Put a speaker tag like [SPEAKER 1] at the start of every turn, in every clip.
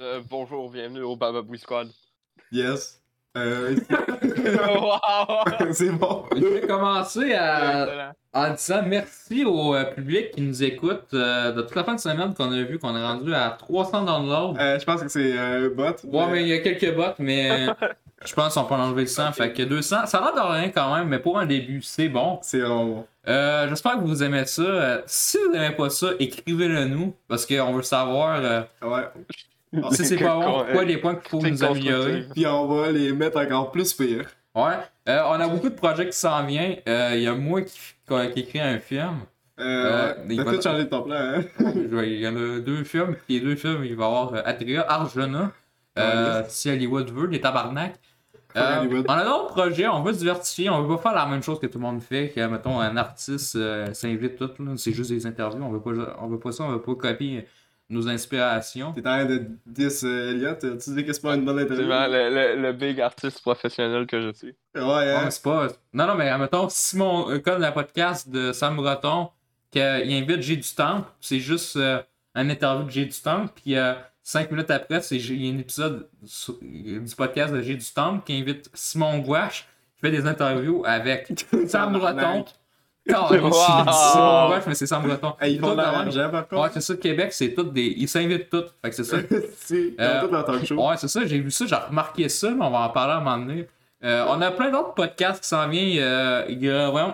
[SPEAKER 1] Euh, bonjour, bienvenue au Bababou Squad.
[SPEAKER 2] Yes. Euh,
[SPEAKER 1] Wow!
[SPEAKER 2] c'est bon.
[SPEAKER 3] Je vais commencer à,
[SPEAKER 1] Excellent.
[SPEAKER 3] en disant merci au euh, public qui nous écoute euh, de toute la fin de semaine qu'on a vu qu'on est rendu à 300 downloads.
[SPEAKER 2] Euh, je pense que c'est euh, bot.
[SPEAKER 3] Ouais, mais il y a quelques bots, mais euh, je pense qu'on peut en enlever 100.
[SPEAKER 1] Ok.
[SPEAKER 3] Fait que 200, ça a l'air de rien quand même, mais pour un début, c'est bon.
[SPEAKER 2] C'est vraiment bon.
[SPEAKER 3] Euh, J'espère que vous aimez ça. Euh, si vous n'aimez pas ça, écrivez-le nous, parce qu'on veut savoir euh,
[SPEAKER 2] Ouais.
[SPEAKER 3] si c'est pas bon, pourquoi les points qu'il faut nous hein? améliorer.
[SPEAKER 2] Puis on va les mettre encore plus pire.
[SPEAKER 3] Ouais. Euh, on a beaucoup de projets qui s'en viennent. Euh, Il y a moi qui, qui écrit un film.
[SPEAKER 2] Euh,
[SPEAKER 3] Euh,
[SPEAKER 2] ouais.
[SPEAKER 3] il
[SPEAKER 2] T'as
[SPEAKER 3] va-
[SPEAKER 2] tout changé de ton plan, hein?
[SPEAKER 3] Je vais- Il y en a deux films. puis Les deux films, il va y avoir euh, Atria, Arjuna, euh, si Hollywood veut, les tabarnak. Euh,
[SPEAKER 2] Hollywood.
[SPEAKER 3] on a d'autres projets, on veut se diversifier, on veut pas faire la même chose que tout le monde fait, que mettons un artiste euh, s'invite tout, là, c'est juste des interviews, on veut pas, on veut pas ça, on veut pas copier nos inspirations.
[SPEAKER 2] T'es en train de 10 Elliot. Tu dis que c'est pas une bonne
[SPEAKER 1] C'est
[SPEAKER 2] interview.
[SPEAKER 1] vraiment le, le, le big artiste professionnel que je suis.
[SPEAKER 2] Ouais,
[SPEAKER 3] Non,
[SPEAKER 2] hein?
[SPEAKER 3] mais c'est pas... non, non, mais mettons, Simon, euh, comme le podcast de Sam Breton, qu'il invite J'ai du temps, c'est juste euh, un interview de J'ai du temps, puis euh, cinq minutes après, c'est J'ai- il y a un épisode sur- euh, du podcast de J'ai du temps qui invite Simon Gouache, qui fait des interviews avec Sam Breton. Non,
[SPEAKER 1] Wow!
[SPEAKER 3] Simon Gouache, mais c'est Sam Breton.
[SPEAKER 2] Hey, ils font de
[SPEAKER 3] Tout le monde-
[SPEAKER 2] l'argent, par
[SPEAKER 3] Ouais,
[SPEAKER 2] contre.
[SPEAKER 3] c'est ça, Québec, c'est tout des. Ils s'invitent tous. Fait que c'est ça.
[SPEAKER 2] C'est
[SPEAKER 3] Euh,
[SPEAKER 2] dans tout leur talk show.
[SPEAKER 3] Ouais, c'est ça, j'ai vu ça, j'ai remarqué ça, mais on va en parler à un moment donné. Euh, on a plein d'autres podcasts qui s'en viennent. euh, Il y a, voyons,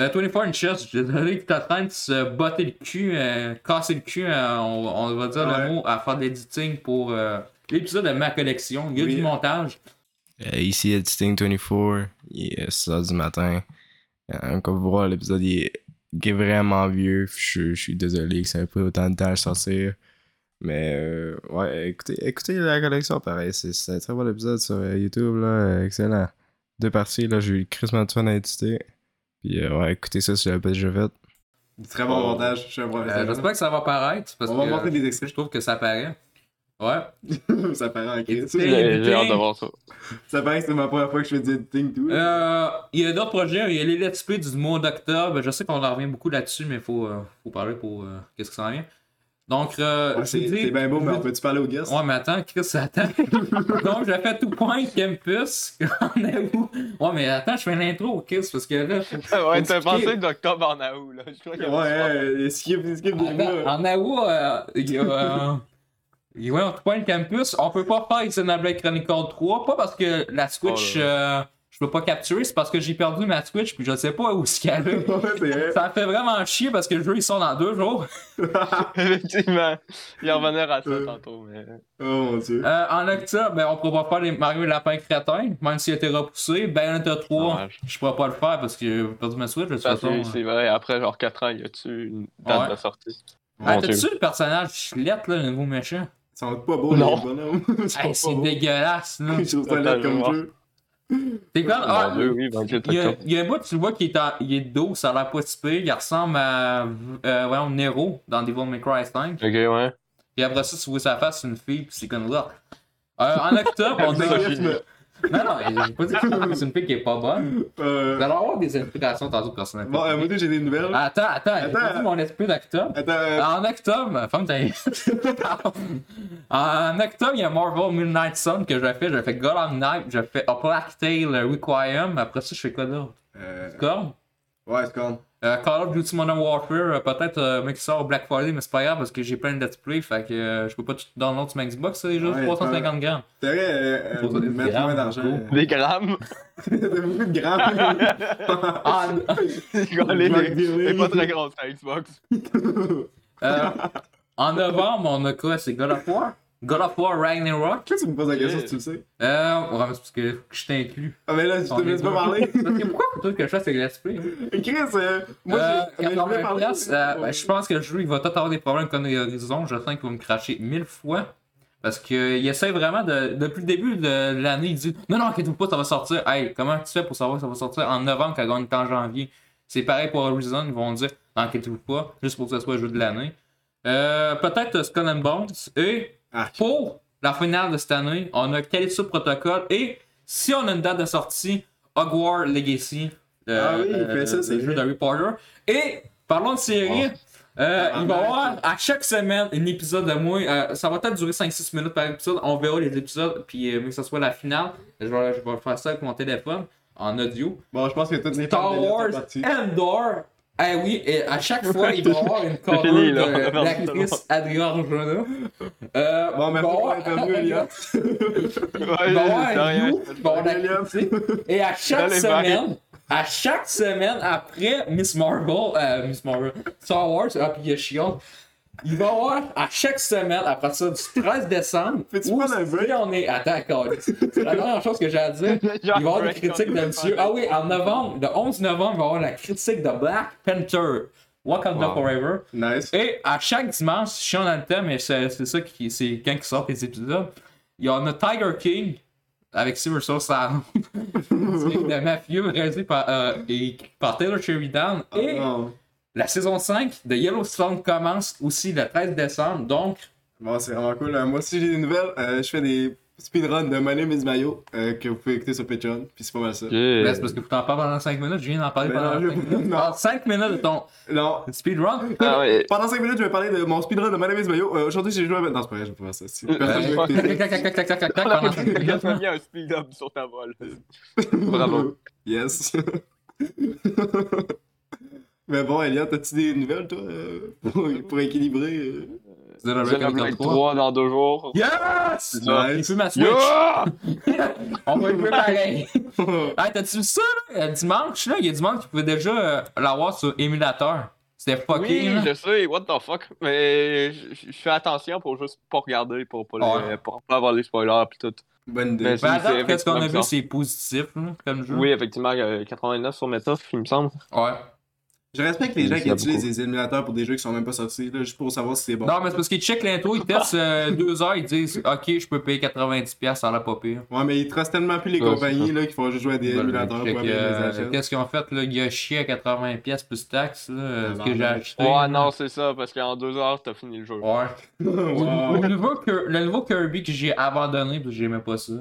[SPEAKER 3] euh, 24 Inches, je suis désolé que t'es en train de se botter le cul, euh, casser le cul, euh, on, on va dire
[SPEAKER 2] Ouais.
[SPEAKER 3] le mot, à faire de l'éditing pour euh, l'épisode de ma collection. Il y a
[SPEAKER 2] Oui.
[SPEAKER 3] du montage.
[SPEAKER 4] Euh, ici, Editing 24, il est 6h du matin. Euh, comme vous voir, l'épisode il est, il est vraiment vieux. Je, je suis désolé que ça ait pris autant de temps à le sortir. Mais euh, ouais, écoutez, écoutez la collection pareil. C'est c'est un très bon épisode sur euh, YouTube. Là, euh, excellent. Deux parties, là, j'ai eu Christmas fun à éditer. Puis euh, ouais, écoutez ça si vous l'avez pas déjà fait.
[SPEAKER 2] Très bon montage. Je suis un
[SPEAKER 3] Euh,
[SPEAKER 2] professionnel.
[SPEAKER 3] J'espère que ça va paraître, parce
[SPEAKER 2] On va
[SPEAKER 3] que
[SPEAKER 2] montrer des
[SPEAKER 3] je
[SPEAKER 2] extraits.
[SPEAKER 3] trouve que ça paraît. Ouais.
[SPEAKER 2] Ça paraît en crise.
[SPEAKER 3] Et-
[SPEAKER 1] J'ai j'ai hâte de voir ça.
[SPEAKER 2] Ça paraît que c'est ma première fois que je fais du editing tout.
[SPEAKER 3] Euh, il y a d'autres projets, il y a les let's play du mois d'octobre. Je sais qu'on en revient beaucoup là-dessus, mais il faut, euh, faut parler pour euh, qu'est-ce qui s'en vient. Donc, euh,
[SPEAKER 2] Ouais,
[SPEAKER 3] je
[SPEAKER 2] c'est
[SPEAKER 3] vous dis-
[SPEAKER 2] c'est bien beau, mais
[SPEAKER 3] je
[SPEAKER 2] on
[SPEAKER 3] vous-
[SPEAKER 2] peut-tu parler au guest?
[SPEAKER 3] Ouais, mais attends, Chris, attends. Donc, j'ai fait tout point campus. On est où? Ouais, mais attends, je fais l'intro, Chris, parce que là.
[SPEAKER 1] Ouais, t'as
[SPEAKER 3] expliquer.
[SPEAKER 1] pensé d'octobre en août, là. Je crois qu'il y a
[SPEAKER 2] Ouais,
[SPEAKER 1] du
[SPEAKER 2] euh, skip, skip des
[SPEAKER 3] Attends,
[SPEAKER 2] mois.
[SPEAKER 3] en Awa, euh, il y a. euh, il y a un point de campus. On peut pas faire Xenoblade Chronicle 3, pas parce que la Switch,
[SPEAKER 1] Oh
[SPEAKER 3] euh, je peux pas capturer, c'est parce que j'ai perdu ma Switch, puis je sais pas où ce qu'elle est.
[SPEAKER 2] Ouais, c'est vrai.
[SPEAKER 3] Ça me fait vraiment chier parce que le jeu, ils sont dans deux jours.
[SPEAKER 1] sport. Effectivement. Il revenait à ça
[SPEAKER 2] Euh.
[SPEAKER 1] tantôt, mais.
[SPEAKER 2] Oh mon dieu.
[SPEAKER 3] Euh, en octobre, ben, on pourra pas faire les Mario et Lapin Crétin, même s'il a été repoussé. Ben, Bayonetta 3,
[SPEAKER 1] Dommage.
[SPEAKER 3] je pourrais pas le faire parce que j'ai perdu ma Switch. De toute
[SPEAKER 1] Ça,
[SPEAKER 3] façon.
[SPEAKER 1] c'est c'est vrai, après genre 4 ans, y a-tu une date
[SPEAKER 3] Ouais.
[SPEAKER 1] de sortie?
[SPEAKER 3] Ah,
[SPEAKER 1] Mon Dieu.
[SPEAKER 3] T'as-tu le personnage Schlette, là, le nouveau méchant?
[SPEAKER 2] Ils sont pas beaux,
[SPEAKER 1] Non.
[SPEAKER 2] les bonhommes. Ils sont pas
[SPEAKER 3] Hey, Ah, c'est
[SPEAKER 2] beaux.
[SPEAKER 3] dégueulasse, là.
[SPEAKER 2] Je trouve ça laid comme
[SPEAKER 1] Totalement.
[SPEAKER 2] jeu.
[SPEAKER 3] T'es comme. Ah,
[SPEAKER 1] Mon Dieu, oui, 28
[SPEAKER 3] il y, a,
[SPEAKER 1] octobre.
[SPEAKER 3] il y a un bout, tu le vois, qui est, en- il est de dos, ça a l'air pas si pire. Il ressemble à. Euh, voyons, Nero dans Devil May Cry 5.
[SPEAKER 1] Ok, ouais.
[SPEAKER 3] Et après ça, tu vois sa face, c'est une fille, puis c'est comme là. Euh, en octobre, on
[SPEAKER 1] Ça,
[SPEAKER 3] a.
[SPEAKER 1] je- fini.
[SPEAKER 3] Non, non, j'ai pas dit que c'est une fille qui est pas bonne.
[SPEAKER 2] Euh,
[SPEAKER 3] Vous allez avoir des inspirations tantôt personnelles.
[SPEAKER 2] Bon, euh, moi, deux, j'ai des nouvelles.
[SPEAKER 3] Attends, attends,
[SPEAKER 2] Attends.
[SPEAKER 3] j'ai dit mon esprit d'octobre.
[SPEAKER 2] Attends, euh,
[SPEAKER 3] En octobre, femme ta gueule. En octobre, il y a Marvel Midnight Sun que j'ai fait. J'ai fait Golem Knight, j'ai fait A Black Tail euh, Requiem. Après ça, je fais quoi d'autre?
[SPEAKER 2] euh,
[SPEAKER 3] Comme?
[SPEAKER 2] Ouais, c'est con.
[SPEAKER 3] Euh, Call of Duty Modern Warfare, euh, peut-être euh, mais qui sort Black Friday, mais c'est pas grave parce que j'ai plein de let's play, fait que euh, je peux pas tout download sur ma Xbox, c'est juste
[SPEAKER 2] Ouais,
[SPEAKER 3] 350 grammes.
[SPEAKER 2] C'est vrai, euh,
[SPEAKER 3] Faut
[SPEAKER 2] euh,
[SPEAKER 3] des
[SPEAKER 2] mettre
[SPEAKER 3] grammes,
[SPEAKER 2] moins d'argent.
[SPEAKER 3] beaucoup.
[SPEAKER 1] Des grammes?
[SPEAKER 2] T'as beaucoup de grammes.
[SPEAKER 3] Ah,
[SPEAKER 1] Rigolez, C'est pas très grosse la Xbox.
[SPEAKER 3] euh, en novembre, on a quoi? C'est God of War? God of War Ragnarok?
[SPEAKER 2] Pourquoi tu me poses la question si tu le sais?
[SPEAKER 3] Euh, ouais, mais c'est parce que, faut que je t'inclus.
[SPEAKER 2] Ah, mais là, je
[SPEAKER 3] On
[SPEAKER 2] te
[SPEAKER 3] est
[SPEAKER 2] laisse
[SPEAKER 3] deux.
[SPEAKER 2] pas parler.
[SPEAKER 3] Parce que pourquoi faut tout que je fasse avec Let's Play?
[SPEAKER 2] Chris, euh, moi,
[SPEAKER 3] Euh,
[SPEAKER 2] j'ai- mais je voulais
[SPEAKER 3] 80
[SPEAKER 2] parler-
[SPEAKER 3] piastres, euh, ben, je pense que le jeu, il va tout avoir des problèmes comme Horizon. Je sens qu'il va me cracher mille fois. Parce qu'il essaie vraiment, de, depuis le début de l'année, il dit Non, non, inquiète-vous pas, ça va sortir. Hey, comment tu fais pour savoir que ça va sortir en novembre quand on est en janvier C'est pareil pour Horizon, ils vont dire Inquiète-vous pas, juste pour que ce soit le jeu de l'année. Euh, Peut-être euh, Skull and Bones. Et
[SPEAKER 2] Ah,
[SPEAKER 3] pour la finale de cette année, on a Calypso Protocol. Et si on a une date de sortie, Hogwarts Legacy. euh,
[SPEAKER 2] Ah oui, il fait ça, c'est
[SPEAKER 3] le jeu
[SPEAKER 2] vrai.
[SPEAKER 3] d'Harry Potter. Et parlons de série. Euh,
[SPEAKER 2] Ah,
[SPEAKER 3] il va y
[SPEAKER 2] ouais.
[SPEAKER 3] avoir à chaque semaine un épisode de moins. euh, ça va peut-être durer 5-6 minutes par épisode. On verra les épisodes, puis euh, même que ce soit la finale, je vais, je vais faire ça avec mon téléphone en audio.
[SPEAKER 2] Bon, je pense que toutes les
[SPEAKER 3] Star
[SPEAKER 2] parties de
[SPEAKER 3] Wars
[SPEAKER 2] Elliot sont parties.
[SPEAKER 3] Endor. Ah oui, et à chaque fois, il va y avoir une cover
[SPEAKER 1] fini, là.
[SPEAKER 3] de
[SPEAKER 1] Non,
[SPEAKER 3] l'actrice Adrien Arjona. Euh,
[SPEAKER 2] Bon,
[SPEAKER 3] il va y
[SPEAKER 2] merci pour
[SPEAKER 3] avoir-
[SPEAKER 2] l'interview, Elliot.
[SPEAKER 3] il va y avoir
[SPEAKER 1] c'est
[SPEAKER 3] un
[SPEAKER 1] rien.
[SPEAKER 3] You, il va y avoir
[SPEAKER 2] Elliot.
[SPEAKER 3] l'actrice. Et à chaque
[SPEAKER 1] Dans les
[SPEAKER 3] semaine, à chaque semaine après Miss Marvel, euh, Miss Marvel, Star Wars, ah, puis il y a Shion, il va y avoir à chaque semaine, à partir du 13 décembre,
[SPEAKER 2] Fais-tu
[SPEAKER 3] où
[SPEAKER 2] prendre un break?
[SPEAKER 3] si on est. Attends, Carlis, c'est la dernière chose que j'ai à dire. Il va y avoir des critiques de monsieur. Ah oui, en novembre, le 11 novembre, il va y avoir la critique de Black Panther, Wakanda
[SPEAKER 4] Wow.
[SPEAKER 3] Forever.
[SPEAKER 2] Nice.
[SPEAKER 3] Et à chaque dimanche, si on a le temps, mais c'est c'est ça qui c'est quand qui sortent les épisodes, il y en a Tiger King avec Silver Soul Sam. de mafieux réalisé par, euh, et écrit par Taylor Sheridan.
[SPEAKER 2] Ah,
[SPEAKER 3] Et
[SPEAKER 2] non.
[SPEAKER 3] la saison 5 de Yellowstone commence aussi le 13 décembre. Donc,
[SPEAKER 2] Bon, c'est vraiment cool. Euh, moi aussi, j'ai des nouvelles. Euh, je fais des speedruns de My Name is Mayo euh, que vous pouvez écouter sur Patreon. Puis c'est pas mal ça.
[SPEAKER 3] ben, c'est parce que tu t'en parles pendant 5 minutes, je viens d'en parler
[SPEAKER 2] Euh. Ben
[SPEAKER 3] pendant 5
[SPEAKER 2] non, je-
[SPEAKER 3] minutes.
[SPEAKER 2] non.
[SPEAKER 3] 5 minutes de ton
[SPEAKER 2] Non.
[SPEAKER 3] speedrun.
[SPEAKER 1] Ah ouais.
[SPEAKER 2] Pendant 5 minutes, je vais parler de mon speedrun de My Name is Mayo. Euh, Aujourd'hui, j'ai joué à. Non, c'est pas vrai, je vais pas faire ça. Si personne veut
[SPEAKER 3] Euh,
[SPEAKER 2] écouter ça.
[SPEAKER 3] clac, clac, clac, clac, clac, clac, clac,
[SPEAKER 1] On a
[SPEAKER 3] pendant cinq minutes.
[SPEAKER 1] mis un speed-up sur ta vol. Bravo.
[SPEAKER 2] Yes. Mais bon, Elliot, as-tu des nouvelles, toi, euh, pour, pour équilibrer euh?
[SPEAKER 3] Zero
[SPEAKER 1] J'ai
[SPEAKER 3] Reckoning
[SPEAKER 1] le
[SPEAKER 3] 3.
[SPEAKER 1] 3 dans deux jours.
[SPEAKER 3] Yes!
[SPEAKER 2] Nice.
[SPEAKER 3] Il peut ma Switch.
[SPEAKER 1] Yo!
[SPEAKER 3] On va jouer pareil. Hey, t'as-tu vu ça, là? Euh, Dimanche, là, il y a du monde qui pouvait déjà euh, l'avoir sur émulateur. C'était fucké,
[SPEAKER 1] Oui,
[SPEAKER 3] là.
[SPEAKER 1] je sais, what the fuck. Mais je je fais attention pour juste pas regarder, pour pas, les-
[SPEAKER 3] Ouais.
[SPEAKER 1] pour pas avoir les spoilers pis tout.
[SPEAKER 2] Bonne idée.
[SPEAKER 1] Mais
[SPEAKER 3] Ben, à
[SPEAKER 1] c'est
[SPEAKER 3] date, qu'est-ce
[SPEAKER 1] effectivement
[SPEAKER 3] qu'on a vu,
[SPEAKER 1] bizarre.
[SPEAKER 3] c'est positif, là, comme jeu.
[SPEAKER 1] Oui, effectivement, euh, 89 sur Meta, il me semble.
[SPEAKER 3] Ouais.
[SPEAKER 2] Je respecte les gens
[SPEAKER 1] Oui,
[SPEAKER 2] qui
[SPEAKER 1] ça
[SPEAKER 2] utilisent
[SPEAKER 1] beaucoup.
[SPEAKER 2] des émulateurs pour des jeux qui sont même pas sortis, là, juste pour savoir si c'est bon.
[SPEAKER 3] Non, mais c'est parce qu'ils checkent l'intro, ils testent 2 heures, ils disent, OK, je peux payer 90$, ça a l'air pas pire.
[SPEAKER 2] Ouais, mais ils trustent tellement plus les
[SPEAKER 1] Ouais,
[SPEAKER 2] compagnies là, qu'ils font juste jouer à des
[SPEAKER 3] Voilà,
[SPEAKER 2] émulateurs
[SPEAKER 3] check,
[SPEAKER 2] pour améliorer
[SPEAKER 3] euh,
[SPEAKER 2] les achats.
[SPEAKER 3] Qu'est-ce qu'ils ont fait, là? Il y a chier à 80$ plus taxes, là, euh, ce
[SPEAKER 2] Non,
[SPEAKER 3] que j'ai
[SPEAKER 2] non.
[SPEAKER 3] acheté.
[SPEAKER 1] Ouais, non, c'est ça, parce qu'en deux heures, t'as fini le jeu.
[SPEAKER 3] Ouais.
[SPEAKER 2] wow.
[SPEAKER 3] Le, nouveau, Cur- le nouveau Kirby que j'ai abandonné, parce que j'aimais pas ça.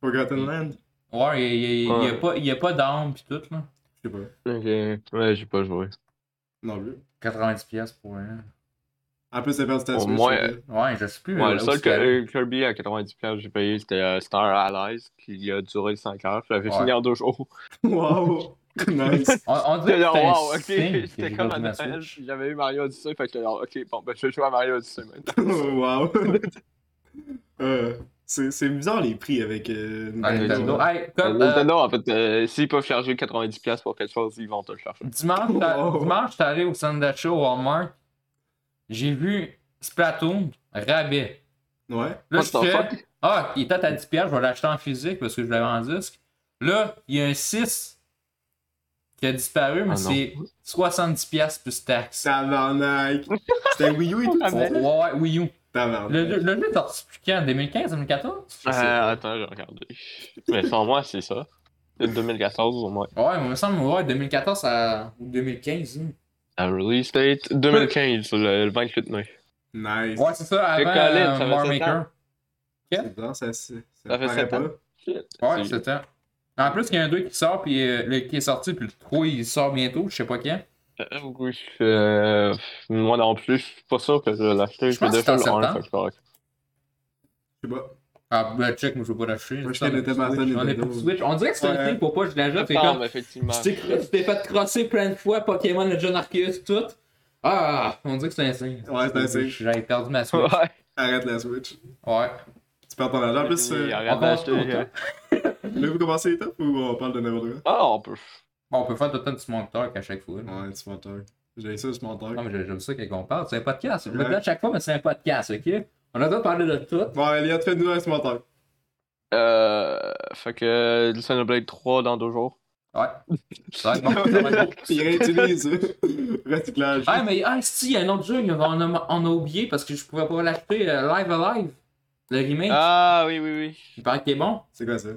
[SPEAKER 2] Forgotten Land?
[SPEAKER 3] Ouais, il y, a- il y a
[SPEAKER 1] Ouais.
[SPEAKER 3] pas- il y a pas d'armes pis tout, là.
[SPEAKER 2] Je sais pas.
[SPEAKER 1] Ok, ouais, j'ai pas joué.
[SPEAKER 2] Non plus.
[SPEAKER 3] 90$ pour un.
[SPEAKER 2] En plus, c'est perdu ta
[SPEAKER 1] Au
[SPEAKER 2] Switch,
[SPEAKER 1] moins,
[SPEAKER 2] ça,
[SPEAKER 1] euh,
[SPEAKER 3] Ouais, je sais plus.
[SPEAKER 1] Ouais, hein.
[SPEAKER 3] euh,
[SPEAKER 1] le
[SPEAKER 3] où
[SPEAKER 1] seul
[SPEAKER 3] c'était.
[SPEAKER 1] que, Kirby à 90$ que j'ai payé, c'était euh, Star Allies, qui a duré 5 heures. Je l'avais
[SPEAKER 3] Ouais.
[SPEAKER 1] fini en deux jours.
[SPEAKER 2] Wow! nice!
[SPEAKER 3] On, on
[SPEAKER 1] J'étais
[SPEAKER 3] dirait
[SPEAKER 1] genre,
[SPEAKER 3] que c'était un
[SPEAKER 1] wow, ok,
[SPEAKER 3] signe que
[SPEAKER 1] c'était
[SPEAKER 3] j'ai
[SPEAKER 1] comme
[SPEAKER 3] pas
[SPEAKER 1] à
[SPEAKER 3] vu ma
[SPEAKER 1] Noël,
[SPEAKER 3] Switch.
[SPEAKER 1] puis j'avais eu Mario Odyssey, fait que j'étais genre, ok, bon, ben je vais jouer à Mario Odyssey maintenant.
[SPEAKER 2] wow! Euh, c'est c'est bizarre les prix avec euh,
[SPEAKER 3] Ah,
[SPEAKER 1] Ouais,
[SPEAKER 3] Nintendo.
[SPEAKER 2] Ouais.
[SPEAKER 3] Hey, comme, euh,
[SPEAKER 1] Ah, Nintendo, en fait, euh, s'ils peuvent charger 90$ pour quelque chose, ils vont te le charger.
[SPEAKER 3] euh, dimanche, t'as-
[SPEAKER 2] Wow.
[SPEAKER 3] dimanche, j'étais allé au Sunday Show au Walmart. J'ai vu Splatoon rabais.
[SPEAKER 2] Ouais.
[SPEAKER 3] Là,
[SPEAKER 1] What
[SPEAKER 3] je
[SPEAKER 1] the
[SPEAKER 3] fais,
[SPEAKER 1] fuck?
[SPEAKER 3] ah, il était à 10$, je vais l'acheter en physique parce que je l'avais en disque. Là, il y a un 6 qui a disparu, mais
[SPEAKER 1] Ah, non.
[SPEAKER 3] c'est 70$ plus taxe.
[SPEAKER 2] Tabarnak! C'était Wii U et tout? Oh,
[SPEAKER 1] Ah, mais-
[SPEAKER 3] Ouais, ouais, Wii U. Le,
[SPEAKER 2] Tabarnak!
[SPEAKER 3] le, le jeu est sorti depuis quand? 2015, 2014?
[SPEAKER 1] Euh, attends, j'ai regardé. Mais sans moi, c'est ça. De 2014 au moins.
[SPEAKER 3] Ouais, mais il me semble, ouais, 2014 à ou 2015. hein.
[SPEAKER 1] La release date 2015, le, le 28 mai.
[SPEAKER 2] Nice!
[SPEAKER 3] Ouais, c'est ça,
[SPEAKER 1] C'est
[SPEAKER 3] avant
[SPEAKER 1] Colin,
[SPEAKER 3] euh,
[SPEAKER 1] ça fait
[SPEAKER 3] War
[SPEAKER 1] sept
[SPEAKER 3] Maker.
[SPEAKER 2] C'est bizarre, ça, ça,
[SPEAKER 1] Ça fait
[SPEAKER 2] paraît
[SPEAKER 1] sept
[SPEAKER 2] pas.
[SPEAKER 1] ans. Shit.
[SPEAKER 3] Ouais,
[SPEAKER 1] C'est-
[SPEAKER 3] c'est ça. En plus, il y a un 2 qui sort, puis euh, le- qui est sorti, puis le 3 il sort bientôt, je sais pas quand.
[SPEAKER 1] Euh, oui, euh, moi non plus, je suis pas sûr que je vais l'acheter.
[SPEAKER 3] Je
[SPEAKER 1] Je vais
[SPEAKER 3] pense
[SPEAKER 1] déjà
[SPEAKER 3] que c'est
[SPEAKER 1] le
[SPEAKER 3] en
[SPEAKER 1] 1,
[SPEAKER 3] septembre.
[SPEAKER 1] fait que je crois.
[SPEAKER 2] Je sais pas.
[SPEAKER 3] Ah, ben check, moi je veux pas l'acheter.
[SPEAKER 2] Moi, je
[SPEAKER 3] Ça,
[SPEAKER 2] connais
[SPEAKER 3] on est
[SPEAKER 2] tellement
[SPEAKER 3] pour
[SPEAKER 2] ça,
[SPEAKER 3] Switch, On est
[SPEAKER 2] Nintendo.
[SPEAKER 3] pour Switch. On dirait que c'est un
[SPEAKER 2] Ouais.
[SPEAKER 3] truc pour pas que je l'ajoute. c'est
[SPEAKER 1] Septembre,
[SPEAKER 3] comme-
[SPEAKER 1] Ah, effectivement.
[SPEAKER 3] Tu t'es- tu t'es fait crosser plein de fois Pokémon Legend Arceus, tout. Ah, on dirait que c'est un signe.
[SPEAKER 2] Ouais, c'est un signe.
[SPEAKER 3] J'avais perdu ma Switch.
[SPEAKER 1] Ouais.
[SPEAKER 2] Arrête la Switch.
[SPEAKER 3] Ouais.
[SPEAKER 2] Tu perds ton argent. En plus, euh,
[SPEAKER 1] Arrête
[SPEAKER 3] on
[SPEAKER 1] d'acheter,
[SPEAKER 3] commence pas,
[SPEAKER 1] euh.
[SPEAKER 2] voulez-vous commencer les tops ou on parle de n'importe
[SPEAKER 1] Ah, on peut.
[SPEAKER 3] Bon, on peut faire tout le temps du small talk à chaque fois. là.
[SPEAKER 2] quoi? Ouais, tu menteur. J'ai ça, je menteur.
[SPEAKER 3] Non, mais j'aime- j'aime ça qu'on parle. C'est un podcast. Je le
[SPEAKER 2] Ouais.
[SPEAKER 3] dis à chaque fois, mais c'est un podcast, ok? On a le droit de parler de tout.
[SPEAKER 2] Bon, Elliot, fais-nous un menteur.
[SPEAKER 1] Euh, fait que Xenoblade 3 dans deux jours.
[SPEAKER 3] Ouais. Ça va être bon, ça va être bon.
[SPEAKER 2] Il réutilise. Recyclage.
[SPEAKER 3] Ah, mais ah, si, il y a un autre jeu qu'on a, on a oublié parce que je pouvais pas l'acheter. euh, Live Alive, le remake.
[SPEAKER 1] Ah, oui, oui, oui.
[SPEAKER 3] Il paraît qu'il est bon.
[SPEAKER 2] C'est quoi ça?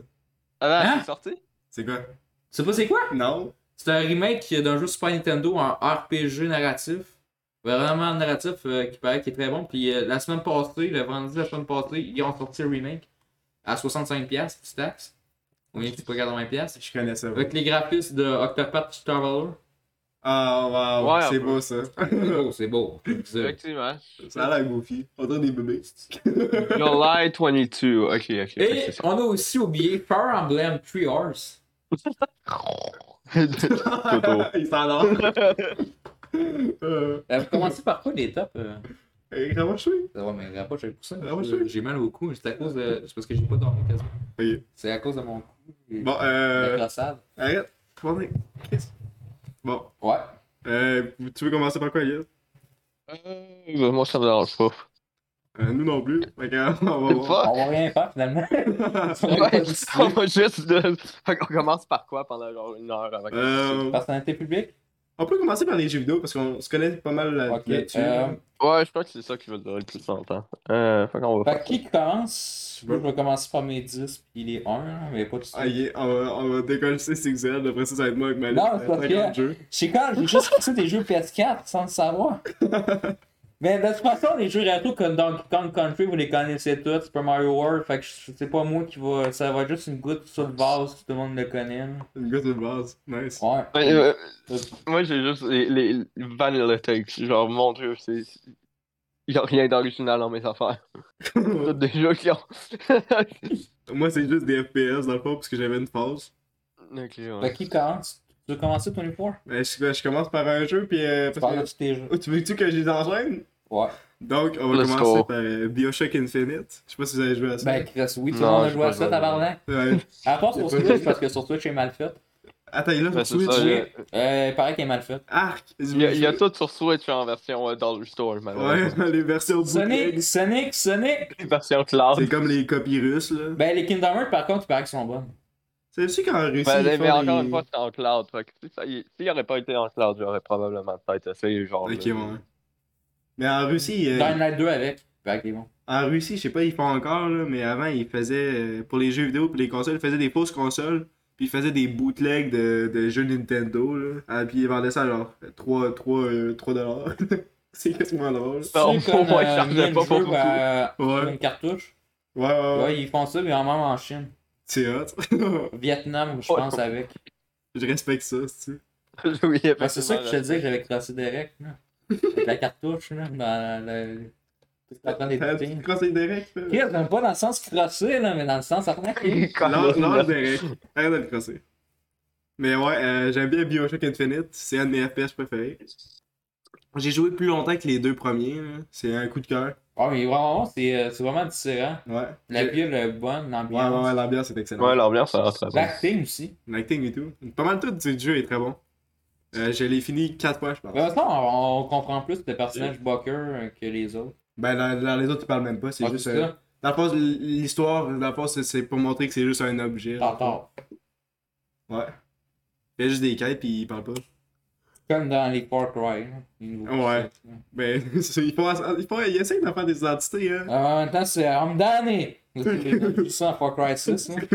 [SPEAKER 1] Ah,
[SPEAKER 3] Hein?
[SPEAKER 1] c'est sorti?
[SPEAKER 2] C'est quoi?
[SPEAKER 3] Tu sais pas c'est quoi?
[SPEAKER 2] Non?
[SPEAKER 3] C'est un remake d'un jeu Super Nintendo en RPG narratif. Vraiment narratif euh, qui paraît qu'il est très bon. Puis euh, la semaine passée, le vendredi de la semaine passée, ils ont sorti le remake à 65$, petit taxe. Ou bien c'est pas 80$.
[SPEAKER 2] Je connais ça.
[SPEAKER 3] Avec les graphismes de Octopath Traveler.
[SPEAKER 2] Ah, wow,
[SPEAKER 1] Ouais, un
[SPEAKER 2] c'est
[SPEAKER 1] peu.
[SPEAKER 2] beau ça.
[SPEAKER 3] Oh, c'est beau. C'est-
[SPEAKER 1] Effectivement.
[SPEAKER 2] ça a l'air goofy. On dirait des bébés.
[SPEAKER 1] July 22. Ok, ok. fait que
[SPEAKER 3] Et
[SPEAKER 1] c'est ça.
[SPEAKER 3] on a aussi oublié Fire Emblem Three Hours.
[SPEAKER 1] Toto.
[SPEAKER 2] Il s'endort. euh,
[SPEAKER 3] Euh, Vous commencez par quoi l'étape euh?
[SPEAKER 2] hey, Ramoché.
[SPEAKER 3] Ouais, mais rapport, j'avais poussé.
[SPEAKER 2] Ah ouais, sûr.
[SPEAKER 3] J'ai mal au cou. C'est à cause de. C'est parce que j'ai pas dormi quasiment.
[SPEAKER 2] Ok.
[SPEAKER 3] C'est à cause de mon cou. et
[SPEAKER 2] Bon,
[SPEAKER 3] La
[SPEAKER 2] euh.
[SPEAKER 3] crossade.
[SPEAKER 2] Arrête. Prenez. Qu'est-ce- Bon.
[SPEAKER 3] Ouais.
[SPEAKER 2] Euh, tu veux commencer par quoi, Elias
[SPEAKER 1] Euh, moi, ça me dérange pas.
[SPEAKER 2] euh, Nous non plus. Fait que, on va voir.
[SPEAKER 1] Fuck.
[SPEAKER 3] On va rien faire finalement.
[SPEAKER 1] Ouais, on va juste. de- Fait qu'on commence par quoi pendant genre une heure avant
[SPEAKER 2] Euh,
[SPEAKER 3] Personnalité publique.
[SPEAKER 2] on peut commencer par les jeux vidéo parce qu'on se connaît pas mal là-
[SPEAKER 3] Ok.
[SPEAKER 2] là-dessus.
[SPEAKER 3] euh,
[SPEAKER 1] Ouais, je crois que c'est ça qui va durer le plus longtemps. Euh, fait qu'on va
[SPEAKER 3] Fait que qui commence Moi, je vais commencer par mes 10 puis les 1, mais pas tout de
[SPEAKER 2] Ah,
[SPEAKER 3] suite.
[SPEAKER 2] yeah, on va, on va décoller 6XL, après ça, ça va être moi avec ma
[SPEAKER 3] Non,
[SPEAKER 2] liste
[SPEAKER 3] c'est
[SPEAKER 2] de
[SPEAKER 3] parce que-
[SPEAKER 2] 50 jeux.
[SPEAKER 3] C'est quand j'ai juste passé des jeux PS4 sans le savoir. Mais de toute façon, les jeux rétro comme Donkey Kong Country, vous les connaissez tous, Super Mario World, fait que je- c'est pas moi qui va. Ça va être juste une goutte sur le vase, tout le monde le connaît. là.
[SPEAKER 2] Une gosse de base, nice.
[SPEAKER 1] Ouais,
[SPEAKER 3] Ouais.
[SPEAKER 1] euh, moi j'ai juste les, les vanilla takes, genre mon dieu, c'est. Y'a rien d'original dans mes affaires. C'est Euh, des jeux qui ont.
[SPEAKER 2] Moi, c'est juste des FPS dans le fond, parce que j'avais une phase.
[SPEAKER 1] ok,
[SPEAKER 2] Bah,
[SPEAKER 3] Fait que qui commence Tu veux commencer ton effort
[SPEAKER 2] Mais je, je commence par un jeu, puis. euh,
[SPEAKER 3] Tu
[SPEAKER 2] parce
[SPEAKER 3] parles de
[SPEAKER 2] que-
[SPEAKER 3] tous tes jeux.
[SPEAKER 2] Oh, tu veux-tu que je les enchaîne
[SPEAKER 3] Ouais.
[SPEAKER 2] Donc, on va
[SPEAKER 1] Let's
[SPEAKER 2] commencer
[SPEAKER 1] go.
[SPEAKER 2] par euh, Bioshock Infinite. Je sais pas si vous avez joué à ça.
[SPEAKER 3] Ben, Chris, oui, tout le
[SPEAKER 1] Non,
[SPEAKER 3] monde a
[SPEAKER 1] j'ai
[SPEAKER 3] joué à
[SPEAKER 1] pas
[SPEAKER 3] ça,
[SPEAKER 1] joué.
[SPEAKER 3] tabarnak.
[SPEAKER 2] Ouais.
[SPEAKER 3] À part sur
[SPEAKER 2] C'est pas-
[SPEAKER 3] Switch, parce que sur Twitch, il est mal fait.
[SPEAKER 2] Attends, il est là
[SPEAKER 1] Ben,
[SPEAKER 2] sur
[SPEAKER 1] c'est
[SPEAKER 2] Switch.
[SPEAKER 1] ça,
[SPEAKER 2] là.
[SPEAKER 1] j'ai-
[SPEAKER 3] J'ai- Euh, il paraît qu'il est mal fait.
[SPEAKER 2] Arc.
[SPEAKER 1] Il y a, il y a tout sur Switch en version euh, dans le store, malheureusement.
[SPEAKER 2] Ouais, les versions bootleg.
[SPEAKER 3] Sonic, Sonic, Sonic
[SPEAKER 1] Version cloud.
[SPEAKER 2] C'est comme les copies russes, là.
[SPEAKER 3] Ben, les Kingdom Hearts, par contre, il paraît qu'ils sont bonnes.
[SPEAKER 2] C'est sûr qu'en Russie,
[SPEAKER 1] Ben, mais
[SPEAKER 2] ils font
[SPEAKER 1] encore
[SPEAKER 2] des-
[SPEAKER 1] une fois, c'est en cloud. Fait que si ça y- s'il aurait pas été en cloud, j'aurais probablement peut-être essayé, genre.
[SPEAKER 2] Ok,
[SPEAKER 1] le-
[SPEAKER 2] ouais. Mais en Russie, euh,
[SPEAKER 3] Dying Light 2 avec. il paraît qu'il est bon.
[SPEAKER 2] en Russie, je sais pas, ils font encore, là, mais avant, ils faisaient, euh, pour les jeux vidéo, pour les consoles, ils faisaient des fausses consoles, puis ils faisaient des bootlegs de, de jeux Nintendo, là, Ah, puis ils vendaient ça, genre, 3, 3, euh, 3 dollars. C'est quasiment drôle.
[SPEAKER 1] Non,
[SPEAKER 3] Tu sais,
[SPEAKER 1] pour
[SPEAKER 3] comme,
[SPEAKER 1] moi,
[SPEAKER 3] euh,
[SPEAKER 1] il chargeait
[SPEAKER 3] mille
[SPEAKER 1] pas pour
[SPEAKER 3] jeux,
[SPEAKER 1] beaucoup.
[SPEAKER 3] euh,
[SPEAKER 2] Ouais.
[SPEAKER 3] Une cartouche.
[SPEAKER 2] Ouais, ouais, ouais.
[SPEAKER 3] Ouais, ils font ça, mais même en Chine.
[SPEAKER 2] C'est hot.
[SPEAKER 3] Au Vietnam, je
[SPEAKER 1] Ouais.
[SPEAKER 3] pense, avec.
[SPEAKER 2] je respecte ça, c'est
[SPEAKER 1] Oui,
[SPEAKER 2] Bah,
[SPEAKER 3] Ben, c'est ça que je te
[SPEAKER 1] effectivement,
[SPEAKER 3] disais que j'avais crossé direct. Là. Avec la cartouche, là, dans le. Tout en train des
[SPEAKER 2] Tu
[SPEAKER 3] boutines.
[SPEAKER 2] conseilles direct, là?
[SPEAKER 3] Chris, même pas dans le sens crossé, là, mais dans le sens arnaqué.
[SPEAKER 2] Lance, lance direct. Arrête de le crosser. Mais ouais, euh, j'aime bien Bioshock Infinite. C'est un de mes FPS préférés. J'ai joué plus longtemps que les deux premiers. là. C'est un coup de cœur.
[SPEAKER 3] Ouais, mais vraiment, c'est euh, c'est vraiment différent.
[SPEAKER 2] Ouais.
[SPEAKER 3] La
[SPEAKER 2] J'ai-
[SPEAKER 3] ville est bonne,
[SPEAKER 2] Ouais, ouais, ouais,
[SPEAKER 3] l'ambiance.
[SPEAKER 2] l'ambiance est excellente.
[SPEAKER 1] Ouais, l'ambiance, ça rentre très bien.
[SPEAKER 3] L'acting aussi.
[SPEAKER 2] L'acting et tout. Pas mal tout du jeu est très bon. Euh, je l'ai fini 4 fois, je pense.
[SPEAKER 3] Mais maintenant, Ben, on, on comprend plus le personnage Bucker euh, que les autres.
[SPEAKER 2] Ben, dans, dans les autres, ils parlent même pas. C'est
[SPEAKER 3] Ah,
[SPEAKER 2] juste.
[SPEAKER 3] c'est
[SPEAKER 2] euh,
[SPEAKER 3] ça?
[SPEAKER 2] dans le fond, l'histoire, dans le fond, c'est- c'est pour montrer que c'est juste un objet.
[SPEAKER 3] Tartare.
[SPEAKER 2] Ouais. Il y a juste des quêtes, puis ils parlent pas.
[SPEAKER 3] Comme dans les Far Cry. là, les nouveaux
[SPEAKER 2] Ouais.
[SPEAKER 3] concepts, là.
[SPEAKER 2] Ben, ils, font, ils, font, ils essayent de faire des identités, hein.
[SPEAKER 3] Alors, Euh, en même temps, c'est en me donné. Tout ça en Far Cry 6. Hein.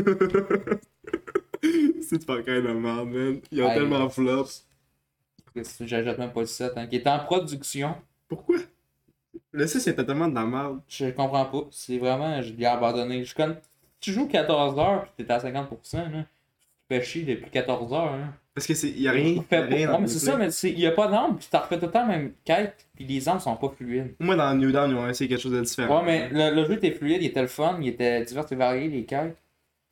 [SPEAKER 2] c'est pas quand même merde, man. Ils ont
[SPEAKER 3] Aïe.
[SPEAKER 2] tellement flop.
[SPEAKER 3] Qu'est-ce que J'ajoute même pas le 7. Hein, qui est en production.
[SPEAKER 2] Pourquoi Le 6 était tellement de la merde.
[SPEAKER 3] Je comprends pas. C'est vraiment. Je l'ai abandonné. Je connais... Tu joues 14 heures pis t'es à 50%. Là. Tu te fais chier depuis 14 heures. Hein.
[SPEAKER 2] Parce que c'est. Y'a rien.
[SPEAKER 3] Fais
[SPEAKER 2] y a rien
[SPEAKER 3] pas-
[SPEAKER 2] dans
[SPEAKER 3] Non, mais c'est ça,
[SPEAKER 2] le
[SPEAKER 3] mais c'est- il y a pas d'armes pis t'as refait tout le temps la même quête pis les armes sont pas fluides.
[SPEAKER 2] Moi, dans New Down, ils ont essayé quelque chose de différent.
[SPEAKER 3] Ouais, mais le, le jeu était fluide, il était le fun, il était divers et varié, les quêtes.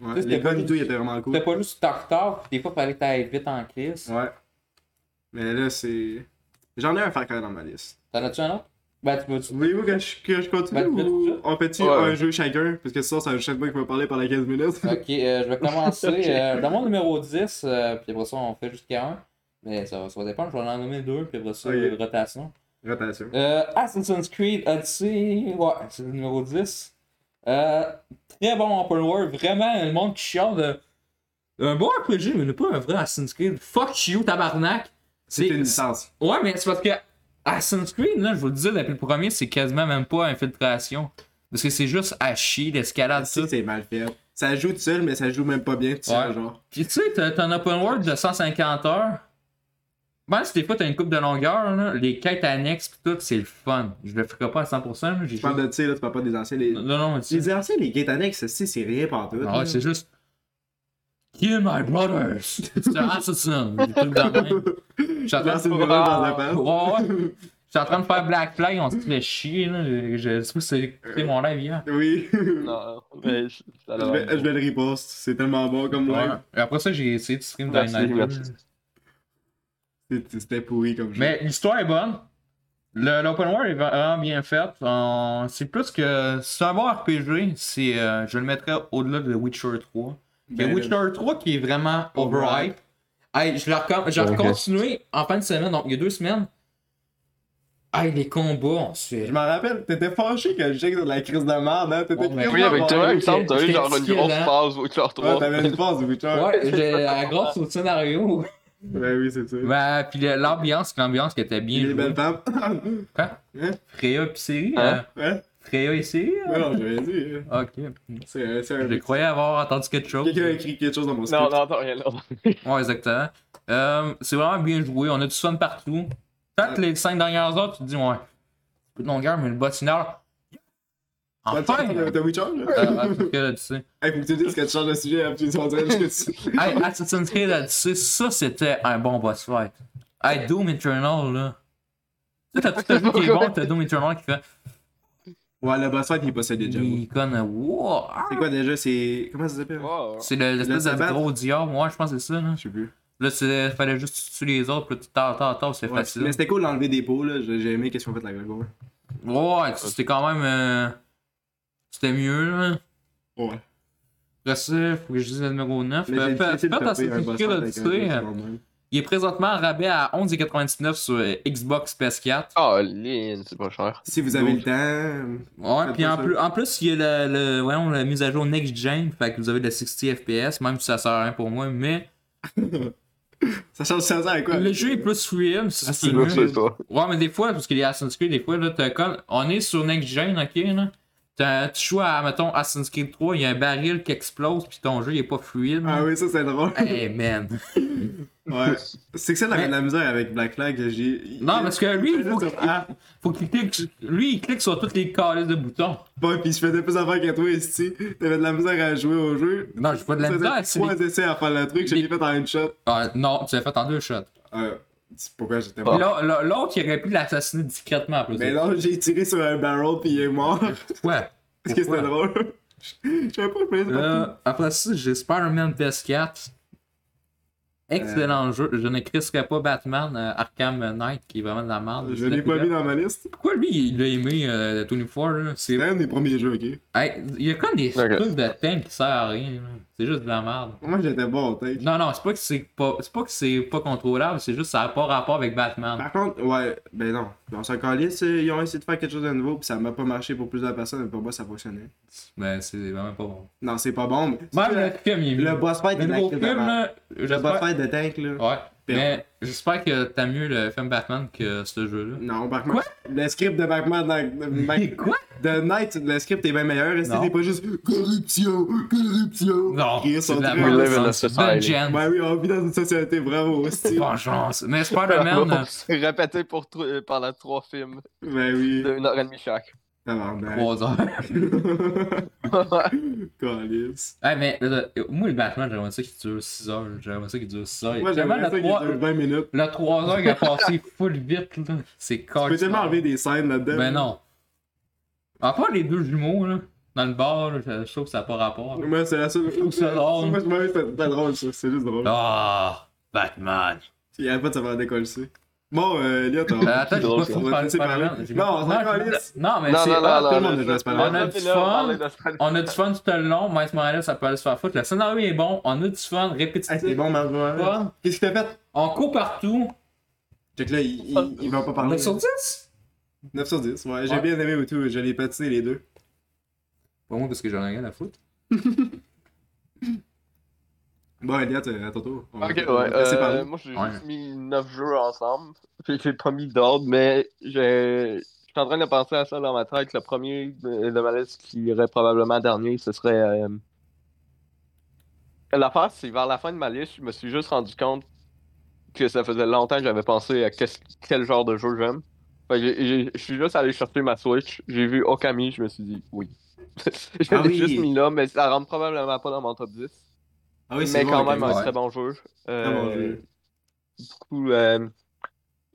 [SPEAKER 2] Ouais, les
[SPEAKER 3] tu sais, c'était pas
[SPEAKER 2] guns et
[SPEAKER 3] juste-
[SPEAKER 2] tout, ils étaient vraiment cool.
[SPEAKER 3] C'était pas juste tard-tard, des fois fallait que t'ailles vite en crise.
[SPEAKER 2] Ouais. Mais là, c'est. J'en ai un faire quand même dans ma liste.
[SPEAKER 3] T'en as-tu un autre? Ben, tu veux-tu.
[SPEAKER 2] Voulez-vous que je, que je continue
[SPEAKER 3] Ben, tu fais tout
[SPEAKER 2] ou
[SPEAKER 3] ça?
[SPEAKER 2] on fait-tu
[SPEAKER 1] Ouais,
[SPEAKER 2] un
[SPEAKER 1] ouais.
[SPEAKER 2] jeu chacun Parce que ça, c'est chaque fois qu'il va parler pendant 15 minutes.
[SPEAKER 3] Ok, euh, je vais commencer. euh, dans mon numéro 10, euh, puis après ça, on fait jusqu'à un. Mais ça, va- ça va dépendre, je vais en nommer deux, puis après ça,
[SPEAKER 2] Ok.
[SPEAKER 3] euh, rotation.
[SPEAKER 2] Rotation.
[SPEAKER 3] Euh, Assassin's Creed Odyssey, ouais, c'est le numéro 10. Euh, très bon open world, vraiment, le monde qui chiale de. Un bon RPG, mais pas un vrai Assassin's Creed. Fuck you, tabarnak!
[SPEAKER 2] C'est une licence.
[SPEAKER 3] Ouais, mais c'est parce que Assassin's Creed, là, je vous le disais depuis le premier, c'est quasiment même pas infiltration. Parce que c'est juste à chier, l'escalade, ça.
[SPEAKER 2] Si, c'est mal fait. Ça joue tout seul, mais ça joue même pas bien tout seul,
[SPEAKER 3] Ouais.
[SPEAKER 2] genre.
[SPEAKER 3] Puis tu sais, t'as t'as un open world de 150 heures. Ben, si des fois t'as une coupe de longueur, là, les quêtes annexes pis tout, c'est le fun. Je le ferai pas à 100%, mais j'ai
[SPEAKER 2] Tu parles de, tu sais, là, tu parles pas des anciens. Les...
[SPEAKER 3] Non, non, mais tu
[SPEAKER 2] Les anciens, les gates annexes, ça, c'est rien partout.
[SPEAKER 3] Ah ouais, c'est juste. Kill my brothers! C'est un assassin! Des trucs de même. J'attends-
[SPEAKER 2] Lance une grenade dans la face.
[SPEAKER 3] Ouais, ouais. J'étais en train de faire Black Flag, on se fait chier, là. Je, je sais pas si c'est écouté mon hein. live hier.
[SPEAKER 2] Oui.
[SPEAKER 1] Ah, Non, mais c- ça
[SPEAKER 2] Bah, Je
[SPEAKER 1] doit
[SPEAKER 2] vais, je
[SPEAKER 1] être-
[SPEAKER 2] vais le riposte. C'est tellement bon comme
[SPEAKER 3] Ouais.
[SPEAKER 2] live.
[SPEAKER 3] Et après ça, j'ai essayé de stream
[SPEAKER 1] Merci,
[SPEAKER 3] Dying Light
[SPEAKER 1] merci.
[SPEAKER 3] 2.
[SPEAKER 2] C'est- C'était pourri comme jeu.
[SPEAKER 3] Mais l'histoire est bonne. Le- L'open world est vraiment bien fait. On- C'est plus que. C'est un bon RPG. C'est, euh, je le mettrais au-delà de Witcher 3. Mais
[SPEAKER 2] Ben,
[SPEAKER 3] Witcher 3 qui est vraiment
[SPEAKER 2] Overhype.
[SPEAKER 3] overhype. Hey, je l'ai recom- j'ai
[SPEAKER 1] Ok.
[SPEAKER 3] recontinué en fin de semaine, donc il y a deux semaines. Hey, les combats, on se fait-
[SPEAKER 2] Je m'en rappelle, t'étais fâché quand j'ai de la crise de merde, hein? T'étais
[SPEAKER 3] Bon, ben,
[SPEAKER 2] tellement
[SPEAKER 1] Oui, avec toi, il me
[SPEAKER 2] fâché.
[SPEAKER 1] semble, t'as eu
[SPEAKER 3] J'étais
[SPEAKER 1] genre une
[SPEAKER 3] différent.
[SPEAKER 1] grosse phase où tu leur
[SPEAKER 2] Ouais,
[SPEAKER 1] retrouves.
[SPEAKER 2] t'avais une phase, Witcher.
[SPEAKER 3] Ouais, j'ai la grosse au scénario.
[SPEAKER 2] Ben oui, c'est ça.
[SPEAKER 3] Bah, puis le- l'ambiance, l'ambiance qui était bien
[SPEAKER 2] Il est
[SPEAKER 3] jouée. Hein?
[SPEAKER 2] belle femme. Ben
[SPEAKER 3] Freya pis Siri,
[SPEAKER 1] Hein?
[SPEAKER 3] hein?
[SPEAKER 2] Ouais,
[SPEAKER 3] Freya et Siri, hein?
[SPEAKER 2] ouais, non, j'avais dit. euh,
[SPEAKER 3] Ah, Ok.
[SPEAKER 2] C'est euh, c'est
[SPEAKER 3] Je
[SPEAKER 2] un.
[SPEAKER 3] les croyais avoir entendu quelque chose.
[SPEAKER 2] Quelqu'un a écrit quelque chose dans mon script.
[SPEAKER 1] Non, non, t'as rien là.
[SPEAKER 3] Ouais, exactement. Euh, c'est vraiment bien joué. On a du fun partout. Peut-être les cinq dernières heures, tu te dis, ouais, un peu de longueur, mais le boss une heure.
[SPEAKER 2] T'as
[SPEAKER 3] Enfin!
[SPEAKER 2] le temps de- de Witcher, là?
[SPEAKER 3] Euh, Assassin's Creed Odyssey.
[SPEAKER 2] Hey, faut que tu me dises que tu changes de sujet, hein, puis tu vas dire que tu-
[SPEAKER 3] Hey, Assassin's Creed Odyssey, ça c'était un bon boss fight. Hey, Doom Eternal, là. Tu sais, t'as tout à fait qui est bon, t'as Doom Eternal qui fait.
[SPEAKER 2] Ouais, le boss fight, il possède déjà.
[SPEAKER 3] Il conne. Wow!
[SPEAKER 2] C'est quoi déjà? C'est. Comment ça s'appelle?
[SPEAKER 1] Wow.
[SPEAKER 3] C'est le- l'espèce
[SPEAKER 2] Le
[SPEAKER 3] de
[SPEAKER 2] sabbat.
[SPEAKER 3] gros diable, ouais, je pense que c'est ça, là.
[SPEAKER 2] Je sais plus.
[SPEAKER 3] Là, il fallait juste tuer les autres, puis là, tu t'en t'en t'en, c'est
[SPEAKER 2] Ouais,
[SPEAKER 3] facile.
[SPEAKER 2] Mais c'était cool d'enlever des pots, là. J'ai j'ai aimé qu'est-ce qu'on fait de la Gregor.
[SPEAKER 3] Ouais, c'était quand même. euh, C'était mieux, là.
[SPEAKER 2] Ouais.
[SPEAKER 3] Après ça, faut que je dise le numéro Euh, 9.
[SPEAKER 2] Mais j'ai difficile de
[SPEAKER 3] Faites
[SPEAKER 2] taper un
[SPEAKER 3] Assassin's
[SPEAKER 2] boss
[SPEAKER 3] Creed
[SPEAKER 2] fight avec un
[SPEAKER 3] Odyssey.
[SPEAKER 2] jeu
[SPEAKER 3] euh,
[SPEAKER 2] sur le même.
[SPEAKER 3] Il est présentement en rabais à 11,99 sur euh, Xbox PS4.
[SPEAKER 1] Ah, Lynn, c'est pas cher.
[SPEAKER 2] Si vous avez le temps.
[SPEAKER 3] Ouais,
[SPEAKER 2] Faites
[SPEAKER 3] puis
[SPEAKER 2] pas
[SPEAKER 3] en
[SPEAKER 2] ça.
[SPEAKER 3] plus, en plus, il y a le, le- voyons, la mise à jour Next Gen, fait que vous avez le 60 FPS, même si ça sert à rien pour moi, mais
[SPEAKER 2] Ça change ça sert à quoi? Ah,
[SPEAKER 3] le jeu est plus hein, fluide, si
[SPEAKER 1] C'est
[SPEAKER 3] tu veux.
[SPEAKER 1] c'est ça.
[SPEAKER 3] Ouais, mais des fois, parce qu'il y a Assassin's Creed, des fois, là, t'as comme. On est sur Next Gen, ok, là. T'as- Tu joues à, mettons, Assassin's Creed 3, il y a un baril qui explose, puis ton jeu, il est pas fluide.
[SPEAKER 2] Ah oui, ça c'est drôle.
[SPEAKER 3] Hey, man.
[SPEAKER 2] Ouais. C'est que ça, avait
[SPEAKER 3] Mais-
[SPEAKER 2] de la misère avec Black Flag. J'ai...
[SPEAKER 3] Non, parce que lui, il faut,
[SPEAKER 2] Juste, Ah,
[SPEAKER 3] faut qu'il clique. Lui, il clique sur toutes les calices de boutons.
[SPEAKER 2] bon, pis je faisais plus affaire qu'à toi, ici. T'avais de la misère à jouer au jeu.
[SPEAKER 3] Non, j'ai pas de la
[SPEAKER 2] Ça,
[SPEAKER 3] misère,
[SPEAKER 2] t'as
[SPEAKER 3] c'est.
[SPEAKER 2] Trois essais à faire le truc, j'ai
[SPEAKER 3] Les-
[SPEAKER 2] fait en une shot.
[SPEAKER 3] Ah, non, tu l'as fait en deux shots.
[SPEAKER 2] Euh, c'est pourquoi j'étais
[SPEAKER 1] Ah.
[SPEAKER 2] mort.
[SPEAKER 3] Là, là, L'autre, il aurait pu l'assassiner discrètement après ça.
[SPEAKER 2] Mais non, j'ai tiré sur un barrel pis il est mort.
[SPEAKER 3] Ouais.
[SPEAKER 2] Est-ce que c'était drôle? Je savais pas, je me
[SPEAKER 3] Euh, après ça, j'ai Spider-Man PS4.
[SPEAKER 2] Euh,
[SPEAKER 3] Excellent jeu. Je ne crisserai pas Batman euh, Arkham Knight, qui est vraiment de la merde.
[SPEAKER 2] Je l'ai pas mis dans ma liste.
[SPEAKER 3] Pourquoi lui, il l'a aimé euh, 24 là? C'est-
[SPEAKER 2] C'est un des premiers jeux, ok?
[SPEAKER 3] Hey, il y a comme des
[SPEAKER 1] D'accord.
[SPEAKER 3] trucs de thème qui servent à rien. là. C'est juste de la merde.
[SPEAKER 2] Moi, j'étais bon, t'es.
[SPEAKER 3] Non, non, c'est pas que c'est pas. C'est pas que c'est pas contrôlable, c'est juste que ça n'a pas rapport avec Batman.
[SPEAKER 2] Par contre, ouais, ben non. On s'en calisse, euh, ils ont essayé de faire quelque chose de nouveau pis ça m'a pas marché pour plusieurs personnes, mais pour moi, ça fonctionnait.
[SPEAKER 3] Ben, c'est vraiment pas bon.
[SPEAKER 2] Non, c'est pas bon. mais-
[SPEAKER 3] Même le film, il est
[SPEAKER 2] Le boss fight
[SPEAKER 3] Le
[SPEAKER 2] est
[SPEAKER 3] nouveau
[SPEAKER 2] de la
[SPEAKER 3] film,
[SPEAKER 2] merde.
[SPEAKER 3] là.
[SPEAKER 2] Le boss
[SPEAKER 3] j'espère- Ah.
[SPEAKER 2] fight de tank, là.
[SPEAKER 3] Ouais.
[SPEAKER 2] Pire.
[SPEAKER 3] Mais j'espère que t'as mieux le film Batman que ce jeu-là.
[SPEAKER 2] Non, Batman.
[SPEAKER 3] Quoi?
[SPEAKER 2] Le script de Batman dans. de- Mac-
[SPEAKER 3] Quoi?
[SPEAKER 2] De Knight, le script est bien meilleur. Est-ce que
[SPEAKER 3] Non.
[SPEAKER 2] c'est pas juste corruption, corruption?
[SPEAKER 3] Non,
[SPEAKER 2] Ils
[SPEAKER 3] c'est
[SPEAKER 2] sont
[SPEAKER 3] de la
[SPEAKER 2] très-
[SPEAKER 1] We live in a
[SPEAKER 3] merde. C'est
[SPEAKER 1] society.
[SPEAKER 3] vengeance.
[SPEAKER 2] Ben oui, on vit dans une société, bravo, aussi.
[SPEAKER 3] Vengeance. Mais Spider-Man, euh,
[SPEAKER 1] C'est répété pour tro- euh, pendant trois films
[SPEAKER 2] ben oui.
[SPEAKER 1] d'une heure et demie chaque.
[SPEAKER 2] Tabarnak.
[SPEAKER 3] euh, trois heures.
[SPEAKER 2] Calice.
[SPEAKER 3] Hey, mais euh, moi, le Batman, j'aimerais ça qu'il dure 6 heures. J'aimerais ça qu'il dure 6 heures.
[SPEAKER 2] Moi, j'aimerais
[SPEAKER 3] Vraiment,
[SPEAKER 2] ça
[SPEAKER 3] le
[SPEAKER 2] qu'il
[SPEAKER 3] 3
[SPEAKER 2] dure 20 minutes.
[SPEAKER 3] le 3 heures, il a passé full vite, là. C'est
[SPEAKER 2] Tu
[SPEAKER 3] cool.
[SPEAKER 2] peux tellement hein. enlever des scènes là-dedans.
[SPEAKER 3] Ben non. À part les deux jumeaux, là. Dans le bar, là, je trouve que ça n'a pas rapport.
[SPEAKER 2] Moi, c'est la seule.
[SPEAKER 3] trouve ça drôle.
[SPEAKER 2] Moi, je- moi, c'est pas drôle, ça. C'est juste drôle.
[SPEAKER 3] Ah, Batman.
[SPEAKER 2] Il y a pas de savoir décoller. Bon, euh, Elliot, on-
[SPEAKER 3] Euh, attends, j'ai
[SPEAKER 1] drôle,
[SPEAKER 3] pas fini de parler de
[SPEAKER 2] ça.
[SPEAKER 3] Spider-Man. J'ai pas-
[SPEAKER 2] Non, on s'en
[SPEAKER 3] je-
[SPEAKER 2] calisse.
[SPEAKER 3] Non, mais
[SPEAKER 1] Non,
[SPEAKER 3] c'est.
[SPEAKER 1] non,
[SPEAKER 2] ah,
[SPEAKER 1] non,
[SPEAKER 2] tout le
[SPEAKER 1] non.
[SPEAKER 2] monde
[SPEAKER 1] laisse-
[SPEAKER 2] a joué à Spider-Man.
[SPEAKER 1] laisse-
[SPEAKER 3] On a du
[SPEAKER 1] laisse-
[SPEAKER 3] fun.
[SPEAKER 1] laisse- laisse- laisse-
[SPEAKER 3] On a du fun tout le long, Miles Morales, ça peut aller se faire foutre. Le scénario est bon, on a du fun,
[SPEAKER 2] Hey,
[SPEAKER 3] répétitif.
[SPEAKER 2] Ah, c'est bon, Marc Morales.
[SPEAKER 3] fun.
[SPEAKER 2] Qu'est-ce que t'as fait?
[SPEAKER 3] On court partout.
[SPEAKER 2] Fait que là, il, il, il va pas parler.
[SPEAKER 3] 9 sur 10
[SPEAKER 2] 9 sur 10, ouais. J'ai
[SPEAKER 3] Ouais.
[SPEAKER 2] bien aimé et tout. Je l'ai patiné les deux.
[SPEAKER 3] Pas moi parce que j'en ai rien à foutre.
[SPEAKER 2] Bon, Elliot, euh, à ton tour. On va-
[SPEAKER 1] Ok, ouais.
[SPEAKER 2] on va te laisser
[SPEAKER 1] euh,
[SPEAKER 2] parler.
[SPEAKER 1] moi, j'ai
[SPEAKER 3] Ouais.
[SPEAKER 1] juste mis 9 jeux ensemble. J'ai j'ai pas mis d'ordre, mais j'ai- je suis en train de penser à ça dans ma tête. Le premier de, de ma liste qui irait probablement dernier, ce serait. euh, L'affaire, c'est vers la fin de ma liste, je me suis juste rendu compte que ça faisait longtemps que j'avais pensé à qu'est-ce- quel genre de jeu j'aime. Fait que j'ai- j'ai- Je suis juste allé chercher ma Switch, j'ai vu Okami, je me suis dit oui. je
[SPEAKER 2] Ah
[SPEAKER 1] l'ai
[SPEAKER 2] oui.
[SPEAKER 1] juste mis là, mais ça rentre probablement pas dans mon top 10.
[SPEAKER 2] Ah oui, c'est
[SPEAKER 1] mais
[SPEAKER 2] bon, Ah,
[SPEAKER 1] quand
[SPEAKER 2] avec
[SPEAKER 1] même,
[SPEAKER 2] les
[SPEAKER 1] un
[SPEAKER 2] gars.
[SPEAKER 1] très bon jeu. Euh,
[SPEAKER 2] Très bon jeu.
[SPEAKER 1] Beaucoup. euh,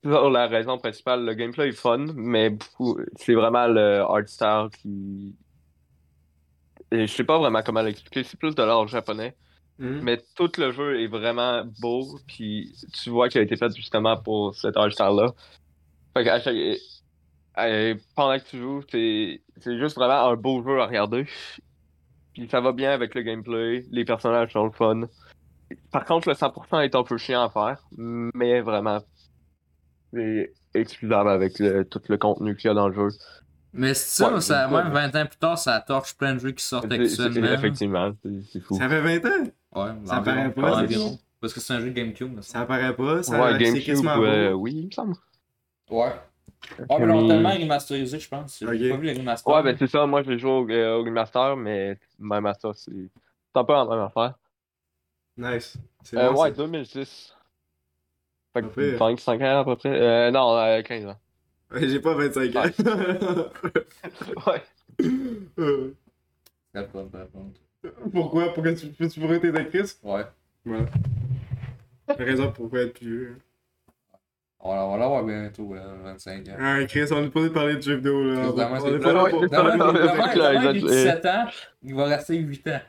[SPEAKER 1] pour la raison principale, le gameplay est fun, mais beaucoup, c'est vraiment le hardstyle qui. Et je sais pas vraiment comment l'expliquer, c'est plus de l'art japonais.
[SPEAKER 2] Mhm.
[SPEAKER 1] Mais tout le jeu est vraiment beau, puis tu vois qu'il a été fait justement pour cet hardstyle-là. Fait qu'à chaque- euh, pendant que tu joues, t'es- c'est juste vraiment un beau jeu à regarder. Puis ça va bien avec le gameplay, les personnages sont le fun. Par contre, le 100% est un peu chiant à faire, mais vraiment, c'est excusable avec le- tout le contenu qu'il y a dans le jeu.
[SPEAKER 3] Mais c'est ça,
[SPEAKER 1] Ouais,
[SPEAKER 3] ça,
[SPEAKER 1] ouais.
[SPEAKER 3] même 20 ans plus tard, ça torche plein de jeux qui sortent
[SPEAKER 1] C'est- c'est-
[SPEAKER 3] actuellement.
[SPEAKER 1] Effectivement, c'est- c'est fou.
[SPEAKER 2] Ça fait 20 ans!
[SPEAKER 3] Ouais,
[SPEAKER 2] Ça
[SPEAKER 3] environ.
[SPEAKER 2] paraît pas,
[SPEAKER 3] Ouais,
[SPEAKER 2] c'est
[SPEAKER 3] environ. Parce que c'est un jeu GameCube. Ça.
[SPEAKER 2] Ça paraît pas, ça
[SPEAKER 1] Ouais,
[SPEAKER 2] c'est
[SPEAKER 1] GameCube,
[SPEAKER 2] quasiment
[SPEAKER 1] euh,
[SPEAKER 2] beau.
[SPEAKER 1] oui, il me semble.
[SPEAKER 3] Ouais. Ah, mais l'ont tellement remasterisé, je pense. J'ai
[SPEAKER 2] Ok.
[SPEAKER 3] pas vu le remaster.
[SPEAKER 1] Ouais, ben c'est ça, moi j'ai joué au, euh, au remaster, mais même à ça, c'est c'est un peu la même affaire.
[SPEAKER 2] Nice. C'est
[SPEAKER 1] Euh,
[SPEAKER 2] bon,
[SPEAKER 1] ouais,
[SPEAKER 2] ça.
[SPEAKER 1] 2006. Fait
[SPEAKER 2] Pas pire.
[SPEAKER 1] que 5, 5 ans à peu près. Euh, non, euh, 15 ans.
[SPEAKER 2] Ouais, J'ai pas 25 ans.
[SPEAKER 1] Ouais.
[SPEAKER 2] Euh,
[SPEAKER 3] Ouais, par- par contre.
[SPEAKER 2] pourquoi? Pourquoi tu, tu pourrais t'être actrice?
[SPEAKER 3] Ouais.
[SPEAKER 2] Voilà. La raison pourquoi être plus vieux.
[SPEAKER 3] On va l'avoir bientôt, euh, 25 ans.
[SPEAKER 2] Ah, Chris, on est pas là de parler de jeux vidéo là. On-
[SPEAKER 3] Vraiment,
[SPEAKER 2] on
[SPEAKER 3] c'est-
[SPEAKER 2] est pas là
[SPEAKER 1] Ouais,
[SPEAKER 2] pour-
[SPEAKER 1] ouais,
[SPEAKER 3] Non, mais-
[SPEAKER 1] ouais,
[SPEAKER 3] non, mais-
[SPEAKER 1] ouais, ouais,
[SPEAKER 3] non, mais il a
[SPEAKER 1] ouais.
[SPEAKER 2] euh.
[SPEAKER 3] 17 ans, il va rester 8 ans.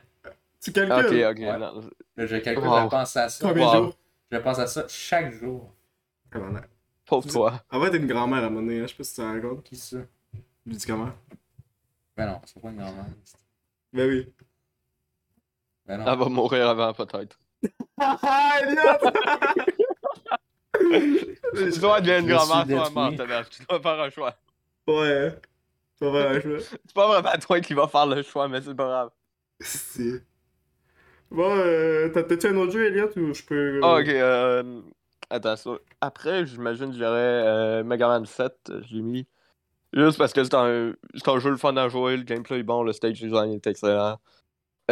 [SPEAKER 2] Tu
[SPEAKER 1] Ok,
[SPEAKER 2] calcules?
[SPEAKER 1] ok.
[SPEAKER 3] Ouais.
[SPEAKER 1] non.
[SPEAKER 3] Là, je calcule,
[SPEAKER 1] Wow.
[SPEAKER 3] je pense à ça.
[SPEAKER 2] Combien de
[SPEAKER 1] Wow.
[SPEAKER 2] jours?
[SPEAKER 3] Je pense à ça chaque jour.
[SPEAKER 2] Tabarnak.
[SPEAKER 1] Pauvre toi.
[SPEAKER 2] En vrai, t'es une grand-mère à un moment donné, hein, je sais pas si tu t'en rends compte.
[SPEAKER 3] Qui ça?
[SPEAKER 2] Je dis comment?
[SPEAKER 3] Ben non, c'est pas une grand-mère.
[SPEAKER 2] Ben oui.
[SPEAKER 3] Ben non.
[SPEAKER 1] Elle va mourir avant, peut-être.
[SPEAKER 2] Ah, Elliot!
[SPEAKER 1] Soit elle devient une
[SPEAKER 3] je suis
[SPEAKER 1] grand-mère, soit elle
[SPEAKER 3] détruit.
[SPEAKER 1] meurt, ta mère. Tu dois faire un choix.
[SPEAKER 2] Ouais. hein. Pas mal, je vois.
[SPEAKER 1] C'est pas vraiment toi qui vas faire le choix, mais c'est pas grave.
[SPEAKER 2] Si. Bon, euh, t'as- t'as-tu un autre jeu, Elliot, ou je peux.
[SPEAKER 1] Ah, ok, euh, Attends, ça. Après, j'imagine que j'aurais euh, Mega Man 7, euh, je l'ai mis. Juste parce que c'est un, c'est un jeu le fun à jouer, le gameplay est bon, le stage design est excellent.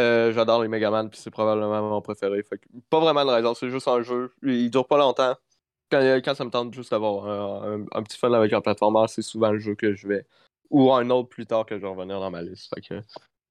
[SPEAKER 1] Euh, J'adore les Mega Man, puis c'est probablement mon préféré. Fait que pas vraiment de raison, c'est juste un jeu. Il, il dure pas longtemps. Quand, euh, quand ça me tente juste d'avoir un, un- un petit fun avec un platformer, c'est souvent le jeu que je vais. Ou un autre plus tard que je vais revenir dans ma liste. Fait que.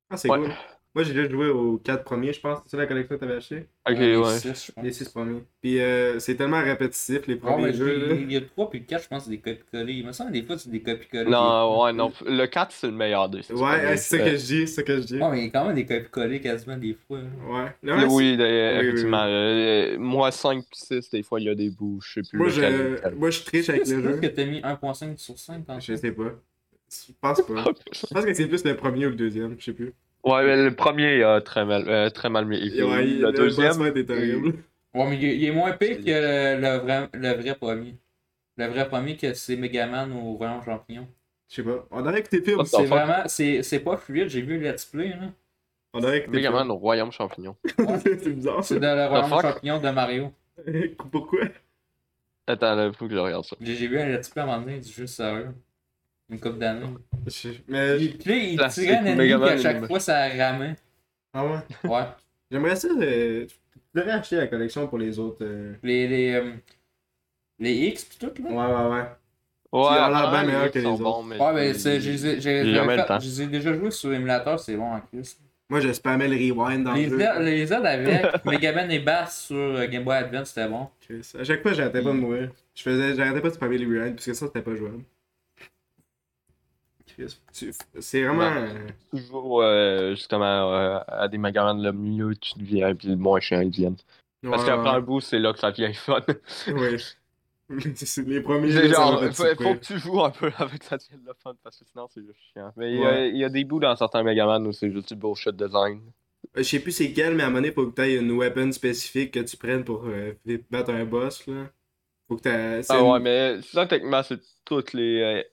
[SPEAKER 2] Ah, c'est
[SPEAKER 1] Ouais.
[SPEAKER 2] cool. Moi, j'ai déjà joué aux 4 premiers, je pense. C'est ça la collection que t'avais acheté?
[SPEAKER 1] Ok,
[SPEAKER 3] Euh,
[SPEAKER 1] ouais.
[SPEAKER 3] les six, je pense.
[SPEAKER 2] Les 6 premiers. Puis, euh, c'est tellement répétitif, les
[SPEAKER 3] Ouais,
[SPEAKER 2] premiers
[SPEAKER 3] mais
[SPEAKER 2] jeux, là.
[SPEAKER 3] il y a 3 puis 4, je pense, c'est des copies-collées. Il me semble que des fois, c'est des copies-collées.
[SPEAKER 1] Non, ouais, non. Le 4, c'est le meilleur des six
[SPEAKER 2] Ouais,
[SPEAKER 1] premiers.
[SPEAKER 2] hein, c'est ça
[SPEAKER 1] Euh,
[SPEAKER 2] que je dis, c'est ça que je dis.
[SPEAKER 3] Ouais, mais il y a quand même des copies-collées quasiment des fois. hein. là.
[SPEAKER 2] Ouais. Le
[SPEAKER 1] Oui,
[SPEAKER 2] reste,
[SPEAKER 1] oui, d'ailleurs,
[SPEAKER 2] Ah, oui, oui,
[SPEAKER 1] effectivement. Euh, moi, 5 puis 6, des fois, il y a des bouts, je sais plus.
[SPEAKER 2] Moi,
[SPEAKER 1] lequel est
[SPEAKER 2] je,
[SPEAKER 1] lequel.
[SPEAKER 2] moi, je triche avec
[SPEAKER 3] C'est
[SPEAKER 2] le
[SPEAKER 3] vrai
[SPEAKER 2] jeu.
[SPEAKER 3] que t'as mis 1.5 sur 5 quand
[SPEAKER 2] Je sais pas. Je pense pas. Je pense que c'est plus le premier ou le deuxième, je sais plus.
[SPEAKER 1] Ouais, mais le premier a très mal, euh, très mal mis.
[SPEAKER 2] Et ouais,
[SPEAKER 1] le deuxième,
[SPEAKER 2] boss fight est horrible.
[SPEAKER 3] Ouais, mais il, est- il est moins pire que le, le vrai, le vrai premier. Le vrai premier que c'est Megaman au Royaume Champignon.
[SPEAKER 2] Je sais pas. On aurait écouté pire.
[SPEAKER 1] Oh,
[SPEAKER 3] C'est
[SPEAKER 1] Enfin.
[SPEAKER 3] vraiment, c'est c'est pas fluide, j'ai vu le let's play. hein. là.
[SPEAKER 2] On aurait écouté
[SPEAKER 1] Megaman
[SPEAKER 2] pire.
[SPEAKER 1] au Royaume Champignon.
[SPEAKER 2] C'est bizarre. ça.
[SPEAKER 3] C'est dans le Royaume
[SPEAKER 1] fuck?
[SPEAKER 3] Champignon de Mario.
[SPEAKER 2] Pourquoi
[SPEAKER 1] Attends, il faut que je regarde ça.
[SPEAKER 3] J'ai j'ai vu un let's play à un moment donné du jeu sérieux. Une coupe d'années.
[SPEAKER 2] Je- Mais.
[SPEAKER 3] Puis là, il
[SPEAKER 1] Là,
[SPEAKER 3] tirait un
[SPEAKER 1] c'est
[SPEAKER 3] ennemi
[SPEAKER 1] Megaman
[SPEAKER 3] puis à chaque
[SPEAKER 1] et-
[SPEAKER 3] fois ça ramait.
[SPEAKER 2] Ah ouais.
[SPEAKER 3] Ouais.
[SPEAKER 2] J'aimerais ça. euh, Je devrais acheter la collection pour les autres. euh,
[SPEAKER 3] Les, les, euh, les X pis tout là.
[SPEAKER 2] Ouais, ouais, ouais.
[SPEAKER 1] Ouais,
[SPEAKER 2] a l'air
[SPEAKER 1] apparemment,
[SPEAKER 2] bien
[SPEAKER 1] les
[SPEAKER 2] meilleur
[SPEAKER 1] autres
[SPEAKER 2] que les
[SPEAKER 1] sont
[SPEAKER 2] autres.
[SPEAKER 1] bons, mais
[SPEAKER 3] Ouais, mais c'est- j'ai j'ai- j'ai-
[SPEAKER 1] J'ai jamais le temps.
[SPEAKER 3] je les ai déjà joué sur émulateur, c'est bon en plus.
[SPEAKER 2] Moi, je spammais le rewind dans
[SPEAKER 3] Les
[SPEAKER 2] le jeu.
[SPEAKER 3] aides, les aides avec Megaman et Bass sur euh, Game Boy Advance, c'était bon.
[SPEAKER 2] Chris, À chaque fois, j'arrêtais pas de mourir. Je faisais, j'arrêtais pas de spammer les rewind parce que ça, c'était pas jouable. Chris, tu- C'est vraiment. euh,
[SPEAKER 1] toujours, euh, justement, euh, à des Megaman, le mieux tu deviens, puis le moins chiant ils deviennent. Parce
[SPEAKER 2] ouais,
[SPEAKER 1] qu'après
[SPEAKER 2] ouais.
[SPEAKER 1] un bout, c'est là que ça devient fun.
[SPEAKER 2] Ouais. C'est les premiers
[SPEAKER 1] C'est
[SPEAKER 2] ça
[SPEAKER 1] genre,
[SPEAKER 2] m'a fait
[SPEAKER 1] faut,
[SPEAKER 2] souffrir.
[SPEAKER 1] faut que tu joues un peu avec ça devienne le fun, parce que sinon, c'est juste chiant. Mais il y a-
[SPEAKER 2] Ouais.
[SPEAKER 1] il y, a des bouts dans certains Megaman où c'est juste du bullshit design.
[SPEAKER 2] Je sais plus c'est quel, mais à un moment donné, faut que t'aies une weapon spécifique que tu prennes pour euh, battre un boss, là. Faut que t'aies... c'est
[SPEAKER 1] Ah
[SPEAKER 2] une-
[SPEAKER 1] ouais, mais ça, techniquement, c'est toutes les. euh,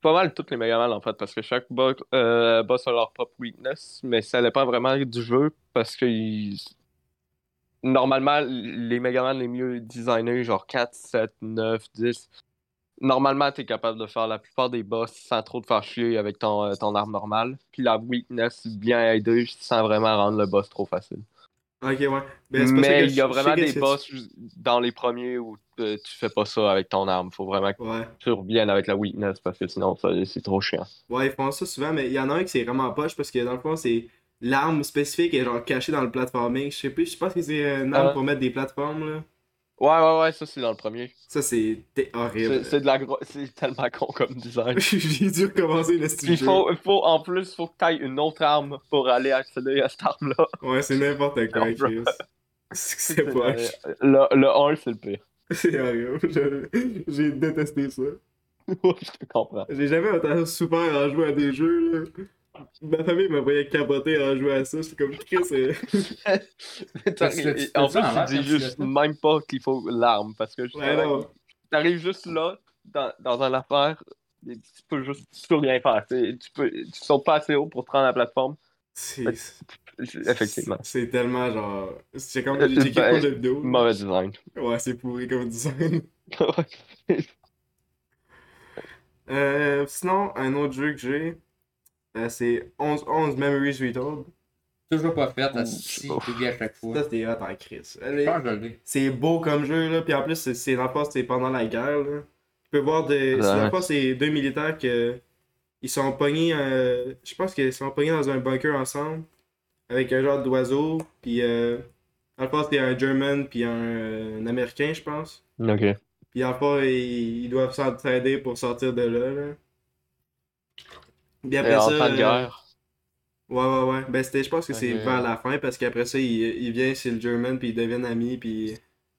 [SPEAKER 1] pas mal toutes les Megaman en fait, parce que chaque bo- euh, boss a leur propre weakness, mais ça dépend vraiment du jeu, parce que ils- normalement, les Megaman les mieux designés, genre 4, 7, 9, 10, normalement, t'es capable de faire la plupart des boss sans trop te faire chier avec ton, euh, ton arme normale, puis la weakness bien aidée sans vraiment rendre le boss trop facile.
[SPEAKER 2] Ok, ouais. Ben, c'est pour ça que
[SPEAKER 1] Mais
[SPEAKER 2] je-
[SPEAKER 1] il y a
[SPEAKER 2] je sais
[SPEAKER 1] vraiment des
[SPEAKER 2] qu'est-ce que tu-
[SPEAKER 1] boss ju- dans les premiers où euh, tu fais pas ça avec ton arme. Faut vraiment que
[SPEAKER 2] Ouais.
[SPEAKER 1] tu reviennes avec la weakness parce que sinon ça- c'est trop chiant.
[SPEAKER 2] Ouais, ils font ça souvent, mais il y en a un qui c'est vraiment poche parce que dans le fond, c'est... l'arme spécifique est genre cachée dans le platforming. Je sais plus, je pense que c'est une arme
[SPEAKER 1] Ah.
[SPEAKER 2] pour mettre des plateformes là.
[SPEAKER 1] Ouais, ouais, ouais, ça c'est dans le premier.
[SPEAKER 2] Ça c'est t'es horrible.
[SPEAKER 1] C'est c'est de la gro- C'est tellement con comme design.
[SPEAKER 2] J'ai dû recommencer le
[SPEAKER 1] Puis
[SPEAKER 2] style.
[SPEAKER 1] il faut, il faut, en plus, faut que t'ailles une autre arme pour aller accéder à cette arme-là.
[SPEAKER 2] Ouais, c'est n'importe
[SPEAKER 1] Non,
[SPEAKER 2] quoi,
[SPEAKER 1] Ah, bro.
[SPEAKER 2] Chris. C'est pas
[SPEAKER 1] Euh, Le, le 1, c'est le pire.
[SPEAKER 2] C'est horrible. Je- J'ai détesté ça.
[SPEAKER 1] Ouais, je te comprends.
[SPEAKER 2] J'ai jamais autant souffert en jouant à des jeux, là. Ma famille me voyait capoter en jouant à ça. J'étais comme, Chris, c'est...
[SPEAKER 1] T'arrives-
[SPEAKER 3] tu l'as- tu
[SPEAKER 1] en
[SPEAKER 3] l'as fait en l'air
[SPEAKER 1] plus, tu
[SPEAKER 3] quand
[SPEAKER 1] dis
[SPEAKER 3] tu l'as
[SPEAKER 1] juste
[SPEAKER 3] fait.
[SPEAKER 1] même pas qu'il faut l'arme parce que
[SPEAKER 2] Ouais,
[SPEAKER 1] justement,
[SPEAKER 2] non.
[SPEAKER 1] t'arrives juste là, dans, dans un affaire, et tu peux juste tu peux rien faire. Tu, tu peux, tu sautes pas assez haut pour prendre la plateforme.
[SPEAKER 2] C'est...
[SPEAKER 1] Je- Effectivement.
[SPEAKER 2] C'est c'est tellement genre... C'est comme
[SPEAKER 1] Euh,
[SPEAKER 2] j'ai checké
[SPEAKER 1] ben,
[SPEAKER 2] pour de vidéo.
[SPEAKER 1] Mauvais design.
[SPEAKER 2] Ouais, c'est pourri comme design. Euh, sinon, un autre jeu que j'ai, euh, c'est 11-11 Memories Retold.
[SPEAKER 3] Toujours pas fait,
[SPEAKER 1] Ouh,
[SPEAKER 3] assis,
[SPEAKER 1] ouf.
[SPEAKER 3] dégueu à chaque fois.
[SPEAKER 2] Ça, c'était hot en Chris.
[SPEAKER 3] Je pense que je l'ai.
[SPEAKER 2] C'est beau comme jeu, là. Puis en plus, c'est- c'est dans le fond, c'est pendant la guerre, là. Tu peux voir des. c'est Dans le fond, c'est deux militaires que. Ils sont pognés. euh, je pense qu'ils sont pognés dans un bunker ensemble. Avec un genre d'oiseau. Puis. Euh, dans le fond, c'était un German, puis un, euh, un Américain, je pense.
[SPEAKER 1] Ok.
[SPEAKER 2] Puis dans le fond, ils, ils doivent s'entraider pour sortir de là, là. Puis après
[SPEAKER 1] Et en
[SPEAKER 2] ça.
[SPEAKER 1] temps de
[SPEAKER 2] euh,
[SPEAKER 1] guerre.
[SPEAKER 2] Ouais, ouais, ouais. Ben, c'était, je pense que c'est
[SPEAKER 1] Ok.
[SPEAKER 2] vers la fin parce qu'après ça, il, il vient chez le German puis ils deviennent amis puis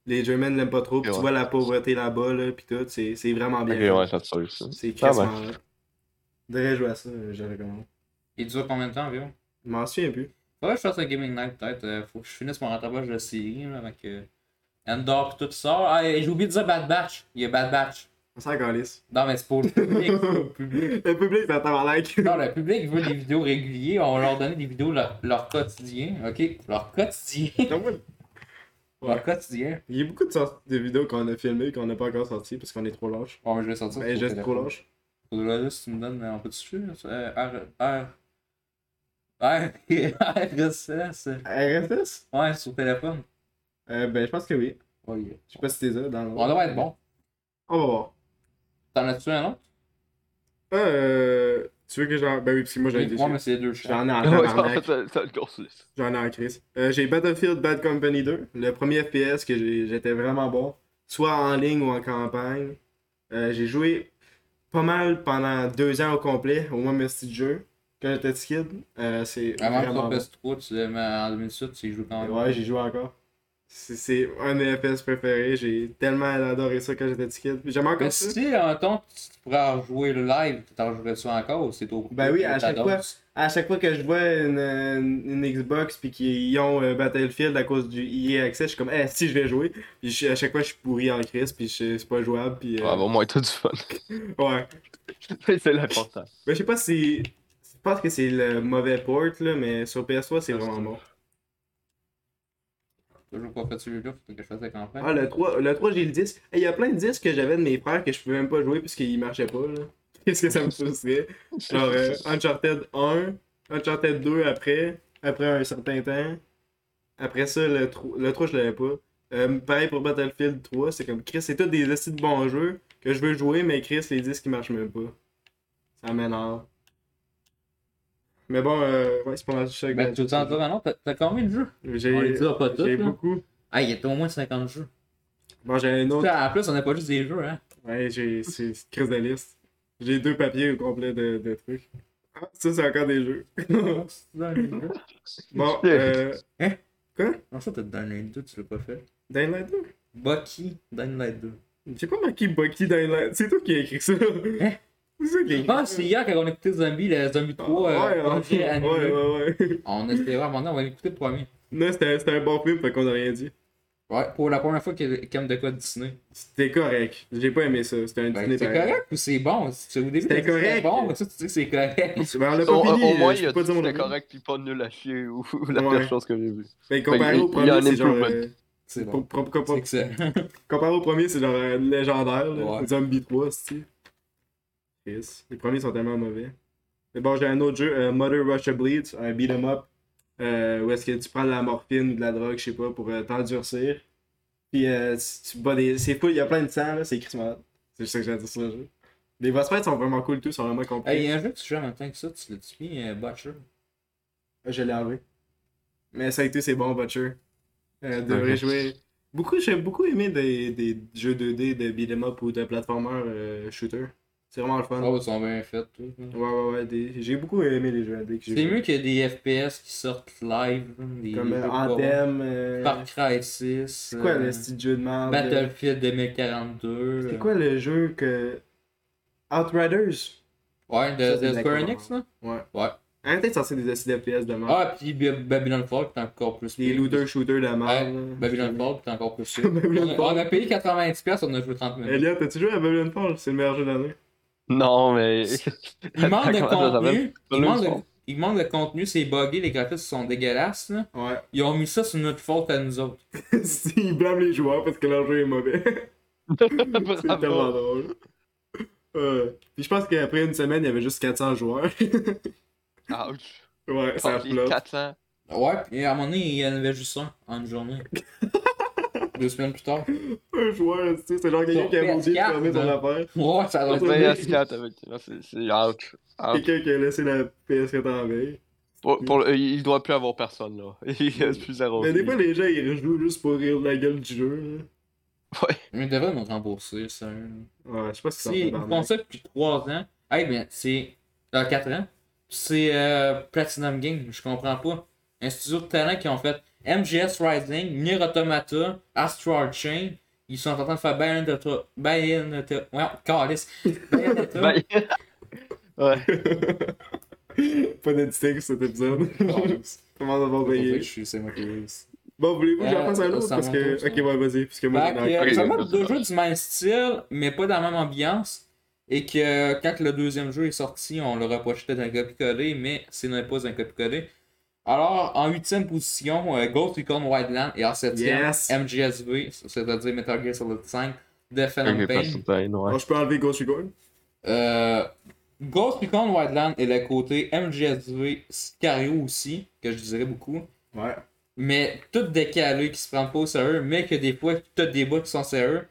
[SPEAKER 2] les Germans l'aiment pas trop puis
[SPEAKER 1] Ok,
[SPEAKER 2] tu
[SPEAKER 1] ouais.
[SPEAKER 2] vois la pauvreté là-bas là, puis tout. C'est, c'est vraiment bien.
[SPEAKER 1] Ok,
[SPEAKER 2] fait.
[SPEAKER 1] ouais, ça te sauve, ça.
[SPEAKER 2] C'est
[SPEAKER 1] Ah,
[SPEAKER 2] quasiment. vrai. Devrais jouer à ça, euh, je le recommande.
[SPEAKER 3] Il dure combien de temps environ?
[SPEAKER 2] Je m'en souviens plus.
[SPEAKER 3] Ouais, je fasse un gaming night peut-être. euh, faut que je finisse mon rattrapage de série là, avec euh, Endor pis tout ça. Ah, et j'ai oublié de dire Bad Batch. Il y a Bad Batch.
[SPEAKER 2] On s'en calisse.
[SPEAKER 3] Non, mais c'est pour le public. c'est pour le public.
[SPEAKER 2] Le public, c'est un tabarnak.
[SPEAKER 3] Non, le public veut des vidéos régulières. On va leur donner des vidéos leur, leur quotidien. Ok? Leur quotidien.
[SPEAKER 2] Donc, ouais,
[SPEAKER 3] Leur quotidien.
[SPEAKER 2] Il y a beaucoup de, sortes de vidéos qu'on a filmées qu'on n'a pas encore sorties parce qu'on est trop lâche.
[SPEAKER 3] Bon, je vais sortir.
[SPEAKER 2] Ben,
[SPEAKER 3] sur
[SPEAKER 2] juste
[SPEAKER 3] le
[SPEAKER 2] trop
[SPEAKER 3] téléphone.
[SPEAKER 2] lâche.
[SPEAKER 3] Faudrait juste que tu me donnes. On peut-tu suivre? Euh, R. R. RSS.
[SPEAKER 2] RSS
[SPEAKER 3] Ouais, sur téléphone.
[SPEAKER 2] euh, Ben, je pense que oui.
[SPEAKER 3] Ouais,
[SPEAKER 2] Je sais pas si t'es là dans le.
[SPEAKER 3] On devrait être bon.
[SPEAKER 2] On va voir.
[SPEAKER 3] T'en as-tu un autre?
[SPEAKER 2] Euh. Tu veux que j'en. Ben oui, parce que moi j'en ai
[SPEAKER 3] Oui,
[SPEAKER 2] des.
[SPEAKER 3] ouais, mais c'est les deux chats.
[SPEAKER 2] J'en ai en
[SPEAKER 1] Ouais, en
[SPEAKER 2] tabarnak.
[SPEAKER 1] fait, ça- ça te gosse, là.
[SPEAKER 2] J'en ai en crise. Euh, j'ai Battlefield Bad Company 2, le premier FPS que j'ai- j'étais vraiment bon, soit en ligne ou en campagne. Euh, j'ai joué pas mal pendant deux ans au complet, au moins mes petits jeux, quand j'étais petit kid. Euh, c'est
[SPEAKER 3] Avant
[SPEAKER 2] vraiment
[SPEAKER 3] que
[SPEAKER 2] bon.
[SPEAKER 3] tu PS3, tu l'as mis en 2007, tu y joues quand même.
[SPEAKER 2] Ouais, j'ai joué encore. C'est- C'est un de mes FPS préférés, j'ai tellement adoré ça quand j'étais petit kid. J'aime encore
[SPEAKER 3] Mais
[SPEAKER 2] ça.
[SPEAKER 3] si, un temps, tu pourrais rejouer le live, tu t'en jouerais ça encore ou c'est trop
[SPEAKER 2] Ben oui, à
[SPEAKER 3] t'as
[SPEAKER 2] chaque
[SPEAKER 3] d'autres?
[SPEAKER 2] fois. À chaque fois que je vois une, une- une Xbox puis qu'ils ont euh, Battlefield à cause du EA Access, je suis comme, eh, si je vais jouer. Puis je- à chaque fois, je suis pourri en crise, puis je- c'est pas jouable. Puis, euh,
[SPEAKER 1] Ouais, bon, au moins, t'as du fun.
[SPEAKER 2] ouais.
[SPEAKER 1] c'est l'important.
[SPEAKER 2] Mais je sais pas si. Je pense que c'est le mauvais port, là, mais sur PS3, c'est vraiment bon.
[SPEAKER 3] Toujours pas fait celui-là, faut que je fasse la campagne.
[SPEAKER 2] Ah, le 3, le 3 j'ai le 10. Eh, Il y a plein de disques que j'avais de mes frères que je pouvais même pas jouer puisqu'ils marchaient pas. là. Qu'est-ce que ça me frustrait? Genre euh, Uncharted 1, Uncharted 2 après, après un certain temps. Après ça, le 3, le 3 je l'avais pas. Euh, pareil pour Battlefield 3, c'est comme Chris, c'est tous des aussi de bons jeux que je veux jouer, mais Chris, les disques ils marchent même pas. Ça m'énerve. Mais bon, euh, ouais, c'est pas mal ça. que
[SPEAKER 3] Ben, tu veux t'en dire un autre? T'as- T'as combien de jeux? On les
[SPEAKER 2] J'ai
[SPEAKER 3] dira pas tous,
[SPEAKER 2] j'ai
[SPEAKER 3] là.
[SPEAKER 2] beaucoup.
[SPEAKER 3] Ah, il y a au moins 50 jeux.
[SPEAKER 2] Bon, j'ai un autre.
[SPEAKER 3] En plus, on n'a pas juste des jeux, hein.
[SPEAKER 2] Ouais, j'ai c'est c'est crise de liste. J'ai deux papiers au complet de, de trucs. Ah, ça, c'est encore des jeux.
[SPEAKER 3] C'est dans les jeux.
[SPEAKER 2] bon, euh,
[SPEAKER 3] Non, ça, t'as Dying Light 2, tu l'as pas fait.
[SPEAKER 2] Dying Light 2?
[SPEAKER 3] Bucky, Dying Light 2.
[SPEAKER 2] J'ai pas marqué Bucky Dying Light. C'est toi qui as écrit ça.
[SPEAKER 3] Hein?
[SPEAKER 2] C'est ça qui a écrit
[SPEAKER 3] Ah,
[SPEAKER 2] ça.
[SPEAKER 3] c'est hier quand on écoutait Zombie, le Zombie
[SPEAKER 2] Ah,
[SPEAKER 3] 3, euh, projet
[SPEAKER 2] ouais,
[SPEAKER 3] annulé.
[SPEAKER 2] ouais, ouais, ouais.
[SPEAKER 3] On espérait, à un moment donné, on va l'écouter le premier.
[SPEAKER 2] Non, c'était c'était un bon film, fait qu'on a rien dit.
[SPEAKER 3] Ouais, pour la première fois qu'il y a de quoi de Disney.
[SPEAKER 2] C'était correct. J'ai pas aimé ça. C'était un
[SPEAKER 3] Ben,
[SPEAKER 2] Disney
[SPEAKER 3] c'est
[SPEAKER 2] pareil.
[SPEAKER 3] correct ou c'est bon? C'est- Au début,
[SPEAKER 2] C'était
[SPEAKER 3] t'as dit que
[SPEAKER 2] correct.
[SPEAKER 3] bon, mais ça, tu dis que c'est correct.
[SPEAKER 2] Ben, on l'a
[SPEAKER 1] Au,
[SPEAKER 2] pas fini.
[SPEAKER 1] au moins,
[SPEAKER 2] je
[SPEAKER 1] il a
[SPEAKER 2] peux
[SPEAKER 1] dit que
[SPEAKER 2] pas dire mon
[SPEAKER 1] c'était
[SPEAKER 2] avis.
[SPEAKER 1] correct puis pas nul à chier ou, ou la
[SPEAKER 2] Ouais.
[SPEAKER 1] pire chose que j'ai vue.
[SPEAKER 2] Mais Ben, comparé
[SPEAKER 1] Ben, il-
[SPEAKER 2] au
[SPEAKER 1] il y a
[SPEAKER 2] premier,
[SPEAKER 1] un
[SPEAKER 2] c'est genre.
[SPEAKER 1] improvement.
[SPEAKER 2] euh,
[SPEAKER 3] C'est bon.
[SPEAKER 2] pour- pour- pour-
[SPEAKER 3] C'est excellent.
[SPEAKER 2] Comparé au premier, c'est genre euh, légendaire, là.
[SPEAKER 3] Ouais.
[SPEAKER 2] Zombie 3, c'est Yes. Les premiers sont tellement mauvais. Mais bon, j'ai un autre jeu, euh, Mother Russia Bleeds, un beat 'em up, euh, où est-ce que tu prends de la morphine ou de la drogue, je sais pas, pour euh, t'endurcir. Puis euh, tu, tu bats des. C'est cool, il y a plein de sang, là, c'est écrit C'est juste ça que j'ai à dire sur le jeu. Les boss fights sont vraiment cool, tout, sont vraiment
[SPEAKER 3] Hey,
[SPEAKER 2] compliqués.
[SPEAKER 3] il y a un jeu que tu joues en même temps que ça, tu l'as-tu mis, euh, Butcher?
[SPEAKER 2] Je l'ai enlevé. Mais ça et tout, c'est bon, Butcher. Euh, devrait
[SPEAKER 4] Ok.
[SPEAKER 2] jouer. Beaucoup, j'ai beaucoup aimé des, des jeux 2D de beat'em up ou de platformer euh, shooter. C'est vraiment le fun.
[SPEAKER 3] Oh, ils sont bien faits, tout. là.
[SPEAKER 2] Ouais, ouais, ouais. des- J'ai beaucoup aimé les jeux indés que j'ai
[SPEAKER 3] C'est
[SPEAKER 2] joués.
[SPEAKER 3] mieux que des FPS qui sortent live. hein, Des
[SPEAKER 2] Comme
[SPEAKER 3] jeux
[SPEAKER 2] euh,
[SPEAKER 3] de combat.
[SPEAKER 2] Anthem. euh,
[SPEAKER 3] Far Cry 6.
[SPEAKER 2] C'est quoi
[SPEAKER 3] euh,
[SPEAKER 2] le style de jeu de merde? euh,
[SPEAKER 3] Battlefield 2042.
[SPEAKER 2] C'est
[SPEAKER 3] euh,
[SPEAKER 2] quoi le jeu que. Outriders?
[SPEAKER 3] Ouais,
[SPEAKER 2] Ça,
[SPEAKER 3] de,
[SPEAKER 2] c'est
[SPEAKER 3] de
[SPEAKER 2] de la
[SPEAKER 3] Square
[SPEAKER 2] commande.
[SPEAKER 3] Enix, là.
[SPEAKER 2] Ouais.
[SPEAKER 3] Ouais.
[SPEAKER 2] Arrêtez de sortir des acides FPS de merde.
[SPEAKER 3] Ah, puis Ba- Babylon Fall, qui est encore plus
[SPEAKER 2] Des
[SPEAKER 3] pire.
[SPEAKER 2] looters-shooters de
[SPEAKER 3] Ouais,
[SPEAKER 2] merde. là.
[SPEAKER 3] Babylon Fall, qui est encore plus pire.
[SPEAKER 2] Babylon
[SPEAKER 3] on, a,
[SPEAKER 2] Fall.
[SPEAKER 3] on a payé 90$, piastres, on a joué 30 minutes.
[SPEAKER 2] Elliot, t'as-tu joué à Babylon Fall? C'est le meilleur jeu de l'année.
[SPEAKER 1] Non, mais.
[SPEAKER 3] Il manque de
[SPEAKER 1] Comment ça s'appelle?
[SPEAKER 3] contenu. Il manque de,
[SPEAKER 1] Babylon Fall.
[SPEAKER 3] il manque de contenu, c'est buggé, les graphismes sont dégueulasses, là.
[SPEAKER 2] Ouais.
[SPEAKER 3] Ils ont mis ça sur notre faute à nous autres.
[SPEAKER 2] si, ils blâment les joueurs parce que leur jeu est mauvais. c'est tellement
[SPEAKER 1] Bravo.
[SPEAKER 2] drôle. Ouais. Puis je pense qu'après une semaine, il y avait juste 400 joueurs.
[SPEAKER 1] Ouch.
[SPEAKER 2] ouais, ça a
[SPEAKER 1] Fuck, les
[SPEAKER 2] flop.
[SPEAKER 1] 400.
[SPEAKER 3] Ouais, puis à un moment donné, il y en avait juste un en une journée. Deux semaines plus tard.
[SPEAKER 2] Un joueur, tu sais, c'est genre quelqu'un
[SPEAKER 3] Sur
[SPEAKER 2] qui a oublié de
[SPEAKER 3] PS4,
[SPEAKER 2] fermer son
[SPEAKER 3] hein.
[SPEAKER 2] affaire.
[SPEAKER 3] Ouais, ça doit
[SPEAKER 1] Les
[SPEAKER 3] être.
[SPEAKER 2] Ouais.
[SPEAKER 1] PS4 avec. non, c'est- C'est ouch. Ouch.
[SPEAKER 2] Quelqu'un qui a laissé la PS4 en veille.
[SPEAKER 1] Pour, pour le- il doit plus avoir personne, là. Il reste plus zéro.
[SPEAKER 2] Hmm. Mais des fois, les gens ils rejouent juste pour rire de la gueule du jeu.
[SPEAKER 3] Mais ils devraient nous rembourser, sérieux.
[SPEAKER 2] là. Ouais, je sais pas si ça
[SPEAKER 3] C'est un concept depuis 3 ans. Hey, ben, c'est. Euh, 4 ans. C'est euh, Platinum Game, je comprends pas. Un studio de talent qui ont fait MGS Rising, Nier Automata, Astral Chain. Ils sont en train de faire Bayonetta. Bayonetta. Ouais, calice. Bayonetta.
[SPEAKER 1] Ben, ouais.
[SPEAKER 2] pas d'édité pour cet épisode. Comment on va payer?
[SPEAKER 3] C'est moi qui
[SPEAKER 2] Bon, voulez-vous que j'en
[SPEAKER 3] Euh,
[SPEAKER 2] fasse un autre?
[SPEAKER 3] ça
[SPEAKER 2] Parce que.
[SPEAKER 3] m'entoure, ça.
[SPEAKER 2] Ok, ouais, vas-y. Parce que moi,
[SPEAKER 3] Fait
[SPEAKER 2] j'en
[SPEAKER 3] que,
[SPEAKER 2] ai
[SPEAKER 1] Ok,
[SPEAKER 3] ça
[SPEAKER 1] ok,
[SPEAKER 3] va
[SPEAKER 1] ok.
[SPEAKER 3] deux jeux du même style, mais pas dans la même ambiance. Et que euh, quand le deuxième jeu est sorti, on le reprochait d'un copier-coller, mais ce n'est pas un copier-coller. Alors, en huitième position, euh, Ghost Recon Wildland et en septième,
[SPEAKER 2] Yes.
[SPEAKER 3] MGSV, c'est-à-dire Metal Gear Solid 5, Death and
[SPEAKER 1] Ok,
[SPEAKER 3] Pain.
[SPEAKER 1] personne, ouais.
[SPEAKER 2] Alors, je peux enlever Ghost Recon?
[SPEAKER 3] Euh, Ghost Recon Wildland est le côté MGSV, Scario aussi, que je dirais beaucoup
[SPEAKER 2] Ouais.
[SPEAKER 3] mais tout décalé qui se prend pas au sérieux, mais que des fois, tout des bouts qui sont sérieux.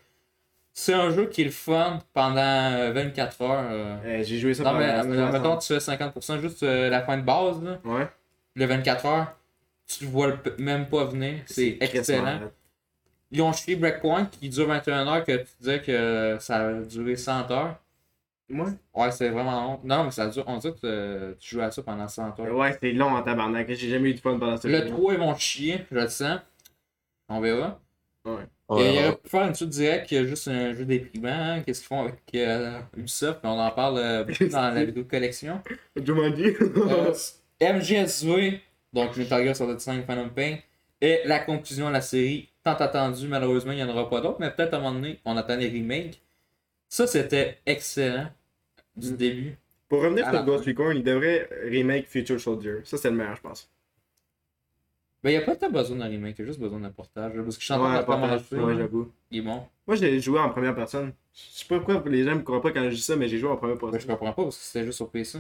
[SPEAKER 3] C'est un jeu qui est le fun pendant euh, 24 heures. euh.
[SPEAKER 2] Euh, J'ai joué ça
[SPEAKER 3] Non,
[SPEAKER 2] pendant
[SPEAKER 3] mais
[SPEAKER 2] la
[SPEAKER 3] mais,
[SPEAKER 2] semaine
[SPEAKER 3] mettons, tu fais 50% juste euh, la fin de base, là,
[SPEAKER 2] Ouais.
[SPEAKER 3] le 24 heures. Tu le vois le p- même pas venir. C'est excellent. Ils ont chié Breakpoint qui dure 21 heures, que tu disais que ça a duré 100 heures.
[SPEAKER 2] Moi?
[SPEAKER 3] Ouais, c'est vraiment long. Non, mais ça dure. On dit que euh, tu joues à ça pendant 100 heures.
[SPEAKER 2] Ouais, c'est long en tabarnak. J'ai jamais eu de fun pendant ce
[SPEAKER 3] Le
[SPEAKER 2] jeu.
[SPEAKER 3] 3, ils vont chier, je le sens. On verra.
[SPEAKER 1] Ouais,
[SPEAKER 3] il y
[SPEAKER 1] ouais.
[SPEAKER 3] aurait pu euh, faire une suite directe qui est juste un jeu déprimant. hein, Qu'est-ce qu'ils font avec euh, Ubisoft? mais On en parle euh, beaucoup dans la vidéo collection.
[SPEAKER 2] Jumanji.
[SPEAKER 3] Euh, MGSV, donc Metal Gear Solid 5 Phantom Pain, est la conclusion de la série. Tant attendue, malheureusement, il n'y en aura pas d'autres, mais peut-être à un moment donné, on attend les remakes. Ça, c'était excellent du
[SPEAKER 2] Mm.
[SPEAKER 3] début.
[SPEAKER 2] Pour revenir
[SPEAKER 3] À
[SPEAKER 2] sur
[SPEAKER 3] la
[SPEAKER 2] Ghost Recon, il devrait remake Future Soldier. Ça, c'est le meilleur, je pense.
[SPEAKER 3] Mais Ben, il n'y a pas tant besoin d'un remake, il y a juste besoin d'un portage. là, Parce que je suis en train
[SPEAKER 2] Ouais,
[SPEAKER 3] de
[SPEAKER 2] pas
[SPEAKER 3] faire
[SPEAKER 2] mal.
[SPEAKER 3] mon
[SPEAKER 2] Ouais,
[SPEAKER 3] jeu,
[SPEAKER 2] j'avoue.
[SPEAKER 3] Il est bon.
[SPEAKER 2] Moi, j'ai joué en première personne. Je sais pas pourquoi les gens me croient pas quand je dis ça, mais j'ai joué en première
[SPEAKER 3] Ouais, Ben, Je
[SPEAKER 2] personne.
[SPEAKER 3] comprends pas parce que c'était juste sur PC.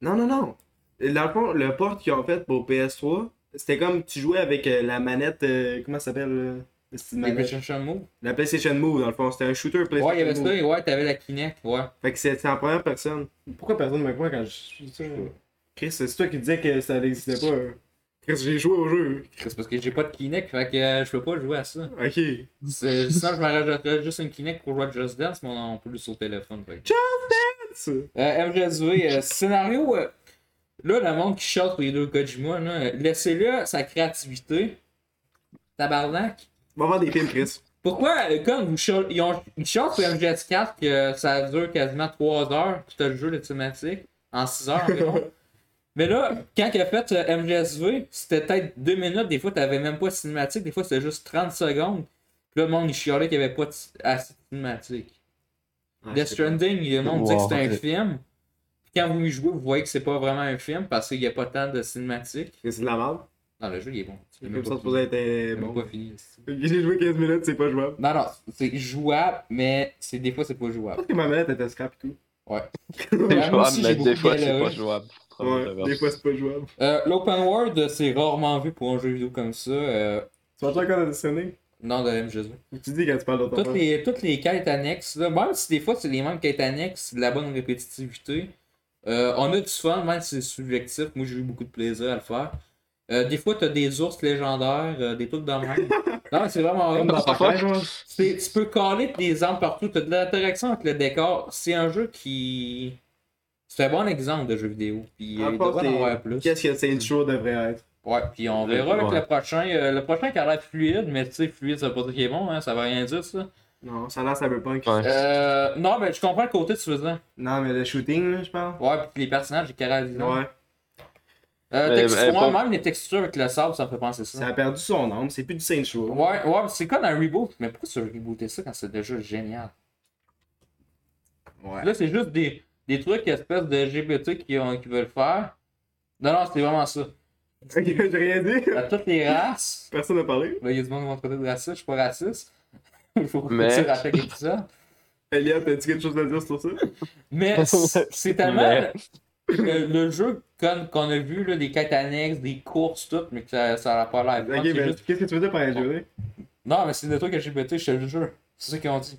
[SPEAKER 2] Non, non, non. Dans le fond, le port qu'ils ont fait pour PS3, c'était comme tu jouais avec euh, la manette. euh, comment ça s'appelle euh, la petite
[SPEAKER 3] Les
[SPEAKER 2] manette?
[SPEAKER 3] PlayStation Move.
[SPEAKER 2] La PlayStation Move, dans le fond. C'était un shooter PlayStation
[SPEAKER 3] Ouais, il y avait
[SPEAKER 2] Move.
[SPEAKER 3] ça et ouais, t'avais la Kinect, ouais.
[SPEAKER 2] Fait que c'était en première personne. Pourquoi personne me croit quand je dis ça Chris, c'est toi qui disais que ça n'existait pas. hein. Chris, j'ai joué au jeu.
[SPEAKER 3] C'est parce que j'ai pas de Kinect, fait que euh, je peux pas jouer à ça.
[SPEAKER 2] Ok.
[SPEAKER 3] C'est- Sinon, je me rajouterais juste une Kinect pour jouer à Just Dance, mais on peut le sur le téléphone. Fait. que-
[SPEAKER 2] Ça.
[SPEAKER 3] Euh, MJSV, euh, scénario. euh, là, le monde qui chante pour les deux Kojima, là, euh, laissez-le sa créativité. Tabarnak.
[SPEAKER 2] On va voir des films, Chris.
[SPEAKER 3] Pourquoi, euh, comme vous chante- ils, ont, ils chantent sur MGS4 que ça dure quasiment 3 heures, puis t'as le jeu de thématique, en 6 heures environ. Mais là, quand il a fait euh, MGSV, c'était peut-être 2 minutes, des fois t'avais même pas de cinématique, des fois c'était juste 30 secondes. Puis là, le monde il chialait qu'il n'y avait pas de ci- assez de cinématique.
[SPEAKER 2] Ah,
[SPEAKER 3] Death Stranding, le monde dit que c'est un
[SPEAKER 1] Ouais.
[SPEAKER 3] film. Puis Quand vous y jouez, vous voyez que c'est pas vraiment un film parce qu'il n'y a pas tant de cinématique.
[SPEAKER 2] Chris, c'est de la merde.
[SPEAKER 3] Non, le jeu il est bon. Il est
[SPEAKER 2] Comme
[SPEAKER 3] même
[SPEAKER 2] ça,
[SPEAKER 3] pas
[SPEAKER 2] c'est supposé
[SPEAKER 3] fini.
[SPEAKER 2] être euh,
[SPEAKER 3] Il est même
[SPEAKER 2] bon.
[SPEAKER 3] pas fini. c'est-
[SPEAKER 2] J'ai joué 15 minutes, c'est pas jouable.
[SPEAKER 3] Non, non, c'est jouable, mais c'est des fois c'est pas jouable.
[SPEAKER 2] Parce que ma manette était scrap et tout.
[SPEAKER 1] C'est
[SPEAKER 3] Ouais, moi
[SPEAKER 1] jouable,
[SPEAKER 3] aussi, j'ai euh,
[SPEAKER 1] mais
[SPEAKER 3] beaucoup
[SPEAKER 1] des fois, c'est
[SPEAKER 3] galéré.
[SPEAKER 1] pas jouable.
[SPEAKER 3] Oh,
[SPEAKER 2] Ouais, des fois, c'est pas jouable.
[SPEAKER 3] Euh, L'open world, euh, c'est rarement vu pour un jeu vidéo comme ça. euh,
[SPEAKER 2] Tu vas-tu encore additionner
[SPEAKER 3] non, de MGS.
[SPEAKER 2] Ou tu dis quand tu parles d'autre
[SPEAKER 3] Toutes les, toutes les quêtes annexes, là, même si des fois c'est les mêmes quêtes annexes, c'est de la bonne répétitivité. Euh, on a du fun, même si c'est subjectif. Moi, j'ai eu beaucoup de plaisir à le faire. Euh, des fois, t'as des ours légendaires, euh, des trucs dans le même. non, mais c'est vraiment rond dans ta tête. C'est- Tu peux coller des armes partout, t'as de l'interaction avec le décor. C'est un jeu qui. C'est un bon exemple de jeu vidéo. Puis euh, il
[SPEAKER 2] Rapporte
[SPEAKER 3] devrait en
[SPEAKER 2] les-
[SPEAKER 3] avoir plus.
[SPEAKER 2] Qu'est-ce que c'est le show devrait être?
[SPEAKER 3] Ouais, puis on verra avec
[SPEAKER 1] Ouais.
[SPEAKER 3] le prochain. Euh, le prochain qui a l'air fluide, mais tu sais, fluide, ça veut pas dire qu'il est bon, hein, ça va rien dire ça.
[SPEAKER 2] Non, ça a l'air cyberpunk.
[SPEAKER 1] Ouais.
[SPEAKER 3] Euh, non, mais je comprends le côté de ce faisant.
[SPEAKER 2] Non, mais le shooting, là, je parle.
[SPEAKER 3] Ouais, puis les personnages, les caractéristiques.
[SPEAKER 2] Ouais.
[SPEAKER 3] Euh,
[SPEAKER 1] Mais-
[SPEAKER 3] texture-
[SPEAKER 1] mais pas-
[SPEAKER 3] même les textures avec le sable, ça me fait penser ça.
[SPEAKER 2] Ça a perdu son âme, c'est plus du Saint Show.
[SPEAKER 3] Ouais, ouais, mais c'est comme un reboot, mais pourquoi tu veux rebooter ça quand c'est déjà génial?
[SPEAKER 2] Ouais.
[SPEAKER 3] Là, c'est juste des, des trucs espèce de LGBT qui, ont, qui veulent faire. Non, non, c'était vraiment ça.
[SPEAKER 2] Ok, j'ai rien dit.
[SPEAKER 3] À toutes les races,
[SPEAKER 2] Personne n'a parlé.
[SPEAKER 3] ben, il y a du monde qui m'a traité de raciste, je suis pas raciste. Il faut
[SPEAKER 1] Mais-
[SPEAKER 3] dire à chaque épisode.
[SPEAKER 2] Eliot, t'as-tu quelque chose à dire sur ça?
[SPEAKER 3] Mais c'est c'est tellement
[SPEAKER 1] Mais-
[SPEAKER 3] le, le jeu qu'on qu'on a vu, là, des quêtes annexes, des courses, tout, mais que ça ça n'a pas l'air.
[SPEAKER 2] Ok,
[SPEAKER 3] fun, Ah, c'est
[SPEAKER 2] mais
[SPEAKER 3] juste-
[SPEAKER 2] ben,
[SPEAKER 3] Ah.
[SPEAKER 2] qu'est-ce que tu veux dire par LGBT?
[SPEAKER 3] Non, mais c'est des trucs que j'ai bêté chez le jeu. C'est ça qu'ils ont dit.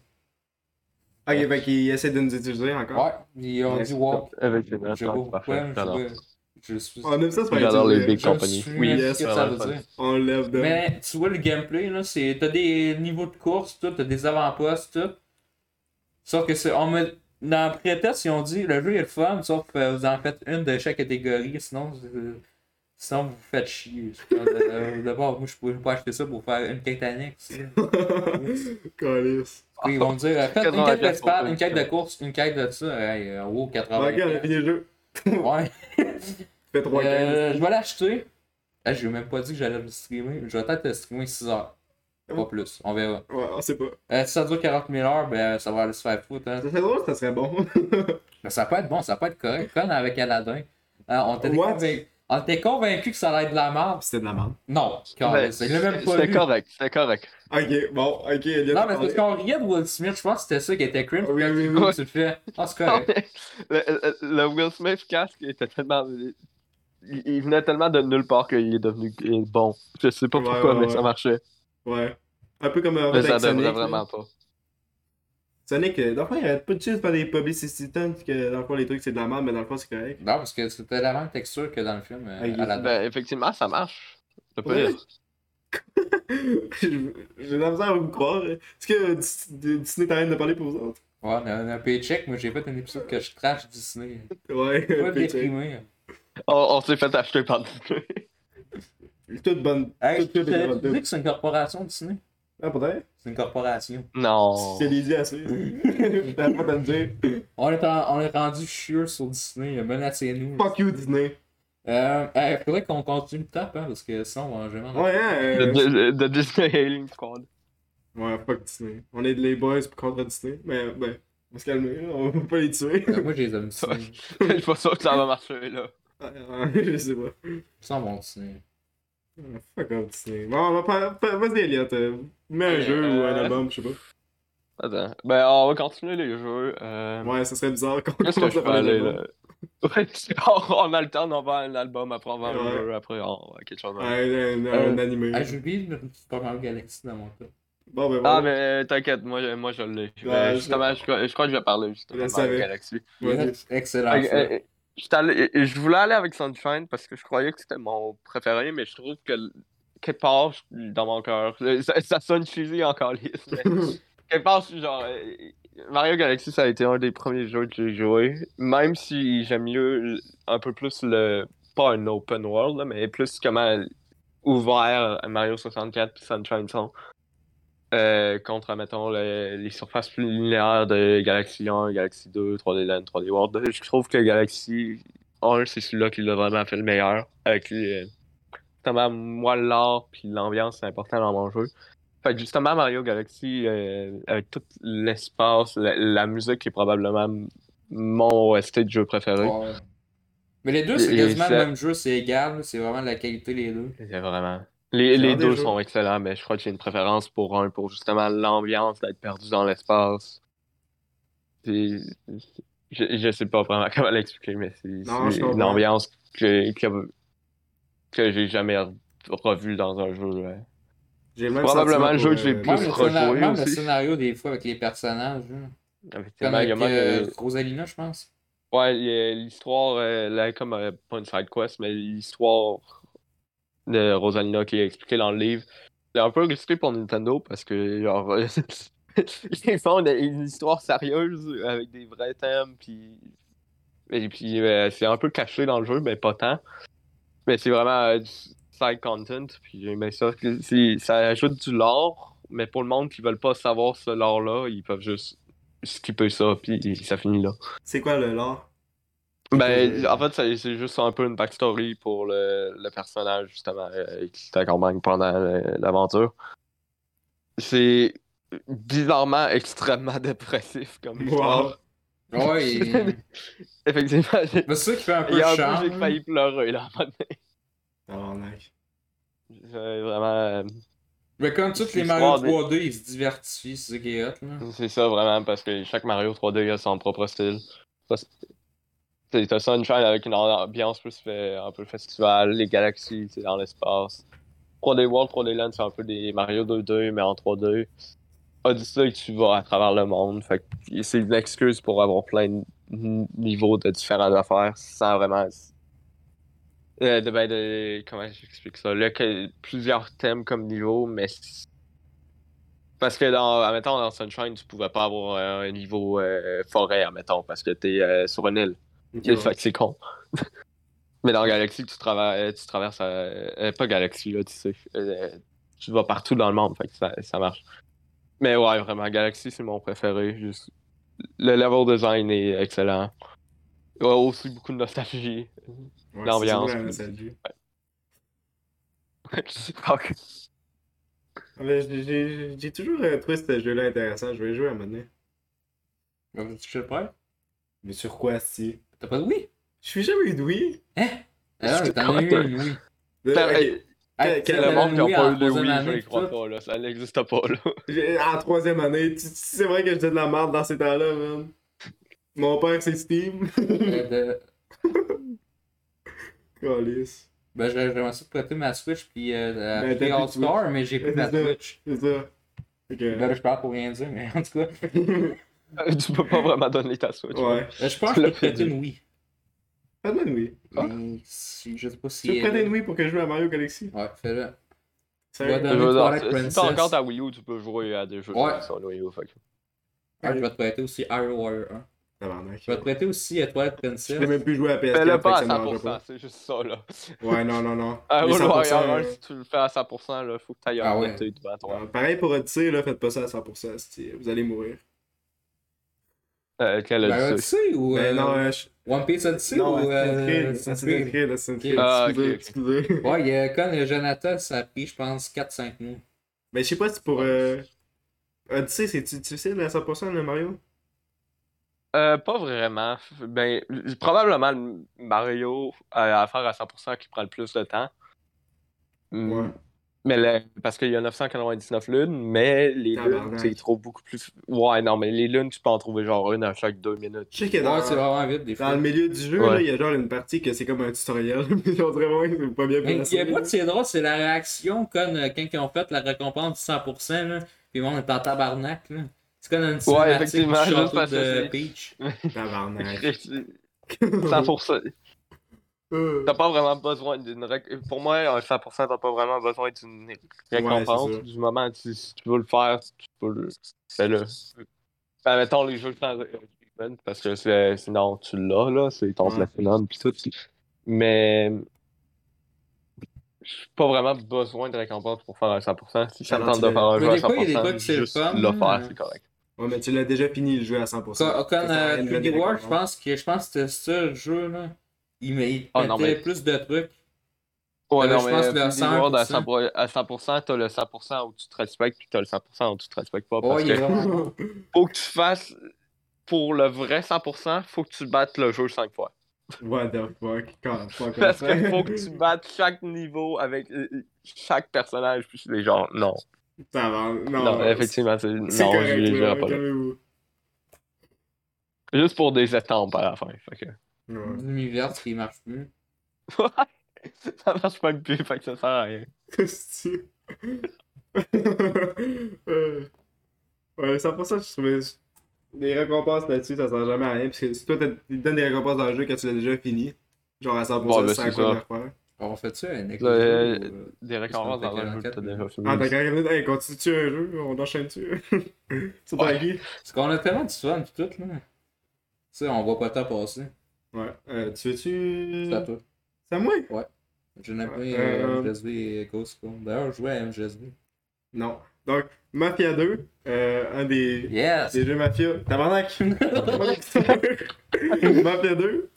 [SPEAKER 2] Ok, fait qu'il essaie de nous utiliser encore.
[SPEAKER 3] Ouais, ils ont
[SPEAKER 2] Mais
[SPEAKER 3] dit
[SPEAKER 2] c'est
[SPEAKER 3] wow.
[SPEAKER 1] Avec les
[SPEAKER 3] Je sais pas
[SPEAKER 1] nations,
[SPEAKER 3] pourquoi, mais
[SPEAKER 1] parfait.
[SPEAKER 3] je
[SPEAKER 1] Non, non.
[SPEAKER 3] sais pas. Je suis.
[SPEAKER 2] On aime ça, c'est
[SPEAKER 1] J'adore les big
[SPEAKER 3] je me
[SPEAKER 1] company.
[SPEAKER 3] souviens
[SPEAKER 1] Oui,
[SPEAKER 3] de
[SPEAKER 1] yes,
[SPEAKER 3] ce que
[SPEAKER 1] ça
[SPEAKER 3] ça
[SPEAKER 1] va
[SPEAKER 3] veut
[SPEAKER 1] le
[SPEAKER 3] dire.
[SPEAKER 2] On lève de.
[SPEAKER 3] Mais tu vois le gameplay, là, c'est. T'as des niveaux de course, tout, t'as des avant-postes, tout. Sauf que c'est. On me... Dans le pré-test, ils ont dit le jeu est le fun, sauf que vous en faites une de chaque catégorie, sinon. vous- Sinon, vous vous faites chier. Euh, D'abord, moi, je pourrais pas acheter ça pour faire une quête annexe. là.
[SPEAKER 2] Calice.
[SPEAKER 3] Puis ils vont me dire faites une
[SPEAKER 1] 80
[SPEAKER 3] quête d'espace,
[SPEAKER 1] pour
[SPEAKER 3] une
[SPEAKER 1] eux.
[SPEAKER 3] quête de course, une quête de ça. Hey, euh, wow,
[SPEAKER 2] Bon,
[SPEAKER 3] 80.
[SPEAKER 2] ok, on a fini le jeu.
[SPEAKER 3] Ouais.
[SPEAKER 2] Fait 3
[SPEAKER 3] Euh, je vais l'acheter. Ah, je lui ai même pas dit que j'allais le streamer. Je vais peut-être le streamer 6 heures. Pas plus, on verra.
[SPEAKER 2] Ouais, on sait pas.
[SPEAKER 3] Euh, si ça dure 40 000 heures, ben ça va aller se faire foutre. Hein.
[SPEAKER 2] Ça serait drôle, ça serait bon.
[SPEAKER 3] Mais ça peut être bon, ça peut être correct. Comme avec Aladdin. Hein, on était
[SPEAKER 2] What?
[SPEAKER 3] convaincu, on était convaincu que ça allait être de la merde.
[SPEAKER 2] C'était de la merde.
[SPEAKER 3] Non,
[SPEAKER 1] Ben,
[SPEAKER 3] carrément. C'est le même pas
[SPEAKER 1] C'était
[SPEAKER 3] vu.
[SPEAKER 1] correct, c'était correct.
[SPEAKER 2] Ok, bon, ok, Eliot.
[SPEAKER 3] Non, mais c'est parce qu'on riait de Will Smith, je pense que c'était ça qui était cringe.
[SPEAKER 2] Oui, oui, oui.
[SPEAKER 3] Puis tu le fais. Ah, c'est correct.
[SPEAKER 1] le, le- le Will Smith casque était tellement. Il, il venait tellement de nulle part qu'il est devenu il est bon. Je sais pas
[SPEAKER 2] Ouais,
[SPEAKER 1] pourquoi,
[SPEAKER 2] ouais,
[SPEAKER 1] mais
[SPEAKER 2] ouais.
[SPEAKER 1] ça marchait.
[SPEAKER 2] Ouais. Un peu comme en fait,
[SPEAKER 1] Mais ça
[SPEAKER 2] avec Sonic.
[SPEAKER 1] devrait
[SPEAKER 2] là.
[SPEAKER 1] vraiment pas.
[SPEAKER 2] Sonic, euh, dans le fond, il arrête pas de chier de faire des publicity stunts, que dans le fond, les trucs c'est de la merde, mais dans le fond, c'est correct.
[SPEAKER 3] Non, parce que c'était la même texture que dans le film euh,
[SPEAKER 2] Ah, il-
[SPEAKER 3] Aladdin.
[SPEAKER 1] Ben, effectivement, ça marche. C'est pas
[SPEAKER 2] Ouais.
[SPEAKER 1] dire.
[SPEAKER 2] J'ai j'ai de la misère à vous croire. Est-ce que Dis- Disney t'arrête de parler pour vous autres?
[SPEAKER 3] Ouais, on a un paycheck. Moi, j'ai fait un épisode que je trash Disney.
[SPEAKER 2] Ouais,
[SPEAKER 3] Pas
[SPEAKER 2] puis check.
[SPEAKER 3] déprimé.
[SPEAKER 1] On, on s'est fait acheter par Disney.
[SPEAKER 2] Toute bonne.
[SPEAKER 3] Hey,
[SPEAKER 2] toute-
[SPEAKER 3] tu
[SPEAKER 2] toute est bonne.
[SPEAKER 3] dit que c'est une corporation, Disney?
[SPEAKER 2] Ah, peut-être?
[SPEAKER 3] C'est une corporation.
[SPEAKER 1] Non.
[SPEAKER 2] Je t'ai dit assez. J'étais pas à te dire.
[SPEAKER 3] On est, en- on est rendu chieux sur Disney, menacez-nous.
[SPEAKER 2] Fuck you, Disney.
[SPEAKER 3] Euh, hey, faudrait qu'on continue le tap, hein, parce que sinon, on va jamais. en-
[SPEAKER 2] Ouais, hein,
[SPEAKER 1] De,
[SPEAKER 2] euh,
[SPEAKER 1] de- de Disney Hailing Squad.
[SPEAKER 2] Ouais, fuck Disney. On est les boys contre Disney. Mais ben, on va se calmer, là. on va pas les tuer.
[SPEAKER 3] Euh, moi, je les aime Disney.
[SPEAKER 1] Je suis pas sûr que ça va marcher, là.
[SPEAKER 2] Ah, ah, Je sais pas.
[SPEAKER 3] Ils sont bons, Disney.
[SPEAKER 2] Ah, Fuck off Disney. Bon, on va pas. pas- Vas-y, Elliot. euh, Mets un
[SPEAKER 1] Euh,
[SPEAKER 2] jeu ou un
[SPEAKER 1] euh,
[SPEAKER 2] album, je sais pas.
[SPEAKER 1] Attends. Ben, on va continuer les jeux. Euh...
[SPEAKER 2] Ouais, ça serait bizarre qu'on
[SPEAKER 1] Qu'est-ce que
[SPEAKER 2] commence
[SPEAKER 1] je
[SPEAKER 2] à
[SPEAKER 1] peux
[SPEAKER 2] parler
[SPEAKER 1] aller,
[SPEAKER 2] d'album.
[SPEAKER 1] là? Ouais, on, on alterne, on va à un album, après on va à un
[SPEAKER 2] Ouais.
[SPEAKER 1] jeu, après on va à quelque chose. d'autre.
[SPEAKER 2] Ouais, un,
[SPEAKER 3] Euh,
[SPEAKER 2] un animé.
[SPEAKER 3] Ah, j'ai oublié le Super Mario Galaxy dans mon cas.
[SPEAKER 2] Bon, ben, bon.
[SPEAKER 1] Ah, mais euh, t'inquiète, moi, je- moi je l'ai.
[SPEAKER 2] Ouais,
[SPEAKER 1] Euh,
[SPEAKER 2] je-
[SPEAKER 1] justement, je, crois- je crois que je vais parler justement
[SPEAKER 2] Je le
[SPEAKER 1] de Mario
[SPEAKER 2] savais.
[SPEAKER 1] Galaxy.
[SPEAKER 2] Vas-y.
[SPEAKER 3] Yes, Excellent.
[SPEAKER 1] Fait que, euh, j'étais allé- je voulais aller avec Sunshine parce que je croyais que c'était mon préféré, mais je trouve que l- quelque part je- dans mon cœur, ça, ça sonne cheesy encore lisse, mais quelque part je suis genre. euh, Mario Galaxy, ça a été un des premiers jeux que j'ai joué, même si j'aime mieux l- un peu plus le. pas un open world, là, mais plus comment ouvert à Mario 64 et Sunshine sont. euh, contre, mettons, le- les surfaces plus linéaires de Galaxy 1, Galaxy 2, 3D Land, 3D World. Euh, Je trouve que Galaxy 1, c'est celui-là qui l'a vraiment fait le meilleur. Avec les, euh, justement, moi, l'art puis l'ambiance, c'est important dans mon jeu. Fait que justement, Mario Galaxy, euh, avec tout l'espace, la, la musique est probablement m- mon OST de jeu préféré.
[SPEAKER 3] Ouais. Mais les deux, c'est
[SPEAKER 1] Et- et
[SPEAKER 3] quasiment le
[SPEAKER 1] ça-
[SPEAKER 3] même jeu, c'est égal, là, c'est vraiment de la qualité, les deux.
[SPEAKER 1] C'est vraiment. Les,
[SPEAKER 2] C'est
[SPEAKER 1] les
[SPEAKER 2] un des
[SPEAKER 1] deux
[SPEAKER 2] jeux.
[SPEAKER 1] sont excellents, mais je crois que j'ai une préférence pour un, pour justement l'ambiance d'être perdu dans l'espace. Puis, je, je sais pas vraiment comment l'expliquer, mais c'est
[SPEAKER 2] Non, je
[SPEAKER 1] c'est
[SPEAKER 2] comprends.
[SPEAKER 1] une ambiance que, que, que j'ai jamais re- revue dans un jeu. euh, ouais.
[SPEAKER 2] J'ai le même
[SPEAKER 1] probablement
[SPEAKER 2] sentiment
[SPEAKER 1] le jeu
[SPEAKER 2] pour,
[SPEAKER 1] que j'ai
[SPEAKER 2] euh,
[SPEAKER 1] plus
[SPEAKER 3] Même, le,
[SPEAKER 1] rejouer
[SPEAKER 3] scénar- même le
[SPEAKER 1] aussi.
[SPEAKER 3] scénario, des fois, avec les personnages. là.
[SPEAKER 1] Effectivement,
[SPEAKER 3] Comme
[SPEAKER 1] il
[SPEAKER 3] avec
[SPEAKER 1] y a même,
[SPEAKER 3] euh,
[SPEAKER 1] euh,
[SPEAKER 3] Rosalina, je pense.
[SPEAKER 1] Ouais, il y a l'histoire, euh, là, comme euh, pas une side quest, mais l'histoire de Rosalina qui est expliquée dans le livre. C'est un peu risqué pour Nintendo parce que, genre, euh, ils font une, une histoire sérieuse avec des vrais thèmes, puis. Et puis, euh, c'est un peu caché dans le jeu, mais pas tant. Mais c'est vraiment euh, du side content, puis j'aimais ça. que c'est- Ça ajoute du lore, mais pour le monde qui veulent pas savoir ce lore-là, ils peuvent juste skipper ça, puis ça finit là.
[SPEAKER 2] C'est quoi le lore
[SPEAKER 1] Ben,
[SPEAKER 2] Euh,
[SPEAKER 1] en fait, c'est c'est juste un peu une backstory pour le, le personnage, justement, euh, qui t'accompagne pendant euh, l'aventure. C'est bizarrement extrêmement dépressif comme
[SPEAKER 2] Wow.
[SPEAKER 1] histoire.
[SPEAKER 3] Ouais, et-
[SPEAKER 1] Effectivement, j'ai-
[SPEAKER 3] mais c'est ça qui fait un
[SPEAKER 1] il
[SPEAKER 3] peu
[SPEAKER 1] y a
[SPEAKER 3] de
[SPEAKER 1] un peu, j'ai
[SPEAKER 3] charme. hein.
[SPEAKER 1] failli pleurer, là.
[SPEAKER 2] Ah, Tabarnak.
[SPEAKER 1] J'ai vraiment... euh,
[SPEAKER 3] Mais comme toutes les
[SPEAKER 1] L'histoire
[SPEAKER 3] Mario
[SPEAKER 1] des-
[SPEAKER 3] 3D, ils se divertissent, c'est ça qui est hot, là.
[SPEAKER 1] C'est ça, vraiment, parce que chaque Mario 3D a son propre style. Ça, c'est- T'as Sunshine avec une ambiance plus fait, un peu festival, les galaxies, c'est dans l'espace. 3D World, 3D Land, c'est un peu des Mario 2D, mais en 3D. Odyssey, tu vas à travers le monde. Fait que c'est une excuse pour avoir plein de n- niveaux de différentes affaires sans vraiment. Euh, de- ben, de- comment j'explique ça? Là, que- plusieurs thèmes comme niveau, mais parce que dans, admettons, dans Sunshine, tu pouvais pas avoir euh, un niveau euh, forêt, admettons, parce que t'es euh, sur une île.
[SPEAKER 2] Ok,
[SPEAKER 1] Fait que c'est con. Mais dans Galaxy, tu, trava- euh, tu traverses. euh, euh, pas Galaxy, là, tu sais. euh, tu vas partout dans le monde, fait que ça, ça marche. Mais ouais, vraiment, Galaxy, c'est mon préféré. juste- Le level design est excellent. Ouais, aussi beaucoup de nostalgie.
[SPEAKER 2] ouais, c'est
[SPEAKER 1] l'ambiance.
[SPEAKER 2] ça, ouais, ça le dit.
[SPEAKER 1] Fuck.
[SPEAKER 2] Mais j'ai- J'ai j'ai toujours euh, trouvé ce jeu-là intéressant. Je vais y jouer à un moment donné.
[SPEAKER 3] Donc, tu fais le prêt?
[SPEAKER 2] Mais sur quoi, si
[SPEAKER 3] T'as pas de oui?
[SPEAKER 2] Je suis jamais eu de oui.
[SPEAKER 3] Ah,
[SPEAKER 1] C'est
[SPEAKER 3] t'en as eu
[SPEAKER 1] correct.
[SPEAKER 3] une oui.
[SPEAKER 1] T'as-
[SPEAKER 2] Ok.
[SPEAKER 1] Ben, hey,
[SPEAKER 3] Hey,
[SPEAKER 2] quel
[SPEAKER 3] tu sais,
[SPEAKER 1] le monde qui
[SPEAKER 3] Louis
[SPEAKER 1] n'a pas
[SPEAKER 3] en
[SPEAKER 1] eu de Wii,
[SPEAKER 3] troisième
[SPEAKER 1] je
[SPEAKER 3] année,
[SPEAKER 1] les crois
[SPEAKER 3] tout.
[SPEAKER 1] pas, là. Ça n'existe pas, là.
[SPEAKER 2] J'ai- En troisième année, tu- tu- c'est vrai que je disais de la merde dans ces temps-là, man. Mon père, c'est Steam.
[SPEAKER 3] Euh, de-
[SPEAKER 2] Calice.
[SPEAKER 3] Ben, j'ai- j'aimerais ça prêter ma Switch puis euh, la
[SPEAKER 2] Ben,
[SPEAKER 3] Play
[SPEAKER 2] t'as plus
[SPEAKER 3] All
[SPEAKER 2] de
[SPEAKER 3] Star, mais j'ai plus ma
[SPEAKER 2] C'est ça.
[SPEAKER 3] Switch.
[SPEAKER 2] C'est ça. Ok.
[SPEAKER 3] Ben, là, je parle pour rien dire, mais en tout cas. euh,
[SPEAKER 1] tu peux pas vraiment donner ta Switch.
[SPEAKER 2] ouais.
[SPEAKER 3] ben, Je pense que je peux te prêter une oui.
[SPEAKER 2] Fais-moi une Wii.
[SPEAKER 3] Mais si- je sais pas
[SPEAKER 2] hein? Tu
[SPEAKER 3] si.
[SPEAKER 2] veux prêter
[SPEAKER 3] euh,
[SPEAKER 2] une Wii pour que je joue à Mario Galaxy
[SPEAKER 3] Ouais, fais-le.
[SPEAKER 2] Sérieux?
[SPEAKER 3] Ouais,
[SPEAKER 1] Je veux dire,
[SPEAKER 3] Twilight
[SPEAKER 1] si
[SPEAKER 3] Princess.
[SPEAKER 1] t'as encore ta Wii U, tu peux jouer à des jeux
[SPEAKER 3] Ouais.
[SPEAKER 1] qui sont sur Wii U. Fait. que-
[SPEAKER 3] Ah, je vais te prêter aussi Iron Warrior 1.
[SPEAKER 2] Tabarnak.
[SPEAKER 3] Je vais te prêter aussi euh, Twilight Princess.
[SPEAKER 2] Je peux même plus jouer à PS4.
[SPEAKER 1] Fais-le pas à
[SPEAKER 2] fait que ça me dérange
[SPEAKER 1] 100%, c'est juste ça, là.
[SPEAKER 2] Ouais, non, non, non.
[SPEAKER 1] Ah,
[SPEAKER 2] Les
[SPEAKER 1] Road
[SPEAKER 2] 100%,
[SPEAKER 1] Warrior,
[SPEAKER 2] euh,
[SPEAKER 1] si tu le fais à 100%, là, faut que t'ailles
[SPEAKER 3] Ah
[SPEAKER 1] en
[SPEAKER 3] ouais.
[SPEAKER 1] été devant toi.
[SPEAKER 2] ouais, Pareil pour Odyssey, là, faites pas ça à 100%, c'est- vous allez mourir.
[SPEAKER 1] Euh, quel
[SPEAKER 3] Ben,
[SPEAKER 1] Odyssey?
[SPEAKER 3] Odyssey ou.
[SPEAKER 2] Mais
[SPEAKER 3] euh,
[SPEAKER 2] non, euh, je...
[SPEAKER 3] One Piece Odyssey
[SPEAKER 2] non,
[SPEAKER 3] ou. euh,
[SPEAKER 2] c'est Assassin's Creed, Assassin's Creed,
[SPEAKER 1] Ah,
[SPEAKER 2] excusez,
[SPEAKER 1] ok, ok.
[SPEAKER 2] excusez.
[SPEAKER 3] Ouais, il y a- quand euh, Jonathan, ça a pris, je pense, 4-5 mois.
[SPEAKER 2] Mais Ben, je sais pas si pour euh... Odyssey, c'est-tu difficile à 100% le Mario?
[SPEAKER 1] Euh, pas vraiment. Ben, j- probablement le Mario à, à faire à 100% qui prend le plus de temps. Mm. Mais le- parce qu'il y a 999 lunes, mais les lunes,
[SPEAKER 2] Tabarnak.
[SPEAKER 1] tu les trouves beaucoup plus. Ouais, non, mais les lunes, tu peux en trouver genre une à chaque deux minutes.
[SPEAKER 2] Je sais que dans,
[SPEAKER 3] Ouais, c'est vraiment vite des
[SPEAKER 2] euh, dans
[SPEAKER 3] fois.
[SPEAKER 2] le milieu du jeu,
[SPEAKER 1] Ouais.
[SPEAKER 2] là, il y a genre une partie que c'est comme un tutoriel, mais on dirait vraiment que c'est pas bien
[SPEAKER 3] Mais il y
[SPEAKER 2] placé.
[SPEAKER 3] a pas de c'est drôle, c'est la réaction quand, euh, quand ils ont fait la récompense du 100%, là, puis bon, on est en tabarnak, là. C'est comme une cinématique
[SPEAKER 1] effectivement,
[SPEAKER 3] du
[SPEAKER 1] juste
[SPEAKER 3] château
[SPEAKER 1] parce que
[SPEAKER 3] de
[SPEAKER 1] c'est-
[SPEAKER 3] Peach.
[SPEAKER 2] Tabarnak.
[SPEAKER 1] 100%. T'as pas vraiment besoin d'une réc- Pour moi, un 100%, t'as pas vraiment besoin d'une récompense.
[SPEAKER 2] c'est ça.
[SPEAKER 1] du moment, tu, si tu veux le faire, tu peux le. Fais-le. Ben, mettons les jeux sans achievement, ben, parce que c'est- sinon, tu l'as, là. C'est ton
[SPEAKER 2] Ouais.
[SPEAKER 1] platinum, pis tout. Mais. J'ai pas vraiment besoin de récompense pour faire un 100%. Si ça me
[SPEAKER 2] Comment
[SPEAKER 1] tente
[SPEAKER 2] tu
[SPEAKER 1] de
[SPEAKER 2] l'as-
[SPEAKER 1] faire un
[SPEAKER 3] Mais
[SPEAKER 1] jeu à
[SPEAKER 3] des fois, il y a des
[SPEAKER 1] 100%,
[SPEAKER 3] fois que c'est le
[SPEAKER 1] juste
[SPEAKER 3] fun,
[SPEAKER 1] le faire,
[SPEAKER 3] mais-
[SPEAKER 1] c'est correct.
[SPEAKER 2] Ouais, mais tu l'as déjà fini le jeu à 100%.
[SPEAKER 3] Quand, quand
[SPEAKER 2] Ça sert à
[SPEAKER 3] euh,
[SPEAKER 2] rien de mettre
[SPEAKER 3] 3D
[SPEAKER 2] des
[SPEAKER 3] World, je
[SPEAKER 2] récompenses.
[SPEAKER 3] pense que je pense que c'était ça le jeu là. Il, me- il
[SPEAKER 1] Ah, non,
[SPEAKER 3] mettait
[SPEAKER 1] mais-
[SPEAKER 3] plus de trucs.
[SPEAKER 1] Ouais,
[SPEAKER 3] Euh,
[SPEAKER 1] non,
[SPEAKER 3] je
[SPEAKER 1] mais
[SPEAKER 3] pense que le
[SPEAKER 1] Fleet World à
[SPEAKER 3] 100%.
[SPEAKER 1] 100%, à 100%, t'as le 100% où tu te respectes, puis t'as le 100% où tu te respectes pas. parce
[SPEAKER 3] Ouais, il est
[SPEAKER 1] que-
[SPEAKER 3] vraiment bon.
[SPEAKER 1] faut que tu fasses pour le vrai 100%, faut que tu battes le jeu 5 fois.
[SPEAKER 2] What the fuck? Quand, fuck comme
[SPEAKER 1] Parce
[SPEAKER 2] ça.
[SPEAKER 1] que faut que tu battes chaque niveau avec euh, euh, chaque personnage. Puis c'est genre, non.
[SPEAKER 2] Ça va, non.
[SPEAKER 1] Non, effectivement, c'est. Non,
[SPEAKER 2] C'est correct,
[SPEAKER 1] je- je
[SPEAKER 2] là,
[SPEAKER 1] dirais pas là.
[SPEAKER 2] calmez-vous.
[SPEAKER 1] Juste pour des étampes à la fin. Fait que...
[SPEAKER 2] Ouais.
[SPEAKER 3] L'univers qui marche plus.
[SPEAKER 1] ça marche pas plus, fait que ça sert à rien.
[SPEAKER 2] Qu'est-ce que tu- Euh, Ouais, 100%, je trouvais. des récompenses là-dessus, ça sert jamais à rien. Parce que si toi, t'as- ils te donnent des récompenses dans le jeu quand tu l'as déjà fini, genre à 100%,
[SPEAKER 1] Bon, ben,
[SPEAKER 2] c'est à
[SPEAKER 1] c'est
[SPEAKER 2] quoi de
[SPEAKER 1] ça.
[SPEAKER 2] le refaire.
[SPEAKER 5] On fait-tu un next
[SPEAKER 1] Le-
[SPEAKER 5] level ou, euh,
[SPEAKER 1] Des récompenses dans un jeu que t'as déjà fini.
[SPEAKER 2] Ah, t'as quand même hey, continue-tu un jeu, on enchaîne-tu C'est pas
[SPEAKER 1] Ouais.
[SPEAKER 2] qui
[SPEAKER 5] Parce qu'on a tellement de fun pis tout, là. Tu sais, on voit pas le temps passer.
[SPEAKER 2] Ouais. Euh, tu
[SPEAKER 5] C'est à
[SPEAKER 2] veux-tu.
[SPEAKER 5] toi.
[SPEAKER 2] C'est à moi
[SPEAKER 5] Je n'ai pas
[SPEAKER 2] Ouais,
[SPEAKER 5] euh,
[SPEAKER 2] euh,
[SPEAKER 5] MGSV Ghost Recon. D'ailleurs, je jouais à MGSV.
[SPEAKER 2] Non. Donc, Mafia 2, euh, un des.
[SPEAKER 5] Yes!
[SPEAKER 2] Des jeux mafia. Tabarnak! mafia 2.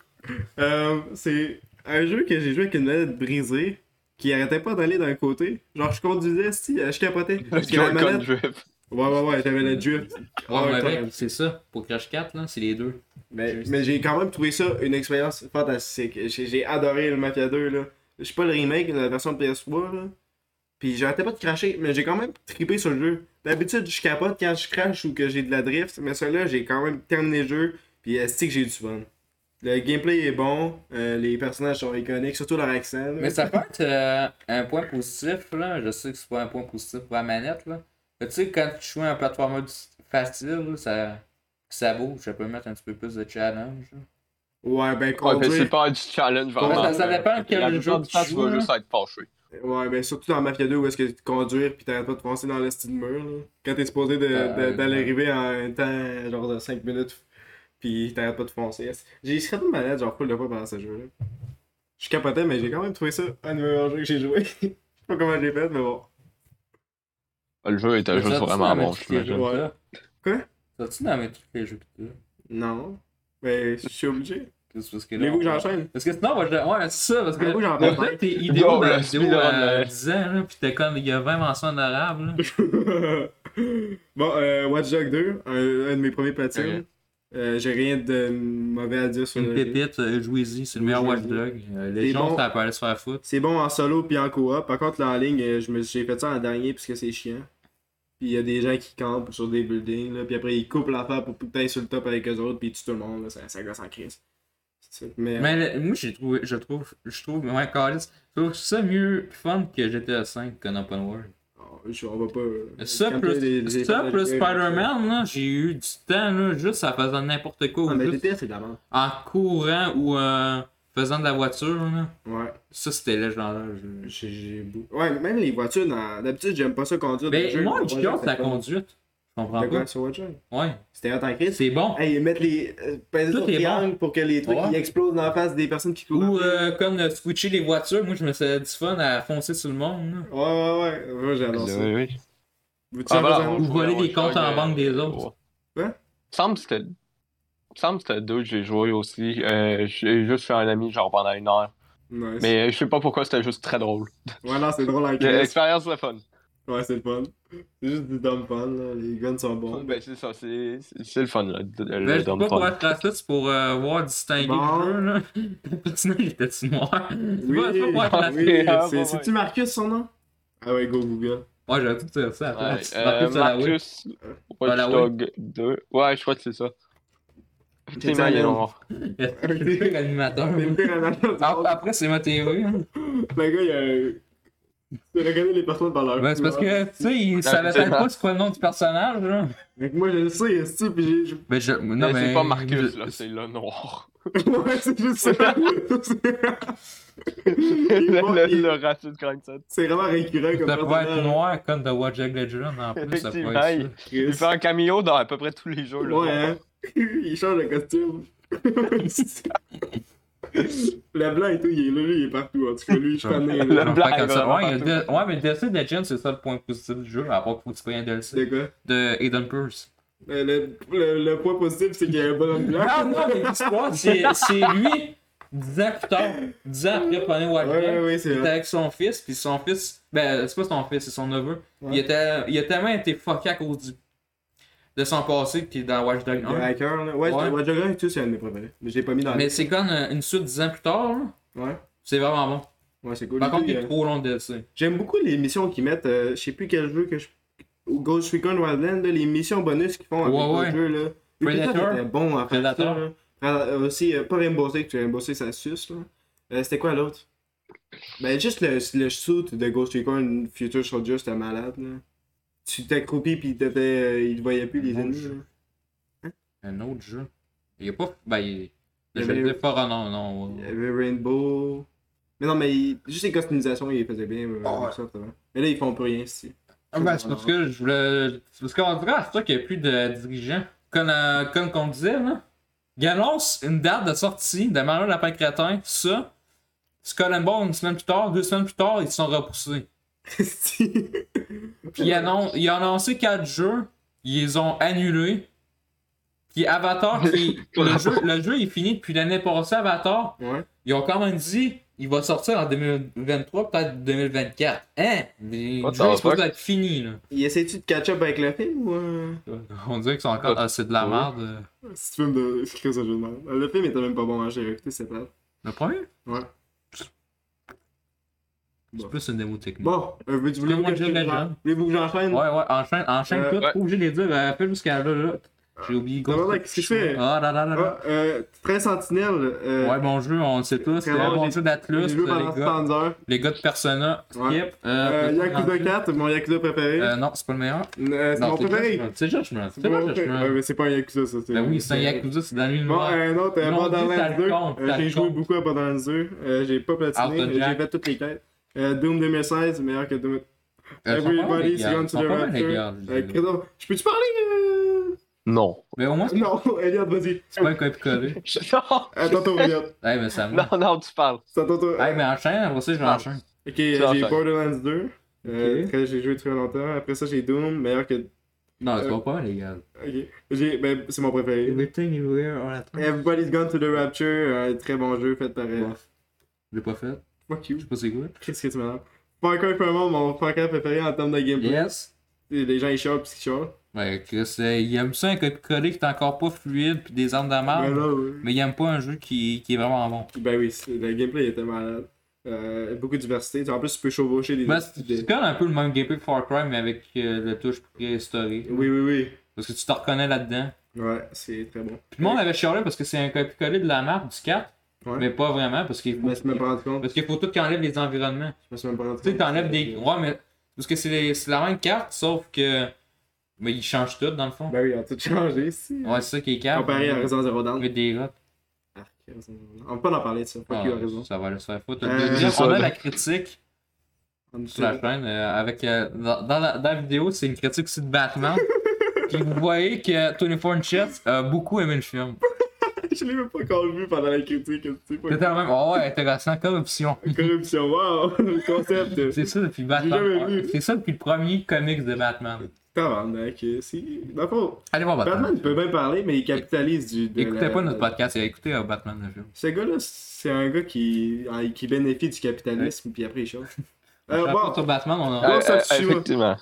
[SPEAKER 2] Euh, c'est un jeu que j'ai joué avec une manette brisée qui arrêtait pas d'aller d'un côté. Genre, je conduisais, si, euh, je capotais. Parce que la
[SPEAKER 1] Joy-Con
[SPEAKER 2] manette.
[SPEAKER 1] Drift.
[SPEAKER 2] Ouais, ouais, ouais, j'avais la drift.
[SPEAKER 3] Ouais, mais
[SPEAKER 2] Ouais, quand
[SPEAKER 3] avec,
[SPEAKER 2] même.
[SPEAKER 3] c'est ça. Pour Crash 4, là, c'est les deux.
[SPEAKER 2] Mais, mais j'ai quand même trouvé ça une expérience fantastique. J'ai j'ai adoré le Mafia 2, là. Je suis pas le remake, la version de PS3, là. Puis j'arrêtais pas de cracher, mais j'ai quand même trippé sur le jeu. D'habitude, je capote quand je crache ou que j'ai de la drift, mais celui-là, j'ai quand même terminé le jeu, puis est que j'ai eu du fun. Le gameplay est bon, euh, les personnages sont iconiques, surtout leur accent. là.
[SPEAKER 5] Mais ça peut être euh, un point positif, là. Je sais que c'est pas un point positif pour la manette, là. Mais tu sais, quand tu joues à un platformer du- facile, là, ça, ça bouge. Ça peut mettre un petit peu plus de challenge. là.
[SPEAKER 2] Ouais, ben
[SPEAKER 1] Ouais, mais
[SPEAKER 2] conduire...
[SPEAKER 1] c'est pas du challenge
[SPEAKER 2] Ouais,
[SPEAKER 1] vraiment.
[SPEAKER 5] ça- ça dépend
[SPEAKER 1] là.
[SPEAKER 5] quel
[SPEAKER 1] La
[SPEAKER 5] jeu
[SPEAKER 1] plupart du
[SPEAKER 5] tu
[SPEAKER 1] temps, tu
[SPEAKER 5] joues,
[SPEAKER 1] vas
[SPEAKER 5] là.
[SPEAKER 1] juste être fâché.
[SPEAKER 2] Ouais, ben surtout dans Mafia 2 où est-ce que tu conduis puis t'arrêtes pas de foncer dans le style mur, là. Quand t'es supposé de,
[SPEAKER 5] Euh,
[SPEAKER 2] de- d'aller
[SPEAKER 5] ouais.
[SPEAKER 2] arriver en un temps, genre de 5 minutes, puis t'arrêtes pas de foncer. J'ai scrapé une manette, genre, full de fois pendant ce jeu-là. Je capotais, mais j'ai quand même trouvé ça un des meilleurs jeux que j'ai joué. Je sais pas comment j'ai fait, mais bon.
[SPEAKER 1] Le jeu était juste
[SPEAKER 5] Ça, tu
[SPEAKER 1] vraiment
[SPEAKER 5] dans mes
[SPEAKER 1] bon,
[SPEAKER 5] trucs les jeux
[SPEAKER 1] j'imagine.
[SPEAKER 5] que t'as?
[SPEAKER 2] Quoi?
[SPEAKER 5] T'as-tu dans mes trucs les jeux que t'as?
[SPEAKER 2] Non. Mais je suis obligé.
[SPEAKER 5] Qu'est-ce- parce que là,
[SPEAKER 2] Voulez-vous que
[SPEAKER 5] on-
[SPEAKER 2] j'enchaîne?
[SPEAKER 5] Parce que sinon, moi, je... ouais, c'est ça, parce que. ben,
[SPEAKER 2] Voulez-vous que j'en
[SPEAKER 3] On
[SPEAKER 2] parle?
[SPEAKER 3] dirait que t'es idéaux
[SPEAKER 1] Yo,
[SPEAKER 3] dans
[SPEAKER 1] le
[SPEAKER 3] la vidéo
[SPEAKER 1] speedrun,
[SPEAKER 3] à
[SPEAKER 1] euh,
[SPEAKER 3] 10 ans, là, pis t'es comme, il y a 20 mentions honorables, là.
[SPEAKER 2] bon, euh, Watch Dogs 2, un, un de mes premiers platines.
[SPEAKER 1] Ok.
[SPEAKER 2] Euh, j'ai rien de mauvais à dire sur
[SPEAKER 3] Une
[SPEAKER 2] le jeu.
[SPEAKER 3] pépite, euh, jouez-y, c'est le meilleur Watch
[SPEAKER 2] Jouez-y.
[SPEAKER 3] Dog. Euh, les
[SPEAKER 2] C'est
[SPEAKER 3] gens,
[SPEAKER 2] bon.
[SPEAKER 3] ça peut aller se faire foutre.
[SPEAKER 2] C'est bon en solo puis en coop. Par contre, là, en ligne, euh, je me- j'ai fait ça en dernier parce que c'est chiant. Puis il y a des gens qui campent sur des buildings, là, puis après ils coupent l'affaire pour putain sur le top avec eux autres, puis ils tuent tout le monde, là, ça, ça gosse en crise. C'est ça. Mais,
[SPEAKER 3] Mais le- moi, j'ai trouvé, je trouve, je trouve, ouais, Carlis, je trouve ça mieux fun que GTA V qu'un Open World.
[SPEAKER 2] oh, je- on va pas. euh,
[SPEAKER 3] Ça
[SPEAKER 2] camper
[SPEAKER 3] plus,
[SPEAKER 2] les- les-
[SPEAKER 3] ça
[SPEAKER 2] les-
[SPEAKER 3] plus
[SPEAKER 2] les-
[SPEAKER 3] Spider-Man, là, j'ai eu du temps, là, juste en faisant n'importe quoi,
[SPEAKER 2] Ah,
[SPEAKER 3] ou
[SPEAKER 2] mais
[SPEAKER 3] juste
[SPEAKER 2] TTS, c'est de la merde.
[SPEAKER 3] en courant ou en faisant de la voiture, là.
[SPEAKER 2] Ouais,
[SPEAKER 3] Ça, c'était légendaire. je-
[SPEAKER 2] j'ai- j'ai beaucoup. Ouais, mais même les voitures, dans- d'habitude, j'aime pas ça conduire. dans
[SPEAKER 3] Mais
[SPEAKER 2] le jeu,
[SPEAKER 3] Ben, moi,
[SPEAKER 2] mais
[SPEAKER 3] je
[SPEAKER 2] Watch
[SPEAKER 3] garde
[SPEAKER 2] Dogs,
[SPEAKER 3] la
[SPEAKER 2] c'est
[SPEAKER 3] conduite. Je comprends
[SPEAKER 2] fun. De
[SPEAKER 3] pas.
[SPEAKER 2] quoi sur Watch Dogs?
[SPEAKER 3] Ouais,
[SPEAKER 2] C'était hot en crise.
[SPEAKER 3] c'est bon.
[SPEAKER 2] Hey, mettre les. euh, peser
[SPEAKER 3] Tout
[SPEAKER 2] sur
[SPEAKER 3] est bon.
[SPEAKER 2] triangle pour que les trucs
[SPEAKER 3] Ouais.
[SPEAKER 2] ils explosent dans la face des personnes qui courent.
[SPEAKER 3] Ou euh, comme euh, switcher les voitures, moi, je me faisais du fun à foncer sur le monde, là.
[SPEAKER 2] Ouais, ouais, ouais. Moi, j'adore ça.
[SPEAKER 1] Oui, oui.
[SPEAKER 2] Vous-tu
[SPEAKER 1] Ah,
[SPEAKER 2] en
[SPEAKER 1] voilà,
[SPEAKER 2] faisant-
[SPEAKER 1] on
[SPEAKER 3] Ou voler
[SPEAKER 1] jouait à
[SPEAKER 3] les comptes
[SPEAKER 1] Watch
[SPEAKER 3] en
[SPEAKER 1] Dogs,
[SPEAKER 3] banque
[SPEAKER 1] euh,
[SPEAKER 3] des autres.
[SPEAKER 1] ouais.
[SPEAKER 2] Hein?
[SPEAKER 1] Semble que c'était. Semble que c'était deux que j'ai joué aussi. Euh, j'ai juste fait un ami genre pendant une heure.
[SPEAKER 2] Nice.
[SPEAKER 1] Mais euh, je sais pas pourquoi c'était juste très drôle.
[SPEAKER 2] Ouais, non, c'est drôle en crise.
[SPEAKER 1] L'expérience le fun.
[SPEAKER 2] Ouais, c'est le fun. C'est juste du dumb fun, là. Les guns sont bons.
[SPEAKER 1] Ben c'est ça, c'est c'est le fun là. d- Le,
[SPEAKER 3] Ben, je sais
[SPEAKER 1] dumb
[SPEAKER 3] pas
[SPEAKER 1] fun.
[SPEAKER 3] pour être raciste, c'est pour euh, voir distinguer
[SPEAKER 2] Bon.
[SPEAKER 3] le jeu, là. Le personnage était-tu noir?
[SPEAKER 2] Oui,
[SPEAKER 3] Ouais, je sais pas pour être
[SPEAKER 1] non,
[SPEAKER 3] raciste.
[SPEAKER 1] oui.
[SPEAKER 2] c'est-
[SPEAKER 1] Ah,
[SPEAKER 2] c'est-
[SPEAKER 1] ouais,
[SPEAKER 2] C'est-tu Marcus, son nom? Ah ouais, go Google.
[SPEAKER 3] Ouais, j'aurais tout dire ça après.
[SPEAKER 1] Ouais,
[SPEAKER 3] Tu marques
[SPEAKER 1] euh,
[SPEAKER 3] sur la web.
[SPEAKER 1] Marcus, Watch
[SPEAKER 3] Voilà, oui.
[SPEAKER 1] Dog 2. Ouais, je crois que c'est ça.
[SPEAKER 2] C'est
[SPEAKER 1] C'est
[SPEAKER 2] ça,
[SPEAKER 1] il est
[SPEAKER 2] Léon.
[SPEAKER 1] noir.
[SPEAKER 3] Le pire animateur.
[SPEAKER 2] C'est le pire analogue du
[SPEAKER 3] Ah,
[SPEAKER 2] monde.
[SPEAKER 3] Après, c'est ma théorie. hein.
[SPEAKER 2] Le gars, il a. Tu regarder les personnes par leur.
[SPEAKER 3] Ouais, Ben, c'est parce que, tu sais, il savait peut-être pas c'est quoi le nom du personnage, là.
[SPEAKER 2] Fait que moi, je le sais, c'est pis j'ai. j'ai-
[SPEAKER 3] Ben, je... non,
[SPEAKER 1] Mais
[SPEAKER 3] mais...
[SPEAKER 1] c'est pas Marcus là, c'est le noir.
[SPEAKER 2] Ouais, c'est juste ça.
[SPEAKER 1] le,
[SPEAKER 2] Ils vont-
[SPEAKER 1] le,
[SPEAKER 2] ils-
[SPEAKER 1] le raciste Grand Set.
[SPEAKER 2] C'est vraiment récurrent comme
[SPEAKER 3] Ça pourrait être
[SPEAKER 2] personnage.
[SPEAKER 3] noir comme The Watch Jack Legend en plus, ça pourrait
[SPEAKER 1] Effectivement,
[SPEAKER 3] être
[SPEAKER 1] il,
[SPEAKER 3] ça.
[SPEAKER 1] il fait un cameo dans à peu près tous les jeux là.
[SPEAKER 2] Ouais, hein? il change de costume. le blanc et tout, il est là, lui, il est partout. En tout cas, lui, je connais.
[SPEAKER 1] Le
[SPEAKER 3] Genre,
[SPEAKER 1] blanc,
[SPEAKER 3] pas comme
[SPEAKER 1] il va
[SPEAKER 3] ça.
[SPEAKER 1] vraiment
[SPEAKER 3] Ouais, il y a le
[SPEAKER 1] partout.
[SPEAKER 3] D- ouais, mais le DLC de Legend, c'est ça le point positif du jeu, à part qu'il faut que tu payes un DLC.
[SPEAKER 2] C'est quoi?
[SPEAKER 3] De Aiden Pierce.
[SPEAKER 2] Euh, Le, le, le point positif, c'est qu'il y a un bonhomme blanc.
[SPEAKER 3] Non, non, mais l'histoire, c'est c'est lui, 10 ans plus tard, 10 ans après Prenez Watch
[SPEAKER 2] Ouais, ouais,
[SPEAKER 3] Jack,
[SPEAKER 2] ouais, c'est
[SPEAKER 3] il était
[SPEAKER 2] vrai.
[SPEAKER 3] avec son fils, puis son fils, ben, c'est pas son fils, c'est son neveu.
[SPEAKER 2] Ouais.
[SPEAKER 3] Il, était, il a tellement été fucké à cause du, de son passé, puis dans Watch Dog
[SPEAKER 2] Le
[SPEAKER 3] 1.
[SPEAKER 2] hacker, là. Ouais,
[SPEAKER 3] Ouais.
[SPEAKER 2] ouais. Watch Dogs et tout, c'est un de mes préférés. Mais je l'ai pas mis dans
[SPEAKER 3] Mais c'est comme euh, une suite 10 ans plus tard, là,
[SPEAKER 2] le. Ouais.
[SPEAKER 3] c'est vraiment bon.
[SPEAKER 2] Ouais, c'est cool.
[SPEAKER 3] Par contre,
[SPEAKER 2] Lui,
[SPEAKER 3] il est
[SPEAKER 2] euh,
[SPEAKER 3] trop long le DLC.
[SPEAKER 2] J'aime beaucoup les missions qu'ils mettent. euh, je sais plus quel jeu que je. Ou Ghost Recon Wildland, là, les missions bonus qu'ils font avec
[SPEAKER 3] Ouais,
[SPEAKER 2] le
[SPEAKER 3] ouais.
[SPEAKER 2] jeu. Là. Mais
[SPEAKER 3] Predator.
[SPEAKER 2] putain, c'était bon à faire
[SPEAKER 3] Predator.
[SPEAKER 2] ça, là. Preda- euh, aussi, euh, pas Rainbow Six, parce que Rainbow Six, ça suce. Là. Euh, c'était quoi l'autre Ben, juste le, le shoot de Ghost Recon Future Soldier, c'était malade. Là. Tu t'accroupis, puis t'étais, euh, il te voyait plus les
[SPEAKER 3] Bon
[SPEAKER 2] ennemis.
[SPEAKER 3] jeu.
[SPEAKER 2] là. Hein?
[SPEAKER 3] Un autre jeu. Il y a pas. Ben, il...
[SPEAKER 2] Il y
[SPEAKER 3] Je vais
[SPEAKER 2] avait-
[SPEAKER 3] dire pas non, non.
[SPEAKER 2] Il y avait Rainbow. Mais non, mais il- juste les customisations, ils les faisaient bien. euh,
[SPEAKER 5] Ah ouais.
[SPEAKER 2] Microsoft, avant. Mais là, ils font plus rien, si.
[SPEAKER 3] Ah, ben, c'est parce que je voulais. c'est Parce qu'en tout cas, c'est toi qu'il n'y a plus de dirigeants. Comme, euh, comme qu'on disait, là. Il annonce une date de sortie de Mario Lapin Crétin, ça. Skull and Bones, une semaine plus tard, deux semaines plus tard, ils se sont repoussés.
[SPEAKER 2] Si.
[SPEAKER 3] Puis il, annon- il a annoncé quatre jeux, ils les ont annulés. Puis Avatar, qui- le, jeu, le jeu est fini depuis l'année passée, Avatar.
[SPEAKER 2] Ouais.
[SPEAKER 3] Ils ont quand même dit il va sortir en 2023, peut-être 2024. Hein Mais
[SPEAKER 1] What
[SPEAKER 3] le
[SPEAKER 1] the
[SPEAKER 3] jeu est supposé
[SPEAKER 1] fuck?
[SPEAKER 3] être fini, là.
[SPEAKER 2] Il essaie-tu de catch up avec le film ou. euh,
[SPEAKER 3] On dirait qu'ils sont encore. Ah, c'est de la
[SPEAKER 1] Ouais.
[SPEAKER 3] merde.
[SPEAKER 2] C'est film de. C'est que ça, je demande. Le film était même pas bon, hein, j'ai écouté, c'est pas.
[SPEAKER 3] Le premier
[SPEAKER 2] Ouais.
[SPEAKER 3] C'est plus une démo technique.
[SPEAKER 2] Bon, euh, veux- voulez-vous
[SPEAKER 3] Comment
[SPEAKER 2] que
[SPEAKER 3] dire,
[SPEAKER 2] je-
[SPEAKER 3] Jean?
[SPEAKER 2] voulez-vous que j'enchaîne
[SPEAKER 3] Ouais, ouais, enchaîne, enchaîne
[SPEAKER 2] Euh,
[SPEAKER 3] tout.
[SPEAKER 1] ouais.
[SPEAKER 3] Pas obligé de les dire. euh, Fais jusqu'à là, là. J'ai oublié.
[SPEAKER 2] Non, non, qu'est-ce que je fais?
[SPEAKER 3] Ah, là, là, là, là.
[SPEAKER 2] Ah, euh, Train Sentinelle. Euh,
[SPEAKER 3] Ouais, bon jeu, on le sait tous.
[SPEAKER 2] très
[SPEAKER 3] C'est un
[SPEAKER 2] bon,
[SPEAKER 3] bon
[SPEAKER 2] j'ai-
[SPEAKER 3] jeu d'Atlus,
[SPEAKER 2] j'ai
[SPEAKER 3] les
[SPEAKER 2] joué pendant
[SPEAKER 3] gars.
[SPEAKER 2] 70 heures.
[SPEAKER 3] Les gars de Persona, skip.
[SPEAKER 2] Ouais.
[SPEAKER 3] Euh,
[SPEAKER 2] Euh, Yakuza
[SPEAKER 3] Yakuza
[SPEAKER 2] 4, mon Yakuza préféré.
[SPEAKER 3] Euh, non, c'est pas le meilleur.
[SPEAKER 2] Euh, c'est
[SPEAKER 3] Non,
[SPEAKER 2] mon
[SPEAKER 3] c'est
[SPEAKER 2] préféré.
[SPEAKER 3] Judgment. C'est Judgment.
[SPEAKER 2] C'est
[SPEAKER 3] C'est
[SPEAKER 2] mon
[SPEAKER 3] pas
[SPEAKER 2] préféré. Ouais,
[SPEAKER 3] Judgment.
[SPEAKER 2] mais c'est pas un Yakuza, ça.
[SPEAKER 3] Ben oui, c'est un Yakuza, c'est dans l'une
[SPEAKER 2] Bon,
[SPEAKER 3] noire.
[SPEAKER 2] un autre, euh,
[SPEAKER 3] Ils l'ont dit, ça
[SPEAKER 2] Borderlands
[SPEAKER 3] le
[SPEAKER 2] 2.
[SPEAKER 3] compte,
[SPEAKER 2] Euh,
[SPEAKER 3] ça
[SPEAKER 2] j'ai
[SPEAKER 3] le
[SPEAKER 2] joué
[SPEAKER 3] compte.
[SPEAKER 2] beaucoup à Borderlands 2. Euh, j'ai pas platiné.
[SPEAKER 3] Out of
[SPEAKER 2] euh, J'ai
[SPEAKER 3] Jack.
[SPEAKER 2] fait toutes les quêtes. Euh, Doom 2016, meilleur que Doom. euh,
[SPEAKER 3] Elles sont pas mal, Euh,
[SPEAKER 2] Everybody's
[SPEAKER 3] les gars.
[SPEAKER 2] Gone
[SPEAKER 3] Elles
[SPEAKER 2] to
[SPEAKER 3] sont
[SPEAKER 2] the
[SPEAKER 3] pas mal, les
[SPEAKER 2] Rapture.
[SPEAKER 3] gars, je
[SPEAKER 2] Euh,
[SPEAKER 3] dis.
[SPEAKER 2] Christophe, Je peux-tu parler
[SPEAKER 1] Non.
[SPEAKER 3] Mais au moins,
[SPEAKER 2] euh, Non, Elliot, vas-y.
[SPEAKER 3] c'est pas un copier-coller.
[SPEAKER 1] Je- Non,
[SPEAKER 2] À ton tour, Elliot.
[SPEAKER 3] Hey, mais ça me.
[SPEAKER 1] non, non, tu parles.
[SPEAKER 2] C'est à ton tour.
[SPEAKER 3] Hey, mais enchaîne, après ça, je
[SPEAKER 2] Ah.
[SPEAKER 3] l'enchaîne.
[SPEAKER 2] Ok, euh, j'ai
[SPEAKER 1] l'enchaînes.
[SPEAKER 2] Borderlands 2. euh,
[SPEAKER 3] Ok.
[SPEAKER 2] que j'ai joué très longtemps. Après ça, j'ai Doom, meilleur que.
[SPEAKER 3] Non, c'est pas pas mal, les gars.
[SPEAKER 2] Ok. J'ai- ben, c'est mon préféré.
[SPEAKER 3] Everything Everywhere All At
[SPEAKER 2] Everybody's Gone to the Rapture, un très bon jeu fait par. euh,
[SPEAKER 3] Bof. Je l'ai pas fait.
[SPEAKER 2] Fuck you.
[SPEAKER 3] Je sais pas c'est quoi.
[SPEAKER 2] Qu'est-ce que tu m'as Far Cry Primal, mon Far Cry préféré en termes de gameplay.
[SPEAKER 3] Yes.
[SPEAKER 2] Et Les gens ils chialent pis ils chialent.
[SPEAKER 3] Ouais, Chris, euh, il aime ça un copier-coller qui est encore pas fluide pis des armes de
[SPEAKER 2] Ben,
[SPEAKER 3] merde.
[SPEAKER 2] là, oui.
[SPEAKER 3] Mais il aime pas un jeu qui, qui est vraiment bon.
[SPEAKER 2] ben oui, c'est- le gameplay était malade. Euh, beaucoup de diversité. En plus, tu peux chevaucher des.
[SPEAKER 3] Ben, c'est
[SPEAKER 2] des-
[SPEAKER 3] c'est comme un peu le même gameplay que Far Cry, mais avec euh, le touche préhistorique.
[SPEAKER 2] Oui, oui,
[SPEAKER 3] Parce que tu te reconnais là-dedans.
[SPEAKER 2] oui. Ouais, c'est très bon.
[SPEAKER 3] Puis le monde avait chialé parce que c'est un copier-coller de la map du 4.
[SPEAKER 2] Ouais.
[SPEAKER 3] Mais pas vraiment, parce qu'il
[SPEAKER 2] Je
[SPEAKER 3] faut,
[SPEAKER 2] me suis même pas rendu compte.
[SPEAKER 3] parce qu'il faut tout qu'il enlève les environnements.
[SPEAKER 2] Je me suis même pas rendu
[SPEAKER 3] Tu sais,
[SPEAKER 2] compte.
[SPEAKER 3] t'enlèves des. Ouais, mais. Parce que c'est les- c'est la même carte, sauf que. Mais ils changent tout, dans le fond.
[SPEAKER 2] Ben oui, on a tout changé ici.
[SPEAKER 3] Ouais, c'est ça qui est calme.
[SPEAKER 2] Comparé à Resident Zero Dawn.
[SPEAKER 3] Avec des rottes.
[SPEAKER 2] Arc, Horizon Zero Dawn. On peut pas en parler de ça.
[SPEAKER 3] Ah.
[SPEAKER 2] Fuck you, Horizon.
[SPEAKER 3] ça va le faire foutre.
[SPEAKER 2] Euh,
[SPEAKER 3] Le
[SPEAKER 2] c'est
[SPEAKER 3] deuxième,
[SPEAKER 1] ça,
[SPEAKER 3] on a
[SPEAKER 1] là.
[SPEAKER 3] la critique
[SPEAKER 2] On
[SPEAKER 3] sur la chaîne. euh, avec, euh, dans, dans la, dans la vidéo, c'est une critique aussi de Batman. Puis vous voyez que 24 Chess a beaucoup aimé le film.
[SPEAKER 2] Je l'ai même pas encore vu pendant la critique. C'est pas
[SPEAKER 3] C'était quand même. Oh ouais, intéressant comme option.
[SPEAKER 2] corruption. Wow! Concept.
[SPEAKER 3] C'est ça depuis
[SPEAKER 2] jamais
[SPEAKER 3] Batman.
[SPEAKER 2] vu.
[SPEAKER 3] C'est ça depuis le premier comics de Batman.
[SPEAKER 2] Tabarnak. euh, Si. Dans le fond,
[SPEAKER 3] Allez voir Batman.
[SPEAKER 2] Batman, il peut bien parler, mais il capitalise du. de
[SPEAKER 3] Écoutez
[SPEAKER 2] la-
[SPEAKER 3] pas notre podcast, écoutez euh, Batman le film.
[SPEAKER 2] Ce gars-là, c'est un gars qui, en- qui bénéficie du capitalisme, puis après il chauffe.
[SPEAKER 3] Je
[SPEAKER 2] Euh,
[SPEAKER 3] raconte
[SPEAKER 2] bon,
[SPEAKER 3] sur Batman, on a
[SPEAKER 2] Ah, Ouais.
[SPEAKER 1] Euh,
[SPEAKER 2] ça,
[SPEAKER 1] euh,
[SPEAKER 2] tu vois.
[SPEAKER 1] effectivement.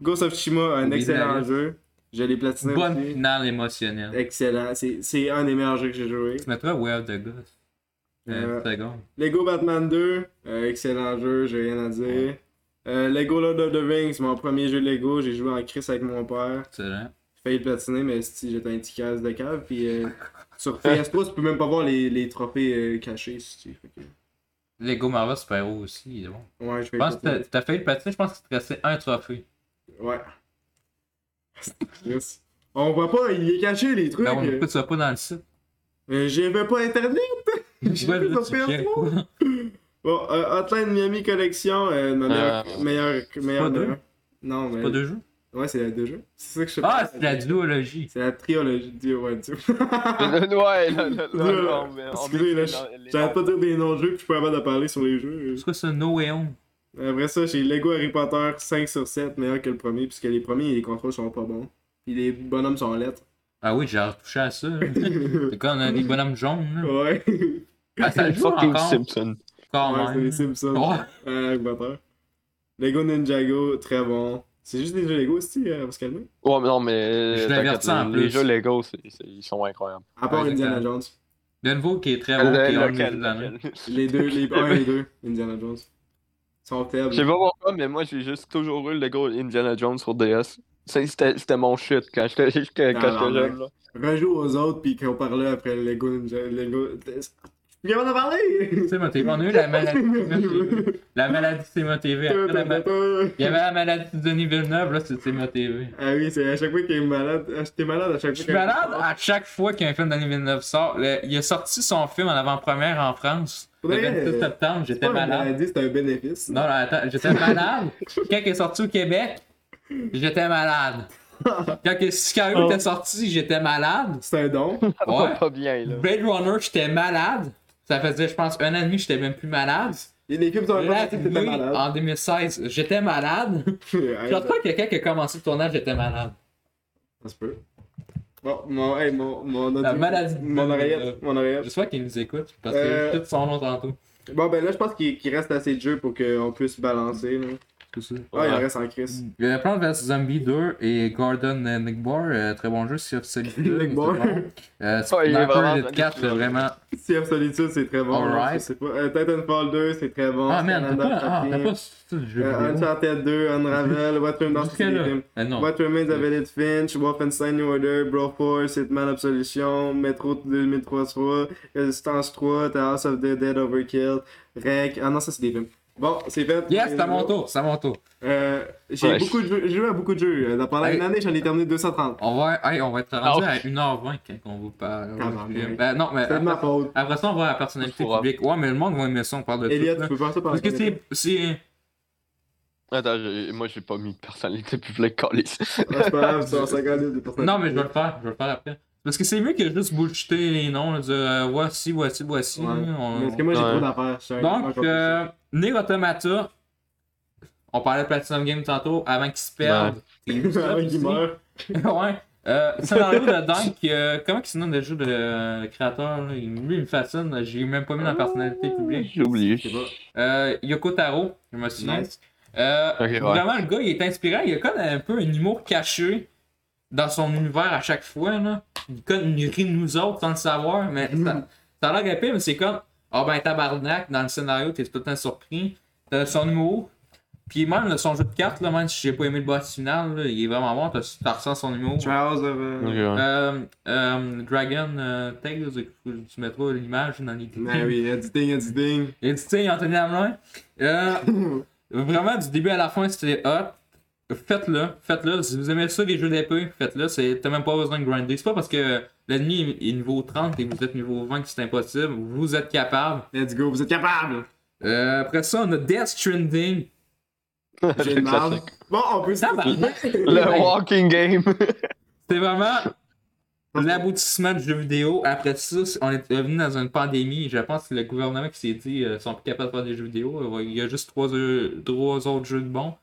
[SPEAKER 2] Ghost of Tsushima, un
[SPEAKER 3] Oublie la
[SPEAKER 2] excellent
[SPEAKER 3] liste.
[SPEAKER 2] jeu. Je l'ai
[SPEAKER 3] une
[SPEAKER 2] platiné.
[SPEAKER 3] bonne
[SPEAKER 2] aussi.
[SPEAKER 3] finale émotionnelle.
[SPEAKER 2] Excellent. C'est c'est un des meilleurs jeux que j'ai joué.
[SPEAKER 3] Tu mettras Web de God.
[SPEAKER 2] Euh,
[SPEAKER 3] Euh, une seconde.
[SPEAKER 2] Lego Batman 2, euh, excellent jeu, j'ai rien à dire. Euh, Lego Lord of the Rings, mon premier jeu Lego, j'ai joué en Chris avec mon père.
[SPEAKER 3] Excellent.
[SPEAKER 2] J'ai failli le platiner, mais si j'étais un petit casse de cave. Puis euh, sur PS3, tu peux même pas voir les, les trophées euh, cachés. Si tu... fait que-
[SPEAKER 3] Lego Marvel Super Hero aussi, il est bon.
[SPEAKER 2] Ouais, je vais
[SPEAKER 3] Je pense que t'as- t'as failli le patiner, je pense qu'il te restait un trophée.
[SPEAKER 2] Ouais. Yes. On voit pas, il est caché les trucs.
[SPEAKER 3] Ben, on écoute ça pas dans le site.
[SPEAKER 2] Euh, J'avais pas internet. J'ai
[SPEAKER 3] Ouais,
[SPEAKER 2] vu
[SPEAKER 3] là,
[SPEAKER 2] sur
[SPEAKER 3] tu checkes,
[SPEAKER 2] PS3.
[SPEAKER 3] quoi.
[SPEAKER 2] Bon, euh, Hotline Miami Collection, euh, ma meilleure.
[SPEAKER 1] Euh,
[SPEAKER 2] meilleure, meilleure-
[SPEAKER 3] pas deux?
[SPEAKER 2] meilleure- Non, mais.
[SPEAKER 3] Pas deux jeux.
[SPEAKER 2] Ouais, c'est la deux jeux. C'est ça que je sais
[SPEAKER 3] Ah,
[SPEAKER 2] pas.
[SPEAKER 3] c'est la duologie.
[SPEAKER 2] C'est la triologie. Dieu, ouais, Dieu. Ah,
[SPEAKER 1] ouais, là, là, là,
[SPEAKER 2] Dieu,
[SPEAKER 1] là, on met- on
[SPEAKER 2] Excusez,
[SPEAKER 1] met- dans les-
[SPEAKER 2] là, je- j'arrête pas de dire des noms de jeux, puis je suis pas capable de parler sur les jeux.
[SPEAKER 3] C'est quoi ça, No Way Home?
[SPEAKER 2] Après ça, j'ai Lego Harry Potter 5 sur 7, meilleur que le premier, puisque les premiers, les contrôles sont pas bons. Puis les bonhommes sont lettres.
[SPEAKER 3] Ah oui, j'ai retouché à ça. là. C'est quand on a des bonhommes jaunes. là.
[SPEAKER 2] ouais.
[SPEAKER 3] Ah, ça joue
[SPEAKER 1] Fucking
[SPEAKER 3] encore.
[SPEAKER 1] Simpson.
[SPEAKER 3] Quand
[SPEAKER 2] ouais, c'est
[SPEAKER 3] même. Oh,
[SPEAKER 2] les Simpsons.
[SPEAKER 3] Ouais.
[SPEAKER 2] Euh, Harry Potter. Lego Ninjago, très bon. C'est juste des jeux Lego aussi, euh, on va se calmer.
[SPEAKER 1] Ouais, mais non, mais.
[SPEAKER 3] Je
[SPEAKER 1] t'inquiète,
[SPEAKER 3] l'avertis en
[SPEAKER 1] les-
[SPEAKER 3] plus.
[SPEAKER 1] Les jeux Lego, c'est- c'est- ils sont incroyables.
[SPEAKER 2] À part
[SPEAKER 3] Ouais,
[SPEAKER 2] Indiana
[SPEAKER 3] exactement.
[SPEAKER 2] Jones.
[SPEAKER 3] De nouveau, qui est très bon, qui est un
[SPEAKER 1] Le-
[SPEAKER 3] de mes jeux
[SPEAKER 1] lequel,
[SPEAKER 3] de l'année.
[SPEAKER 1] lequel.
[SPEAKER 2] Les deux, les un et les deux, Indiana Jones. Ils sont faibles.
[SPEAKER 1] Je sais pas pourquoi, mais moi j'ai juste toujours eu le Lego Indiana Jones sur DS. C'est- C'était c'était mon shit quand j'étais j'étais- quand
[SPEAKER 2] Ah,
[SPEAKER 1] j'étais
[SPEAKER 2] non,
[SPEAKER 1] jeune. là.
[SPEAKER 2] Rejoue aux autres, puis qu'on parlait après Lego Ninja. Lego. Il en a parlé!
[SPEAKER 3] Simon TV, on a eu la maladie de Simon TV. La maladie de Simon TV. Après, la ma- Il y avait la maladie de Denis Villeneuve, là, c'est Simon TV.
[SPEAKER 2] Ah oui, c'est à chaque fois qu'il est malade. Ah, T'es malade à chaque fois.
[SPEAKER 3] Je suis malade à chaque fois qu'un film de Denis Villeneuve sort. Le- il a sorti son film en avant-première en France. Le
[SPEAKER 2] Faudrait-
[SPEAKER 3] 26 septembre, j'étais
[SPEAKER 2] Pas une
[SPEAKER 3] malade.
[SPEAKER 2] maladie, c'est un bénéfice.
[SPEAKER 3] Non, non, attends, j'étais malade. Quand il est sorti au Québec, j'étais malade. Quand que Sicario était sorti, j'étais malade.
[SPEAKER 2] C'est un don.
[SPEAKER 3] Ouais.
[SPEAKER 1] Pas bien, là.
[SPEAKER 3] Blade Runner, j'étais malade. Ça faisait, je pense, un an et demi, j'étais même plus malade.
[SPEAKER 2] Il y a des films qui sont
[SPEAKER 3] Là, Ah.
[SPEAKER 2] pas t'étais malade.
[SPEAKER 3] en 2016, j'étais malade.
[SPEAKER 2] Ouais,
[SPEAKER 3] Je crois que quelqu'un qui a commencé le tournage, j'étais malade.
[SPEAKER 2] Ça se peut. Bon, mon, hey, mon, mon,
[SPEAKER 3] La maladie.
[SPEAKER 2] mon
[SPEAKER 3] Euh,
[SPEAKER 2] oreillette, mon oreillette.
[SPEAKER 3] J'espère qu'il nous écoute, parce que
[SPEAKER 2] Euh.
[SPEAKER 3] j'ai tout son nom tantôt.
[SPEAKER 2] Bon, ben là, je pense qu'il qu'il reste assez de jeu pour qu'on puisse balancer. Là. Ah, il en reste en
[SPEAKER 1] Hmm.
[SPEAKER 2] crise.
[SPEAKER 3] Euh, Plants vs Zombie 2 et Gordon euh, Nickbar, euh, très bon jeu sur celui-là.
[SPEAKER 2] Nick Barr.
[SPEAKER 3] Euh,
[SPEAKER 1] Ouais, il est
[SPEAKER 3] Sniper
[SPEAKER 1] vraiment
[SPEAKER 3] Elite
[SPEAKER 1] dans
[SPEAKER 3] 4,
[SPEAKER 1] les-
[SPEAKER 3] euh, vraiment.
[SPEAKER 2] Sea of Solitude, c'est très bon.
[SPEAKER 3] Alright.
[SPEAKER 2] hein, ça, c'est pas... euh, Titanfall 2, c'est très bon.
[SPEAKER 3] Ah, man, t'as
[SPEAKER 2] Standard
[SPEAKER 3] pas. Ah, t'as
[SPEAKER 2] Tracking.
[SPEAKER 3] pas sorti le jeu
[SPEAKER 2] Euh,
[SPEAKER 3] vidéo.
[SPEAKER 2] Uncharted 2, Unravel, What Remains of
[SPEAKER 3] Jusqu'à là.
[SPEAKER 2] Edith
[SPEAKER 3] Ah, non.
[SPEAKER 2] What Remains of Edith Finch, Wolfenstein New Order, Broforce, Hitman Absolution, Metro 2033, Resistance 3, The House of the Dead Overkill, Rec. Ah non, ça c'est des films. Bon, c'est fait.
[SPEAKER 3] Yes, c'est à mon tour, c'est à mon tour.
[SPEAKER 2] Euh, j'ai
[SPEAKER 1] Ouais.
[SPEAKER 2] beaucoup de jeux- j'ai joué à beaucoup de jeux. Euh, dans- Pendant
[SPEAKER 3] Hey.
[SPEAKER 2] une année, j'en ai terminé 230.
[SPEAKER 3] On va, hey, on va être rendu
[SPEAKER 1] Ah,
[SPEAKER 3] à 1h20 quand on vous parle.
[SPEAKER 2] Tabarnak.
[SPEAKER 3] Ben, non, mais
[SPEAKER 2] Ah, C'est de ma
[SPEAKER 3] après,
[SPEAKER 2] faute.
[SPEAKER 3] après ça, on va à la personnalité
[SPEAKER 1] On pourra.
[SPEAKER 3] publique. Ouais, mais le monde va aimer ça, on parle de
[SPEAKER 2] Elliot,
[SPEAKER 3] tout.
[SPEAKER 2] tu
[SPEAKER 3] là.
[SPEAKER 2] peux faire ça pendant
[SPEAKER 3] Parce que
[SPEAKER 2] une
[SPEAKER 3] c'est. c'est-
[SPEAKER 1] Attends, j'ai- moi j'ai pas mis de personnalité publique, calice.
[SPEAKER 2] minute. Ah, C'est pas grave, c'est en 50 minutes de personnes.
[SPEAKER 3] Non, mais je vais le faire, je vais le faire après. Parce que c'est mieux que juste bullshiter les noms, là, dire euh, voici, voici, voici.
[SPEAKER 2] Ouais.
[SPEAKER 3] là, on-
[SPEAKER 2] Parce que moi, j'ai
[SPEAKER 1] Ouais.
[SPEAKER 2] trop d'affaires. je suis un-
[SPEAKER 3] Donc,
[SPEAKER 2] encore
[SPEAKER 3] euh, Nier Automata, on parlait de Platinum Game tantôt, avant qu'il se perde. C'est
[SPEAKER 2] plus.
[SPEAKER 3] Ubisoft
[SPEAKER 2] Avant qu'il
[SPEAKER 3] aussi.
[SPEAKER 2] meure.
[SPEAKER 3] ouais. Euh, Scénario de Dunk, euh, comment il se nomme le jeu de euh, créateur là? Il- Lui, il me fascine, j'ai même pas mis dans la personnalité publique.
[SPEAKER 1] J'ai oublié.
[SPEAKER 2] Je sais pas.
[SPEAKER 3] Euh, Yoko Taro, je me souviens.
[SPEAKER 2] Nice.
[SPEAKER 3] Euh,
[SPEAKER 1] Ok, ouais.
[SPEAKER 3] Vraiment, le gars, il est inspirant. Il a comme un peu un humour caché dans son univers à chaque fois. Là. Il, comme, il rit de nous autres sans le savoir. Mais ça, ça a l'air épais, mais c'est comme Ah ben, tabarnak, dans le scénario, t'es tout le temps surpris. T'as son humour. Puis même là, son jeu de cartes, là, même si j'ai pas aimé le boss final, là, il est vraiment bon. T'as t'as ressens son humour.
[SPEAKER 2] Trials of. euh,
[SPEAKER 1] Ok, ouais.
[SPEAKER 3] Euh, euh, Dragon euh, Tales, tu mettras l'image dans les
[SPEAKER 2] Ben oui, editing, editing.
[SPEAKER 3] Édité Anthony Hamelin. Euh, vraiment, du début à la fin, c'était hot. Faites-le, faites-le. Si vous aimez ça, les jeux d'épée, faites-le. C'est- T'as même pas besoin de grinder. C'est pas parce que l'ennemi est niveau 30 et vous êtes niveau 20 que c'est impossible. Vous êtes capable.
[SPEAKER 2] Let's go, vous êtes capables!
[SPEAKER 3] Euh, après ça, on a Death Stranding.
[SPEAKER 2] J'ai
[SPEAKER 1] Le
[SPEAKER 2] une marde.
[SPEAKER 1] classique.
[SPEAKER 2] Bon, on peut se
[SPEAKER 3] Tabarnak.
[SPEAKER 1] Le walking game.
[SPEAKER 3] C'est vraiment l'aboutissement du jeu vidéo. Après ça, c'est- on est revenu dans une pandémie. Je pense que le gouvernement qui s'est dit euh, ils sont plus capables de faire des jeux vidéo. Il y a juste trois, euh, trois autres jeux de bons.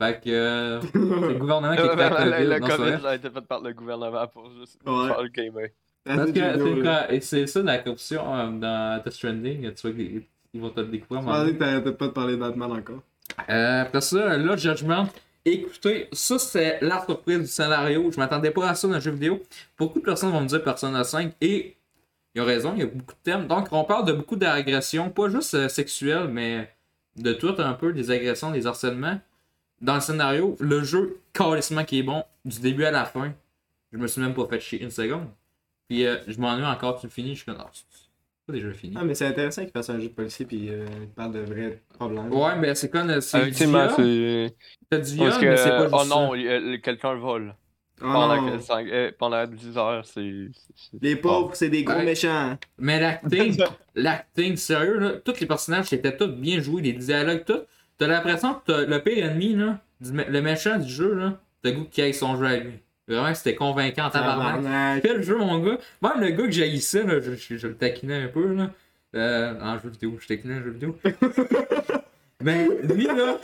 [SPEAKER 3] Fait que euh, c'est le gouvernement
[SPEAKER 1] Euh,
[SPEAKER 3] qui est fait avec
[SPEAKER 1] Le
[SPEAKER 3] le
[SPEAKER 1] le
[SPEAKER 3] non, c'est vrai.
[SPEAKER 1] COVID ça a été fait par le gouvernement pour juste
[SPEAKER 2] Ouais.
[SPEAKER 1] faire le gamer.
[SPEAKER 3] Parce que c'est quoi- et c'est ça la corruption euh, dans Death Stranding. Tu vois qu'ils ils vont te le découvrir.
[SPEAKER 2] Je
[SPEAKER 3] mais-
[SPEAKER 2] pensais que t'arrêtais pas de parler d'Atman encore.
[SPEAKER 3] Euh, après ça, là, Judgment. Écoutez, ça c'est la surprise du scénario. Je m'attendais pas à ça dans le jeu vidéo. Beaucoup de personnes vont me dire Persona 5 et ils ont raison, il y a beaucoup de thèmes. Donc on parle de beaucoup d'agressions, pas juste euh, sexuelles, mais de tout un peu, des agressions, des harcèlements. Dans le scénario, le jeu, carrément qui est bon, du début à la fin. Je me suis même pas fait chier une seconde. Puis euh, je m'ennuie encore, tu finis, je suis comme, Ah, c'est c'est pas des jeux finis.
[SPEAKER 2] Ah, mais c'est intéressant qu'il fasse un jeu de policier pis euh, il parle de vrais problèmes.
[SPEAKER 3] Ouais, mais c'est comme. euh, C'est du
[SPEAKER 1] Effectivement,
[SPEAKER 3] viol,
[SPEAKER 1] c'est.
[SPEAKER 3] t'as du viol,
[SPEAKER 1] Parce
[SPEAKER 3] mais c'est
[SPEAKER 1] que.
[SPEAKER 3] pas
[SPEAKER 1] Oh
[SPEAKER 3] juste ça.
[SPEAKER 1] non, il y a- quelqu'un vole.
[SPEAKER 2] Oh
[SPEAKER 1] Pendant,
[SPEAKER 2] non.
[SPEAKER 1] que- cinq- eh, pendant 10 heures, c'est. c'est-
[SPEAKER 2] Les pauvres, c'est des gros
[SPEAKER 3] Ouais.
[SPEAKER 2] méchants.
[SPEAKER 3] Mais l'acting, l'acting, sérieux, là, tous les personnages c'était tous bien joués, les dialogues, tout. T'as l'impression que t'as le pire ennemi, là, du- le méchant du jeu, là, t'as le goût qu'il aille son jeu à lui. Vraiment, c'était convaincant, tabarnak.
[SPEAKER 2] Tabarnak.
[SPEAKER 3] Quel jeu, mon gars. Même le gars que j'haïssais, là, je, je- je le taquinais un peu, là. Euh, en jeu vidéo, je taquinais en jeu vidéo. Mais lui, là,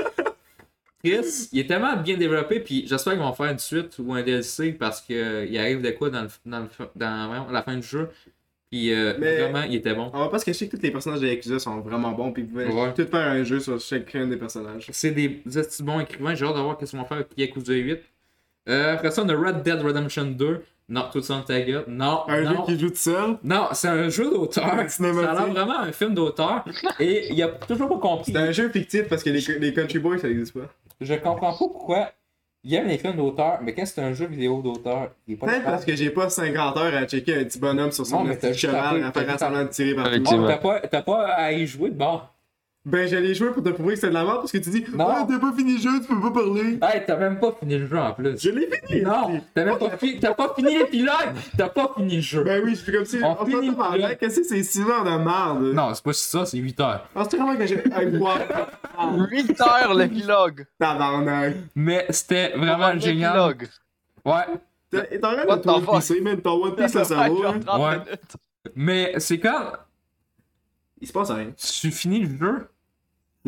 [SPEAKER 3] Chris, il est tellement bien développé, puis j'espère qu'ils vont faire une suite ou un DLC parce que euh, il arrive de quoi dans, le, dans, le, dans vraiment la fin du jeu. Puis euh,
[SPEAKER 2] Mais-
[SPEAKER 3] vraiment, il était bon.
[SPEAKER 2] On va pas se cacher que tous les personnages de Yakuza sont vraiment bons pis ils pouvaient
[SPEAKER 3] Ouais.
[SPEAKER 2] tout faire un jeu sur chacun des personnages.
[SPEAKER 3] C'est des petits bons écrivains, j'ai hâte de voir qu'est-ce qu'ils vont faire avec Yakuza 8. Euh, après ça, on a Red Dead Redemption 2. Non, tout ça en ta gueule. Non,
[SPEAKER 2] Un
[SPEAKER 3] Oh, non.
[SPEAKER 2] jeu qui joue tout seul.
[SPEAKER 3] Non, c'est un jeu d'auteur. Ça a
[SPEAKER 2] Cinématique.
[SPEAKER 3] l'air vraiment un film d'auteur. Et il a toujours pas compris.
[SPEAKER 2] C'est un jeu fictif parce que les, les Country Boys ça existe pas.
[SPEAKER 3] Je comprends pas pourquoi
[SPEAKER 5] Il aime les films d'auteur, mais quand c'est un jeu vidéo d'auteur, il est pas
[SPEAKER 2] Peut-être Ben, parce que j'ai pas 50 heures à checker un petit bonhomme sur son
[SPEAKER 5] Non, mais
[SPEAKER 2] petit
[SPEAKER 5] t'as juste
[SPEAKER 2] cheval
[SPEAKER 5] tapé-
[SPEAKER 2] à
[SPEAKER 5] t'as
[SPEAKER 2] faire
[SPEAKER 5] juste
[SPEAKER 2] semblant de tirer partout.
[SPEAKER 1] Effectivement.
[SPEAKER 5] Oh, T'as pas, t'as pas à y jouer de bord.
[SPEAKER 2] Ben, je l'ai joué pour te prouver que c'est de la merde parce que tu dis,
[SPEAKER 5] Non.
[SPEAKER 2] ah, t'as pas fini le jeu, tu peux pas parler.
[SPEAKER 5] Hey, t'as même pas fini le jeu en plus.
[SPEAKER 2] Je l'ai fini!
[SPEAKER 5] Non, t'as même pas fini, t'as pas fini l'épilogue, t'as pas fini le jeu.
[SPEAKER 2] Ben oui, je suis comme si.
[SPEAKER 5] On
[SPEAKER 2] On fait
[SPEAKER 5] finit
[SPEAKER 2] pas
[SPEAKER 5] le-
[SPEAKER 2] parler. Qu'est-ce que c'est, c'est 6 heures de merde?
[SPEAKER 3] Non, c'est pas ça, c'est 8 heures.
[SPEAKER 2] En ce moment que j'ai. Hey, wow,
[SPEAKER 1] 8 heures l'épilogue!
[SPEAKER 2] tabarnak!
[SPEAKER 3] Mais c'était vraiment
[SPEAKER 1] L'épilogue.
[SPEAKER 3] génial. Ouais,
[SPEAKER 2] T'es t'es en train
[SPEAKER 1] What
[SPEAKER 2] de
[SPEAKER 1] the
[SPEAKER 2] ton
[SPEAKER 1] fuck?
[SPEAKER 2] One Piece, man, ton One Piece, là, ça vaut.
[SPEAKER 1] Genre
[SPEAKER 2] hein.
[SPEAKER 1] 30
[SPEAKER 3] Ouais.
[SPEAKER 1] minutes.
[SPEAKER 3] mais c'est quand
[SPEAKER 2] Il se passe rien.
[SPEAKER 3] tu finis le jeu.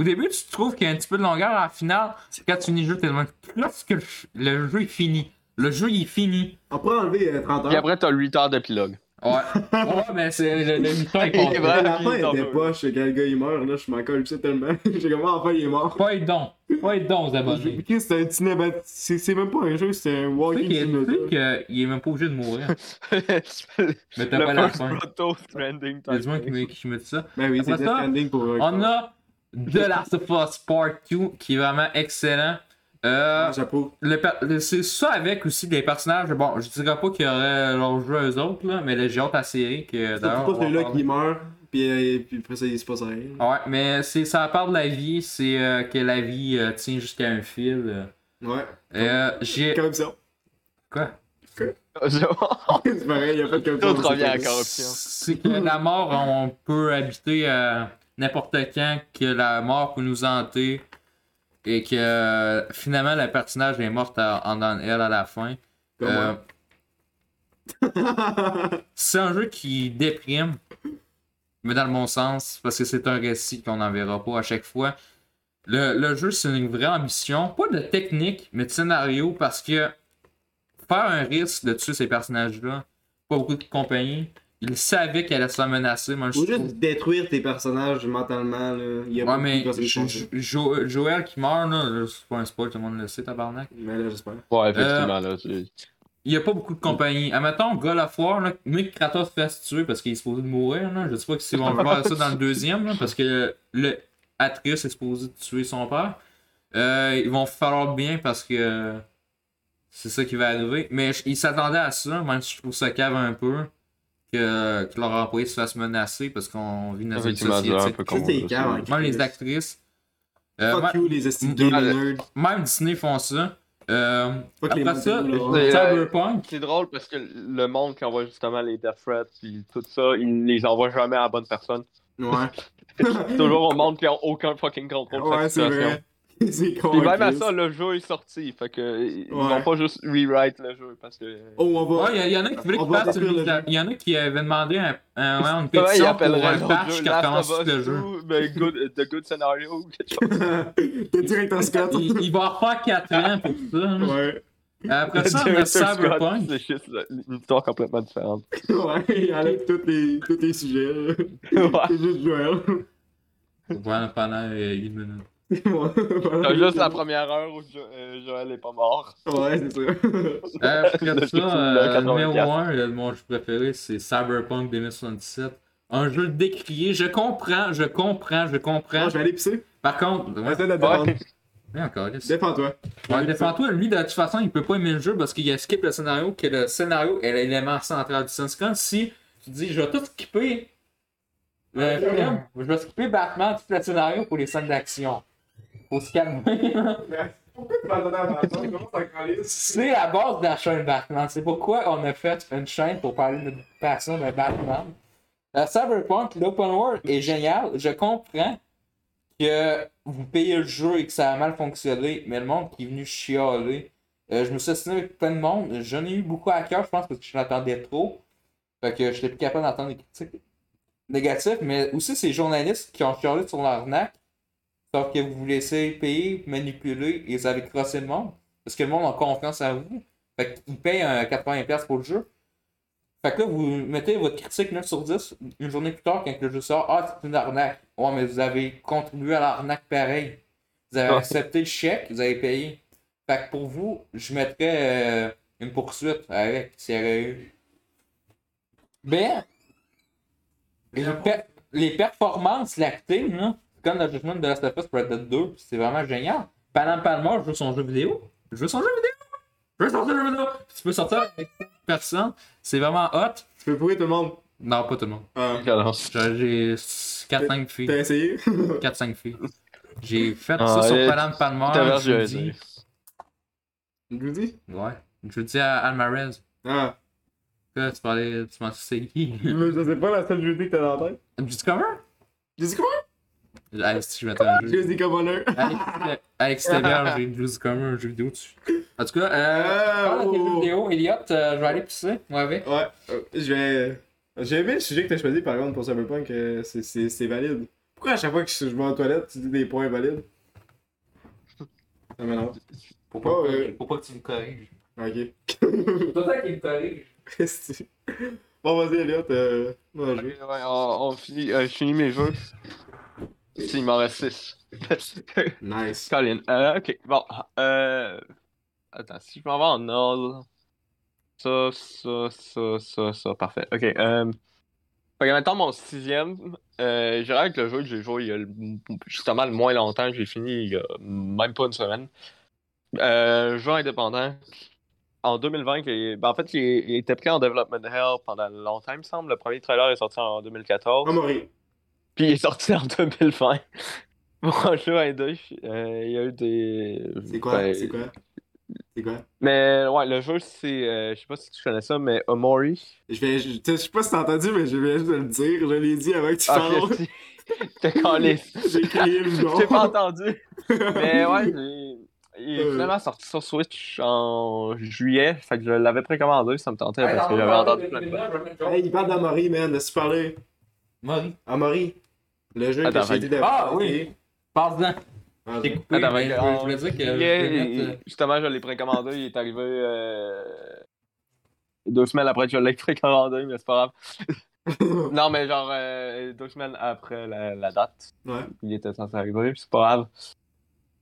[SPEAKER 3] Au début, tu trouves qu'il y a un petit peu de longueur à la finale. Quand tu finis le jeu, t'es loin. Lorsque le ch- le jeu est fini, le jeu il est fini.
[SPEAKER 2] On pourrait enlever euh, 30
[SPEAKER 1] Puis
[SPEAKER 2] heures.
[SPEAKER 1] après, t'as 8 heures d'épilogue.
[SPEAKER 3] Ouais. ouais, mais c'est le, le mi-temps est
[SPEAKER 1] Il est
[SPEAKER 3] passé.
[SPEAKER 1] vrai.
[SPEAKER 2] la
[SPEAKER 1] il
[SPEAKER 2] fin
[SPEAKER 1] est en
[SPEAKER 2] était
[SPEAKER 1] feu.
[SPEAKER 2] poche quand le gars il meurt, là, je m'en colle ça tellement. J'ai comme, ah, enfin, il est mort.
[SPEAKER 3] Pas être don. Pas être don aux
[SPEAKER 2] J'ai
[SPEAKER 3] abonnés.
[SPEAKER 2] piqué, c'est un cinématique. C'est c'est même pas un jeu, c'est un
[SPEAKER 3] Tu sais
[SPEAKER 2] walking
[SPEAKER 3] qu'il- tu sais
[SPEAKER 2] simulator.
[SPEAKER 3] qu'il est même pas obligé de mourir.
[SPEAKER 1] le
[SPEAKER 3] Mais t'as pas la
[SPEAKER 1] first
[SPEAKER 3] fin.
[SPEAKER 1] proto trending
[SPEAKER 3] Il y a du monde qui me, qui me dit ça.
[SPEAKER 2] Ben oui,
[SPEAKER 3] Après
[SPEAKER 2] c'est Death
[SPEAKER 3] ça,
[SPEAKER 2] Stranding pour un.
[SPEAKER 3] On a The Last of Us Part 2 qui est vraiment excellent. Euh,
[SPEAKER 2] Ah, J'approuve.
[SPEAKER 3] le per- le- c'est ça avec aussi des personnages. Bon, je dirais pas qu'il y aurait leur jeu eux autres, là, mais là, j'ai hâte à la série que
[SPEAKER 2] Surtout
[SPEAKER 3] d'ailleurs. on
[SPEAKER 2] pas
[SPEAKER 3] va
[SPEAKER 2] celui-là
[SPEAKER 3] parler.
[SPEAKER 2] qui meurt, puis, euh, puis après ça, il se passe rien.
[SPEAKER 3] Ouais, mais c'est ça parle de la vie, c'est euh, que la vie euh, tient jusqu'à un fil. euh.
[SPEAKER 2] Ouais,
[SPEAKER 3] Euh, j'ai.
[SPEAKER 2] comme ça.
[SPEAKER 3] Quoi
[SPEAKER 2] c'est pareil, il a fait comme ça.
[SPEAKER 1] Tout
[SPEAKER 2] on
[SPEAKER 1] revient à
[SPEAKER 2] s'est fait-
[SPEAKER 1] corruption.
[SPEAKER 3] C'est que la mort, on peut habiter euh, n'importe quand, que la mort peut nous hanter. Et que euh, finalement, le personnage est morte à- en en elle à la fin.
[SPEAKER 2] Comme
[SPEAKER 3] Euh,
[SPEAKER 2] moi.
[SPEAKER 3] c'est un jeu qui déprime, mais dans le bon sens, parce que c'est un récit qu'on n'en verra pas à chaque fois. Le, le jeu, c'est une vraie ambition, pas de technique, mais de scénario, parce que faire un risque de tuer ces personnages-là, pas beaucoup de compagnies, ils savaient qu'elle allait se faire menacer, moi je
[SPEAKER 2] Faut
[SPEAKER 3] trouve.
[SPEAKER 2] juste détruire tes personnages mentalement, là. Il y a
[SPEAKER 3] Ouais,
[SPEAKER 2] beaucoup de
[SPEAKER 3] mais
[SPEAKER 2] personnes qui
[SPEAKER 3] Jo-
[SPEAKER 2] font ça.
[SPEAKER 3] Jo- Joël qui meurt, là, là, c'est pas un spoil, tout le monde le sait, tabarnak.
[SPEAKER 2] Mais là, j'espère.
[SPEAKER 1] Ouais, effectivement, là. c'est-
[SPEAKER 3] Il n'y a pas beaucoup de compagnies. Admettons, God of War, là, Mick Kratos se fait tuer parce qu'il est supposé de mourir. Là. Je sais pas si on va voir ça dans le deuxième, là, parce que le Atreus est supposé de tuer son père. Euh, ils vont falloir bien parce que c'est ça qui va arriver. Mais je- ils s'attendaient à ça, même si je trouve ça cave un peu, que, que leur employé se fasse menacer parce qu'on vit dans une
[SPEAKER 1] Effectivement, c'est
[SPEAKER 3] société.
[SPEAKER 1] un peu con.
[SPEAKER 2] Ça, c'est écart, hein.
[SPEAKER 3] Même les actrices. euh,
[SPEAKER 2] Fuck
[SPEAKER 3] même,
[SPEAKER 2] you, les estimes de
[SPEAKER 1] Ah,
[SPEAKER 2] nerds.
[SPEAKER 3] même Disney font ça. Euh,
[SPEAKER 2] Fuck les
[SPEAKER 3] après ça,
[SPEAKER 2] mentaux, là.
[SPEAKER 1] C'est, euh,
[SPEAKER 3] Cyberpunk.
[SPEAKER 1] C'est drôle parce que le monde qui envoie justement les death threats et tout ça, ils les envoient jamais à la bonne personne.
[SPEAKER 2] Ouais.
[SPEAKER 1] C'est toujours au monde qui a aucun fucking contrôle de
[SPEAKER 2] Ouais,
[SPEAKER 1] sa
[SPEAKER 2] c'est
[SPEAKER 1] situation.
[SPEAKER 2] vrai. C'est con.
[SPEAKER 1] Puis même à
[SPEAKER 2] Chris.
[SPEAKER 1] ça, le jeu est sorti. Fait que ils
[SPEAKER 2] Ouais.
[SPEAKER 1] vont pas juste rewrite le jeu parce que.
[SPEAKER 2] Oh, on va.
[SPEAKER 3] Ouais, il y, en a qui voulaient
[SPEAKER 2] On
[SPEAKER 3] qu'il
[SPEAKER 2] va
[SPEAKER 3] fasse
[SPEAKER 2] détruire
[SPEAKER 3] une
[SPEAKER 2] le
[SPEAKER 3] mise à-
[SPEAKER 2] jeu.
[SPEAKER 3] y en a qui avaient demandé un, un, ouais,
[SPEAKER 1] Comment
[SPEAKER 3] une pétition pour
[SPEAKER 1] appelleraient
[SPEAKER 3] un
[SPEAKER 1] l'autre
[SPEAKER 3] patch
[SPEAKER 1] jeu?
[SPEAKER 3] qui
[SPEAKER 1] Last of
[SPEAKER 3] recommence tout le
[SPEAKER 1] Us
[SPEAKER 3] jeu.
[SPEAKER 1] 2, mais good, The Good Scenario ou quelque chose.
[SPEAKER 2] T'es direct en Scott.
[SPEAKER 3] Il, il va refaire 4 ans pour ça. là.
[SPEAKER 2] Ouais.
[SPEAKER 3] Après ça, on a
[SPEAKER 1] Director Scott,
[SPEAKER 3] Cyberpunk.
[SPEAKER 1] C'est juste là, une histoire complètement différente.
[SPEAKER 2] Ouais, il enlève tous les, tous les sujets. là.
[SPEAKER 1] Ouais.
[SPEAKER 2] C'est juste Joël.
[SPEAKER 3] Ouais, pendant euh, une minute.
[SPEAKER 1] T'as
[SPEAKER 2] T'as
[SPEAKER 1] juste la première heure où Jo- euh, Joël est pas mort.
[SPEAKER 2] Ouais, c'est ça.
[SPEAKER 3] Euh, Après
[SPEAKER 1] Le
[SPEAKER 3] ça,
[SPEAKER 1] jeu
[SPEAKER 3] euh,
[SPEAKER 1] de 84.
[SPEAKER 3] numéro 1, mon jeu préféré, c'est Cyberpunk 2077. Un jeu décrié. Je comprends, je comprends, je comprends.
[SPEAKER 2] Non, Ah, je vais aller pisser.
[SPEAKER 3] Par contre, ouais,
[SPEAKER 2] Essaie de te
[SPEAKER 1] Ouais.
[SPEAKER 2] défendre.
[SPEAKER 3] mais encore, là, c'est-
[SPEAKER 2] Défends-toi.
[SPEAKER 3] Ouais, défends-toi, lui, de toute façon, il peut pas aimer le jeu parce qu'il a skip le scénario, que le scénario est l'élément central du sens. C'est comme si tu dis, je vais tout skipper le film, je vais skipper Batman, tout le scénario pour les scènes d'action. Faut se calmer. là.
[SPEAKER 2] Pourquoi tu m'as donné la façon? Comment ça
[SPEAKER 3] C'est la base de la chaîne Batman. C'est pourquoi on a fait une chaîne pour parler de personne de Batman. La Cyberpunk, l'open world est génial. Je comprends que vous payez le jeu et que ça a mal fonctionné, mais le monde qui est venu chialer. euh, je me suis assis avec plein de monde. J'en ai eu beaucoup à cœur, je pense, parce que je l'attendais trop. Fait que j'étais plus capable d'entendre des critiques négatives, mais aussi ces journalistes qui ont chialé sur l'arnaque. Sauf que vous vous laissez payer, manipuler et vous avez crossé le monde. Parce que le monde a confiance à vous. Fait qu'il paye un 80$ pour le jeu. Fait que là, vous mettez votre critique 9 sur 10. Une journée plus tard, quand le jeu sort, ah, c'est une arnaque. Ouais, mais vous avez contribué à l'arnaque pareil. Vous avez
[SPEAKER 1] Ouais.
[SPEAKER 3] accepté le chèque, vous avez payé. Fait que pour vous, je mettrais euh, une poursuite avec, s'il y aurait eu. Mais, les, per- les performances, l'acting, là, comme le jugement de Last of Us Red Dead 2, c'est vraiment génial. Pendant Palmer joue son jeu vidéo. Je veux sortir jeu vidéo! Je veux sortir jeu vidéo! Puis tu peux sortir avec personne, c'est vraiment hot.
[SPEAKER 2] Tu peux pourrir tout le monde.
[SPEAKER 3] Non, pas tout le monde.
[SPEAKER 2] Ah,
[SPEAKER 1] Violence.
[SPEAKER 3] J'ai- J'ai 4-5 filles.
[SPEAKER 2] T'as essayé
[SPEAKER 3] 4-5 filles. J'ai fait
[SPEAKER 1] Ah,
[SPEAKER 3] ça sur
[SPEAKER 1] et-
[SPEAKER 3] Panam Palmer.
[SPEAKER 1] T'as
[SPEAKER 3] je vous dis-
[SPEAKER 2] Je vous dis
[SPEAKER 3] Ouais. Je dis à Almarez.
[SPEAKER 2] Ah.
[SPEAKER 3] Là, tu parlais. Tu m'en sais qui?
[SPEAKER 2] Mais je sais pas la seule jeudi que t'as dans la tête.
[SPEAKER 3] Discover?
[SPEAKER 2] J'ai dit quoi
[SPEAKER 3] Hey, si je m'attends à un
[SPEAKER 2] J'ai
[SPEAKER 3] jeu.
[SPEAKER 2] dit commoner.
[SPEAKER 3] Alex- Alex Teber, j'ai Discover, un jeu vidéo dessus. En tout cas, euh.
[SPEAKER 2] Ah,
[SPEAKER 5] Parle de tes jeux
[SPEAKER 2] oh.
[SPEAKER 5] vidéo, Elliot, euh, je vais aller pisser. Moi avec.
[SPEAKER 2] Ouais, euh, je vais. J'ai aimé le sujet que t'as choisi par contre pour Cyberpunk, euh, c'est- c'est c'est valide. Pourquoi à chaque fois que je je vais en toilette, tu dis des points valides Ça m'énerve.
[SPEAKER 5] Pour
[SPEAKER 2] pas- euh,
[SPEAKER 5] pour pas que tu me corriges.
[SPEAKER 2] Ok.
[SPEAKER 5] C'est pas ça qui me corrige.
[SPEAKER 2] Esti. bon, vas-y, Elliot, euh, on va
[SPEAKER 1] Ok,
[SPEAKER 2] jouer.
[SPEAKER 1] ouais, on, on finit, euh, je finis mes jeux. S'il m'en reste 6.
[SPEAKER 2] Nice.
[SPEAKER 1] Colin. Euh, ok, bon. Euh... Attends, si je m'en vais en ordre. Ça, ça, ça, ça, ça, parfait. Ok, euh... Fait que maintenant, mon sixième, euh, j'irai avec le jeu que j'ai joué il y a le- justement le moins longtemps, j'ai fini il y a même pas une semaine. Euh, jeu indépendant. En 2020, qui est- ben, en fait, il, il était pris en Development Hell pendant longtemps, il me semble. Le premier trailer est sorti en 2014.
[SPEAKER 2] On mourir.
[SPEAKER 1] Puis il est sorti en 2020. Pour un jeu indé, euh, il y a eu des.
[SPEAKER 2] C'est quoi
[SPEAKER 1] Ben,
[SPEAKER 2] C'est quoi C'est quoi
[SPEAKER 1] Mais ouais, le jeu, c'est. euh, je sais pas si tu connais ça, mais Omori.
[SPEAKER 2] Je vais. Je tu sais, je sais pas si t'as entendu, mais je vais juste te le dire. Je l'ai dit avant que tu
[SPEAKER 1] Ah,
[SPEAKER 2] parles.
[SPEAKER 1] si. T'es collé.
[SPEAKER 2] J'ai crié le nom.
[SPEAKER 1] Oh, J'ai pas entendu. Mais ouais, j'ai- il
[SPEAKER 2] Euh.
[SPEAKER 1] est finalement sorti sur Switch en juillet. Fait que je l'avais précommandé, ça me tentait parce que j'avais entendu plein de fois.
[SPEAKER 2] Hey, il parle d'Amaury, man. Laisse-tu parler.
[SPEAKER 5] Marie,
[SPEAKER 2] Amaury. Le jeu
[SPEAKER 1] Attends,
[SPEAKER 2] que j'ai dit d'avant.
[SPEAKER 5] Ah, oui. parle-en.
[SPEAKER 2] Ah,
[SPEAKER 5] J'ai coupé.
[SPEAKER 1] Attends,
[SPEAKER 5] mais
[SPEAKER 1] mais
[SPEAKER 5] je
[SPEAKER 1] on-
[SPEAKER 5] je voulais dire que. je
[SPEAKER 1] Yeah,
[SPEAKER 5] voulais
[SPEAKER 1] et-
[SPEAKER 5] mettre, euh,
[SPEAKER 1] justement, je l'ai précommandé. Il est arrivé euh, deux semaines après que je l'ai précommandé, mais c'est pas grave. non, mais genre euh, deux semaines après la, la date.
[SPEAKER 2] Ouais.
[SPEAKER 1] Il était censé arriver, puis c'est pas grave.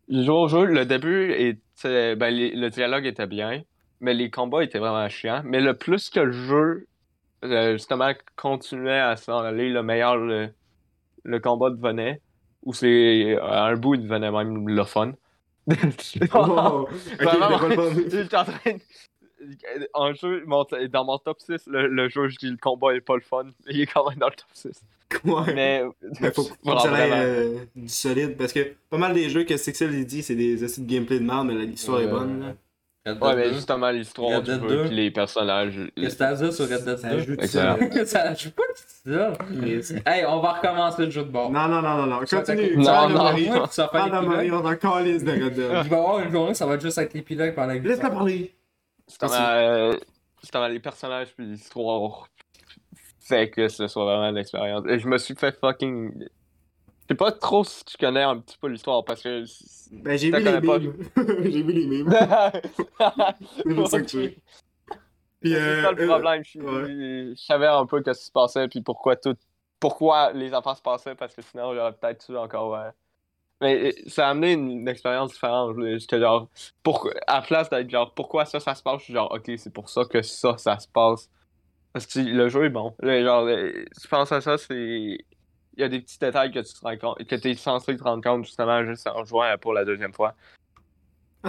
[SPEAKER 1] Je joue au jeu, le début, était, ben, les- le dialogue était bien, mais les combats étaient vraiment chiants. Mais le plus que le jeu, euh, justement, continuait à s'en aller, le meilleur le, le combat devenait. Ou c'est. À un bout, il devenait même le fun.
[SPEAKER 2] Wow.
[SPEAKER 1] Oh,
[SPEAKER 2] Ok,
[SPEAKER 1] Vraiment,
[SPEAKER 2] t'as pas le bon.
[SPEAKER 1] J'étais en train de- En jeu, mon- dans mon top 6, le, le jeu, je dis le combat est pas le fun. Il est quand même dans le top 6.
[SPEAKER 2] Ouais.
[SPEAKER 1] Mais.
[SPEAKER 2] Mais faut, faut que
[SPEAKER 1] Vraiment,
[SPEAKER 2] ça aille
[SPEAKER 1] vraiment.
[SPEAKER 2] euh, du solide parce que pas mal des jeux que Sixel il dit c'est des essais de gameplay de merde mais la- l'histoire est
[SPEAKER 5] Euh,
[SPEAKER 2] bonne là.
[SPEAKER 5] Red
[SPEAKER 1] Ouais,
[SPEAKER 5] Dead
[SPEAKER 1] mais
[SPEAKER 5] 2.
[SPEAKER 1] justement, l'histoire
[SPEAKER 5] Red
[SPEAKER 1] du
[SPEAKER 5] Dead
[SPEAKER 1] jeu,
[SPEAKER 5] 2.
[SPEAKER 1] puis les personnages.
[SPEAKER 5] Qu'est-ce que t'as à dire sur Red Dead
[SPEAKER 2] Ça joue
[SPEAKER 5] 2?
[SPEAKER 2] tout
[SPEAKER 1] Excellent.
[SPEAKER 2] seul.
[SPEAKER 5] Ça joue pas tout ça. Hey, on va recommencer le jeu de bord.
[SPEAKER 2] Non non non non non.
[SPEAKER 5] Mm. Ça
[SPEAKER 2] Continue.
[SPEAKER 5] t'écoute.
[SPEAKER 1] Non,
[SPEAKER 2] Parle de
[SPEAKER 1] non.
[SPEAKER 2] Marie.
[SPEAKER 5] Moi, ça fait
[SPEAKER 2] Parle de Marie,
[SPEAKER 5] l'épilogue.
[SPEAKER 2] on en calisse de Red
[SPEAKER 5] Il va
[SPEAKER 2] Dead.
[SPEAKER 5] y avoir une journée, ça va être juste avec l'épilogue pendant huit
[SPEAKER 2] Laisse-la
[SPEAKER 5] ans.
[SPEAKER 2] parler.
[SPEAKER 1] Justement, euh, justement, les personnages, puis l'histoire fait que ce soit vraiment une expérience. Et je me suis fait fucking. Je sais pas trop si tu connais un petit peu l'histoire parce que.
[SPEAKER 2] Ben j'ai
[SPEAKER 1] T'en
[SPEAKER 2] vu les
[SPEAKER 1] connais pas.
[SPEAKER 2] mimes. j'ai vu les mimes. C'est pour ça que tu veux.
[SPEAKER 1] Ok.
[SPEAKER 2] Puis
[SPEAKER 1] C'est
[SPEAKER 2] euh,
[SPEAKER 1] ça le
[SPEAKER 2] euh,
[SPEAKER 1] problème. Je,
[SPEAKER 2] ouais.
[SPEAKER 1] je savais un peu ce qui se passait, puis pourquoi tout, pourquoi les affaires se passaient, parce que sinon j'aurais peut-être eu encore. euh, Mais euh, ça a amené une, une expérience différente. là. J'étais genre, pour, à place d'être genre, pourquoi ça, ça se passe, je suis genre, ok, c'est pour ça que ça, ça se passe. Parce que le jeu est bon. Là, genre, euh, tu penses à ça, c'est. Il y a des petits détails que tu te rends compte, que t'es censé te rendre compte justement juste en jouant pour la deuxième fois.
[SPEAKER 2] ah,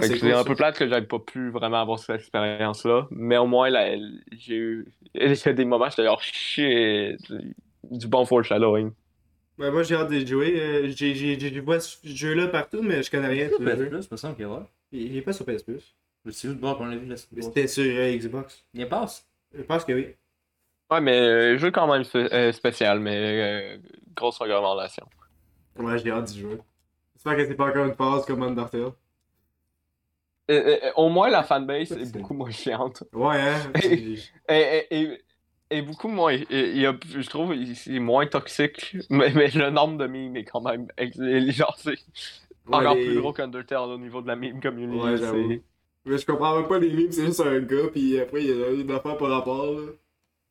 [SPEAKER 1] Fait que
[SPEAKER 2] c'est
[SPEAKER 1] C'est
[SPEAKER 2] cool,
[SPEAKER 1] un
[SPEAKER 2] ça.
[SPEAKER 1] peu plate que j'avais pas pu vraiment avoir cette expérience-là, mais au moins, là, j'ai eu. Il y a des moments, j'étais genre shit, du bon foreshadowing.
[SPEAKER 2] Ouais, Ben, moi j'ai hâte de jouer. euh, j'ai j'ai j'ai je vois ce jeu là partout mais je connais rien.
[SPEAKER 5] Sur
[SPEAKER 2] sur le jeu.
[SPEAKER 5] PS+, me semble qu'il y aura.
[SPEAKER 2] Il il est pas sur PS Plus.
[SPEAKER 5] C'est juste bord qu'on l'a vu la semaine passée.
[SPEAKER 2] C'était sur euh, Xbox.
[SPEAKER 5] Il passe.
[SPEAKER 2] Je pense que oui.
[SPEAKER 1] Ouais, mais euh, jeu quand même spé- euh, spécial, mais euh, grosse recommandation.
[SPEAKER 2] Ouais, j'ai hâte d'y jouer. J'espère que c'est pas encore une phase comme Undertale.
[SPEAKER 1] Euh, euh, au moins, la fanbase est beaucoup moins chiante.
[SPEAKER 2] Ouais, hein. J'ai-
[SPEAKER 1] Et, et- et- et beaucoup moins. et- et il y a- je trouve il- c'est moins toxique, mais, mais le nombre de mimes est quand même. ex- Genre, c'est encore
[SPEAKER 2] les-
[SPEAKER 1] plus gros qu'Undertale au niveau de la meme community.
[SPEAKER 2] Ouais, j'avoue.
[SPEAKER 1] c'est-
[SPEAKER 2] Mais je comprends même pas les mimes, c'est juste un gars, puis après il y a une affaire par rapport. Là.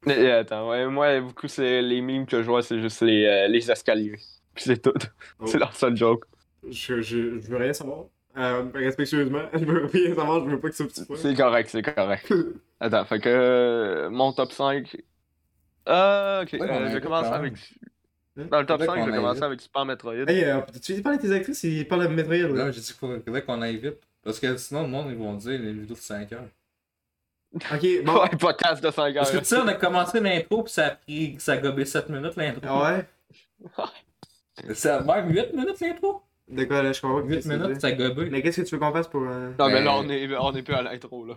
[SPEAKER 1] Mais, euh, attends, ouais, moi, beaucoup, c'est les mimes que je vois, c'est juste les, euh, les escaliers. Puis c'est tout.
[SPEAKER 2] Oh.
[SPEAKER 1] C'est leur seul joke.
[SPEAKER 2] Je, je, je veux rien savoir. Euh, respectueusement, je veux rien savoir, je veux pas que ça me tue.
[SPEAKER 1] C'est correct, c'est correct. Attends, fait que euh, mon top 5. Euh, ok,
[SPEAKER 5] Ouais,
[SPEAKER 1] euh,
[SPEAKER 5] on a
[SPEAKER 1] je
[SPEAKER 5] un
[SPEAKER 1] vais commencer
[SPEAKER 5] peu
[SPEAKER 1] avec.
[SPEAKER 2] quand même.
[SPEAKER 1] Dans le top
[SPEAKER 5] Ouais,
[SPEAKER 1] 5,
[SPEAKER 5] qu'on
[SPEAKER 1] je vais
[SPEAKER 5] a
[SPEAKER 1] commencer
[SPEAKER 5] un
[SPEAKER 1] avec Super Metroid.
[SPEAKER 2] Hey, euh, tu dis pas de tes actrices, ils parlent de Metroid là.
[SPEAKER 5] Là, j'ai dit qu'il faudrait qu'on aille vite. Parce que sinon, le monde, ils vont dire les vidéos de 5 heures.
[SPEAKER 2] Ok, bon.
[SPEAKER 1] Ouais, podcast de 5
[SPEAKER 5] Parce que
[SPEAKER 1] heures.
[SPEAKER 5] tu sais, on a commencé l'intro, puis ça a pris, ça a gobé 7 minutes l'intro.
[SPEAKER 2] Ah ouais?
[SPEAKER 5] Ça a même 8 minutes l'intro.
[SPEAKER 2] De quoi là, je comprends pas.
[SPEAKER 5] 8
[SPEAKER 2] qu'est-ce que tu
[SPEAKER 5] minutes,
[SPEAKER 2] dis.
[SPEAKER 5] ça a gobé.
[SPEAKER 2] Mais qu'est-ce que tu veux qu'on fasse pour. euh,
[SPEAKER 1] Non, mais
[SPEAKER 5] Ben-
[SPEAKER 1] là, on est, on est plus à l'intro, là.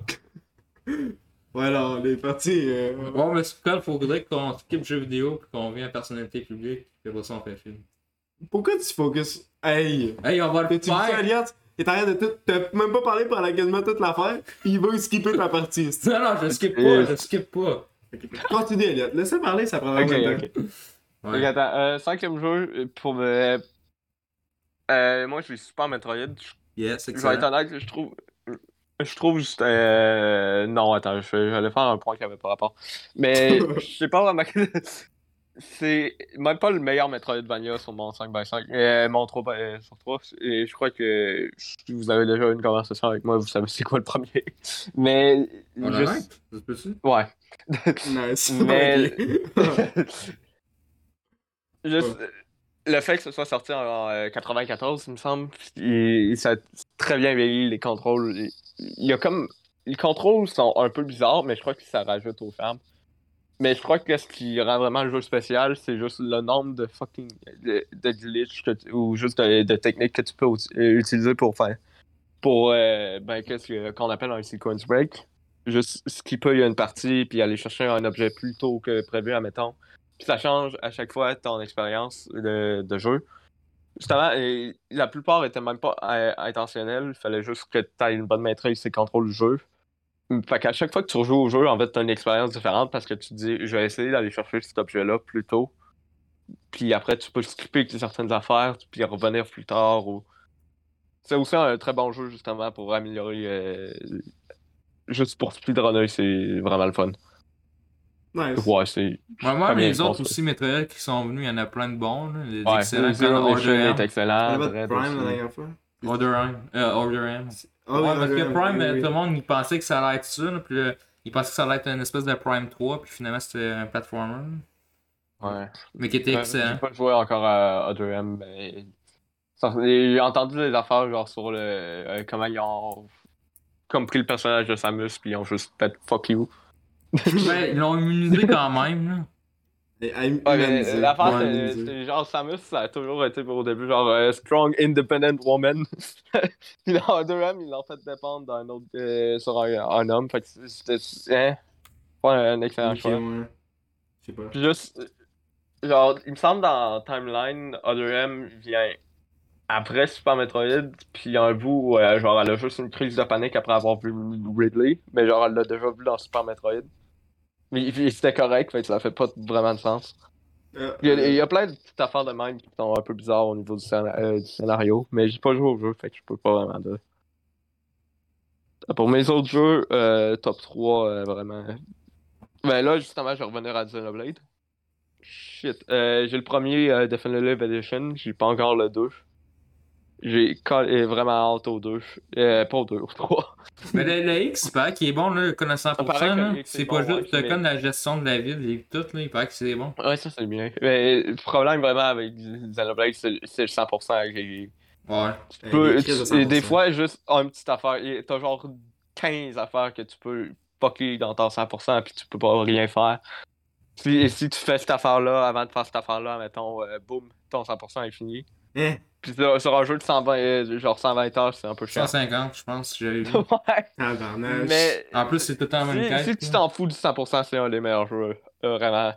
[SPEAKER 2] Ouais, là, on est parti. euh,
[SPEAKER 5] Bon, mais c'est quoi, il faudrait qu'on skip jeu vidéo, puis qu'on vienne à personnalité publique, puis après ça, on fait film.
[SPEAKER 2] Pourquoi tu focus? Hey!
[SPEAKER 5] Hey, on va le
[SPEAKER 2] T'as-tu vu
[SPEAKER 5] faire!
[SPEAKER 2] Elliot? Il t'arrête de tout. T'as même pas parlé pendant quasiment toute l'affaire. Il veut skipper ta partie. c'est-
[SPEAKER 5] Non, non, je skip pas, je skip pas.
[SPEAKER 2] Continue, Elliot. Laissez parler, ça prendra
[SPEAKER 1] Ok,
[SPEAKER 2] le temps.
[SPEAKER 1] ok.
[SPEAKER 5] Ouais.
[SPEAKER 1] Ok, attends, euh, cinquième jeu, euh, pour me. Euh, moi, je suis super Metroid. Je-
[SPEAKER 5] Yes,
[SPEAKER 1] Je vais être
[SPEAKER 5] excellent.
[SPEAKER 1] honnête, je trouve. Je trouve juste. euh, Non, attends, je vais- j'allais faire un point qui avait pas rapport. Mais je sais pas vraiment. C'est même pas le meilleur Metroidvania sur mon 5x5, euh, mon 3 x sur 3. Et je crois que si vous avez déjà eu une conversation avec moi, vous savez c'est quoi le premier. Mais.
[SPEAKER 5] On a
[SPEAKER 1] juste-
[SPEAKER 5] un? Ça se peut-tu?
[SPEAKER 1] Ouais.
[SPEAKER 2] Nice.
[SPEAKER 1] Mais-
[SPEAKER 2] Ok.
[SPEAKER 1] Juste, Le fait que ce soit sorti en, euh, 94, il me semble, il- ça a très bien vieilli les contrôles. Il, il y a comme. Les contrôles sont un peu bizarres, mais je crois que ça rajoute au charme. Mais je crois que ce qui rend vraiment le jeu spécial, c'est juste le nombre de fucking. de, de glitch que tu- ou juste de, de techniques que tu peux uti- euh, utiliser pour faire. pour. euh, ben, qu'est-ce que- qu'on appelle un sequence break. Juste skipper une partie, puis aller chercher un objet plus tôt que prévu, admettons. Puis ça change à chaque fois ton expérience de, de jeu. Justement, et la plupart étaient même pas euh, intentionnels. Il fallait juste que tu aies une bonne maîtrise et contrôle du jeu. Fait qu'à chaque fois que tu rejoues au jeu, en fait, tu as une expérience différente parce que tu te dis, je vais essayer d'aller chercher cet objet-là plus tôt. Puis après, tu peux skipper certaines affaires, puis revenir plus tard. Ou... C'est aussi un très bon jeu, justement, pour améliorer. euh, Juste pour speedrunner, c'est vraiment le fun.
[SPEAKER 2] Nice.
[SPEAKER 1] Ouais, c'est.
[SPEAKER 3] Ouais, moi,
[SPEAKER 1] Très bien,
[SPEAKER 3] les
[SPEAKER 1] je
[SPEAKER 3] autres
[SPEAKER 1] pense que-
[SPEAKER 3] aussi, Metroid qui sont venus, il y en a plein de bons. Là. Les
[SPEAKER 1] Ouais,
[SPEAKER 3] excellents
[SPEAKER 1] Zero
[SPEAKER 3] comme
[SPEAKER 1] Mission
[SPEAKER 3] Order
[SPEAKER 1] est
[SPEAKER 3] M.
[SPEAKER 1] excellent.
[SPEAKER 2] On
[SPEAKER 1] Dread
[SPEAKER 2] avait Prime la
[SPEAKER 1] aussi.
[SPEAKER 2] dernière fois.
[SPEAKER 3] Order M. euh, Order M.
[SPEAKER 2] Ah oui,
[SPEAKER 3] ouais, parce
[SPEAKER 2] Roger,
[SPEAKER 3] que
[SPEAKER 2] oui,
[SPEAKER 3] Prime,
[SPEAKER 2] oui.
[SPEAKER 3] tout le monde, il pensait que ça allait être ça. là, puis le- il pensait que ça allait être une espèce de Prime 3, puis finalement, c'était un platformer.
[SPEAKER 1] Ouais.
[SPEAKER 3] Mais qui était
[SPEAKER 1] Euh,
[SPEAKER 3] excellent.
[SPEAKER 1] J'ai pas joué encore à O2M, mais. ça- J'ai entendu des affaires genre sur le. euh, comment ils ont. Comme pris le personnage de Samus, puis ils ont juste fait fuck you.
[SPEAKER 3] Ouais, ils l'ont immunisé quand même. Là.
[SPEAKER 2] Et I'm-
[SPEAKER 1] Ouais, mais
[SPEAKER 2] humanisé.
[SPEAKER 1] l'affaire,
[SPEAKER 2] Ouais,
[SPEAKER 1] c'est-
[SPEAKER 2] humanisé.
[SPEAKER 1] c'est genre Samus, ça a toujours été au début, genre euh, Strong Independent Woman. puis dans O2M, ils l'ont fait dépendre d'un autre. euh, sur un, un homme. Fait que c'était. Hein? Pas un excellent
[SPEAKER 2] Ok,
[SPEAKER 1] choix.
[SPEAKER 2] ouais. Je sais pas.
[SPEAKER 1] Puis juste, euh, genre, il me semble dans Timeline, O2M vient après Super Metroid, puis il y a un bout où, euh, genre, elle a juste une crise de panique après avoir vu Ridley, mais genre, elle l'a déjà vu dans Super Metroid. Mais puis c'était correct, fait que ça fait pas vraiment de sens.
[SPEAKER 2] Euh,
[SPEAKER 1] Il y, a, il y a plein de petites affaires de même qui sont un peu bizarres au niveau du, scéna- euh, du scénario, mais j'ai pas joué au jeu, fait que je peux pas vraiment dire. Pour mes autres jeux, euh, top 3, euh, vraiment. Ben là, justement, je vais revenir à Xenoblade. Shit. euh, j'ai le premier euh, Definitive Edition, j'ai pas encore le 2. J'ai cal- euh, vraiment hâte au 2. Euh, pas au 2, au 3.
[SPEAKER 3] Mais le, le X, il paraît qu'il est bon, là, le connaissant
[SPEAKER 1] Ça
[SPEAKER 3] pour
[SPEAKER 1] paraît
[SPEAKER 3] ça.
[SPEAKER 1] que
[SPEAKER 3] là.
[SPEAKER 1] le X,
[SPEAKER 3] C'est
[SPEAKER 1] c'est
[SPEAKER 3] pas
[SPEAKER 1] bon,
[SPEAKER 3] juste
[SPEAKER 1] ouais,
[SPEAKER 3] euh,
[SPEAKER 1] mais-
[SPEAKER 3] comme la gestion de la ville et tout, là, il paraît que c'est bon.
[SPEAKER 1] Ouais, ça c'est bien. Mais le problème vraiment avec Xenoblade, c'est c'est le 100% que j'ai
[SPEAKER 3] Ouais.
[SPEAKER 1] Tu
[SPEAKER 2] Euh,
[SPEAKER 1] peux-
[SPEAKER 2] les crises de
[SPEAKER 1] tu- et des
[SPEAKER 2] 100%.
[SPEAKER 1] fois, juste ah, une petite affaire. et T'as genre 15 affaires que tu peux poquer dans ton 100% puis tu peux pas rien faire. Si, et si tu fais cette affaire-là avant de faire cette affaire-là, mettons, euh, boum, ton 100% est fini.
[SPEAKER 2] Hein?
[SPEAKER 1] Puis sur, sur un jeu de 120, euh, genre 120 heures, c'est un peu chiant.
[SPEAKER 3] 150, je pense, si j'avais vu.
[SPEAKER 1] Ouais,
[SPEAKER 2] Tabarnage.
[SPEAKER 1] mais
[SPEAKER 3] Euh, En plus, c'est tout le temps la même
[SPEAKER 1] euh, si,
[SPEAKER 3] quête.
[SPEAKER 1] si tu
[SPEAKER 3] là.
[SPEAKER 1] t'en fous du 100%, c'est un des meilleurs jeux, euh, vraiment.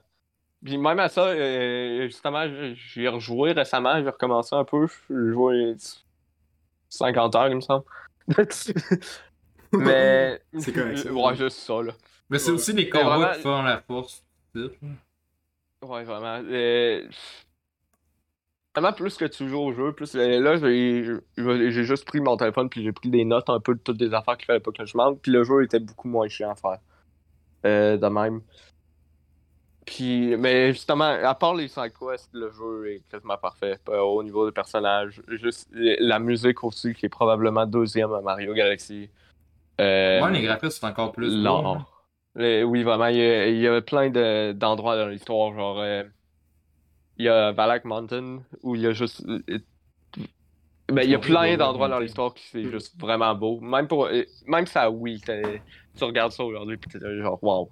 [SPEAKER 1] Puis même à ça, euh, justement, j- j'ai rejoué récemment, j'ai recommencé un peu, j'ai joué 50 heures, il me semble. Mais.
[SPEAKER 2] C'est correct, ça.
[SPEAKER 1] Ouais, juste ça, là.
[SPEAKER 3] Mais c'est aussi les
[SPEAKER 1] Mais
[SPEAKER 3] combats
[SPEAKER 1] euh, vraiment-
[SPEAKER 3] qui font la force. du titre, là.
[SPEAKER 1] Ouais, vraiment. Euh, Vraiment, plus que tu joues au jeu, plus euh, là, j'ai j'ai juste pris mon téléphone puis j'ai pris des notes un peu de toutes les affaires qu'il fallait pas que je manque. Puis le jeu était beaucoup moins chiant à faire. Euh, de même. Puis, mais justement, à part les side quests, le jeu est quasiment parfait. Euh, Au niveau des personnages, juste euh, la musique aussi, qui est probablement deuxième à Mario Galaxy. Euh,
[SPEAKER 3] Ouais, les graphismes sont encore plus.
[SPEAKER 1] non.
[SPEAKER 3] beaux, là.
[SPEAKER 1] Euh, oui, vraiment, il y a, il y a plein de- d'endroits dans l'histoire, genre... euh, il y a Valak Mountain, où il y a juste... euh, Ben, il y a
[SPEAKER 3] trouve
[SPEAKER 1] plein
[SPEAKER 3] beau,
[SPEAKER 1] d'endroits
[SPEAKER 3] ouais.
[SPEAKER 1] dans l'histoire qui c'est juste vraiment beau. Même pour. euh, Même ça, oui, t'es- tu regardes ça aujourd'hui pis t'es là, genre wow.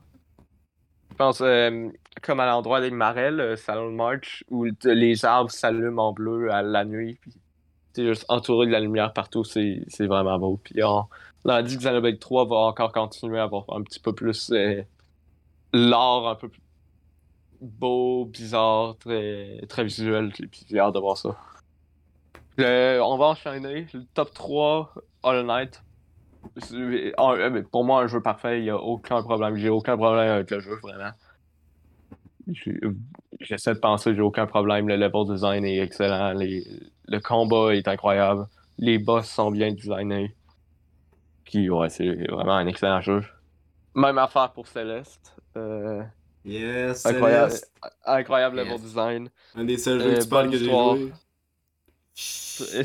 [SPEAKER 1] Je pense euh, comme à l'endroit des marais, le salon de March, où t- les arbres s'allument en bleu à la nuit, puis t'es juste entouré de la lumière partout, c'est c'est vraiment beau. Puis on, on a dit que Xenoblade 3 va encore continuer à avoir un petit peu plus euh, l'art un peu plus beau, bizarre, très, très visuel, puis j'ai hâte de voir ça. Le- on va enchaîner. Le top 3, All Night. C'est- en- euh, mais Pour moi, un jeu parfait, il n'y a aucun problème. J'ai aucun problème avec le jeu, vraiment. J'ai- J'essaie de penser, j'ai aucun problème. Le level design est excellent. Les- le combat est incroyable. Les boss sont bien designés. Puis, ouais, c'est vraiment un excellent jeu. Même affaire pour Celeste. Euh,
[SPEAKER 2] Yes,
[SPEAKER 1] incroyable,
[SPEAKER 2] Céleste.
[SPEAKER 1] incroyable
[SPEAKER 5] Yes.
[SPEAKER 1] level design.
[SPEAKER 2] Un des seuls jeux
[SPEAKER 1] Euh,
[SPEAKER 2] que tu parles
[SPEAKER 1] bonne
[SPEAKER 2] que j'ai
[SPEAKER 1] histoire.
[SPEAKER 2] joué.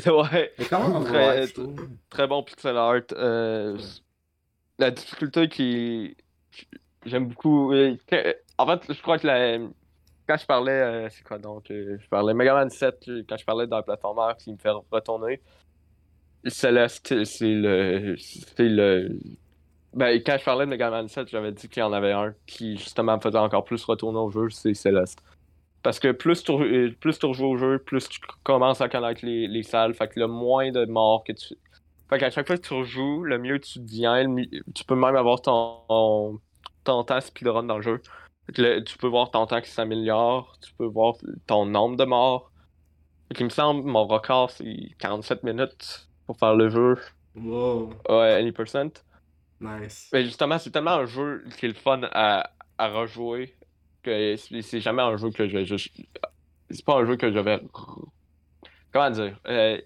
[SPEAKER 1] ouais.
[SPEAKER 5] Mais quand même,
[SPEAKER 1] Très-
[SPEAKER 5] ouais, je trouve.
[SPEAKER 1] très bon pixel art. euh, La difficulté qui. J'aime beaucoup. euh, que- En fait, je crois que la... quand je parlais. euh, C'est quoi donc euh, Je parlais Mega Man 7, euh, quand je parlais d'un platformer qui me fait retourner. Celeste, c'est le. C'est le. Ben, quand je parlais de Mega Man 7, j'avais dit qu'il y en avait un qui justement me faisait encore plus retourner au jeu, c'est Celeste. Parce que plus tu, re- euh, plus tu rejoues au jeu, plus tu commences à connaître les, les salles, fait que le moins de morts que tu, fait qu'à chaque fois que tu rejoues, le mieux tu deviens, le mi- tu peux même avoir ton, ton, ton temps speedrun dans le jeu. Fait que le- tu peux voir ton temps qui s'améliore, tu peux voir ton nombre de morts. Fait qu'il me semble, mon record c'est 47 minutes pour faire le jeu
[SPEAKER 2] Wow,
[SPEAKER 1] ouais, Any Percent.
[SPEAKER 2] nice.
[SPEAKER 1] Mais Ben, justement, c'est tellement un jeu qui est le fun à, à rejouer que c'est c'est jamais un jeu que je vais juste. C'est pas un jeu que je vais. Comment dire euh,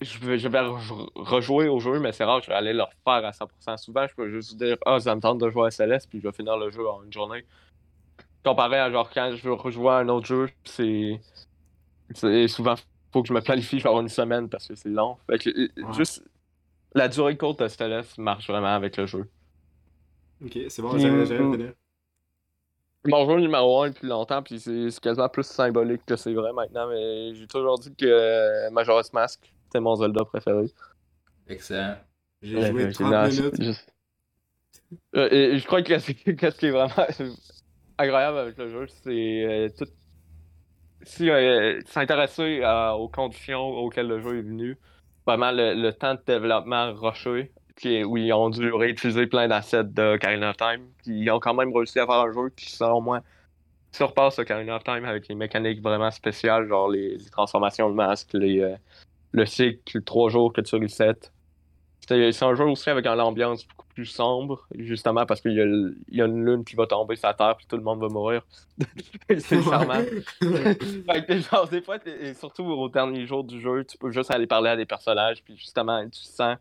[SPEAKER 1] je, vais, je vais re- rejouer au jeu, mais c'est rare que je vais aller le refaire à 100%. Souvent, je peux juste dire Ah, ça me tente de jouer à Celeste, puis je vais finir le jeu en une journée. Comparé à genre quand je veux rejouer à un autre jeu, c'est. c'est Souvent, faut que je me planifie, genre une semaine parce que c'est long. Fait que, euh,
[SPEAKER 2] Ouais.
[SPEAKER 1] juste la durée courte de Celeste marche vraiment avec le jeu.
[SPEAKER 2] Ok, c'est bon,
[SPEAKER 1] Puis-
[SPEAKER 2] j'avais j'avais
[SPEAKER 1] mm.
[SPEAKER 2] fini.
[SPEAKER 1] Mon jeu numéro 1 depuis longtemps, puis c'est c'est quasiment plus symbolique que c'est vrai maintenant, mais j'ai toujours dit que euh, Majora's Mask, c'était mon Zelda préféré.
[SPEAKER 5] Excellent.
[SPEAKER 2] J'ai
[SPEAKER 1] Euh,
[SPEAKER 2] joué
[SPEAKER 1] c'est
[SPEAKER 2] 30
[SPEAKER 1] nice,
[SPEAKER 2] minutes.
[SPEAKER 1] juste- Euh, et je crois que c'est- qu'est-ce qui est vraiment agréable avec le jeu, c'est euh, tout. Si euh, s'intéresser à- aux conditions auxquelles le jeu est venu, vraiment le, le temps de développement rocheux, qui est- où ils ont dû réutiliser plein d'assets de Karina of Time, puis ils ont quand même réussi à faire un jeu qui, selon moi, surpasse Karina of Time avec les mécaniques vraiment spéciales, genre les, les transformations de masque, les, euh, le cycle, trois jours que tu resets. C'est c'est un jeu aussi avec une ambiance beaucoup plus sombre, justement parce qu'il y, a le- il y a une lune qui va tomber sur la terre puis tout le monde va mourir. c'est charmant. Fait que, genre, des fois, t'es- et surtout au dernier jour du jeu, tu peux juste aller parler à des personnages, puis justement, tu sens.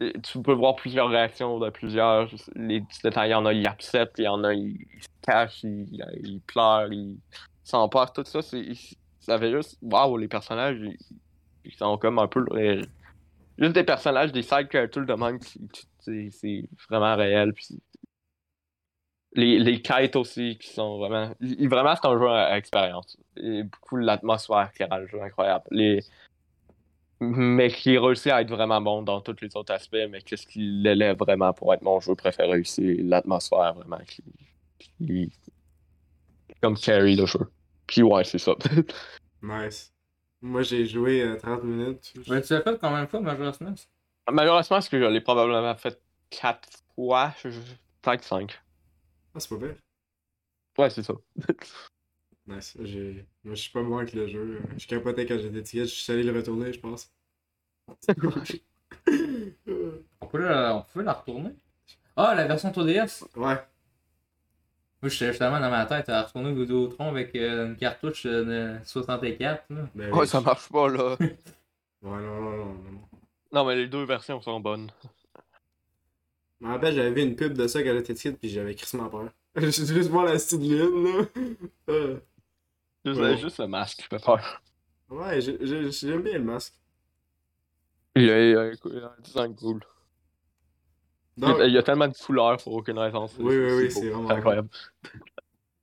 [SPEAKER 1] et Tu peux voir plusieurs réactions de plusieurs. Les petits détails, il y en a, ils acceptent, il y en a, ils se cachent, ils, ils pleurent, ils s'emportent, tout ça. C'est, ça fait juste. Waouh, les personnages, ils, ils sont comme un peu. euh, juste des personnages, des side characters de même, qui- qui- c'est, c'est vraiment réel. Puis les, les quêtes aussi qui sont vraiment. il- Vraiment, c'est un jeu à, à expérience. Et beaucoup l'atmosphère qui rend le jeu incroyable. Les... Mais qui réussit à être vraiment bon dans tous les autres aspects, mais qu'est-ce qui l'élève vraiment pour être mon jeu préféré, c'est l'atmosphère vraiment qui, qui- comme carry le jeu. Puis ouais, c'est ça.
[SPEAKER 2] Nice. Moi, j'ai joué euh, 30 minutes.
[SPEAKER 5] Ouais, tu l'as fait combien de fois, Majora's Mask?
[SPEAKER 1] Malheureusement, ce que je l'ai probablement fait 4 fois, je- peut-être 5.
[SPEAKER 2] Ah, c'est pas pire.
[SPEAKER 1] Ouais, c'est ça.
[SPEAKER 2] Nice. J'ai... Moi, je suis pas mort avec le jeu. Je capotais quand j'étais ticket. Je suis allé le retourner, je pense.
[SPEAKER 5] On peut, la, on peut la retourner? Ah, la version 3DS!
[SPEAKER 2] ouais.
[SPEAKER 5] Moi, j'étais justement dans ma tête à retourner au Vidéotron avec euh, une cartouche euh, de 64. Là.
[SPEAKER 2] Ben
[SPEAKER 1] Ouais,
[SPEAKER 2] oui.
[SPEAKER 1] ça marche pas là.
[SPEAKER 2] Ouais, non, non, non, non, non.
[SPEAKER 1] Non, mais les deux versions sont bonnes.
[SPEAKER 2] Je me rappelle, j'avais vu une pub de ça quand j'étais ticket, puis j'avais crissement peur. J'ai juste voir la style lune, là. Euh,
[SPEAKER 1] Juste,
[SPEAKER 2] Ouais.
[SPEAKER 1] juste le masque, je peux faire.
[SPEAKER 2] Ouais, j'ai- j'ai- j'aime bien le masque.
[SPEAKER 1] Il a, il a- il a un design cool.
[SPEAKER 2] Donc,
[SPEAKER 1] Il y a tellement de couleurs pour aucune raison. c'est-
[SPEAKER 2] Oui, oui, oui,
[SPEAKER 1] beau.
[SPEAKER 2] c'est vraiment
[SPEAKER 1] incroyable.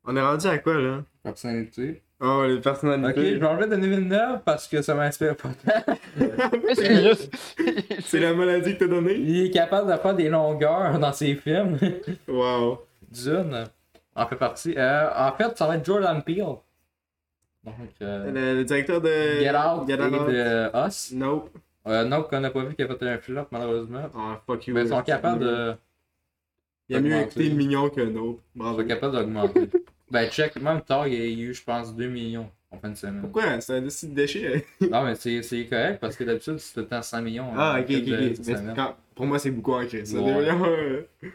[SPEAKER 2] on est rendu à quoi, là?
[SPEAKER 3] personnalité.
[SPEAKER 2] Oh, les
[SPEAKER 3] Ok,
[SPEAKER 2] personnalités.
[SPEAKER 3] je vais enlever Denis Villeneuve parce que ça m'inspire pas tant.
[SPEAKER 1] C'est juste.
[SPEAKER 2] C'est la maladie que t'as donnée?
[SPEAKER 3] Il est capable de faire des longueurs dans ses films.
[SPEAKER 2] Wow.
[SPEAKER 3] Dune en fait partie. Euh, en fait, ça va être Jordan Peele. Donc, euh,
[SPEAKER 2] Le, le directeur de.
[SPEAKER 3] Get Out
[SPEAKER 2] euh, Get Out.
[SPEAKER 3] et de Us.
[SPEAKER 2] Nope.
[SPEAKER 3] Euh, non, qu'on n'a pas vu qu'il a fait un flop malheureusement.
[SPEAKER 2] Oh, fuck you.
[SPEAKER 3] Mais ils sont capables de.
[SPEAKER 2] Il a mieux écouté
[SPEAKER 3] d'augmenter.
[SPEAKER 2] Mignon que Nope.
[SPEAKER 3] On
[SPEAKER 2] Bravo.
[SPEAKER 3] va être capable d'augmenter. ben, check, même tard, il y a eu, je pense, 2 millions en fin de semaine.
[SPEAKER 2] Pourquoi? C'est un dossier de déchets.
[SPEAKER 3] Non, mais c'est c'est correct parce que d'habitude, c'est tout le temps 100 millions.
[SPEAKER 2] Ah,
[SPEAKER 3] hein,
[SPEAKER 2] ok, ok,
[SPEAKER 3] de-
[SPEAKER 2] ok.
[SPEAKER 3] de
[SPEAKER 2] Mais
[SPEAKER 3] semaine.
[SPEAKER 2] quand- Pour moi, c'est beaucoup ancré. Ça,
[SPEAKER 3] Ouais.
[SPEAKER 2] devient, euh,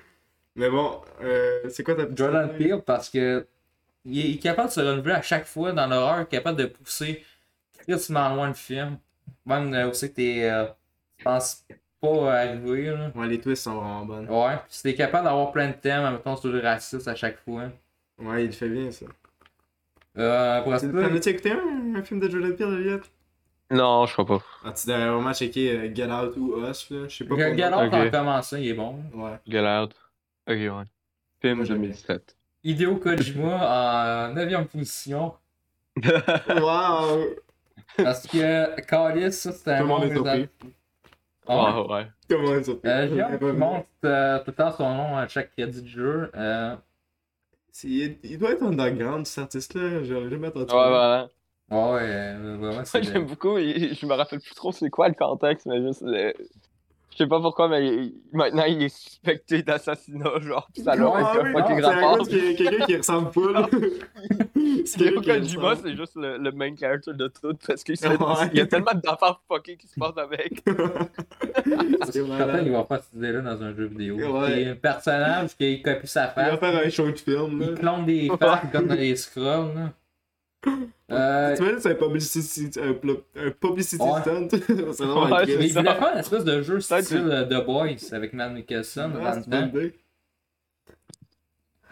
[SPEAKER 2] Mais bon, euh, c'est quoi ta petite
[SPEAKER 3] Jordan
[SPEAKER 2] idée?
[SPEAKER 3] Peele parce que il est, il est capable de se renouveler à chaque fois dans l'horreur, capable de pousser crissement loin le film. Même euh, aussi que t'es. euh, tu penses pas arriver, là.
[SPEAKER 2] Ouais, les twists sont vraiment bonnes.
[SPEAKER 3] Ouais, pis t'es capable d'avoir plein de thèmes, mettons, sur le racisme à chaque fois.
[SPEAKER 2] Ouais, il fait bien ça.
[SPEAKER 3] Euh, pour
[SPEAKER 2] Tu-
[SPEAKER 3] ça,
[SPEAKER 2] T'en as-tu écouté un, un film de Jordan Peele, Juliette?
[SPEAKER 1] Non, je crois pas.
[SPEAKER 2] Ah, tu devrais vraiment checker euh, Get Out ou Us, là. Je sais pas
[SPEAKER 3] le galop
[SPEAKER 1] Ok.
[SPEAKER 3] quand commencé, il est bon.
[SPEAKER 2] Ouais.
[SPEAKER 1] Get out. Ok, ouais. Film
[SPEAKER 2] Moi, j'aime
[SPEAKER 1] 2017.
[SPEAKER 3] Hideo Kojima en 9 position.
[SPEAKER 2] Wow!
[SPEAKER 3] Parce que Calis, ça
[SPEAKER 2] Tout
[SPEAKER 3] c'était un
[SPEAKER 2] le monde
[SPEAKER 3] monde.
[SPEAKER 2] est surpris.
[SPEAKER 3] Ah ouais.
[SPEAKER 1] Ah, ouais.
[SPEAKER 2] Comment on est surpris?
[SPEAKER 3] Euh, J'ai hâte
[SPEAKER 2] Il
[SPEAKER 3] qu'il
[SPEAKER 2] revient.
[SPEAKER 3] montre euh, tout le temps son nom à chaque crédit de jeu. Euh,
[SPEAKER 2] C'est- Il, il doit être underground, cet artiste-là. J'aurais jamais entendu.
[SPEAKER 1] Ouais, voilà.
[SPEAKER 3] ouais, ouais, euh, vraiment, c'est.
[SPEAKER 1] Moi, j'aime beaucoup. et je me rappelle plus trop c'est quoi le contexte, mais juste. le- Je sais pas pourquoi, mais il- maintenant il est suspecté d'assassinat, genre. Pis ça
[SPEAKER 2] Ah
[SPEAKER 1] n'a
[SPEAKER 2] oui,
[SPEAKER 1] aucun
[SPEAKER 2] non,
[SPEAKER 1] fucking
[SPEAKER 2] c'est un
[SPEAKER 1] rapport.
[SPEAKER 2] gars qui- quelqu'un qui ressemble pas, là. C'est
[SPEAKER 1] Hideo
[SPEAKER 2] quelqu'un qui
[SPEAKER 1] Kojima,
[SPEAKER 2] ressemble.
[SPEAKER 1] c'est juste le, le main character de tout parce qu'il se-
[SPEAKER 2] Ouais.
[SPEAKER 1] il y a tellement d'affaires fucking qui se passent avec.
[SPEAKER 3] Je suis certain qu'il va faire cette idée-là dans un jeu vidéo.
[SPEAKER 2] Ouais.
[SPEAKER 3] C'est un personnage qui copie sa
[SPEAKER 2] Il va
[SPEAKER 3] face.
[SPEAKER 2] faire un short film,
[SPEAKER 3] Il
[SPEAKER 2] là.
[SPEAKER 3] clone des
[SPEAKER 1] Ouais.
[SPEAKER 3] faces comme dans les scrolls. là. Euh,
[SPEAKER 2] Tu vois, c'est un publicity, un, pl- un publicity
[SPEAKER 3] Ouais.
[SPEAKER 2] stunt. c'est vraiment
[SPEAKER 1] Ouais,
[SPEAKER 2] un
[SPEAKER 3] mais il
[SPEAKER 1] c'est
[SPEAKER 2] Christ.
[SPEAKER 1] ça.
[SPEAKER 3] voulait faire une espèce de jeu
[SPEAKER 1] Peut-être
[SPEAKER 3] style euh, The Boys avec Matt Nicholson
[SPEAKER 2] Ouais,
[SPEAKER 3] dans le
[SPEAKER 2] Ah, c'est une bonne
[SPEAKER 3] temps.
[SPEAKER 2] idée.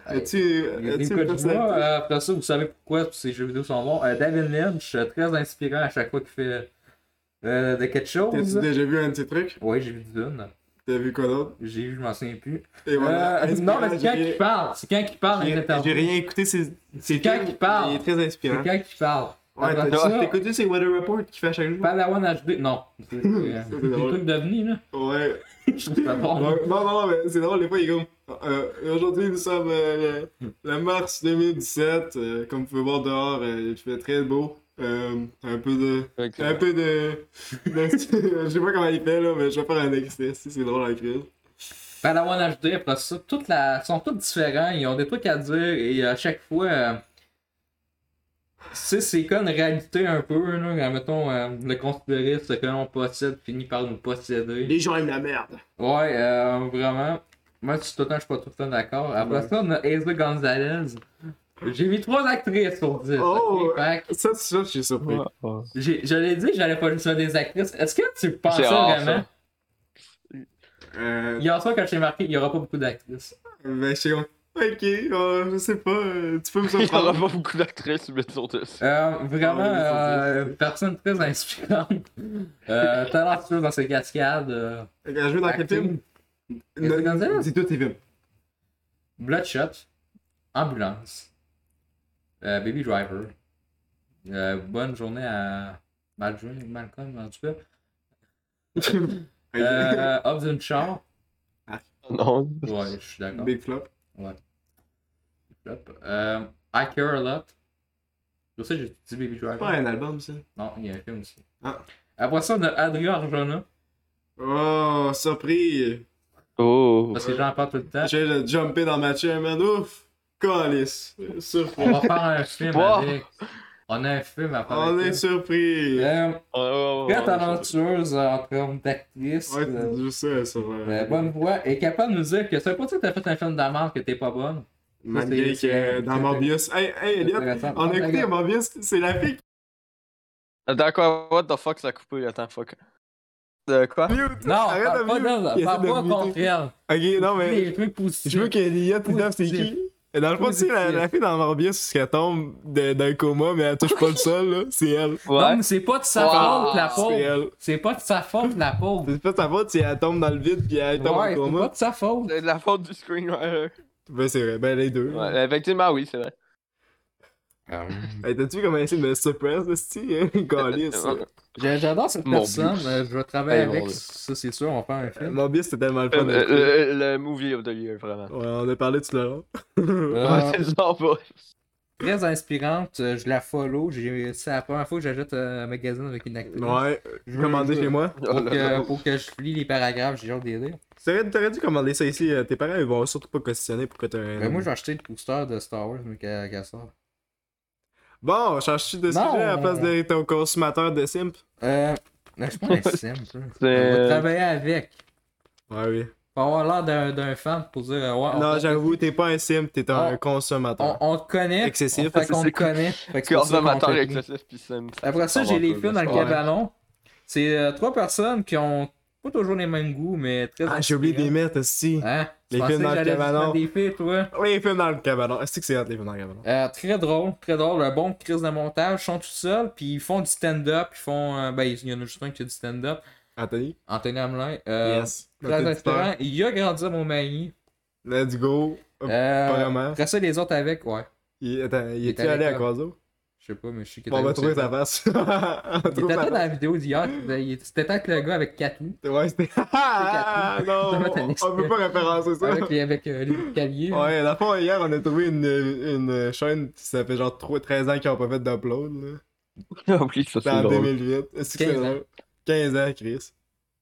[SPEAKER 3] Ouais.
[SPEAKER 2] As-tu
[SPEAKER 3] Des
[SPEAKER 2] as-tu une
[SPEAKER 3] Kojima,
[SPEAKER 2] personnalité?
[SPEAKER 3] euh, après ça, vous savez pourquoi ces jeux vidéo sont bons. Euh, David Lynch, euh, très inspirant à chaque fois qu'il fait euh, de quelque
[SPEAKER 2] T'as-tu
[SPEAKER 3] chose.
[SPEAKER 2] déjà vu un de ces trucs?
[SPEAKER 3] Oui, j'ai vu Dune.
[SPEAKER 2] T'as vu quoi d'autre?
[SPEAKER 3] J'ai vu, je m'en souviens plus.
[SPEAKER 2] Et voilà.
[SPEAKER 3] Euh, non,
[SPEAKER 2] Inspirant,
[SPEAKER 3] mais c'est
[SPEAKER 2] j'ai
[SPEAKER 3] quand
[SPEAKER 2] rien-
[SPEAKER 3] qui parle. C'est quand qui parle dans les
[SPEAKER 2] j'ai-
[SPEAKER 3] interviews.
[SPEAKER 2] J'ai rien écouté, c'est
[SPEAKER 3] C'est quand qu'il parle.
[SPEAKER 2] Il est très inspirant.
[SPEAKER 3] C'est quand qui parle.
[SPEAKER 2] Hein? Ouais,
[SPEAKER 3] Après
[SPEAKER 2] t'as- ah,
[SPEAKER 3] ça,
[SPEAKER 2] t'as écouté ces Weather Report qu'il fait à chaque jour?
[SPEAKER 3] Padawan HD. Non. C'est euh,
[SPEAKER 2] Ça,
[SPEAKER 3] c'est
[SPEAKER 2] c'est
[SPEAKER 3] des
[SPEAKER 2] drôle.
[SPEAKER 3] trucs devenus, là.
[SPEAKER 2] Ouais.
[SPEAKER 3] Je trouve ça bon.
[SPEAKER 2] Non, non, non, mais c'est drôle, des fois, il est comme. euh, Aujourd'hui, nous sommes euh, le, le mars 2017. euh, comme vous pouvez voir dehors, euh, il fait très beau. Euh, un peu de. Un peu de. de- je sais pas comment il fait, là, mais je vais faire un extrait. si C'est drôle à crise.
[SPEAKER 3] Padawan HD, après ça, toute la... ils sont tous différents, ils ont des trucs à dire et à chaque fois. euh, Tu sais, c'est comme une réalité un peu, là, quand, mettons, euh, le considérer ce que l'on possède finit par nous posséder.
[SPEAKER 2] Les gens aiment la merde.
[SPEAKER 3] Ouais, euh, vraiment. Moi, tout le temps, je suis pas tout le temps d'accord. Après
[SPEAKER 2] Ouais.
[SPEAKER 3] ça, on a Asa Gonzalez. J'ai mis trois actrices sur 10.
[SPEAKER 2] Oh!
[SPEAKER 3] ok? Fait que
[SPEAKER 2] Ça, ça, je suis surpris.
[SPEAKER 3] j'ai- je l'ai dit que j'allais pas juste faire des actrices. Est-ce que tu pensais
[SPEAKER 1] rare,
[SPEAKER 3] vraiment?
[SPEAKER 2] Euh,
[SPEAKER 3] Hier soir, quand j'ai marqué, il y aura pas beaucoup d'actrices.
[SPEAKER 2] ben, je suis comme. Ok, euh, je sais pas, euh, tu peux me
[SPEAKER 1] Il n'y aura
[SPEAKER 2] surprendre.
[SPEAKER 1] pas beaucoup d'actrices, mais ils sont tous.
[SPEAKER 3] Euh, vraiment,
[SPEAKER 2] Ah oui, ils
[SPEAKER 3] euh, personne très inspirante. Euh, talentueux dans ses cascades. Euh,
[SPEAKER 2] Elle a joué dans quel film
[SPEAKER 3] acting. Et c'est dans ça?
[SPEAKER 2] C'est tous tes films.
[SPEAKER 3] Bloodshot. Ambulance. euh, Baby Driver. euh, bonne journée à Malcolm, Malcolm en tout cas. Euh, Hobbs and Shaw.
[SPEAKER 1] Non.
[SPEAKER 3] Ouais, je suis d'accord.
[SPEAKER 2] Big flop.
[SPEAKER 3] Euh, I Care a Lot. Je sais, j'ai dit Baby Driver.
[SPEAKER 2] Pas un album, ça.
[SPEAKER 3] Non, il y a un film aussi.
[SPEAKER 2] Ah.
[SPEAKER 3] Après ça, on a Adrien Arjona.
[SPEAKER 2] Oh, surpris!
[SPEAKER 1] Oh.
[SPEAKER 3] Parce que j'en parle tout le temps.
[SPEAKER 2] J'ai le jumpé dans ma chair, man. Ouf! Calice!
[SPEAKER 3] On
[SPEAKER 2] Surpris!
[SPEAKER 3] va faire un film
[SPEAKER 1] Wow.
[SPEAKER 3] avec. On a un film à faire.
[SPEAKER 2] On
[SPEAKER 3] avec
[SPEAKER 2] est surpris!
[SPEAKER 3] elle.
[SPEAKER 2] Ouais,
[SPEAKER 3] Euh,
[SPEAKER 1] Oh,
[SPEAKER 3] Très talentueuse en termes d'actrice.
[SPEAKER 2] c'est
[SPEAKER 3] euh,
[SPEAKER 2] juste ça, ça va.
[SPEAKER 3] euh, bonne voix. Et capable de nous dire que c'est pas ça que t'as fait un film de la merde que t'es pas bonne.
[SPEAKER 2] Malgré
[SPEAKER 3] c'est-
[SPEAKER 2] que
[SPEAKER 3] c'est-
[SPEAKER 2] dans Morbius. Hey, hey, Elliot!
[SPEAKER 3] Intéressant.
[SPEAKER 2] On a écouté Morbius, c'est la fille
[SPEAKER 1] D'accord, what the fuck, ça a coupé, attends, fuck. De quoi?
[SPEAKER 2] qui
[SPEAKER 3] Non,
[SPEAKER 2] Arrête de
[SPEAKER 3] parle pas
[SPEAKER 2] mute.
[SPEAKER 3] d'elle.
[SPEAKER 2] Il
[SPEAKER 3] Parle
[SPEAKER 2] essaie de
[SPEAKER 3] pas
[SPEAKER 2] muter.
[SPEAKER 3] contre elle.
[SPEAKER 2] Ok, non, mais.
[SPEAKER 3] Des trucs positifs.
[SPEAKER 2] Je veux qu'Elliot, il c'est qui? Et Dans le fond, tu sais, la, la fille dans Morbius, c'est qu'elle tombe de- d'un coma, mais elle touche pas le sol, là. C'est elle.
[SPEAKER 3] Non,
[SPEAKER 1] Ouais.
[SPEAKER 3] mais c'est pas de sa
[SPEAKER 1] Wow.
[SPEAKER 3] faute, la
[SPEAKER 2] C'est
[SPEAKER 3] pauvre.
[SPEAKER 2] elle.
[SPEAKER 3] C'est pas de sa faute, la pauvre.
[SPEAKER 2] C'est pas sa faute si elle tombe dans le vide puis elle tombe
[SPEAKER 3] Ouais,
[SPEAKER 2] en
[SPEAKER 3] c'est pas
[SPEAKER 2] coma.
[SPEAKER 3] de sa faute.
[SPEAKER 1] C'est de la faute du screenwriter.
[SPEAKER 2] Ben, c'est vrai. Ben, les deux.
[SPEAKER 1] Ouais, effectivement, oui, c'est vrai.
[SPEAKER 6] Hum.
[SPEAKER 2] Hey, T'as-tu vu comment il essaie de me suppress, là, c'ti, hein? Calisse.
[SPEAKER 3] J'a- J'adore cette
[SPEAKER 1] Mon
[SPEAKER 3] personne,
[SPEAKER 1] but.
[SPEAKER 3] euh, je vais travailler
[SPEAKER 1] Hey, mon
[SPEAKER 3] avec,
[SPEAKER 1] Dieu.
[SPEAKER 3] ça c'est sûr, on va faire un film.
[SPEAKER 2] Mon bis, c'était tellement le
[SPEAKER 1] Euh,
[SPEAKER 2] fun.
[SPEAKER 1] euh,
[SPEAKER 2] d'écouter.
[SPEAKER 1] le, le movie of the year, vraiment.
[SPEAKER 2] Ouais, on a parlé tout à l'heure.
[SPEAKER 3] Euh,
[SPEAKER 1] Ouais, c'est genre, ouais.
[SPEAKER 3] très inspirante, euh, je la follow, j'ai- c'est la première fois que j'achète euh, un magazine avec une actrice.
[SPEAKER 2] Ouais,
[SPEAKER 3] Je veux-
[SPEAKER 2] commandé
[SPEAKER 3] je-
[SPEAKER 2] chez moi.
[SPEAKER 1] Oh
[SPEAKER 3] Pour
[SPEAKER 1] là
[SPEAKER 3] que,
[SPEAKER 1] là.
[SPEAKER 3] pour que je lis les paragraphes, j'ai genre des rires.
[SPEAKER 2] T'aurais t'aurais dû commander ça ici. euh, Tes parents, ils vont surtout pas questionner pour que t'aies un.
[SPEAKER 3] Ben, moi, je vais acheter le poster de Star Wars, mais qu'à qu'à ça.
[SPEAKER 2] Bon, change-tu de
[SPEAKER 3] Non.
[SPEAKER 2] sujet à la place de ton consommateur de simp?
[SPEAKER 3] Euh, ben, je suis pas un simple. ça. On va
[SPEAKER 1] C'est-
[SPEAKER 3] travailler avec.
[SPEAKER 2] Ouais, oui.
[SPEAKER 3] Faut avoir l'air d'un- d'un fan pour dire, euh, ouais, on-
[SPEAKER 2] Non, j'avoue, t'es pas un simp, t'es un
[SPEAKER 3] On-
[SPEAKER 2] consommateur.
[SPEAKER 3] on, on te connaît.
[SPEAKER 2] Excessif,
[SPEAKER 3] Fait qu'on te
[SPEAKER 1] c'est-
[SPEAKER 3] connaît. Fait que c'est pour ça qu'on
[SPEAKER 1] Consommateur
[SPEAKER 3] te lit.
[SPEAKER 1] excessif pis simple.
[SPEAKER 3] Après
[SPEAKER 1] Ça
[SPEAKER 3] ça, j'ai
[SPEAKER 1] va
[SPEAKER 3] les
[SPEAKER 1] un peu,
[SPEAKER 3] films dans le
[SPEAKER 1] ouais.
[SPEAKER 3] cabanon. C'est euh, trois personnes qui ont pas toujours les mêmes goûts, mais très.
[SPEAKER 2] Ah, j'ai oublié de les mettre aussi.
[SPEAKER 3] Hein? Tu
[SPEAKER 2] Les
[SPEAKER 3] pensais
[SPEAKER 2] films dans
[SPEAKER 3] que
[SPEAKER 2] le
[SPEAKER 3] j'allais
[SPEAKER 2] cabanon.
[SPEAKER 3] faire Des films, toi?
[SPEAKER 2] Oui, les films dans le cabanon. Est-ce que c'est hot, les films dans le cabanon?
[SPEAKER 3] Euh, très drôle, très drôle, un bon crise de montage, ils sont tout seuls, puis ils font du stand-up, ils font, euh, ben il y en a juste un qui fait du stand-up,
[SPEAKER 2] Anthony?
[SPEAKER 3] Anthony Hamelin, euh,
[SPEAKER 2] yes.
[SPEAKER 3] très
[SPEAKER 2] Notre
[SPEAKER 3] inspirant, il a grandi à Montmagny,
[SPEAKER 2] éditeur. Let's go. Hop,
[SPEAKER 3] Euh,
[SPEAKER 2] Pas vraiment.
[SPEAKER 3] après ça les autres avec, ouais,
[SPEAKER 2] Il, attends, il
[SPEAKER 3] il
[SPEAKER 2] est-tu
[SPEAKER 3] était
[SPEAKER 2] allé à
[SPEAKER 3] avec
[SPEAKER 2] Croiseau?
[SPEAKER 3] je sais pas, mais je sais qu'il
[SPEAKER 2] On ben, va
[SPEAKER 3] était-
[SPEAKER 2] trouver sa face. On
[SPEAKER 3] Il
[SPEAKER 2] trouve
[SPEAKER 3] était
[SPEAKER 2] sa
[SPEAKER 3] peut-être dans
[SPEAKER 2] face.
[SPEAKER 3] la vidéo d'hier, Ben, il- c'était avec le gars avec Catou,
[SPEAKER 2] Ouais, c'était.
[SPEAKER 3] Catherine.
[SPEAKER 2] non,
[SPEAKER 3] Ça va, t'as
[SPEAKER 2] on- on
[SPEAKER 3] l'expert.
[SPEAKER 2] peut pas référencer ça.
[SPEAKER 3] avec, les- avec euh, Luc Callier,
[SPEAKER 2] Ouais, la fois, hier, on a trouvé une, une chaîne, ça fait genre 3, 13 ans qu'ils ont pas fait d'upload, là.
[SPEAKER 1] J'ai oublié ça,
[SPEAKER 2] C'était
[SPEAKER 1] c'est
[SPEAKER 2] en
[SPEAKER 1] drôle.
[SPEAKER 2] 2008. Est-ce que
[SPEAKER 3] 15
[SPEAKER 2] c'est
[SPEAKER 3] ans.
[SPEAKER 2] drôle? 15 ans, Chris.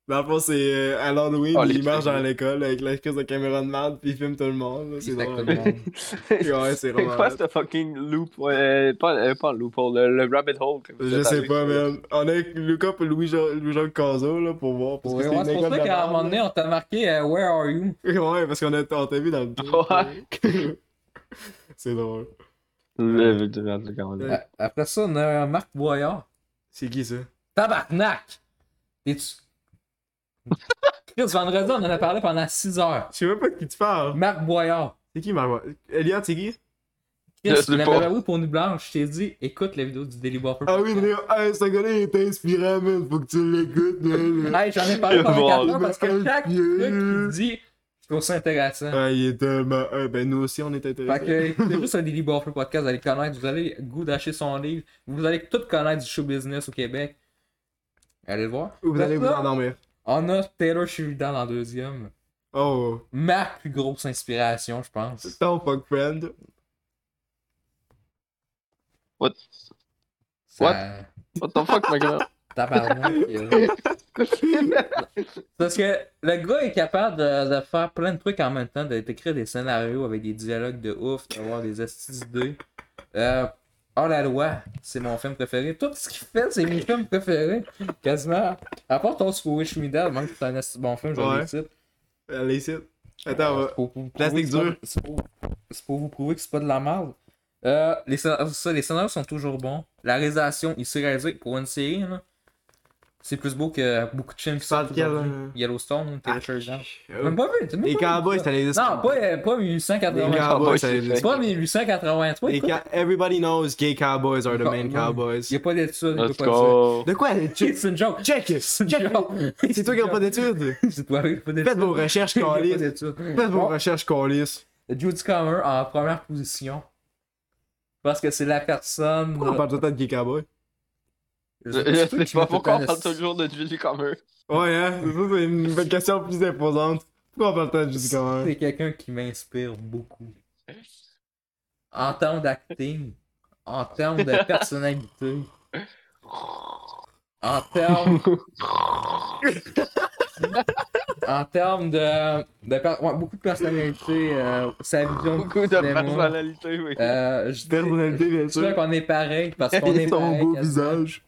[SPEAKER 2] Dans le fond, c'est euh, à l'Halloween,
[SPEAKER 3] Ah,
[SPEAKER 1] Oh, les
[SPEAKER 2] il marche
[SPEAKER 1] trucs.
[SPEAKER 2] dans l'école avec la crise de caméra de merde, puis il filme tout le monde, là. C'est drôle.
[SPEAKER 3] Exactement.
[SPEAKER 2] Ouais, c'est
[SPEAKER 1] C'est
[SPEAKER 2] vraiment
[SPEAKER 1] quoi
[SPEAKER 2] hot.
[SPEAKER 1] ce fucking loop? Ouais, pas, euh, pas loophole, le, le rabbit hole. comme vous
[SPEAKER 2] Je
[SPEAKER 1] êtes
[SPEAKER 2] sais
[SPEAKER 1] allé.
[SPEAKER 2] pas, man. On est avec Lucas et Louis-Jean Louis Cazot, là, pour voir. Parce
[SPEAKER 3] Ouais,
[SPEAKER 2] que
[SPEAKER 3] ouais, c'est
[SPEAKER 2] une
[SPEAKER 3] pour
[SPEAKER 2] école
[SPEAKER 3] ça
[SPEAKER 2] de
[SPEAKER 3] qu'à un
[SPEAKER 2] merde,
[SPEAKER 3] moment donné, on t'a marqué euh, Where are you?
[SPEAKER 2] là. Ouais, parce qu'on a- on t'a vu dans le jeu. c'est drôle.
[SPEAKER 1] Le- le- le- le- quand même.
[SPEAKER 3] A- Après ça, on a Marc Boyard.
[SPEAKER 2] C'est qui, ça?
[SPEAKER 3] Tabarnak! T'es-tu. Chris, vendredi, on en a parlé pendant 6 heures.
[SPEAKER 2] Je sais même pas de qui tu parles.
[SPEAKER 3] Marc Boyard.
[SPEAKER 2] C'est qui, Marois? Elliot, c'est qui?
[SPEAKER 1] Je
[SPEAKER 3] Chris,
[SPEAKER 1] sais
[SPEAKER 3] tu l'avais
[SPEAKER 1] pas.
[SPEAKER 3] avoué pour nous blanche. Je t'ai dit, écoute la vidéo du Daily Buffer.
[SPEAKER 2] Ah oui, Léo, hey, ce gars-là, il est inspirant, man. Faut que tu l'écoutes, man.
[SPEAKER 3] Hey, j'en ai parlé pendant
[SPEAKER 1] Bon.
[SPEAKER 3] 4 heures parce que chaque truc
[SPEAKER 2] Yeah.
[SPEAKER 3] qu'il dit, je trouve ça intéressant.
[SPEAKER 2] Ah, il est tellement. Ah, ben, nous aussi, on est intéressés.
[SPEAKER 3] Fait que écoutez juste un Daily Buffer podcast, vous allez connaître, vous allez goût d'acheter son livre, vous allez tout connaître du show business au Québec. Allez le voir.
[SPEAKER 2] Ou vous
[SPEAKER 3] Après
[SPEAKER 2] allez vous
[SPEAKER 3] ça,
[SPEAKER 2] endormir.
[SPEAKER 3] On a Taylor Sheridan en deuxième.
[SPEAKER 2] Oh,
[SPEAKER 3] Ma plus grosse inspiration, je pense.
[SPEAKER 2] c'est ton fuck friend.
[SPEAKER 1] What,
[SPEAKER 3] Ça-
[SPEAKER 1] what the fuck, my gars?
[SPEAKER 3] Tabarnak. euh. Parce que le gars est capable de, de faire plein de trucs en même temps, de- d'écrire des scénarios avec des dialogues de ouf, d'avoir des astuces idées. Euh, Hors la loi, c'est mon film préféré. Tout ce qu'il fait, c'est mes films préférés. Quasiment. À part ton Sweet Wish Me Dead, même que c'est un asti de bon film, j'ai
[SPEAKER 2] Ouais.
[SPEAKER 3] des titres.
[SPEAKER 2] Allez, ici. Attends, on
[SPEAKER 3] Euh,
[SPEAKER 2] va.
[SPEAKER 3] c'est pour- pour vous
[SPEAKER 2] Plastique
[SPEAKER 3] prouver
[SPEAKER 2] dur.
[SPEAKER 3] que C'est pas- c'est pour, c'est pour vous prouver que c'est pas de la merde. Euh, les, scén- ça, les scénarios sont toujours bons. La réalisation, il s'est réalisé pour une série. là. C'est plus beau que beaucoup de films qui
[SPEAKER 2] Sans
[SPEAKER 3] sortent
[SPEAKER 2] lequel,
[SPEAKER 3] aujourd'hui.
[SPEAKER 2] euh,
[SPEAKER 3] Yellowstone, Taylor Sheridan. T'as
[SPEAKER 2] Les
[SPEAKER 3] Même pas vu, t'as même pas vu
[SPEAKER 2] Oh. cowboys,
[SPEAKER 3] ça.
[SPEAKER 2] ça les
[SPEAKER 3] Non, pas, euh, pas
[SPEAKER 2] Les
[SPEAKER 3] 1883.
[SPEAKER 2] cowboys, ça
[SPEAKER 1] c'est
[SPEAKER 2] les
[SPEAKER 1] fait.
[SPEAKER 3] Pas 1883.
[SPEAKER 2] Les
[SPEAKER 3] écoute,
[SPEAKER 2] ca- Everybody knows gay cowboys are the main
[SPEAKER 3] Ouais.
[SPEAKER 2] cowboys.
[SPEAKER 3] Il y a pas d'études, il peut
[SPEAKER 1] Let's
[SPEAKER 3] pas dire.
[SPEAKER 1] go.
[SPEAKER 2] De quoi? Check!
[SPEAKER 3] C'est une joke.
[SPEAKER 2] Check!
[SPEAKER 3] C'est une
[SPEAKER 2] Check!
[SPEAKER 3] joke.
[SPEAKER 2] C'est toi qui n'as pas d'études!
[SPEAKER 3] C'est toi qui a pas d'études.
[SPEAKER 2] Faites vos recherches,
[SPEAKER 3] Il y a pas
[SPEAKER 2] Calis!
[SPEAKER 3] d'études.
[SPEAKER 2] Faites vos
[SPEAKER 3] Bon.
[SPEAKER 2] recherches, Calis!
[SPEAKER 3] Judy Comer en première position. Parce que c'est la personne.
[SPEAKER 2] Pourquoi on parle tout le temps de gay cowboys?
[SPEAKER 3] Je-
[SPEAKER 1] Je
[SPEAKER 3] je- je-
[SPEAKER 1] sais pas pourquoi
[SPEAKER 3] je-
[SPEAKER 1] on parle toujours de Julie Comer.
[SPEAKER 2] Ouais, hein? C'est ça, c'est une bonne question plus imposante. Pourquoi on parle tout le temps de Judy Comer?
[SPEAKER 3] C'est quelqu'un qui m'inspire beaucoup. En termes d'acting, en termes de personnalité, en termes. en termes de. de per- ouais, beaucoup de personnalité, euh, sa vision. du
[SPEAKER 1] Beaucoup de
[SPEAKER 3] cinéma.
[SPEAKER 1] personnalité, oui.
[SPEAKER 3] Euh, je dis-
[SPEAKER 2] Personnalité, bien
[SPEAKER 3] je dirais
[SPEAKER 2] sûr.
[SPEAKER 3] qu'on est pareil parce qu'on est
[SPEAKER 2] Et son
[SPEAKER 3] pareil.
[SPEAKER 2] beau
[SPEAKER 3] quasiment.
[SPEAKER 2] visage.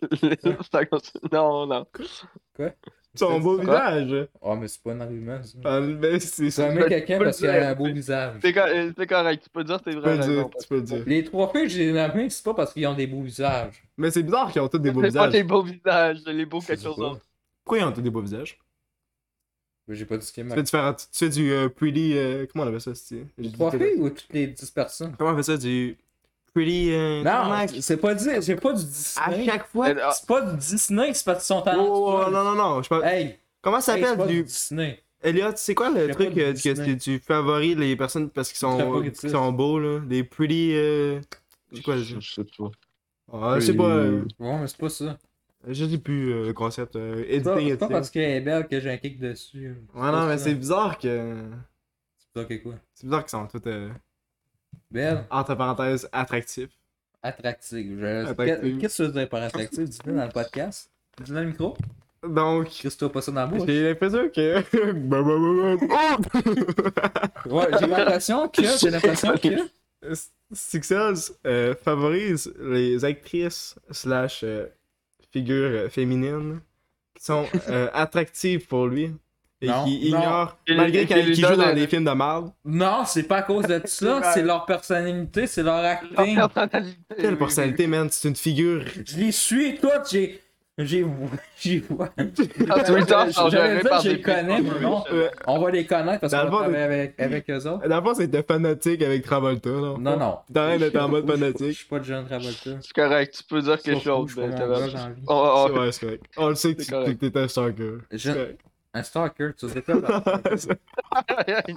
[SPEAKER 1] Ça continue. Non, non.
[SPEAKER 2] Son beau
[SPEAKER 3] Quoi?
[SPEAKER 2] visage!
[SPEAKER 3] Oh, mais c'est pas un argument, ça.
[SPEAKER 2] Ah, ben, c'est
[SPEAKER 3] Tu
[SPEAKER 2] ça.
[SPEAKER 3] remets quelqu'un
[SPEAKER 1] peux
[SPEAKER 3] parce
[SPEAKER 1] le
[SPEAKER 3] qu'il a
[SPEAKER 1] dire.
[SPEAKER 3] un beau visage.
[SPEAKER 1] C'est cor- c'est correct, tu peux dire tes
[SPEAKER 2] Tu peux
[SPEAKER 1] vraies
[SPEAKER 2] le dire,
[SPEAKER 1] raisons.
[SPEAKER 2] tu peux le dire.
[SPEAKER 3] Les trois filles que j'ai nommées, c'est pas parce qu'ils ont des beaux visages.
[SPEAKER 2] Mais c'est bizarre qu'ils ont tous des beaux
[SPEAKER 1] C'est pas tes
[SPEAKER 2] visages.
[SPEAKER 1] beaux visages, c'est les beaux quelque chose
[SPEAKER 3] pas.
[SPEAKER 1] d'autre.
[SPEAKER 2] Pourquoi ils ont tous des beaux visages?
[SPEAKER 3] Mais J'ai pas dit ce qui est
[SPEAKER 2] Tu
[SPEAKER 3] mal.
[SPEAKER 2] fais du, faire- tu fais du euh, pretty. euh, comment on appelle ça, c'est
[SPEAKER 3] Les trois filles ou toutes les dix personnes?
[SPEAKER 2] Comment on appelle ça du pretty. euh,
[SPEAKER 3] Non,
[SPEAKER 2] tarmac?
[SPEAKER 3] c'est pas dit, c'est pas du
[SPEAKER 2] à
[SPEAKER 3] Disney.
[SPEAKER 2] chaque fois.
[SPEAKER 1] Elle- ah,
[SPEAKER 3] C'est pas du Disney, c'est parce qu'ils sont
[SPEAKER 2] Oh, oh, oh,
[SPEAKER 3] talentueux.
[SPEAKER 2] non, non, non. je parle-
[SPEAKER 3] Hey,
[SPEAKER 2] Comment ça
[SPEAKER 3] hey, c'est
[SPEAKER 2] s'appelle
[SPEAKER 3] pas du
[SPEAKER 2] du.
[SPEAKER 3] Disney.
[SPEAKER 2] Elliot, c'est quoi
[SPEAKER 3] C'est
[SPEAKER 2] le
[SPEAKER 3] pas
[SPEAKER 2] truc
[SPEAKER 3] du
[SPEAKER 2] euh, que,
[SPEAKER 3] Disney.
[SPEAKER 2] que tu favorises les personnes parce qu'ils sont,
[SPEAKER 3] Favoritisme.
[SPEAKER 2] qu'ils sont beaux, là Des pretty. euh, C'est quoi le
[SPEAKER 1] Je
[SPEAKER 2] jeu
[SPEAKER 1] sais pas.
[SPEAKER 2] Ah, c'est pas. euh,
[SPEAKER 3] Ouais, mais c'est pas ça.
[SPEAKER 2] je sais plus euh, le concept. euh,
[SPEAKER 3] C'est
[SPEAKER 2] editing,
[SPEAKER 3] pas, c'est pas
[SPEAKER 2] editing.
[SPEAKER 3] parce qu'elle est belle que j'ai un kick dessus.
[SPEAKER 2] Ouais, non,
[SPEAKER 3] pas
[SPEAKER 2] mais
[SPEAKER 3] ça.
[SPEAKER 2] c'est bizarre que.
[SPEAKER 3] C'est pas que quoi.
[SPEAKER 2] C'est bizarre qu'ils sont tous, euh,
[SPEAKER 3] Belle,
[SPEAKER 2] entre parenthèses, attractifs.
[SPEAKER 3] attractive. Je-
[SPEAKER 2] Attractive.
[SPEAKER 3] Qu'est-ce que tu veux dire par attractive? Dis-le dans le podcast. Dis-le dans le micro.
[SPEAKER 2] Donc,
[SPEAKER 3] Christophe, pas ça dans la bouche.
[SPEAKER 2] j'ai l'impression que. Bah, bah, bah, bah. Oh!
[SPEAKER 3] Ouais, j'ai l'impression que. J'ai l'impression que.
[SPEAKER 2] Sixels euh, favorise les actrices slash euh, figures euh, féminines qui sont euh, attractives pour lui et
[SPEAKER 3] Non,
[SPEAKER 2] qui
[SPEAKER 3] non.
[SPEAKER 2] ignorent,
[SPEAKER 1] Il-
[SPEAKER 2] malgré
[SPEAKER 1] il-
[SPEAKER 2] qu'elle-
[SPEAKER 1] il
[SPEAKER 2] qu'ils
[SPEAKER 1] donne
[SPEAKER 2] jouent dans
[SPEAKER 1] un-
[SPEAKER 2] des films de merde.
[SPEAKER 3] Non, c'est pas à cause de ça. c'est leur personnalité, c'est leur acting.
[SPEAKER 2] Quelle personnalité, man, c'est une figure.
[SPEAKER 3] Je les suis toutes. J'ai. J'ai. J'ai.
[SPEAKER 1] Ah, Twitter,
[SPEAKER 3] J'allais
[SPEAKER 1] sont gérés
[SPEAKER 3] dire,
[SPEAKER 1] par
[SPEAKER 3] je
[SPEAKER 1] des
[SPEAKER 3] les connais, mais non.
[SPEAKER 2] Euh,
[SPEAKER 3] On va les connaître parce
[SPEAKER 2] Dans
[SPEAKER 3] qu'on
[SPEAKER 2] le
[SPEAKER 3] va
[SPEAKER 2] fond,
[SPEAKER 3] travailler avec, avec eux autres.
[SPEAKER 2] D'abord, c'était fanatique avec Travolta. là.
[SPEAKER 3] Non, non.
[SPEAKER 2] T'as rien d'être en mode
[SPEAKER 3] Je suis- Je
[SPEAKER 2] fanatique.
[SPEAKER 3] suis pas de John Travolta.
[SPEAKER 1] C'est correct, tu peux dire quelque
[SPEAKER 3] Sauf que
[SPEAKER 1] chose.
[SPEAKER 3] je suis
[SPEAKER 1] Ben,
[SPEAKER 3] pas
[SPEAKER 1] t'as
[SPEAKER 3] mon gars,
[SPEAKER 1] raison.
[SPEAKER 3] j'ai envie.
[SPEAKER 1] On- on-
[SPEAKER 2] C'est vrai, c'est correct. On le sait que
[SPEAKER 1] Oh. C'est
[SPEAKER 2] tu-
[SPEAKER 1] correct.
[SPEAKER 2] que t'étais un stalker.
[SPEAKER 3] Je-
[SPEAKER 2] C'est correct.
[SPEAKER 3] Un stalker, tu sais quoi? ben,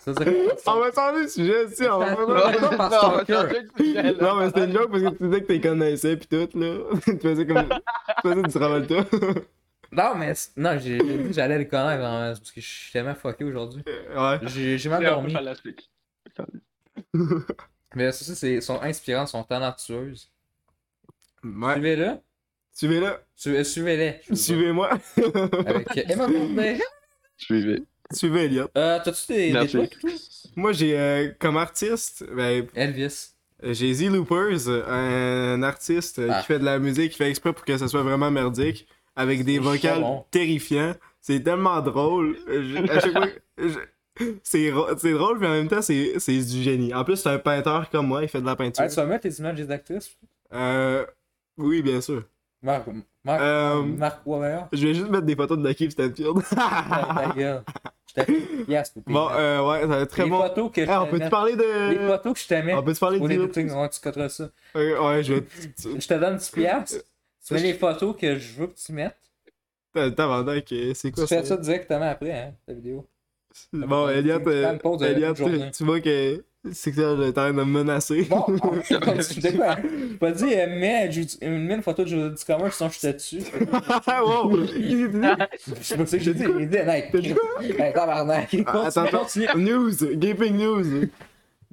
[SPEAKER 3] Ça, c'est
[SPEAKER 2] On va changer de sujet, tu sais, on va
[SPEAKER 3] Ça-
[SPEAKER 2] pas-
[SPEAKER 3] Non, non, par stalker.
[SPEAKER 2] Non, mais c'était une joke parce que tu disais que t'es connaissais pis tout, là. tu faisais comme. tu faisais du Travolta.
[SPEAKER 3] Non, mais c'est- non, j'ai j'ai dit que j'allais le connaître hein, parce que je suis tellement fucké aujourd'hui.
[SPEAKER 2] ouais.
[SPEAKER 3] J'ai j'ai mal dormi. Mais ça, ça, c'est sont inspirantes, sont talentueuses.
[SPEAKER 2] Ouais.
[SPEAKER 3] Suivez-le.
[SPEAKER 2] Suivez-le.
[SPEAKER 3] Su- euh, Suivez-les. je veux dire.
[SPEAKER 2] Suivez-moi.
[SPEAKER 3] Avec Emma Bourdet.
[SPEAKER 1] Suivez.
[SPEAKER 2] Suivez Elliot.
[SPEAKER 3] Euh, t'as-tu des, des
[SPEAKER 1] Merci.
[SPEAKER 3] trucs? toi?
[SPEAKER 2] Moi, j'ai euh, comme artiste, ben,
[SPEAKER 3] Elvis.
[SPEAKER 2] j'ai Z Loopers, un artiste euh,
[SPEAKER 3] Ah.
[SPEAKER 2] qui fait de la musique, qui fait exprès pour que ça soit vraiment merdique, avec des
[SPEAKER 3] C'est hein.
[SPEAKER 2] vocales
[SPEAKER 3] bon.
[SPEAKER 2] terrifiants. C'est tellement drôle. Euh, je- à chaque fois, je- c'est ro- c'est drôle, mais en même temps, c'est c'est du génie. En plus, c'est un peintre comme moi, il fait de la peinture.
[SPEAKER 3] Ah, tu vas mettre les images des actrices?
[SPEAKER 2] Euh, oui, bien sûr.
[SPEAKER 3] Marc, Marc,
[SPEAKER 2] Euh,
[SPEAKER 3] Marc Wahlberg.
[SPEAKER 2] Je vais juste mettre des photos de Lucky Stanfield.
[SPEAKER 3] Ta ta gueule. Je t'ai fait yes, pour
[SPEAKER 2] bon, euh, ouais, ça va être très
[SPEAKER 3] les
[SPEAKER 2] bon.
[SPEAKER 3] photos que je
[SPEAKER 2] Eh, on peut-tu
[SPEAKER 3] t'aimais-
[SPEAKER 2] parler
[SPEAKER 3] Les
[SPEAKER 2] de.
[SPEAKER 3] photos que je t'aimais.
[SPEAKER 2] On peut-tu parler
[SPEAKER 3] Ou
[SPEAKER 2] de.
[SPEAKER 3] les
[SPEAKER 2] Zero
[SPEAKER 3] deux trucs, ouais, tu coteras ça.
[SPEAKER 2] Ouais, ouais, je vais. tu- tu-
[SPEAKER 3] Je te donne 10
[SPEAKER 2] Euh,
[SPEAKER 3] piastres. Tu mets les photos que je veux que tu mettes.
[SPEAKER 2] T'as le temps, Vandac, euh, c'est
[SPEAKER 3] Tu
[SPEAKER 2] quoi
[SPEAKER 3] fais
[SPEAKER 2] ça?
[SPEAKER 3] ça directement après, hein, ta vidéo.
[SPEAKER 2] Bon,
[SPEAKER 3] Tu-
[SPEAKER 2] Elliot,
[SPEAKER 3] tu
[SPEAKER 2] euh,
[SPEAKER 3] prends une pause de la
[SPEAKER 2] Elliot,
[SPEAKER 3] journée.
[SPEAKER 2] tu, tu vois que c'est que ça, j'ai train de me menacer.
[SPEAKER 3] Bon, tu me quoi? J'ai pas dit, euh, mets, Judy- euh, mets une photo de Judith Comer, sinon je te dessus.
[SPEAKER 2] wow!
[SPEAKER 3] Je sais pas ce que j'ai dit, j'ai dit, hey,
[SPEAKER 2] T'as dit
[SPEAKER 3] hey, tabarnak,
[SPEAKER 2] Attends,
[SPEAKER 3] continue,
[SPEAKER 2] attends.
[SPEAKER 3] continue.
[SPEAKER 2] news! Gaping news!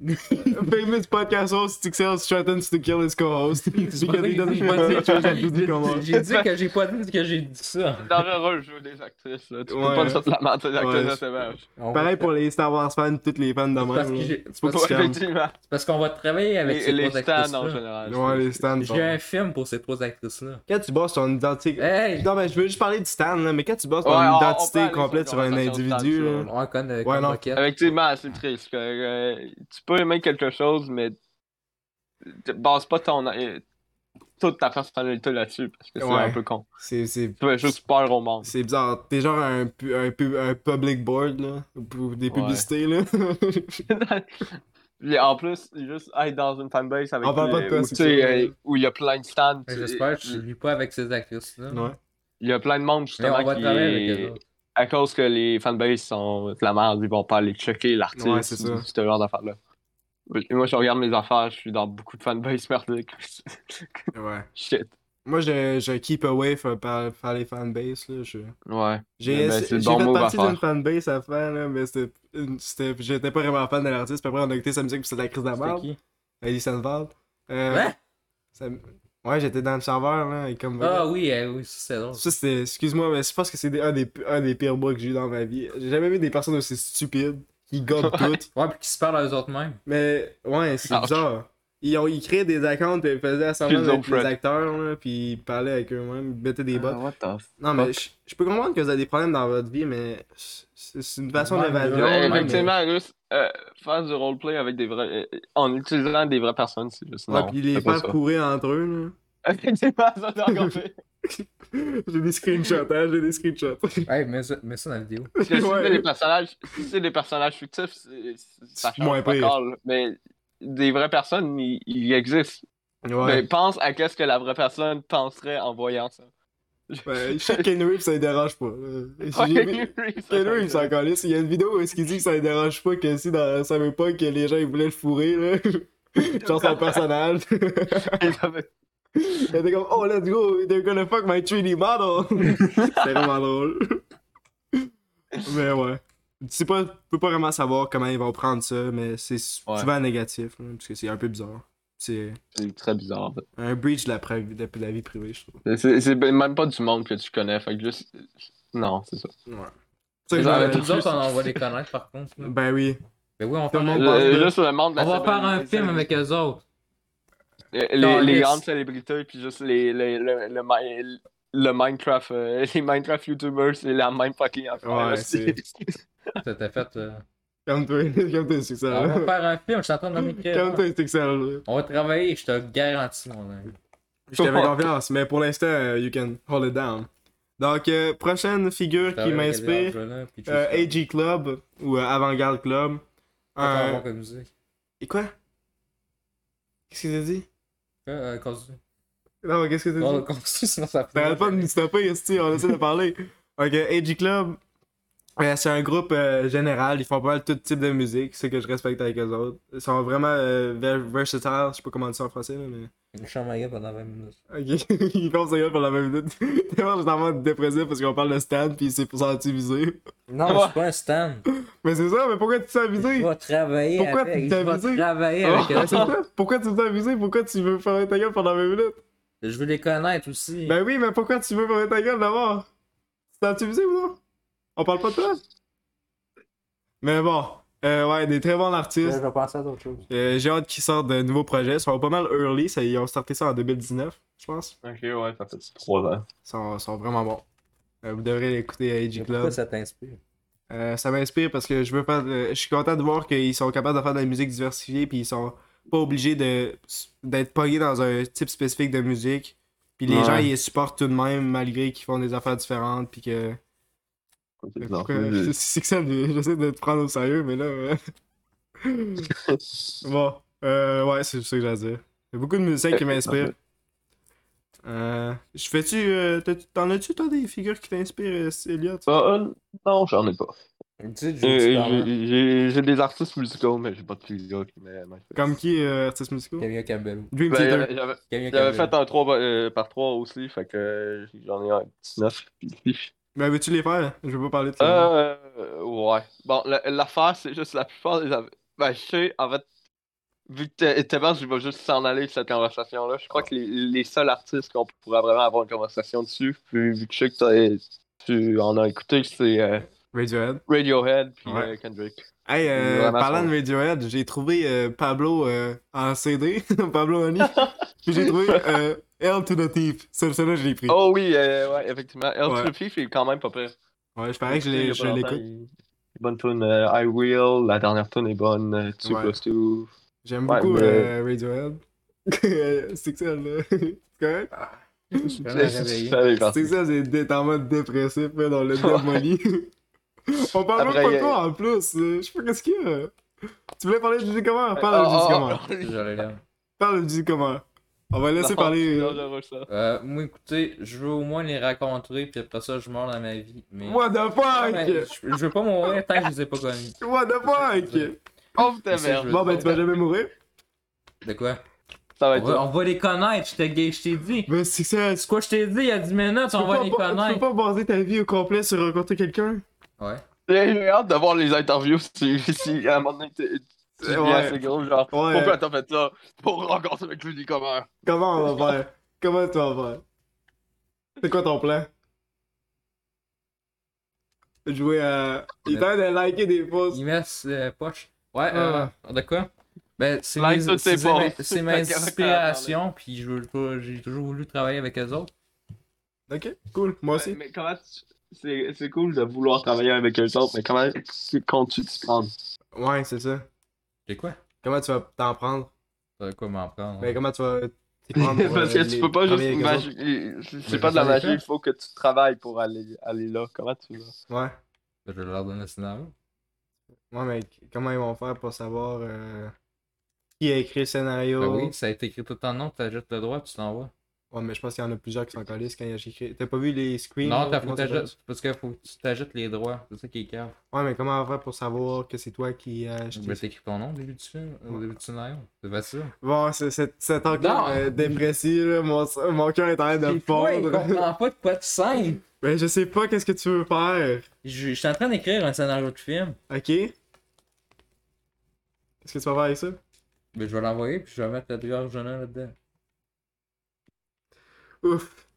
[SPEAKER 2] Famous podcast host Tixel threatens to kill his co-host. Because he doesn't
[SPEAKER 3] J'ai
[SPEAKER 2] want to change his
[SPEAKER 3] dit- j'ai dit que j'ai pas dit que j'ai dit ça.
[SPEAKER 1] dangereux jeu des actrices, là. Tu
[SPEAKER 2] Ouais.
[SPEAKER 1] peux pas te lamenter d'actrices
[SPEAKER 2] Ouais,
[SPEAKER 1] de ce match.
[SPEAKER 2] Pareil pour les Star Wars fans, toutes les fans de même.
[SPEAKER 3] Parce que
[SPEAKER 2] là.
[SPEAKER 3] j'ai- c'est
[SPEAKER 2] Faut
[SPEAKER 3] parce
[SPEAKER 2] que tu calmes.
[SPEAKER 1] Effectivement.
[SPEAKER 3] c'est parce qu'on va travailler avec
[SPEAKER 1] Les,
[SPEAKER 3] ces
[SPEAKER 1] les
[SPEAKER 3] trois
[SPEAKER 1] stands en
[SPEAKER 3] actrices-là.
[SPEAKER 1] général.
[SPEAKER 2] Ouais, les stands.
[SPEAKER 3] J'ai un film pour ces trois actrices-là.
[SPEAKER 2] Quand tu bosses ton identité.
[SPEAKER 3] Hey!
[SPEAKER 2] Non, mais je veux juste parler du stand, là, mais quand tu bosses ton
[SPEAKER 1] Ouais, on- on peut
[SPEAKER 2] identité
[SPEAKER 1] aller
[SPEAKER 2] complète
[SPEAKER 1] sur
[SPEAKER 2] sur
[SPEAKER 1] la
[SPEAKER 2] un
[SPEAKER 1] conversation de
[SPEAKER 2] individu,
[SPEAKER 1] stand,
[SPEAKER 2] là.
[SPEAKER 3] On connaît
[SPEAKER 2] Ouais,
[SPEAKER 3] comme
[SPEAKER 2] non.
[SPEAKER 3] Rocket.
[SPEAKER 1] Effectivement, c'est triste. que, euh, tu peux aimer quelque chose, mais te base pas ton, euh, toute ta personnalité là-dessus, parce que c'est
[SPEAKER 2] Ouais.
[SPEAKER 1] un peu con.
[SPEAKER 2] C'est- C'est
[SPEAKER 1] Tu fais juste peur au monde.
[SPEAKER 2] C'est bizarre. T'es genre un, pu- un, pu- un public board, là, pour des
[SPEAKER 1] Ouais.
[SPEAKER 2] publicités, là.
[SPEAKER 1] Et en plus, juste être dans une fanbase avec
[SPEAKER 2] On parle pas de
[SPEAKER 1] les-
[SPEAKER 2] toi,
[SPEAKER 1] où,
[SPEAKER 2] c'est
[SPEAKER 1] tu sais,
[SPEAKER 2] ça.
[SPEAKER 1] euh, où il y a plein de stands.
[SPEAKER 3] Mais
[SPEAKER 1] tu-
[SPEAKER 3] J'espère que je ne lis pas avec ces actrices-là.
[SPEAKER 2] ouais.
[SPEAKER 1] Il y a plein de monde
[SPEAKER 3] Mais
[SPEAKER 1] justement
[SPEAKER 3] on va
[SPEAKER 1] qui
[SPEAKER 3] travailler avec
[SPEAKER 1] est-
[SPEAKER 3] elles. autres.
[SPEAKER 1] à cause que les fanbases sont de la merde, ils vont pas aller checker l'artiste
[SPEAKER 2] Ouais, c'est ça.
[SPEAKER 1] ou ce genre d'affaires-là. Et moi, je regarde mes affaires, je suis dans beaucoup de fanbases merdiques.
[SPEAKER 2] ouais.
[SPEAKER 1] Shit.
[SPEAKER 2] Moi, je, je keep away fa- par, par les fanbases, là. je-
[SPEAKER 1] Ouais.
[SPEAKER 2] J'ai
[SPEAKER 1] Eh ben, c'est le
[SPEAKER 2] j'ai
[SPEAKER 1] bon
[SPEAKER 2] fait
[SPEAKER 1] move à
[SPEAKER 2] partie d'une
[SPEAKER 1] faire.
[SPEAKER 2] fanbase à faire, là, mais c'était... une- c'était- J'étais pas vraiment fan de l'artiste, puis après, on a écouté sa musique, puis c'était de la crise de la
[SPEAKER 3] C'était
[SPEAKER 2] merde.
[SPEAKER 3] qui?
[SPEAKER 2] Ellie Sandvald. Euh,
[SPEAKER 3] Hein?
[SPEAKER 2] ça- Ouais, j'étais dans le serveur, là, et comme...
[SPEAKER 3] Ah oui, eh oui, ça, c'est drôle.
[SPEAKER 2] Ça, c'était. Excuse-moi, mais je pense que c'est des- un des, un des pires mois que j'ai eu dans ma vie. J'ai jamais vu des personnes aussi stupides qui gobent tout.
[SPEAKER 3] Ouais, puis qui se parlent à eux autres mêmes.
[SPEAKER 2] Mais ouais, c'est
[SPEAKER 1] Ouch.
[SPEAKER 2] bizarre. Ils, ont, ils créaient des accounts, puis ils faisaient assemblement
[SPEAKER 1] Qu'ils Ah, ont
[SPEAKER 2] avec les
[SPEAKER 1] fait.
[SPEAKER 2] acteurs, là, puis ils parlaient avec eux-mêmes, ils mettaient des bots.
[SPEAKER 1] Ah, what the f-
[SPEAKER 2] non, mais je, je peux comprendre que vous avez des problèmes dans votre vie, mais c'est c'est une façon
[SPEAKER 3] Ouais,
[SPEAKER 2] d'évasion.
[SPEAKER 3] ouais,
[SPEAKER 1] Ouais,
[SPEAKER 2] là, mais-
[SPEAKER 1] effectivement, juste euh, faire du roleplay avec des vrais. euh, en utilisant des vraies personnes, c'est juste.
[SPEAKER 2] Ouais,
[SPEAKER 1] non,
[SPEAKER 2] puis les
[SPEAKER 1] c'est pas
[SPEAKER 2] faire
[SPEAKER 1] ça.
[SPEAKER 2] courir entre eux,
[SPEAKER 1] Effectivement, ça, c'est encore pire.
[SPEAKER 2] là. J'ai des screenshots, hein, j'ai des screenshots.
[SPEAKER 3] Hey, mets ça, mets ça dans la vidéo.
[SPEAKER 1] Parce que si
[SPEAKER 2] Ouais.
[SPEAKER 1] c'est des personnages, si c'est des personnages fictifs, c'est- ça
[SPEAKER 2] C'est
[SPEAKER 1] change
[SPEAKER 2] moins
[SPEAKER 1] pas
[SPEAKER 2] pire.
[SPEAKER 1] encore, là. Mais des vraies personnes, ils ils existent.
[SPEAKER 2] Ouais.
[SPEAKER 1] Mais pense à qu'est-ce que la vraie personne penserait en voyant ça.
[SPEAKER 2] ouais je sais que Ken Reeves, ça les dérange pas. là. J'ai vu- Ken Reeves, il s'en
[SPEAKER 1] Ouais,
[SPEAKER 2] calisse. Il y a une vidéo où est-ce qu'il dit que ça ne dérange pas que si dans Cyberpunk, que les gens ils voulaient le fourrer, là.
[SPEAKER 7] Genre son personnage. Il était comme, oh, let's go, they're gonna fuck my 3D model.
[SPEAKER 2] C'est vraiment drôle. mais ouais. Tu sais pas, tu peux pas vraiment savoir comment ils vont prendre ça, mais c'est s-
[SPEAKER 1] Ouais.
[SPEAKER 2] souvent négatif, hein, parce que c'est un peu bizarre. C'est
[SPEAKER 1] C'est très bizarre.
[SPEAKER 2] un breach de la, pri- de de la vie privée, je trouve.
[SPEAKER 1] C'est c'est même pas du monde que tu connais, fait que juste. Non, c'est ça.
[SPEAKER 2] Ouais.
[SPEAKER 1] Mais
[SPEAKER 2] C'est
[SPEAKER 1] ça
[SPEAKER 2] ça
[SPEAKER 1] va
[SPEAKER 2] que
[SPEAKER 1] être
[SPEAKER 2] j'avais-
[SPEAKER 1] plus-
[SPEAKER 3] Nous autres, on, on va les connaître par contre. là.
[SPEAKER 2] Ben oui.
[SPEAKER 3] Mais oui, on va
[SPEAKER 2] Tout le
[SPEAKER 3] faire,
[SPEAKER 2] monde
[SPEAKER 3] un-
[SPEAKER 2] parle
[SPEAKER 1] Le-
[SPEAKER 2] de-
[SPEAKER 1] Euh, juste le monde de la
[SPEAKER 3] on va faire un
[SPEAKER 1] célébrité.
[SPEAKER 3] film avec eux autres.
[SPEAKER 1] Les-
[SPEAKER 3] Non,
[SPEAKER 1] Les, les
[SPEAKER 3] yes.
[SPEAKER 1] grandes célébrités, puis juste les, les- le, le Mi- le Minecraft, euh, les Minecraft YouTubers, c'est la même fucking affaire.
[SPEAKER 2] Ouais,
[SPEAKER 1] là,
[SPEAKER 2] c'est-
[SPEAKER 3] C'était fait. euh,
[SPEAKER 2] Calme-toi, calme-toi, c'est
[SPEAKER 3] On va
[SPEAKER 2] excellent.
[SPEAKER 3] faire un film, je suis en train de m'écrire.
[SPEAKER 2] Euh, Calme-toi, c'est excellent. là.
[SPEAKER 3] On va travailler, je te garantis, mon ami.
[SPEAKER 2] Je t'avais confiance, mais pour l'instant, euh, you can hold it down. Donc, euh, prochaine figure qui m'inspire, euh, AG Club ou euh, Avant-Garde Club. Un-
[SPEAKER 3] comme musique.
[SPEAKER 2] Et quoi? Qu'est-ce que t'as dit?
[SPEAKER 3] Euh, euh, continue.
[SPEAKER 2] Non, mais qu'est-ce que t'as
[SPEAKER 3] Non,
[SPEAKER 2] dit?
[SPEAKER 3] continue, sinon ça fait.
[SPEAKER 2] T'arrêtes pas de me stopper, si on essaie de parler. Ok, AG Club, euh, c'est un groupe euh, général, ils font pas mal tout type de musique, c'est que je respecte avec eux autres. Ils sont vraiment euh, ver- versatiles, je sais pas comment dire ça en français, là, mais...
[SPEAKER 3] Je chante ma gueule pendant 20 minutes.
[SPEAKER 2] Ok, il pense ça pour la même minute. Tellement j'étais en mode dépressif parce qu'on parle de Stan pis c'est pour s'antiviser.
[SPEAKER 3] Non,
[SPEAKER 1] Ouais.
[SPEAKER 3] je suis pas un stand.
[SPEAKER 2] Mais c'est ça, mais pourquoi tu
[SPEAKER 3] Je
[SPEAKER 2] t'avises?
[SPEAKER 3] vais travailler
[SPEAKER 2] Pourquoi tu
[SPEAKER 3] avec.
[SPEAKER 2] t'as
[SPEAKER 3] je
[SPEAKER 2] abusé?
[SPEAKER 3] vais travailler
[SPEAKER 1] Oh.
[SPEAKER 3] avec eux
[SPEAKER 2] C'est
[SPEAKER 3] autres.
[SPEAKER 2] ça? Pourquoi tu t'avises? Pourquoi tu veux fermer ta gueule pendant 20 minutes?
[SPEAKER 3] Je veux les connaître aussi.
[SPEAKER 2] Ben oui, mais pourquoi tu veux fermer ta gueule d'abord? Tu t'antivisé ou non? On parle pas de toi? Mais bon, euh, ouais, des très bons
[SPEAKER 3] Là,
[SPEAKER 2] artistes.
[SPEAKER 3] je vais penser à d'autres choses.
[SPEAKER 2] Euh, J'ai hâte qu'ils sortent de nouveaux projets. Ils sont pas mal early, ça, ils ont starté ça en 2019, je pense.
[SPEAKER 1] Ok, ouais, ça fait trois ans.
[SPEAKER 2] Ils sont, sont vraiment bons. Euh, vous devrez écouter à AG
[SPEAKER 3] Mais
[SPEAKER 2] Club.
[SPEAKER 3] Pourquoi ça t'inspire
[SPEAKER 2] Euh, ça m'inspire parce que je veux faire. de- Je suis content de voir qu'ils sont capables de faire de la musique diversifiée, puis ils sont pas obligés de d'être pognés dans un type spécifique de musique. Puis les
[SPEAKER 1] Ouais.
[SPEAKER 2] gens ils les supportent tout de même malgré qu'ils font des affaires différentes, puis que. ben, Pourquoi- euh, C'est c'est que ça, mais j'essaie de te prendre au sérieux, mais là. euh, bon, euh, ouais, c'est ça que j'ai à dire. Il y a beaucoup de musiciens qui m'inspirent. Euh, je fais-tu. euh, t'as- T'en as-tu, toi, des figures qui t'inspirent, euh, Elliot
[SPEAKER 1] Bah, euh, non, j'en ai pas.
[SPEAKER 3] Tu hein. sais, je
[SPEAKER 1] Euh,
[SPEAKER 3] veux
[SPEAKER 1] j'ai- J'ai j'ai des artistes musicaux, mais j'ai pas de figure qui m'a- m'inspire.
[SPEAKER 2] Comme qui, euh, artiste musical
[SPEAKER 3] Camille Campbell.
[SPEAKER 2] Dream
[SPEAKER 1] Ben,
[SPEAKER 2] Theater.
[SPEAKER 1] j'avais- j'avais- J'avais
[SPEAKER 3] Camille Campbell.
[SPEAKER 1] fait un 3 par 3 aussi, fait que euh, j'en ai un 19. puis-
[SPEAKER 2] Ben, veux-tu les faire? Je veux pas parler de ça.
[SPEAKER 1] Euh, ouais. Bon, le- l'affaire, c'est juste la plupart des. av- Ben, je sais, en fait, vu que t'es- Thémas, je vais juste s'en aller de cette conversation-là. Je crois que les, les seuls artistes qu'on pourrait vraiment avoir une conversation dessus, puis vu que je sais que t'as- tu en as écouté, c'est euh,
[SPEAKER 2] Radiohead.
[SPEAKER 1] Radiohead puis
[SPEAKER 2] Ouais.
[SPEAKER 1] euh, Kendrick.
[SPEAKER 2] Hey, euh,
[SPEAKER 1] Vraiment
[SPEAKER 2] parlant
[SPEAKER 1] son-
[SPEAKER 2] de Radiohead, j'ai trouvé euh, Pablo euh, en CD, Pablo Honey. Puis j'ai trouvé euh, L to the Thief. Celle- Celle-là, je l'ai pris.
[SPEAKER 1] Oh oui, euh, ouais, effectivement. El
[SPEAKER 2] Ouais.
[SPEAKER 1] Tripif est quand même pas pire.
[SPEAKER 2] Ouais, je parais que je
[SPEAKER 1] Il y
[SPEAKER 2] l'ai-
[SPEAKER 1] a
[SPEAKER 2] je
[SPEAKER 1] pas
[SPEAKER 2] l'écoute.
[SPEAKER 1] longtemps, il- Bonne tune euh, I Will, la dernière tune est bonne, euh, 2
[SPEAKER 2] Ouais.
[SPEAKER 1] plus 2.
[SPEAKER 2] J'aime
[SPEAKER 1] Ouais,
[SPEAKER 2] beaucoup
[SPEAKER 1] mais-
[SPEAKER 2] euh, Radiohead. C'est que ça, là. C'est correct?
[SPEAKER 3] réveillé.
[SPEAKER 2] C'est que ça, c'est dé- t'es en mode dépressif, là, dans le démoli. On parle
[SPEAKER 1] Après,
[SPEAKER 2] même pas
[SPEAKER 1] il y
[SPEAKER 2] de
[SPEAKER 1] a-
[SPEAKER 2] toi en plus. euh, Je sais pas qu'est-ce qu'il y a. Tu voulais parler de Judy Comer?
[SPEAKER 1] Oh,
[SPEAKER 2] Parle de Judy Comer.
[SPEAKER 1] Laissez
[SPEAKER 3] J'aurais l'air.
[SPEAKER 2] Parle de Judy Comer. On va laisser parler. euh,
[SPEAKER 3] Euh, moi, écoutez, je veux au moins les rencontrer, puis après ça, je meurs dans ma vie. Mais...
[SPEAKER 2] What the fuck?
[SPEAKER 3] Ouais, mais je, je veux pas mourir tant que je les ai pas connus.
[SPEAKER 2] What the fuck?
[SPEAKER 1] Oh
[SPEAKER 3] Mais
[SPEAKER 1] putain,
[SPEAKER 3] ça, je
[SPEAKER 1] merde.
[SPEAKER 3] veux
[SPEAKER 2] Bon,
[SPEAKER 3] pas.
[SPEAKER 2] ben, tu vas jamais mourir.
[SPEAKER 3] De quoi
[SPEAKER 1] Ça va
[SPEAKER 3] on
[SPEAKER 1] être
[SPEAKER 3] va,
[SPEAKER 1] ça.
[SPEAKER 3] on va les connaître, je t'ai je t'ai dit.
[SPEAKER 2] Ben, c'est ça. Tu
[SPEAKER 3] C'est quoi je t'ai dit il y a 10 minutes,
[SPEAKER 2] peux,
[SPEAKER 3] on va
[SPEAKER 2] pas,
[SPEAKER 3] les
[SPEAKER 2] tu peux
[SPEAKER 3] connaître.
[SPEAKER 2] pas baser ta vie au complet sur rencontrer quelqu'un.
[SPEAKER 3] Ouais.
[SPEAKER 1] J'ai hâte de voir les interviews si, si à un moment donné, t'es- tu
[SPEAKER 2] Ouais.
[SPEAKER 1] deviens assez gros, genre,
[SPEAKER 2] Ouais.
[SPEAKER 1] pourquoi t'as fait ça? Pour rencontrer avec Judy Comer.
[SPEAKER 2] Comment on va faire? Comment tu vas faire? C'est quoi ton plan? Jouer à. Il tente de liker des posts.
[SPEAKER 3] Il met ses poches. Ouais,
[SPEAKER 2] Ah.
[SPEAKER 3] euh, de quoi Ben, c'est
[SPEAKER 1] Like
[SPEAKER 3] mes,
[SPEAKER 1] toutes tes
[SPEAKER 3] c'est mes-
[SPEAKER 1] poches.
[SPEAKER 3] c'est mes inspirations, puis je veux pas- j'ai toujours voulu travailler avec eux autres.
[SPEAKER 2] Ok, cool. Moi aussi.
[SPEAKER 1] Mais comment tu... C'est c'est cool de vouloir travailler avec eux autres, mais comment tu- comptes-tu t'y prendre?
[SPEAKER 2] Ouais, c'est ça.
[SPEAKER 3] C'est quoi
[SPEAKER 2] Comment tu vas t'en prendre?
[SPEAKER 3] De quoi m'en prendre hein?
[SPEAKER 2] Mais comment tu vas t'y prendre? pour,
[SPEAKER 1] Parce
[SPEAKER 2] euh,
[SPEAKER 1] que tu
[SPEAKER 2] les-
[SPEAKER 1] peux pas juste
[SPEAKER 2] travailler avec eux autres?
[SPEAKER 1] imaginer.
[SPEAKER 3] Mais
[SPEAKER 1] C'est pas de la
[SPEAKER 3] ça
[SPEAKER 1] magie, il
[SPEAKER 3] dépend.
[SPEAKER 1] faut que tu travailles pour aller, aller là. Comment tu vas?
[SPEAKER 2] Ouais.
[SPEAKER 3] Je vais leur donner le scénario.
[SPEAKER 2] Ouais, mais comment ils vont faire pour savoir euh, qui a écrit le
[SPEAKER 3] Ben
[SPEAKER 2] scénario?
[SPEAKER 1] Ben
[SPEAKER 3] oui, ça a été écrit tout en nom, t'ajoutes le droit, puis tu l'envoies.
[SPEAKER 2] Ouais, mais je pense qu'il y en a plusieurs qui sont calissent quand il y a écrit. T'as pas vu les screens
[SPEAKER 3] Non,
[SPEAKER 2] là,
[SPEAKER 3] t'as faut
[SPEAKER 2] euh, comment
[SPEAKER 3] que
[SPEAKER 2] ça s'appelle?
[SPEAKER 3] t'ajoutes- parce que faut que tu t'ajoutes les droits. C'est ça qui est cave.
[SPEAKER 2] Ouais, mais comment on va faire pour savoir que c'est toi qui euh, as acheté
[SPEAKER 3] Mais t'écris ton nom au début du film, au début du scénario. C'est facile.
[SPEAKER 2] Bon, c'est- c'est- cet encart
[SPEAKER 3] Non. hein,
[SPEAKER 2] euh, dépressif, là, mon, mon cœur est en train de fondre.
[SPEAKER 3] comprend pas de quoi tu sens.
[SPEAKER 2] mais je sais pas qu'est-ce que tu veux faire.
[SPEAKER 3] Je je suis en train d'écrire un scénario de film.
[SPEAKER 2] Ok? Qu'est-ce que tu vas faire avec ça?
[SPEAKER 3] Mais Ben, je vais l'envoyer puis je vais mettre Edgar Jonah là-dedans.
[SPEAKER 2] Ouf.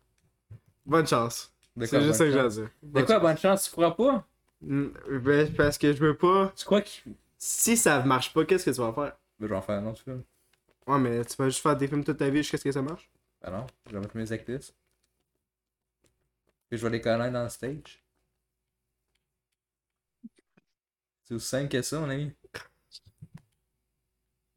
[SPEAKER 2] Bonne chance.
[SPEAKER 3] De quoi,
[SPEAKER 2] C'est juste ça
[SPEAKER 3] bonne
[SPEAKER 2] que j'ai à
[SPEAKER 3] chance?
[SPEAKER 2] dire.
[SPEAKER 3] De quoi, bonne chance, tu crois pas?
[SPEAKER 2] Mm, ben, parce que je veux pas.
[SPEAKER 3] Tu crois qu'il.
[SPEAKER 2] Si ça marche pas, qu'est-ce que tu vas faire?
[SPEAKER 3] Mais je vais en faire un autre film.
[SPEAKER 2] Ouais, mais tu vas juste faire des films toute ta vie jusqu'à ce que ça marche?
[SPEAKER 3] Ben non, je vais mettre mes actrices. Puis je vais les connaître dans le stage. C'est aussi simple que ça, mon ami. Ah,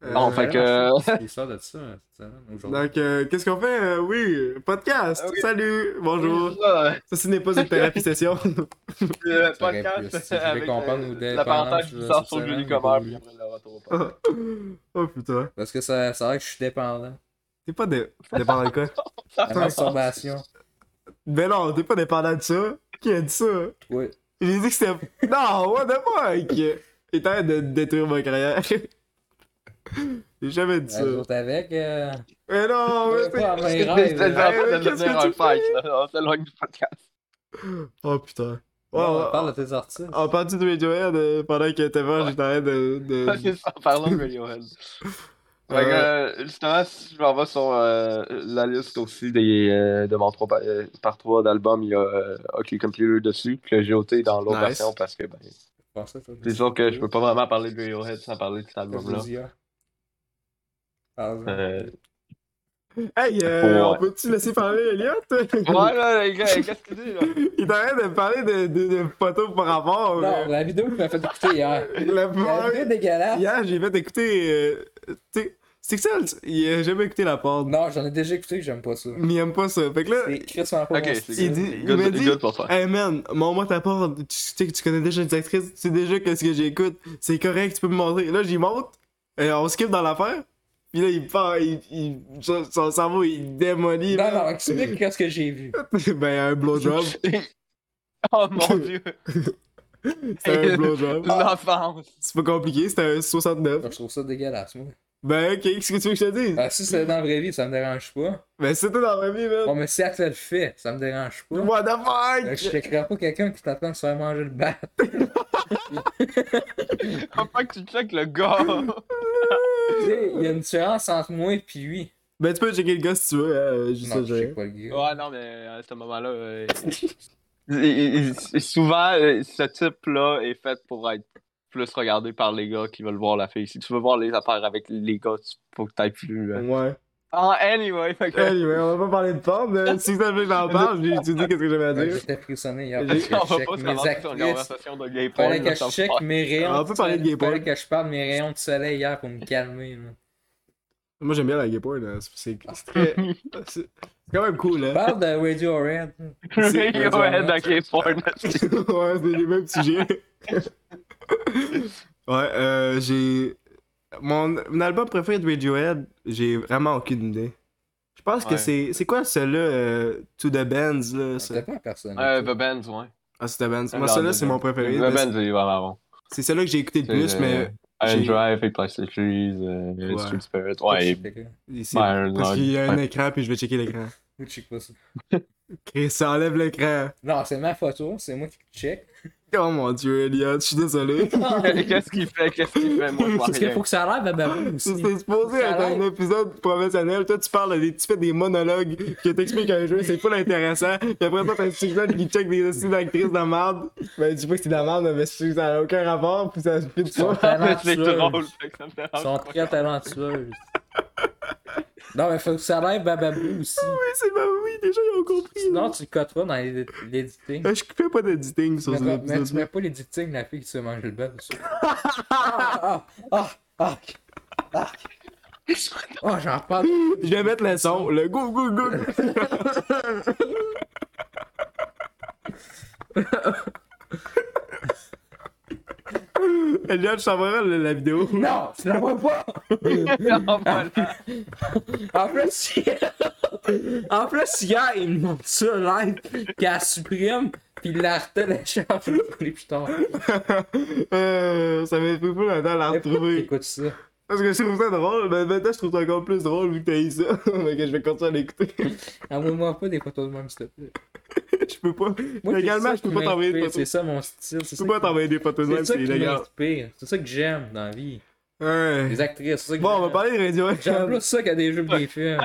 [SPEAKER 2] Euh,
[SPEAKER 1] Bon, fait que.
[SPEAKER 3] Il sort de ça cette semaine, aujourd'hui.
[SPEAKER 2] Donc, euh, qu'est-ce qu'on fait? Euh, oui, podcast!
[SPEAKER 1] Ah oui.
[SPEAKER 2] Salut! Bonjour!
[SPEAKER 1] Ça,
[SPEAKER 2] Ça, ce n'est pas une thérapie session.
[SPEAKER 1] le
[SPEAKER 3] Ça aurait pu, si
[SPEAKER 1] podcast.
[SPEAKER 3] tu voulais
[SPEAKER 1] avec
[SPEAKER 3] qu'on parle
[SPEAKER 1] euh,
[SPEAKER 3] ou des
[SPEAKER 1] La parenthèse
[SPEAKER 3] parents,
[SPEAKER 1] qui
[SPEAKER 3] je-
[SPEAKER 1] sort
[SPEAKER 3] cette
[SPEAKER 1] sur le
[SPEAKER 3] semaine,
[SPEAKER 1] Julie Comer,
[SPEAKER 3] ou-
[SPEAKER 1] puis après le retour au podcast.
[SPEAKER 2] oh putain.
[SPEAKER 3] Parce que ça, ça a l'air que je suis dépendant.
[SPEAKER 2] T'es pas dé- dépendant de quoi?
[SPEAKER 1] Ah,
[SPEAKER 3] La masturbation.
[SPEAKER 2] Mais Ben non, t'es pas dépendant de ça. Qui a dit ça?
[SPEAKER 3] Oui.
[SPEAKER 2] J'ai dit que c'était. Non, what the fuck? Il train de détruire ma carrière. J'ai jamais dit ça.
[SPEAKER 3] Les autres avec. euh,
[SPEAKER 2] Mais non, mais c'est-
[SPEAKER 3] pas dans mes
[SPEAKER 1] C'était en
[SPEAKER 3] rêves.
[SPEAKER 2] Ah, mais
[SPEAKER 1] train de
[SPEAKER 2] qu'est-ce
[SPEAKER 1] devenir
[SPEAKER 2] que tu
[SPEAKER 1] un fight, là. On s'éloigne du podcast.
[SPEAKER 2] Oh putain. Ouais,
[SPEAKER 3] On
[SPEAKER 2] ouais. ah.
[SPEAKER 3] parle de tes artistes.
[SPEAKER 2] On parle du Radiohead euh, pendant que t'es mort, j'étais en train de. de...
[SPEAKER 1] Ok, en parlant de Radiohead. Fait que, euh, justement, si je m'en vais sur euh, la liste aussi des, euh, de mon 3 par, euh, par 3 d'album, il y a euh, OK Computer dessus, que j'ai ôté dans l'autre
[SPEAKER 2] Nice.
[SPEAKER 1] version parce que ben,
[SPEAKER 3] Pense à toi.
[SPEAKER 1] c'est sûr que je peux pas vraiment parler de Radiohead sans parler de cet album-là.
[SPEAKER 3] Vas-y, ah. Parle-en.
[SPEAKER 1] Euh,
[SPEAKER 2] Hey, euh,
[SPEAKER 1] Ouais.
[SPEAKER 2] on peut-tu laisser parler Elliot?
[SPEAKER 1] ouais, là, les gars, qu'est-ce que tu dis, là?
[SPEAKER 2] Il t'arrête de parler de, de, de photos par rapport.
[SPEAKER 3] Non,
[SPEAKER 2] euh,
[SPEAKER 3] la vidéo que tu m'as fait écouter hier.
[SPEAKER 2] la
[SPEAKER 3] La
[SPEAKER 2] première-
[SPEAKER 3] vidéo dégueulasse.
[SPEAKER 2] Hier, j'ai fait écouter. euh, tu sais, c'est que ça, le- il a jamais écouté la porte.
[SPEAKER 3] Non, j'en ai déjà écouté, j'aime pas ça.
[SPEAKER 2] Mais il aime pas ça. Fait que là,
[SPEAKER 3] C'est crissement pas
[SPEAKER 1] Ok,
[SPEAKER 3] mon
[SPEAKER 1] c'est
[SPEAKER 3] style.
[SPEAKER 2] il
[SPEAKER 1] good.
[SPEAKER 2] dit- il
[SPEAKER 1] Good-
[SPEAKER 2] m'a dit-
[SPEAKER 1] good pour toi.
[SPEAKER 2] hey man, montre-moi ta porte. Tu sais que tu connais déjà les actrices, tu sais déjà qu'est-ce que j'écoute. C'est correct, tu peux me montrer. Là, j'y monte. Et on skip dans l'affaire. Puis là, il part, il, il- son, son cerveau, il démolit.
[SPEAKER 3] Non,
[SPEAKER 2] man.
[SPEAKER 3] non, explique qu'est-ce que j'ai vu.
[SPEAKER 2] ben, un blowjob.
[SPEAKER 1] oh mon dieu,
[SPEAKER 2] C'était un blowjob.
[SPEAKER 1] l'enfance!
[SPEAKER 2] C'est pas compliqué, c'était un 69.
[SPEAKER 3] Je trouve ça dégueulasse, moi.
[SPEAKER 2] Ben, ok, qu'est-ce que tu veux que je te dise?
[SPEAKER 3] Ah, si c'était dans la vraie vie, ça me dérange pas.
[SPEAKER 2] Ben, c'était dans ma vie,
[SPEAKER 3] Bon,
[SPEAKER 2] man.
[SPEAKER 3] mais si elle te le fait, ça me dérange pas.
[SPEAKER 2] What
[SPEAKER 3] Fait que
[SPEAKER 2] the
[SPEAKER 3] Je
[SPEAKER 2] fuck?
[SPEAKER 3] checkerais pas quelqu'un qui t'attend de se faire manger le bat.
[SPEAKER 1] Faut pas que tu checkes le gars!
[SPEAKER 3] Tu sais, Il y a une différence entre moi et puis lui.
[SPEAKER 2] Ben, tu peux checker le gars si tu veux, euh, juste ça,
[SPEAKER 3] Non, je
[SPEAKER 2] j'ai-
[SPEAKER 3] sais pas le gars.
[SPEAKER 1] Ouais, non, mais à ce moment-là, euh, il- il- il- souvent, euh, ce type-là est fait pour être plus regardé par les gars qui veulent voir la fille. Si tu veux voir les affaires avec les gars, tu- faut que t'ailles plus. euh.
[SPEAKER 2] Ouais.
[SPEAKER 1] Ah, anyway, fait que-
[SPEAKER 2] Anyway, on va pas parler de porn. mais Si ça veut que j'en parle, j'ai étudié qu'est-ce que j'avais à
[SPEAKER 3] Ouais,
[SPEAKER 2] dire.
[SPEAKER 3] Ben, J'étais frissonné hier.
[SPEAKER 1] on va
[SPEAKER 3] parce que
[SPEAKER 1] pas se
[SPEAKER 3] je check mes
[SPEAKER 1] ramasser sur une
[SPEAKER 3] actrices.
[SPEAKER 1] conversation de gay porn,
[SPEAKER 3] Fallait
[SPEAKER 1] là,
[SPEAKER 3] que
[SPEAKER 1] ça
[SPEAKER 3] je
[SPEAKER 1] me
[SPEAKER 3] check
[SPEAKER 1] fait-
[SPEAKER 3] mes rayons.
[SPEAKER 2] On peut parler de gay
[SPEAKER 3] Fallait
[SPEAKER 2] porn.
[SPEAKER 3] que je parle de mes rayons de soleil hier pour me calmer. là.
[SPEAKER 2] Moi, j'aime bien la gay porn. hein. C'est- C'est c'est très. C'est c'est quand même cool, hein.
[SPEAKER 3] Parle de Radiohead.
[SPEAKER 2] C'est-
[SPEAKER 1] Radiohead à gay porn. Euh,
[SPEAKER 2] ouais, c'est les mêmes sujets. ouais, euh, j'ai. Mon, mon album préféré de Radiohead, j'ai vraiment aucune idée. Je pense que
[SPEAKER 1] Ouais.
[SPEAKER 2] c'est. C'est quoi celui-là, euh, To the Bands, là? ce-
[SPEAKER 3] C'était pas personne.
[SPEAKER 1] Euh, The Benz, ouais.
[SPEAKER 2] Ah, c'est The Bands. Moi,
[SPEAKER 1] Alors,
[SPEAKER 2] celui-là,
[SPEAKER 1] The
[SPEAKER 2] c'est mon
[SPEAKER 1] Bands.
[SPEAKER 2] préféré.
[SPEAKER 1] The
[SPEAKER 2] mais
[SPEAKER 1] Benz, il est vraiment bon.
[SPEAKER 2] c'est- C'est celui-là que j'ai écouté le
[SPEAKER 1] C'est,
[SPEAKER 2] plus,
[SPEAKER 1] euh,
[SPEAKER 2] mais.
[SPEAKER 1] Iron
[SPEAKER 2] J'ai-
[SPEAKER 1] Drive, Fake Plastic Trees, euh,
[SPEAKER 2] Ouais.
[SPEAKER 1] Street Spirit. Ouais, il-
[SPEAKER 2] ici,
[SPEAKER 1] ouais, Iron
[SPEAKER 2] Parce
[SPEAKER 1] Drive.
[SPEAKER 2] qu'il y a un
[SPEAKER 1] Ouais.
[SPEAKER 2] écran, puis je vais checker l'écran.
[SPEAKER 3] Je check pas ça.
[SPEAKER 2] Chris, ça enlève l'écran.
[SPEAKER 3] Non, c'est ma photo, c'est moi qui check. Ah!
[SPEAKER 2] Oh mon dieu, Elliot, je suis désolé.
[SPEAKER 1] Qu'est-ce qu'il fait? Qu'est-ce qu'il fait? Moi, je vois
[SPEAKER 3] Parce qu'il
[SPEAKER 1] rien.
[SPEAKER 3] faut que ça a l'air de babou aussi.
[SPEAKER 2] C'était supposé
[SPEAKER 3] Ça
[SPEAKER 2] être un
[SPEAKER 3] l'aide.
[SPEAKER 2] épisode professionnel. Toi, tu parles, des, tu fais des monologues que t'expliques un jeu, c'est full intéressant. Puis après, toi, t'as un sujet qui check des assises d'actrices de la merde. Ben, tu vois que c'est de la merde, mais c'est- ça n'a aucun rapport, puis ça se fait
[SPEAKER 3] Ils sont
[SPEAKER 2] pas.
[SPEAKER 1] C'est drôle,
[SPEAKER 3] talentueuses.
[SPEAKER 1] fait que ça me
[SPEAKER 3] Ils
[SPEAKER 1] dérange
[SPEAKER 3] sont
[SPEAKER 1] pas.
[SPEAKER 3] très talentueuses. Non, mais faut que ça a l'air bababou aussi.
[SPEAKER 2] Oui, c'est bah oui, déjà, ils ont compris.
[SPEAKER 3] Sinon, tu le coteras dans les- l'éditing.
[SPEAKER 2] Euh, Je fais pas d'éditing sur
[SPEAKER 3] Mais,
[SPEAKER 2] cet
[SPEAKER 3] mais tu mets
[SPEAKER 2] épisode.
[SPEAKER 3] pas l'éditing de la fille qui se mange le bœuf. Ah, ah, ah, ah, ah. Oh, j'en parle.
[SPEAKER 2] Je vais mettre le son, le go go go. Elliot, je t'enverrai la la vidéo.
[SPEAKER 3] Non, tu la vois pas.
[SPEAKER 1] Oh, voilà.
[SPEAKER 3] En plus, En plus, hier, il me montre ça live, qu'elle supprime, pis il la retelle à chaque fois. Et putain,
[SPEAKER 2] Euh, ça m'a pris pas longtemps à la retrouver.
[SPEAKER 3] écoute ça.
[SPEAKER 2] Parce que je trouve ça drôle, mais maintenant je trouve ça encore plus drôle vu que t'as eu ça. Fait que je vais continuer à l'écouter.
[SPEAKER 3] Envoie-moi pas des photos de même, s'il te plaît.
[SPEAKER 2] je peux pas.
[SPEAKER 3] Moi, c'est
[SPEAKER 2] Légalement,
[SPEAKER 3] ça
[SPEAKER 2] je peux
[SPEAKER 3] qui
[SPEAKER 2] pas t'envoyer de
[SPEAKER 3] m'inspire,
[SPEAKER 2] photos.
[SPEAKER 3] C'est ça mon style. C'est
[SPEAKER 2] Je
[SPEAKER 3] ça
[SPEAKER 2] peux pas t'envoyer des photos de
[SPEAKER 3] C'est
[SPEAKER 2] même,
[SPEAKER 3] ça
[SPEAKER 2] c'est
[SPEAKER 3] qui
[SPEAKER 2] illégal.
[SPEAKER 3] m'inspire. C'est ça que j'aime dans la vie.
[SPEAKER 2] Ouais.
[SPEAKER 3] Les actrices, c'est ça que
[SPEAKER 2] Bon, on va
[SPEAKER 3] j'aime.
[SPEAKER 2] parler de Radiohead.
[SPEAKER 3] J'aime plus ça qu'à des jeux pis des films.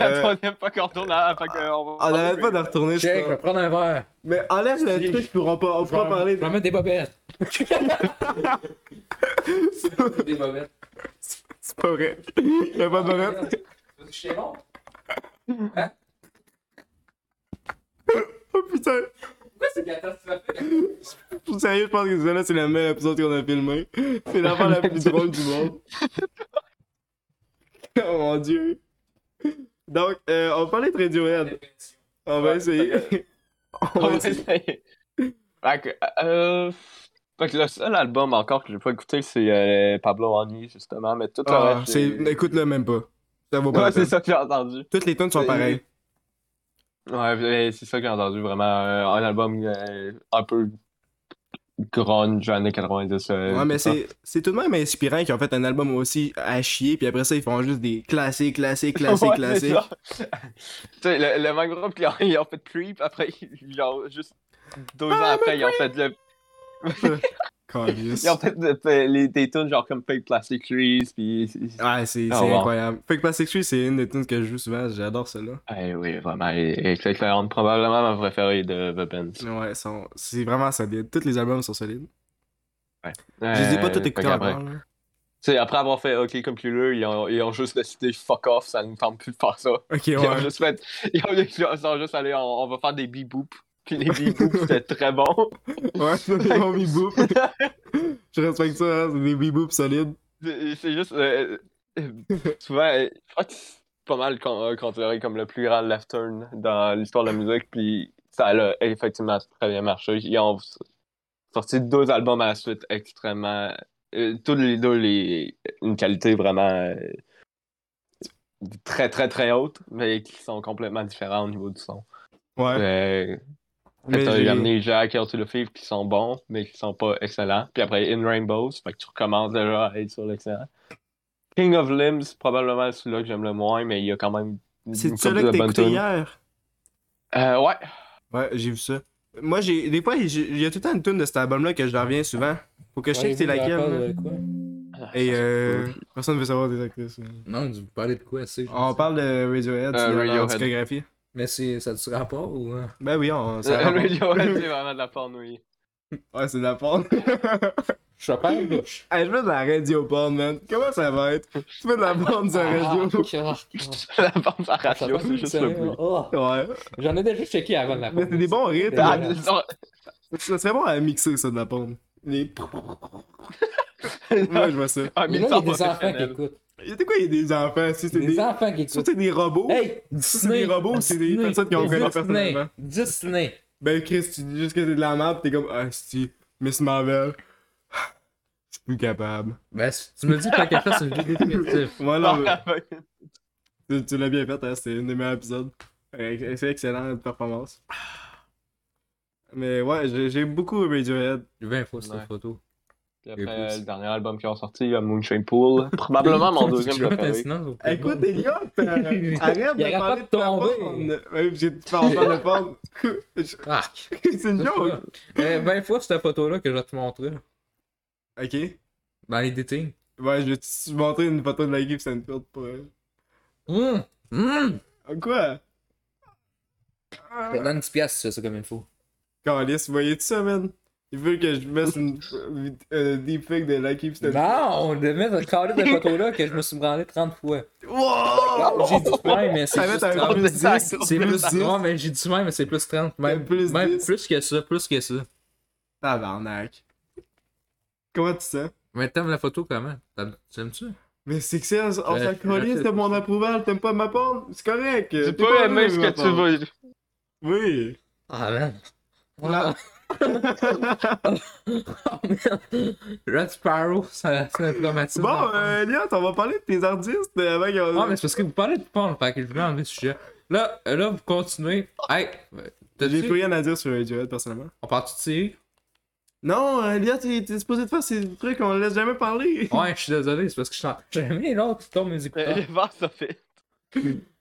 [SPEAKER 2] Euh,
[SPEAKER 1] On n'aime pas qu'on retourne à. Fait que on va-
[SPEAKER 2] Ah, On arrête pas de retourner sur
[SPEAKER 3] Check, je vais prendre un verre.
[SPEAKER 2] Mais enlève le truc, puis on pourra on
[SPEAKER 3] Je vais
[SPEAKER 2] pourra parler
[SPEAKER 3] je vais
[SPEAKER 2] de...
[SPEAKER 3] mettre des bobettes. des bobettes. Ah,
[SPEAKER 2] C'est pas vrai. Y'a pas de barrette.
[SPEAKER 3] Je suis bon.
[SPEAKER 2] Oh putain.
[SPEAKER 3] Pourquoi c'est catastrophique?
[SPEAKER 2] Pour sérieux, je pense que celui-là, c'est le meilleur épisode qu'on a filmé. C'est l'affaire la plus drôle du monde. Oh mon dieu. Donc, euh, on va parler de Radiohead. On va
[SPEAKER 1] Ouais,
[SPEAKER 2] essayer. On
[SPEAKER 1] On
[SPEAKER 2] va
[SPEAKER 1] va
[SPEAKER 2] essayer.
[SPEAKER 1] essayer. Fait que, euh, fait que le seul album encore que j'ai pas écouté, c'est euh, Pablo Honey, justement. Mais tout le
[SPEAKER 2] Ah,
[SPEAKER 1] reste,
[SPEAKER 2] c'est...
[SPEAKER 1] j'ai-
[SPEAKER 2] Écoute-le même pas. Ça vaut pas
[SPEAKER 1] Ouais,
[SPEAKER 2] la
[SPEAKER 1] c'est
[SPEAKER 2] peine.
[SPEAKER 1] ça que j'ai entendu.
[SPEAKER 2] Toutes les tunes sont
[SPEAKER 1] C'est-
[SPEAKER 2] pareilles.
[SPEAKER 1] Ouais, mais c'est ça que j'ai entendu, vraiment. euh, un album euh, un peu grunge, années 90. euh,
[SPEAKER 2] Ouais, mais
[SPEAKER 1] tout ça.
[SPEAKER 2] c'est, c'est tout de même inspirant qu'ils ont fait un album aussi à chier, puis après ça, ils font juste des classiques, classiques, classiques,
[SPEAKER 1] Ouais, c'est
[SPEAKER 2] classiques.
[SPEAKER 1] ça. tu sais, le, le même groupe, ils ont, ils ont fait Creep, après, ils ont juste deux
[SPEAKER 2] Ah,
[SPEAKER 1] ans après, ils ont fait le
[SPEAKER 2] Calisse.
[SPEAKER 1] Ils ont fait de- fait les- des tunes genre comme Fake Plastic Trees, puis...
[SPEAKER 2] Ouais, c'est,
[SPEAKER 1] Ah,
[SPEAKER 2] c'est
[SPEAKER 1] wow.
[SPEAKER 2] incroyable. Fait que Plastic Tree, c'est une des tunes que je joue souvent, j'adore celle-là.
[SPEAKER 1] Eh oui, vraiment, et- et c'est clairement probablement ma préférée de The Band.
[SPEAKER 2] Ouais, elles sont- c'est vraiment solide. Tous les albums sont solides.
[SPEAKER 1] Euh,
[SPEAKER 2] je les ai pas tous écoutés
[SPEAKER 1] fait qu'après-
[SPEAKER 2] encore. là.
[SPEAKER 1] Tu sais, après avoir fait OK Computer, ils ont, ils ont juste décidé fuck off, ça nous tente plus de faire ça.
[SPEAKER 2] Ok,
[SPEAKER 1] Ils ont
[SPEAKER 2] ouais.
[SPEAKER 1] juste fait... Ils ont, ils sont juste allés, on, on va faire des beboops. Puis les beboops, c'était très bon.
[SPEAKER 2] Ouais, c'est des bons beboops. je respecte ça, hein, c'est des beboops solides.
[SPEAKER 1] C'est c'est juste... euh, euh, souvent, euh, je crois que c'est pas mal con- euh, considéré comme le plus grand left turn dans l'histoire de la musique, puis ça a effectivement très bien marché. Ils ont sorti deux albums à la suite extrêmement... euh, tous les deux, les, une qualité vraiment euh, très, très, très haute, mais qui sont complètement différents au niveau du son.
[SPEAKER 2] Ouais.
[SPEAKER 1] Euh,
[SPEAKER 2] mais
[SPEAKER 1] T'as
[SPEAKER 2] j'ai-
[SPEAKER 1] amené Jack et Out to the Thief qui sont bons, mais qui sont pas excellents. Puis après In Rainbows, fait que tu recommences déjà à être sur l'excellent. King of Limbs, probablement celui-là que j'aime le moins, mais il y a quand même. une
[SPEAKER 2] C'est
[SPEAKER 1] couple
[SPEAKER 2] celui-là que
[SPEAKER 1] de
[SPEAKER 2] t'as
[SPEAKER 1] bonnes
[SPEAKER 2] écouté
[SPEAKER 1] tunes.
[SPEAKER 2] hier.
[SPEAKER 1] Euh, ouais.
[SPEAKER 2] Ouais, j'ai vu ça. Moi, j'ai des fois, j'ai- il y a tout le temps une tune de cet album-là que je reviens souvent. Faut que je check c'est hein. laquelle. là. Et euh, personne veut savoir des actrices. là.
[SPEAKER 3] Non, vous parlez de quoi, c'est
[SPEAKER 2] On parle de Radiohead,
[SPEAKER 1] Euh,
[SPEAKER 2] c'est dans leur
[SPEAKER 1] Radiohead.
[SPEAKER 2] discographie.
[SPEAKER 3] Mais c'est ça a du rapport ou. hein?
[SPEAKER 2] Ben oui, on. ça-
[SPEAKER 1] Euh, Radiohead, c'est vraiment de la pornouille.
[SPEAKER 2] ouais, c'est de la porn.
[SPEAKER 3] Je suis pas une bouche.
[SPEAKER 2] hey, je fais de la radio porn, man. Comment ça va être? Tu fais de la porn sur la radio.
[SPEAKER 1] la porn par
[SPEAKER 2] Ah,
[SPEAKER 1] radio, c'est juste le bruit.
[SPEAKER 2] Ouais.
[SPEAKER 3] Oh. J'en ai déjà checké avant de la
[SPEAKER 2] Mais c'est des bons rythmes.
[SPEAKER 1] Ah,
[SPEAKER 2] hein.
[SPEAKER 1] disons-
[SPEAKER 2] Ça serait bon à mixer, ça, de la porn. Les... Moi, je vois ça.
[SPEAKER 1] Ah,
[SPEAKER 3] Mais
[SPEAKER 1] mais ça,
[SPEAKER 3] là, il y a des enfants qui
[SPEAKER 1] professionnel.
[SPEAKER 3] écoutent.
[SPEAKER 2] Il y a des quoi, il y a des enfants, si c'est
[SPEAKER 3] Des
[SPEAKER 2] des...
[SPEAKER 3] enfants qui
[SPEAKER 2] Soit
[SPEAKER 3] écoutent.
[SPEAKER 2] c'est des robots.
[SPEAKER 3] Hey!
[SPEAKER 2] Si c'est des robots, c'est des
[SPEAKER 3] Disney,
[SPEAKER 2] personnes qui ont vraiment personnellement.
[SPEAKER 3] Disney! Disney!
[SPEAKER 2] Ben, Chris, tu dis juste que c'est de la map, t'es comme, ah, si, Miss Marvel. Je suis plus capable.
[SPEAKER 3] Ben, si tu me dis pas quelque chose, c'est une vidéo primitive.
[SPEAKER 2] Voilà, tu, tu l'as bien fait, hein, c'était un des meilleurs épisodes. Euh, C'est excellent, notre performance. Mais ouais, j'ai j'ai beaucoup Radiohead.
[SPEAKER 3] J'ai vu un faux sur
[SPEAKER 1] Ouais.
[SPEAKER 3] la photo.
[SPEAKER 1] Puis
[SPEAKER 3] Et
[SPEAKER 1] après,
[SPEAKER 3] plus.
[SPEAKER 1] euh, le dernier album qui ont sorti, il y a Moonshine Pool. Probablement mon deuxième
[SPEAKER 3] Tu veux mettre un
[SPEAKER 1] préféré.
[SPEAKER 3] silence au
[SPEAKER 2] Écoute,
[SPEAKER 3] fond?
[SPEAKER 2] Elliot, euh, arrête
[SPEAKER 3] Il
[SPEAKER 2] de
[SPEAKER 3] arrête pas
[SPEAKER 2] parler
[SPEAKER 3] de
[SPEAKER 2] de ta
[SPEAKER 3] tomber.
[SPEAKER 2] porn. Ouais, puis j'ai de parler de porn. Je-
[SPEAKER 3] Arc!
[SPEAKER 2] c'est une joke.
[SPEAKER 3] Euh, 20 fois cette photo-là que je vais te montrer.
[SPEAKER 2] Ok.
[SPEAKER 3] Dans les dating.
[SPEAKER 2] Ouais, je vais te montrer une photo de la GIF Sandfield pour elle.
[SPEAKER 3] Hum! Hum!
[SPEAKER 2] Quoi?
[SPEAKER 3] Je te donne 10 piastres si tu fais ça comme il faut.
[SPEAKER 2] Calice, voyez-tu ça, man? Il veut que je mette une euh, deepfake de la GIF Sandfield.
[SPEAKER 3] Non, on devait me recorder cette photo-là que je me suis branlé 30 fois. Oh.
[SPEAKER 2] Wow!
[SPEAKER 3] J'ai du pain, mais c'est
[SPEAKER 2] Ça va être
[SPEAKER 3] plus
[SPEAKER 2] un
[SPEAKER 3] 30.
[SPEAKER 2] plus 10,
[SPEAKER 3] C'est
[SPEAKER 2] plus
[SPEAKER 3] plus
[SPEAKER 2] 10.
[SPEAKER 3] Non, mais j'ai du pain, mais c'est plus 30. Même,
[SPEAKER 2] Plus
[SPEAKER 3] plus, même
[SPEAKER 2] 10.
[SPEAKER 3] plus que ça, plus que ça.
[SPEAKER 2] Tabarnak. Comment tu sais?
[SPEAKER 3] Mais t'aimes la photo comment? T'aimes- T'aimes-tu?
[SPEAKER 2] Mais c'est que c'est, on
[SPEAKER 3] Ouais,
[SPEAKER 2] s'en
[SPEAKER 3] Euh, je sais
[SPEAKER 2] calisse, t'as
[SPEAKER 3] pas.
[SPEAKER 2] mon approval, t'aimes pas ma porn? C'est correct.
[SPEAKER 1] Tu peux aimer ce que tu veux.
[SPEAKER 2] Oui.
[SPEAKER 3] Ah man!
[SPEAKER 2] Là.
[SPEAKER 3] Oh, man. Red Sparrow, ça c'est un traumatisme.
[SPEAKER 2] Bon, euh, Elliot, on va parler de tes artistes euh, avant qu'on...
[SPEAKER 3] Ah, mais c'est parce que vous parlez de porn, fait que je voulais enlever le sujet. Là, euh, là, vous continuez. Hey, euh, t'as-tu-
[SPEAKER 2] J'ai plus rien à dire sur Radiohead, personnellement.
[SPEAKER 3] On part-tu de série?
[SPEAKER 2] Non, euh, Elliot, t'es t'es supposé de faire ces trucs qu'on laisse jamais parler.
[SPEAKER 3] Ouais, je suis désolé, c'est parce que je chante jamais l'autre qui tombe mes
[SPEAKER 2] Ah.
[SPEAKER 3] écouteurs.
[SPEAKER 1] Je pense que ça fait.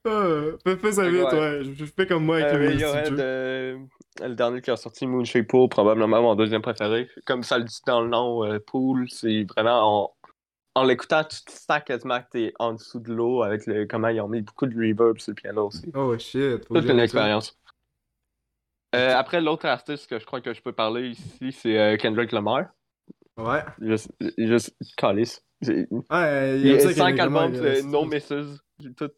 [SPEAKER 2] Euh, fais, fais ça
[SPEAKER 1] Fait que
[SPEAKER 2] vite,
[SPEAKER 1] ouais.
[SPEAKER 2] ouais. Je, je fais comme moi avec
[SPEAKER 1] Euh,
[SPEAKER 2] le
[SPEAKER 1] Radiohead,
[SPEAKER 2] Radiohead.
[SPEAKER 1] euh, le dernier qui a sorti Moonshake Pool, probablement mon deuxième préféré. Comme ça le dit dans le nom, euh, Pool, c'est vraiment en, en l'écoutant, tu te sens quasiment que t'es en dessous de l'eau avec le, comment ils ont mis beaucoup de reverb sur le piano aussi.
[SPEAKER 2] Oh shit. faut que
[SPEAKER 1] Toute une
[SPEAKER 2] j'aille
[SPEAKER 1] expérience. Euh, après, l'autre artiste que je crois que je peux parler ici, c'est euh, Kendrick Lamar.
[SPEAKER 2] ça. Ouais.
[SPEAKER 1] Juste, juste calice. J'ai-
[SPEAKER 2] Ouais,
[SPEAKER 1] Il y
[SPEAKER 2] aime
[SPEAKER 1] a
[SPEAKER 2] ça qu'il y ait
[SPEAKER 1] 5
[SPEAKER 2] des
[SPEAKER 1] albums,
[SPEAKER 2] commentaires,
[SPEAKER 1] euh,
[SPEAKER 2] c'est
[SPEAKER 1] No
[SPEAKER 2] tout.
[SPEAKER 1] Misses. J'ai tout-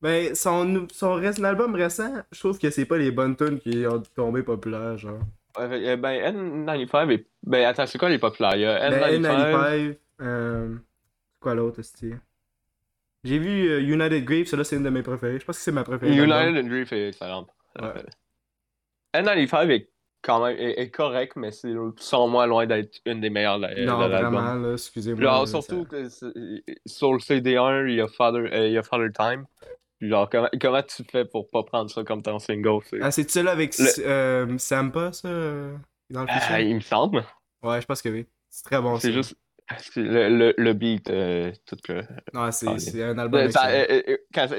[SPEAKER 2] Ben, son, nou- son récent album récent, je trouve que c'est pas les bonnes tunes qui ont tombé populaires, genre.
[SPEAKER 1] Euh, ben, N95 est. Ben, attends, c'est quoi les populaires? Il y a
[SPEAKER 2] Ben,
[SPEAKER 1] N95.
[SPEAKER 2] N95, euh, c'est quoi l'autre, esti? J'ai vu euh, United Grave, celle-là c'est une de mes préférées. Je pense que c'est ma préférée.
[SPEAKER 1] United
[SPEAKER 2] d'album.
[SPEAKER 1] and Grief est excellente.
[SPEAKER 2] Ouais.
[SPEAKER 1] Euh, N95 est quand même est, est correct, mais c'est sans moi loin d'être une des meilleures de, de
[SPEAKER 2] Non,
[SPEAKER 1] l'album.
[SPEAKER 2] vraiment, là, excusez-moi.
[SPEAKER 1] Genre,
[SPEAKER 2] là,
[SPEAKER 1] surtout que c'est- sur le CD1, il y a Father, euh, il y a Father Time. Genre, comment, comment tu fais pour pas prendre ça comme ton single? c'est-
[SPEAKER 2] ça- Ah, c'est-tu celle avec
[SPEAKER 1] Le-
[SPEAKER 2] S- euh, Sampa, ça? euh, Dans le
[SPEAKER 1] Ah,
[SPEAKER 2] fichier?
[SPEAKER 1] il me semble.
[SPEAKER 2] Ouais, je pense que oui. C'est très bon,
[SPEAKER 1] c'est
[SPEAKER 2] ça.
[SPEAKER 1] juste c'est le, le, le beat, euh, tout que.
[SPEAKER 2] Non, c'est
[SPEAKER 1] Ah,
[SPEAKER 2] c'est un
[SPEAKER 1] Ça,
[SPEAKER 2] album. excellent.
[SPEAKER 1] euh, euh, quand, ça-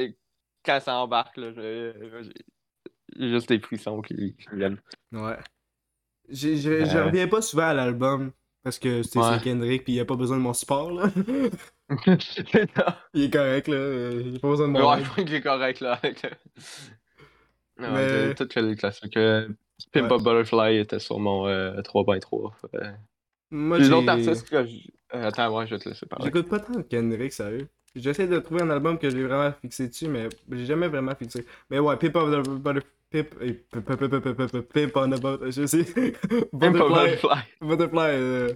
[SPEAKER 1] quand ça embarque, là, je- j'ai juste des frissons qui qui viennent.
[SPEAKER 2] Ouais. J'ai- Je, je
[SPEAKER 1] Euh.
[SPEAKER 2] reviens pas souvent à l'album parce que c'est
[SPEAKER 1] Ouais.
[SPEAKER 2] c'est Kendrick puis il a pas besoin de mon support là.
[SPEAKER 1] C'est ça.
[SPEAKER 2] il est correct là, euh, il a pas besoin de mon
[SPEAKER 1] Ouais,
[SPEAKER 2] aide.
[SPEAKER 1] je crois qu'il est correct là. Avec le... Ouais,
[SPEAKER 2] Mais-
[SPEAKER 1] j'ai- toutes les classiques. euh, Pimp
[SPEAKER 2] Ouais.
[SPEAKER 1] a Butterfly était sur mon euh, 3.3. euh.
[SPEAKER 2] Moi
[SPEAKER 1] Les autres
[SPEAKER 2] j'ai-
[SPEAKER 1] artistes que j'- euh, attends, ouais, je vais te laisser parler.
[SPEAKER 2] j'écoute pas tant de Kendrick sérieux. J'essaie de trouver un album que j'ai vraiment fixé dessus mais j'ai jamais vraiment fixé. Mais ouais, Pip on the Butter- Pip eh, et Pip Pip Pip Pip Pip Pip on the Butter- je sais.
[SPEAKER 1] Pimp a
[SPEAKER 2] Butterfly-
[SPEAKER 1] Butterfly.
[SPEAKER 2] Butterfly. Euh...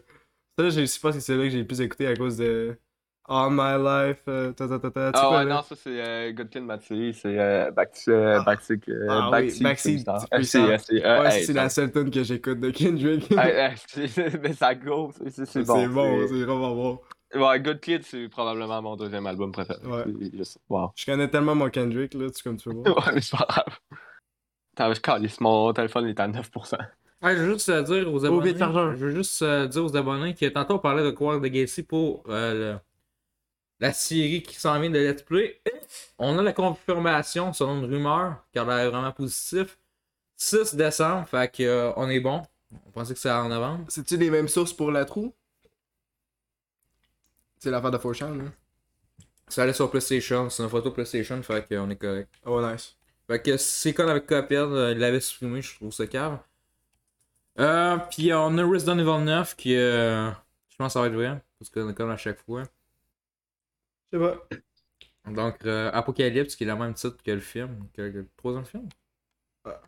[SPEAKER 2] Ça, je sais pas si c'est là que j'ai le plus écouté à cause de All My Life. euh, ta, ta, ta, ta, tu sais
[SPEAKER 1] Ah
[SPEAKER 2] quoi,
[SPEAKER 1] ouais,
[SPEAKER 2] là?
[SPEAKER 1] non, ça c'est euh, Good Kid Matty, c'est euh, Backseat. Euh,
[SPEAKER 2] Ah.
[SPEAKER 1] Backseat. Euh,
[SPEAKER 2] Ah oui,
[SPEAKER 1] Backseat
[SPEAKER 2] Backseat
[SPEAKER 1] Superstar.
[SPEAKER 2] Superstar.
[SPEAKER 1] FC, FC, euh,
[SPEAKER 2] Ouais,
[SPEAKER 1] hey,
[SPEAKER 2] c'est
[SPEAKER 1] ça-
[SPEAKER 2] la seule tune que j'écoute de Kendrick.
[SPEAKER 1] Hey, hey, c'est- Mais ça go, c'est- c'est c'est bon.
[SPEAKER 2] C'est bon, c'est vraiment bon.
[SPEAKER 1] Ouais, Good Kid, c'est probablement mon deuxième album préféré.
[SPEAKER 2] Ouais.
[SPEAKER 1] C'est juste- Wow.
[SPEAKER 2] Je connais tellement mon Kendrick, là, tu, comme tu vois.
[SPEAKER 1] Ouais, mais c'est pas grave. Attends, je calisse, mon téléphone est à 9%.
[SPEAKER 3] Hey, je veux juste euh, dire aux abonnés.
[SPEAKER 2] vite, chargeur.
[SPEAKER 3] je veux juste euh, dire aux abonnés que tantôt on parlait de Quark de Gacy pour euh, le- la série qui s'en vient de Let's Play. On a la confirmation selon une rumeur, car elle est vraiment positive. 6 décembre, fait que euh, on est bon. On pensait que c'était en novembre.
[SPEAKER 2] C'est-tu les mêmes sources pour la trou? C'est l'affaire de 4 là.
[SPEAKER 3] Ça allait sur PlayStation, c'est une photo PlayStation, fait que, euh, on est correct.
[SPEAKER 2] Oh, nice.
[SPEAKER 3] Fait que c'est con avec Cophead, euh, il l'avait supprimé, je trouve ça cave. Euh, puis on a Resident Evil 9 qui euh, je pense que ça va être vrai, parce qu'on est comme à chaque fois.
[SPEAKER 2] Je sais pas.
[SPEAKER 3] Donc euh, Apocalypse qui est le même titre que le film, que le troisième film.
[SPEAKER 2] Ah.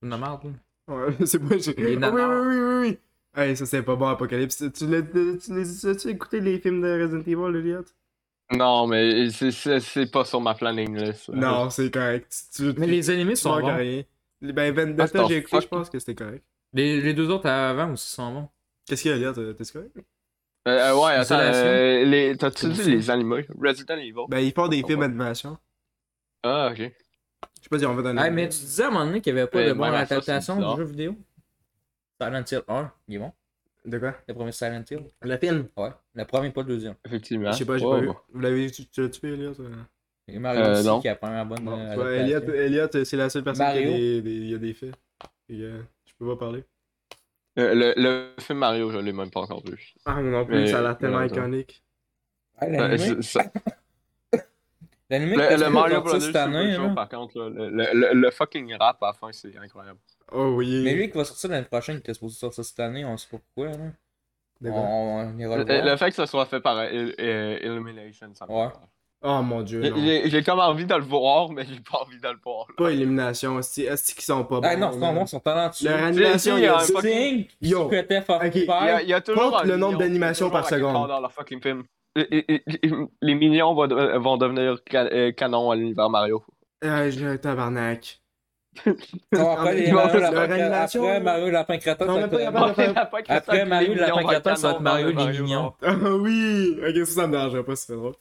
[SPEAKER 3] C'est de la merde là.
[SPEAKER 2] Ouais, c'est moi, j'ai. Ah
[SPEAKER 3] Les
[SPEAKER 2] oui, oui,
[SPEAKER 3] nanars.
[SPEAKER 2] oui, oui, oui. Hey, ça, c'est pas bon, Apocalypse. Tu l'as- tu les as-tu écouté les films de Resident Evil, Elliot?
[SPEAKER 1] Non, mais c'est- c'est c'est pas sur ma planning list.
[SPEAKER 2] Non, c'est correct. Tu, tu,
[SPEAKER 3] Euh, Mais les ennemis
[SPEAKER 2] tu
[SPEAKER 3] sont
[SPEAKER 2] manques à
[SPEAKER 3] bons.
[SPEAKER 2] rien. Les- Ben,
[SPEAKER 1] Ah, c'est
[SPEAKER 2] Vendetta,
[SPEAKER 1] ton
[SPEAKER 2] j'ai écouté, je
[SPEAKER 1] fuck.
[SPEAKER 2] pense que c'était correct.
[SPEAKER 3] Les, les deux autres avant aussi sont bons.
[SPEAKER 2] Qu'est-ce qu'il y a, Elliot? T'es correct?
[SPEAKER 1] Euh, euh, ouais, attends,
[SPEAKER 3] Isolation.
[SPEAKER 1] euh, les- t'as-tu
[SPEAKER 3] C'est
[SPEAKER 1] dit
[SPEAKER 3] ça.
[SPEAKER 1] les animaux? Resident Evil?
[SPEAKER 2] Ben, ils font des
[SPEAKER 3] Oh,
[SPEAKER 1] Ah,
[SPEAKER 2] films
[SPEAKER 1] ouais.
[SPEAKER 2] d'animation.
[SPEAKER 1] Ah, ok.
[SPEAKER 2] Je sais pas si on va donner.
[SPEAKER 3] Hey, mais tu disais à un moment donné qu'il n'y avait pas
[SPEAKER 1] Ouais,
[SPEAKER 3] de bonne
[SPEAKER 1] même à ça, c'est
[SPEAKER 3] adaptation
[SPEAKER 1] bizarre.
[SPEAKER 3] du jeu vidéo. Silent Hill 1, il est bon.
[SPEAKER 2] De quoi?
[SPEAKER 3] Le premier Silent Hill. Le film? Ouais. Le premier, pas le deuxième.
[SPEAKER 1] Effectivement.
[SPEAKER 2] Je sais pas, j'ai
[SPEAKER 1] Wow.
[SPEAKER 2] pas vu. Vous l'avez tu, tu l'as tué, Elliot? euh?
[SPEAKER 3] Et Mario
[SPEAKER 1] Euh,
[SPEAKER 3] aussi
[SPEAKER 1] non.
[SPEAKER 3] qui a la première bonne
[SPEAKER 2] Bon,
[SPEAKER 3] euh,
[SPEAKER 2] tu vois,
[SPEAKER 3] adaptation.
[SPEAKER 2] Elliot, Elliot, euh, c'est la seule personne qui a
[SPEAKER 3] Mario.
[SPEAKER 2] des, des- il y a des faits. Fait que, euh, je peux pas parler.
[SPEAKER 1] Euh, le, le film Mario, je l'ai même pas encore vu.
[SPEAKER 2] Ah, non
[SPEAKER 1] plus, Mais-
[SPEAKER 2] ça a l'air tellement
[SPEAKER 1] mais-
[SPEAKER 2] iconique.
[SPEAKER 3] Ah,
[SPEAKER 1] Euh,
[SPEAKER 3] l'animé,
[SPEAKER 1] c'est- ça-
[SPEAKER 3] l'animé que
[SPEAKER 1] le,
[SPEAKER 3] t'as
[SPEAKER 1] le
[SPEAKER 3] fait
[SPEAKER 1] Mario
[SPEAKER 3] sortir
[SPEAKER 1] Brothers, c'est
[SPEAKER 3] cette année, hein?
[SPEAKER 1] quelque
[SPEAKER 3] là.
[SPEAKER 1] chose, par contre. là. Le, le- le- le fucking rap à la fin, c'est incroyable.
[SPEAKER 2] Oh oui.
[SPEAKER 3] Mais lui qui va sortir l'année prochaine, qui était supposé sortir cette année, on sait pas pourquoi. Là. On,
[SPEAKER 2] De quoi?
[SPEAKER 3] on ira le
[SPEAKER 1] Le,
[SPEAKER 3] voir.
[SPEAKER 1] Euh, le fait que ça soit fait par euh, Il- euh, Illumination, ça me
[SPEAKER 3] Ouais.
[SPEAKER 1] fait peur.
[SPEAKER 2] Oh mon dieu.
[SPEAKER 1] J'ai-
[SPEAKER 2] non.
[SPEAKER 1] J'ai j'ai comme envie de le voir, mais j'ai pas envie de le voir. là.
[SPEAKER 2] Pas élimination. Est-ce est qu'ils sont pas bons?
[SPEAKER 3] Ah non, non, non, ils
[SPEAKER 2] man?
[SPEAKER 3] sont talentueux.
[SPEAKER 2] Leur animation,
[SPEAKER 1] il
[SPEAKER 2] il
[SPEAKER 1] y
[SPEAKER 2] y
[SPEAKER 1] a
[SPEAKER 2] a
[SPEAKER 1] un fucking-
[SPEAKER 3] Sting,
[SPEAKER 2] Yo.
[SPEAKER 3] Secret F of
[SPEAKER 2] Ok,
[SPEAKER 1] Il y a,
[SPEAKER 3] Fire.
[SPEAKER 1] il y a toujours
[SPEAKER 2] Compte
[SPEAKER 1] un
[SPEAKER 2] le nombre
[SPEAKER 1] mignon,
[SPEAKER 2] d'animations
[SPEAKER 1] toujours
[SPEAKER 2] par
[SPEAKER 1] à quelque
[SPEAKER 2] seconde.
[SPEAKER 1] part Dans leur fucking film. Et- et- et- Les minions vont, de- vont devenir can- euh, canons à l'univers Mario.
[SPEAKER 2] Euh, j'ai un tabarnak.
[SPEAKER 3] Non,
[SPEAKER 2] Ah,
[SPEAKER 3] après,
[SPEAKER 2] mais
[SPEAKER 3] les
[SPEAKER 2] ils vont
[SPEAKER 3] Mario
[SPEAKER 2] faire leur
[SPEAKER 3] Lapin
[SPEAKER 2] animation,
[SPEAKER 3] Après,
[SPEAKER 2] là.
[SPEAKER 3] Mario Lapin Crétin,
[SPEAKER 2] Non,
[SPEAKER 3] ça
[SPEAKER 2] mais
[SPEAKER 3] va
[SPEAKER 2] pas
[SPEAKER 3] être-
[SPEAKER 2] capable. Après-
[SPEAKER 1] Après,
[SPEAKER 3] après Mario Lapin Crétin, ça va être Mario les
[SPEAKER 1] mignon.
[SPEAKER 3] mignons.
[SPEAKER 2] Ah oui! Ok, ça, ça me dérangerait pas, c'est drôle.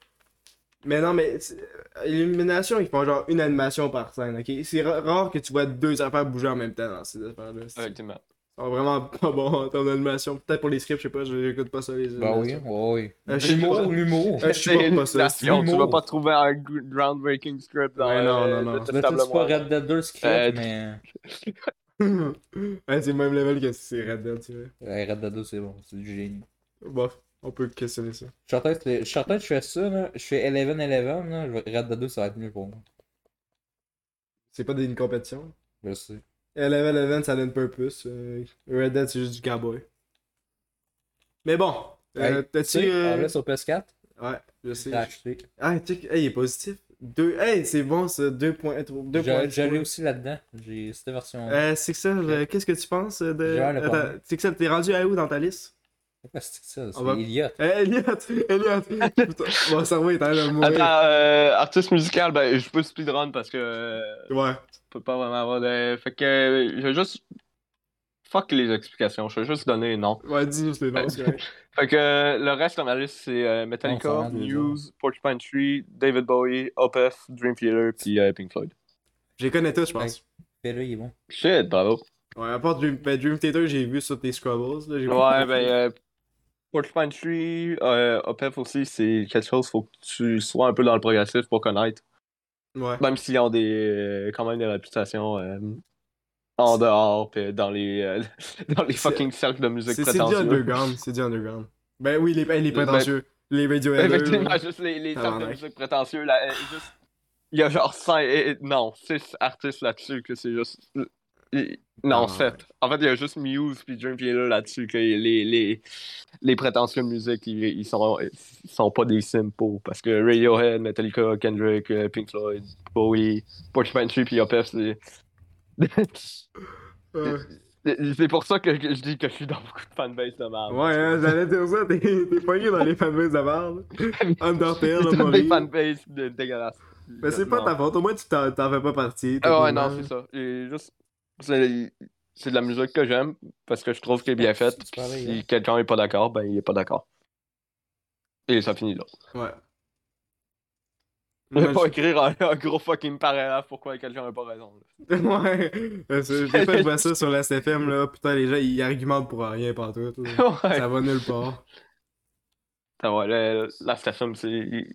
[SPEAKER 2] Mais non, mais c'est- euh, Illumination, ils font genre une animation par scène, ok? C'est ra- rare que tu vois deux affaires bouger en même temps dans ces affaires-là. C'est-
[SPEAKER 1] Effectivement.
[SPEAKER 2] Ils sont vraiment pas bons en termes d'animation. Peut-être pour les scripts, je sais pas, je- j'écoute pas ça les
[SPEAKER 3] Bah oui,
[SPEAKER 2] animations.
[SPEAKER 3] oui.
[SPEAKER 2] Euh, je sais pas.
[SPEAKER 3] L'humour, l'humour.
[SPEAKER 2] Euh, je suis pas- pas ça.
[SPEAKER 1] C'est une animation, Tu vas
[SPEAKER 3] l'humour.
[SPEAKER 1] pas trouver un gr- groundbreaking script dans
[SPEAKER 2] Ouais, non,
[SPEAKER 1] euh,
[SPEAKER 2] non, non.
[SPEAKER 1] le
[SPEAKER 3] Mais tu sais,
[SPEAKER 1] table
[SPEAKER 3] c'est pas
[SPEAKER 1] noire.
[SPEAKER 3] Red Dead 2 script,
[SPEAKER 1] Euh,
[SPEAKER 3] mais.
[SPEAKER 2] Ouais, c'est le même level que c'est Red Dead, tu vois.
[SPEAKER 3] Ouais, Red Dead 2, c'est bon, c'est du génie.
[SPEAKER 2] Bof, on peut questionner ça.
[SPEAKER 3] Je suis en train de- je suis en train de faire ça, là. Je fais 11-11, là. je vais- Red Dead 2, ça va être mieux pour moi.
[SPEAKER 2] C'est pas des- une compétition.
[SPEAKER 3] Je sais.
[SPEAKER 2] Euh, Level 11, ça donne purpose. euh, Red Dead, c'est juste du cowboy. Mais bon, euh,
[SPEAKER 3] Hey, Tu
[SPEAKER 2] t'as-tu.
[SPEAKER 3] sais,
[SPEAKER 2] euh,
[SPEAKER 3] en vrai, sur PS4,
[SPEAKER 2] Ouais, je sais.
[SPEAKER 3] j'ai acheté.
[SPEAKER 2] Ah, tu sais, que- hey, il est positif. Deux... Hey, c'est bon ça, 2 points. Deux points
[SPEAKER 3] J'a- J'allais aussi là-dedans. J'ai cette version.
[SPEAKER 2] Euh, c'est que ça, je- qu'est-ce que tu penses euh, de.
[SPEAKER 3] J'ai hâte de
[SPEAKER 2] Attends,
[SPEAKER 3] parler.
[SPEAKER 2] C'est que ça, t'es rendu à où dans ta liste
[SPEAKER 3] Pourquoi c'est ça? C'est
[SPEAKER 2] on va-
[SPEAKER 3] Elliot.
[SPEAKER 2] Eh, Elliot Elliot Putain, Mon cerveau est en train de mourir.
[SPEAKER 1] Attends, euh, artiste musical, ben, je peux speedrun parce que euh,
[SPEAKER 2] Ouais.
[SPEAKER 1] tu peux pas vraiment avoir de. Fait que euh, je vais juste. Fuck les explications, je vais juste donner les noms.
[SPEAKER 2] Ouais, dis juste les noms, c'est correct.
[SPEAKER 1] Fait que euh, le reste de ma liste, c'est euh,
[SPEAKER 3] On s'en
[SPEAKER 1] Metallica,
[SPEAKER 3] rend dedans.
[SPEAKER 1] Muse, Porcupine Tree, David Bowie, Opeth, Dream Theater, puis euh, Pink Floyd.
[SPEAKER 2] Je les connais tous, je pense.
[SPEAKER 3] Fais-le, il est bon.
[SPEAKER 1] Shit, bravo.
[SPEAKER 2] Ouais, à part Dream, ben, Dream Theater, j'ai vu sur tes Scrabbles. Là, j'ai
[SPEAKER 1] Ouais, ben, euh, Porcupine Tree, euh, Opeth aussi, c'est quelque chose, faut que tu sois un peu dans le progressif pour connaître.
[SPEAKER 2] Ouais.
[SPEAKER 1] Même s'ils ont des, euh, quand même des réputations euh, en dehors, puis dans les, euh, dans les
[SPEAKER 2] C'est-
[SPEAKER 1] fucking cercles de musique
[SPEAKER 2] C'est c'est du
[SPEAKER 1] prétentieuse.
[SPEAKER 2] underground, c'est du underground. Ben oui, les, hey, les
[SPEAKER 1] Ben-
[SPEAKER 2] prétentieux. Les Radiohead.
[SPEAKER 1] Effectivement, juste les, les cercles de
[SPEAKER 2] Tabarnak.
[SPEAKER 1] musique prétentieux, là, euh, juste, il y a genre 5, non, 6 artistes là-dessus, que c'est juste... euh, Non,
[SPEAKER 2] Tabarnak.
[SPEAKER 1] 7. En fait, il y a juste Muse puis Dream Theater là-dessus, que les, les, les prétentieux de musique, ils, ils sont, ils sont pas des simples, parce que Radiohead, Metallica, Kendrick, euh, Pink Floyd, Bowie, Porcupine Tree puis Opeth, c'est...
[SPEAKER 2] Ouais,
[SPEAKER 1] C'est pour ça que je je dis que je suis dans beaucoup de fanbase de merde.
[SPEAKER 2] ouais hein, j'allais dire ça, t'es t'es pogné dans les fanbases de merde. Undertale, là,
[SPEAKER 1] C'est toutes des
[SPEAKER 2] Maurice.
[SPEAKER 1] fanbases de- dégueulasses.
[SPEAKER 2] Mais c'est pas
[SPEAKER 1] Non.
[SPEAKER 2] ta faute, au moins tu t'en t'en fais pas partie. t'es
[SPEAKER 1] Ah ouais, non,
[SPEAKER 2] pas mal.
[SPEAKER 1] c'est ça. Et juste, c'est, c'est de la musique que j'aime parce que je trouve qu'elle est bien faite.
[SPEAKER 3] C'est
[SPEAKER 1] Puis
[SPEAKER 3] pareil,
[SPEAKER 1] si
[SPEAKER 3] hein.
[SPEAKER 1] quelqu'un est pas d'accord, ben il est pas d'accord. Et ça finit là.
[SPEAKER 2] Ouais.
[SPEAKER 1] Je
[SPEAKER 2] Moi,
[SPEAKER 1] vais pas écrire un, un gros fucking paragraphe pourquoi quelqu'un a pas raison. là.
[SPEAKER 2] ouais. Euh, c'est- Des fois, je vois ça sur la SFM, là. Putain, les gens, ils argumentent pour rien partout. là.
[SPEAKER 1] ouais.
[SPEAKER 2] Ça va nulle part.
[SPEAKER 1] Ça va, le- la station, c'est.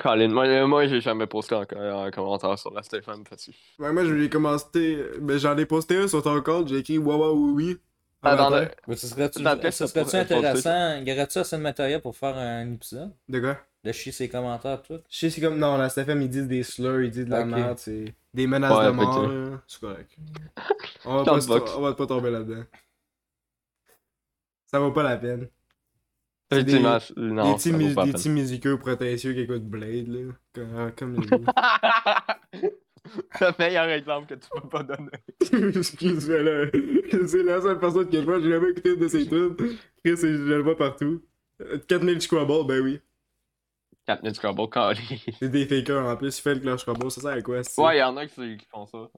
[SPEAKER 1] Colin, moi, euh, moi j'ai jamais posté un, un commentaire sur la station parce que.
[SPEAKER 2] Ouais, moi, je l'ai commencé. Mais j'en ai posté un sur ton compte, j'ai écrit Wawa oui oui.
[SPEAKER 1] Ah, dans
[SPEAKER 2] Attends,
[SPEAKER 1] le-
[SPEAKER 3] Mais ce serait-tu
[SPEAKER 1] Dans le texte,
[SPEAKER 3] ça
[SPEAKER 1] ça
[SPEAKER 3] serait-tu
[SPEAKER 1] pourrait- ça pourrait-
[SPEAKER 3] intéressant? Y aurait-tu assez de matériel pour faire un épisode?
[SPEAKER 2] De quoi
[SPEAKER 3] De chier ses commentaires, tout.
[SPEAKER 2] Je sais, c'est comme. Non, la SFM, ils disent des slurs, ils disent de la
[SPEAKER 3] Ok.
[SPEAKER 2] merde, c'est. Des menaces
[SPEAKER 1] Ouais,
[SPEAKER 2] de mort,
[SPEAKER 1] fait
[SPEAKER 2] là. C'est correct. On va,
[SPEAKER 1] Dans
[SPEAKER 2] pas,
[SPEAKER 1] le
[SPEAKER 2] se-
[SPEAKER 1] box.
[SPEAKER 2] on va pas tomber là-dedans. Ça vaut pas la peine. C'est des-
[SPEAKER 1] Effectivement, c'est- euh, non,
[SPEAKER 2] des petits,
[SPEAKER 1] ça vaut
[SPEAKER 2] mu-
[SPEAKER 1] pas la
[SPEAKER 2] des
[SPEAKER 1] peine.
[SPEAKER 2] petits musiqueux prétentieux qui écoutent Blade, là. Comme, ah, comme les gars.
[SPEAKER 1] le meilleur exemple que tu peux pas donner.
[SPEAKER 2] Excuse-moi, là. C'est la seule personne que je vois, j'ai jamais écouté une de ses trucs. Chris, je le vois partout. Euh, 4000 Scrabble, ben oui.
[SPEAKER 1] 4000 Scrabble, Colin.
[SPEAKER 2] C'est des fakers en plus, ils fake leur Scrabble, ça sert à quoi, c'est-
[SPEAKER 1] Ouais, il y en a qui, qui font ça.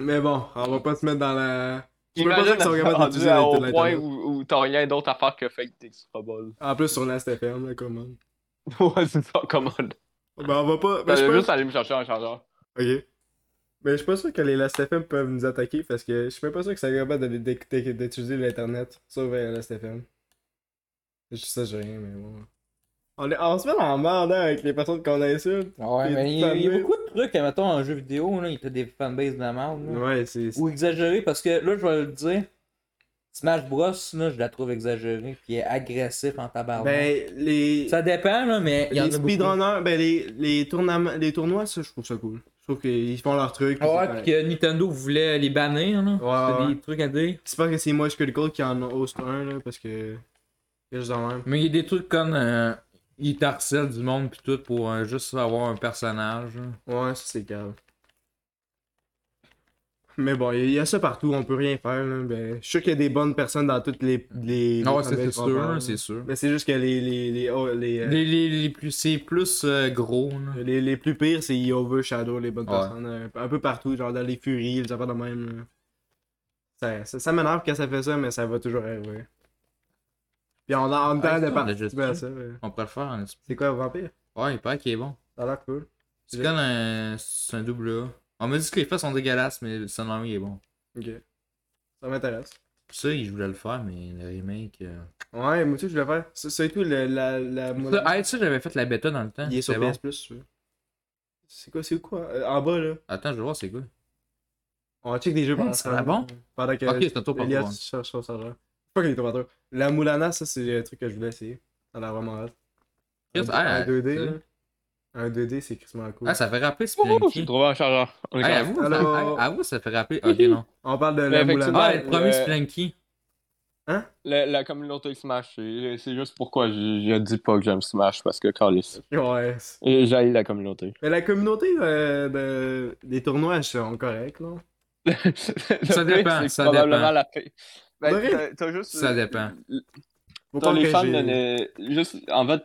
[SPEAKER 2] Mais bon, on va pas se mettre dans la. Je peux pas
[SPEAKER 1] Imagine
[SPEAKER 2] dire qu'ils sont capables
[SPEAKER 1] rendu
[SPEAKER 2] d'utiliser
[SPEAKER 1] à- au
[SPEAKER 2] l'Internet.
[SPEAKER 1] point où, où t'as rien d'autre à faire que fake tes Super Bowl.
[SPEAKER 2] En plus, sur l'ASTFM, là, comment.
[SPEAKER 1] ouais, c'est ça, commode.
[SPEAKER 2] Ben, on va pas. Ben, je
[SPEAKER 1] T'allais
[SPEAKER 2] suis
[SPEAKER 1] juste
[SPEAKER 2] pas-
[SPEAKER 1] aller me chercher un chargeur.
[SPEAKER 2] Ok. Mais je suis pas sûr que les LastFM peuvent nous attaquer parce que je suis même pas sûr que ça capable de- d'écouter- d'utiliser l'internet, sauf euh, LastFM. Je sais, j'ai rien, mais bon. On, est- on se met en merde hein, avec les personnes qu'on insulte.
[SPEAKER 3] Ah Ouais,
[SPEAKER 2] Des
[SPEAKER 3] mais il y, a- il y a
[SPEAKER 2] fanbases.
[SPEAKER 3] beaucoup de trucs, mettons, en jeu vidéo, là. Il y a des fanbases de la merde, là.
[SPEAKER 2] Ouais, c'est. c'est-
[SPEAKER 3] Ou exagéré, parce que là, je vais le dire. Smash Bros, là, je la trouve exagérée, puis elle est agressif en tabarnak.
[SPEAKER 2] Ben, les.
[SPEAKER 3] ah Ça dépend, là, mais il y en
[SPEAKER 2] les
[SPEAKER 3] a beaucoup.
[SPEAKER 2] speedrunners, ben, les, les, tournois, les tournois, ça, je trouve ça cool. Je trouve qu'ils font leur truc. puis c'est
[SPEAKER 3] Ah Ouais, puis que Nintendo voulait les bannir, là.
[SPEAKER 2] Ouais,
[SPEAKER 3] C'était
[SPEAKER 2] ouais.
[SPEAKER 3] des trucs à dire.
[SPEAKER 2] J'espère que c'est moi, Critical, qui en host un, là, parce que. Que je même.
[SPEAKER 3] Mais il y a des trucs comme. euh, ils t'harcèlent du monde pis tout pour euh, juste avoir un personnage. là.
[SPEAKER 2] Ouais, ça c'est grave. Mais bon, il y a ça partout, on peut rien faire. Là. Ben, je suis sûr qu'il y a des bonnes personnes dans toutes les. les
[SPEAKER 3] Non, Ah ouais,
[SPEAKER 2] les
[SPEAKER 3] c'est c'est
[SPEAKER 2] femmes
[SPEAKER 3] sûr,
[SPEAKER 2] profondes,
[SPEAKER 3] là,
[SPEAKER 2] là.
[SPEAKER 3] c'est sûr.
[SPEAKER 2] Mais c'est juste que les. Les, les, oh, les, euh,
[SPEAKER 3] Les, les, les plus, c'est plus euh, gros, là.
[SPEAKER 2] les- les plus pires, c'est ils overshadow les bonnes
[SPEAKER 3] Ouais.
[SPEAKER 2] personnes. euh, un peu partout, genre dans les furies, les affaires de même. là. Ça, ça, ça m'énerve quand ça fait ça, mais ça va toujours arriver. Puis on a en
[SPEAKER 3] Ah,
[SPEAKER 2] temps de
[SPEAKER 3] ça, on l'a juste
[SPEAKER 2] participer à
[SPEAKER 3] dit.
[SPEAKER 2] ça. ouais.
[SPEAKER 3] On pourrait le faire en
[SPEAKER 2] C'est quoi, Vampire
[SPEAKER 3] Ouais, il paraît qu'il est bon.
[SPEAKER 2] Ça a l'air cool.
[SPEAKER 3] C'est comme un. C'est un double A. On m'a dit que les fesses sont dégueulasses, mais son il est bon.
[SPEAKER 2] Ok. Ça m'intéresse.
[SPEAKER 3] Ça, je voulais le faire, mais le remake. euh,
[SPEAKER 2] Ouais, moi aussi, je voulais faire. Ça, ça et tout, le- la. la,
[SPEAKER 3] Ça, hey, tu sais, j'avais fait la bêta dans le temps.
[SPEAKER 2] Il est sur
[SPEAKER 3] C'est bon.
[SPEAKER 2] PS Plus. ouais. C'est quoi, c'est quoi Euh, En bas, là.
[SPEAKER 3] Attends, je vais voir c'est quoi.
[SPEAKER 2] On check des jeux
[SPEAKER 3] Hey,
[SPEAKER 2] pendant
[SPEAKER 3] ça a l'air
[SPEAKER 2] pendant-
[SPEAKER 3] Hein, bon.
[SPEAKER 2] Pendant que.
[SPEAKER 3] Ok, c'est un tour par
[SPEAKER 2] Elias
[SPEAKER 3] tour, hein.
[SPEAKER 2] cherche son sergent. Pas que les tours par tour. La Moulana, ça, c'est le truc que je voulais essayer. Ça a l'air vraiment hâte.
[SPEAKER 3] Chris,
[SPEAKER 2] Un, un
[SPEAKER 3] hey,
[SPEAKER 2] 2D,
[SPEAKER 3] c'est-
[SPEAKER 2] là. Un 2D, c'est crissement cool.
[SPEAKER 3] Ah, ça fait rappeler
[SPEAKER 1] Ouh,
[SPEAKER 3] Spelunky.
[SPEAKER 1] J'ai trouvé un chargeur. On est
[SPEAKER 3] Hey,
[SPEAKER 1] correct.
[SPEAKER 3] avoue,
[SPEAKER 2] Alors-
[SPEAKER 3] ça- hey, avoue, ça fait rappeler. Ok, non.
[SPEAKER 2] On parle de
[SPEAKER 1] Mais
[SPEAKER 2] la
[SPEAKER 1] effectivement,
[SPEAKER 2] Moulana.
[SPEAKER 3] Ah, le premier
[SPEAKER 1] euh,
[SPEAKER 3] Spelunky.
[SPEAKER 1] La, la communauté Smash, c'est c'est juste pourquoi je, je dis pas que j'aime Smash, parce que Carlis.
[SPEAKER 2] Ouais.
[SPEAKER 1] Et j'aille la communauté.
[SPEAKER 2] Mais la communauté euh, de- des tournois, ils sont corrects, là.
[SPEAKER 1] ça
[SPEAKER 3] dépend, ça dépend.
[SPEAKER 1] la paix.
[SPEAKER 2] De vrai?
[SPEAKER 1] Ben, t'as- t'as juste.
[SPEAKER 3] Ça dépend.
[SPEAKER 2] Faut
[SPEAKER 1] T'as
[SPEAKER 2] pas
[SPEAKER 1] les
[SPEAKER 2] que
[SPEAKER 1] fans
[SPEAKER 2] j'ai-
[SPEAKER 1] de ne- Juste, en fait,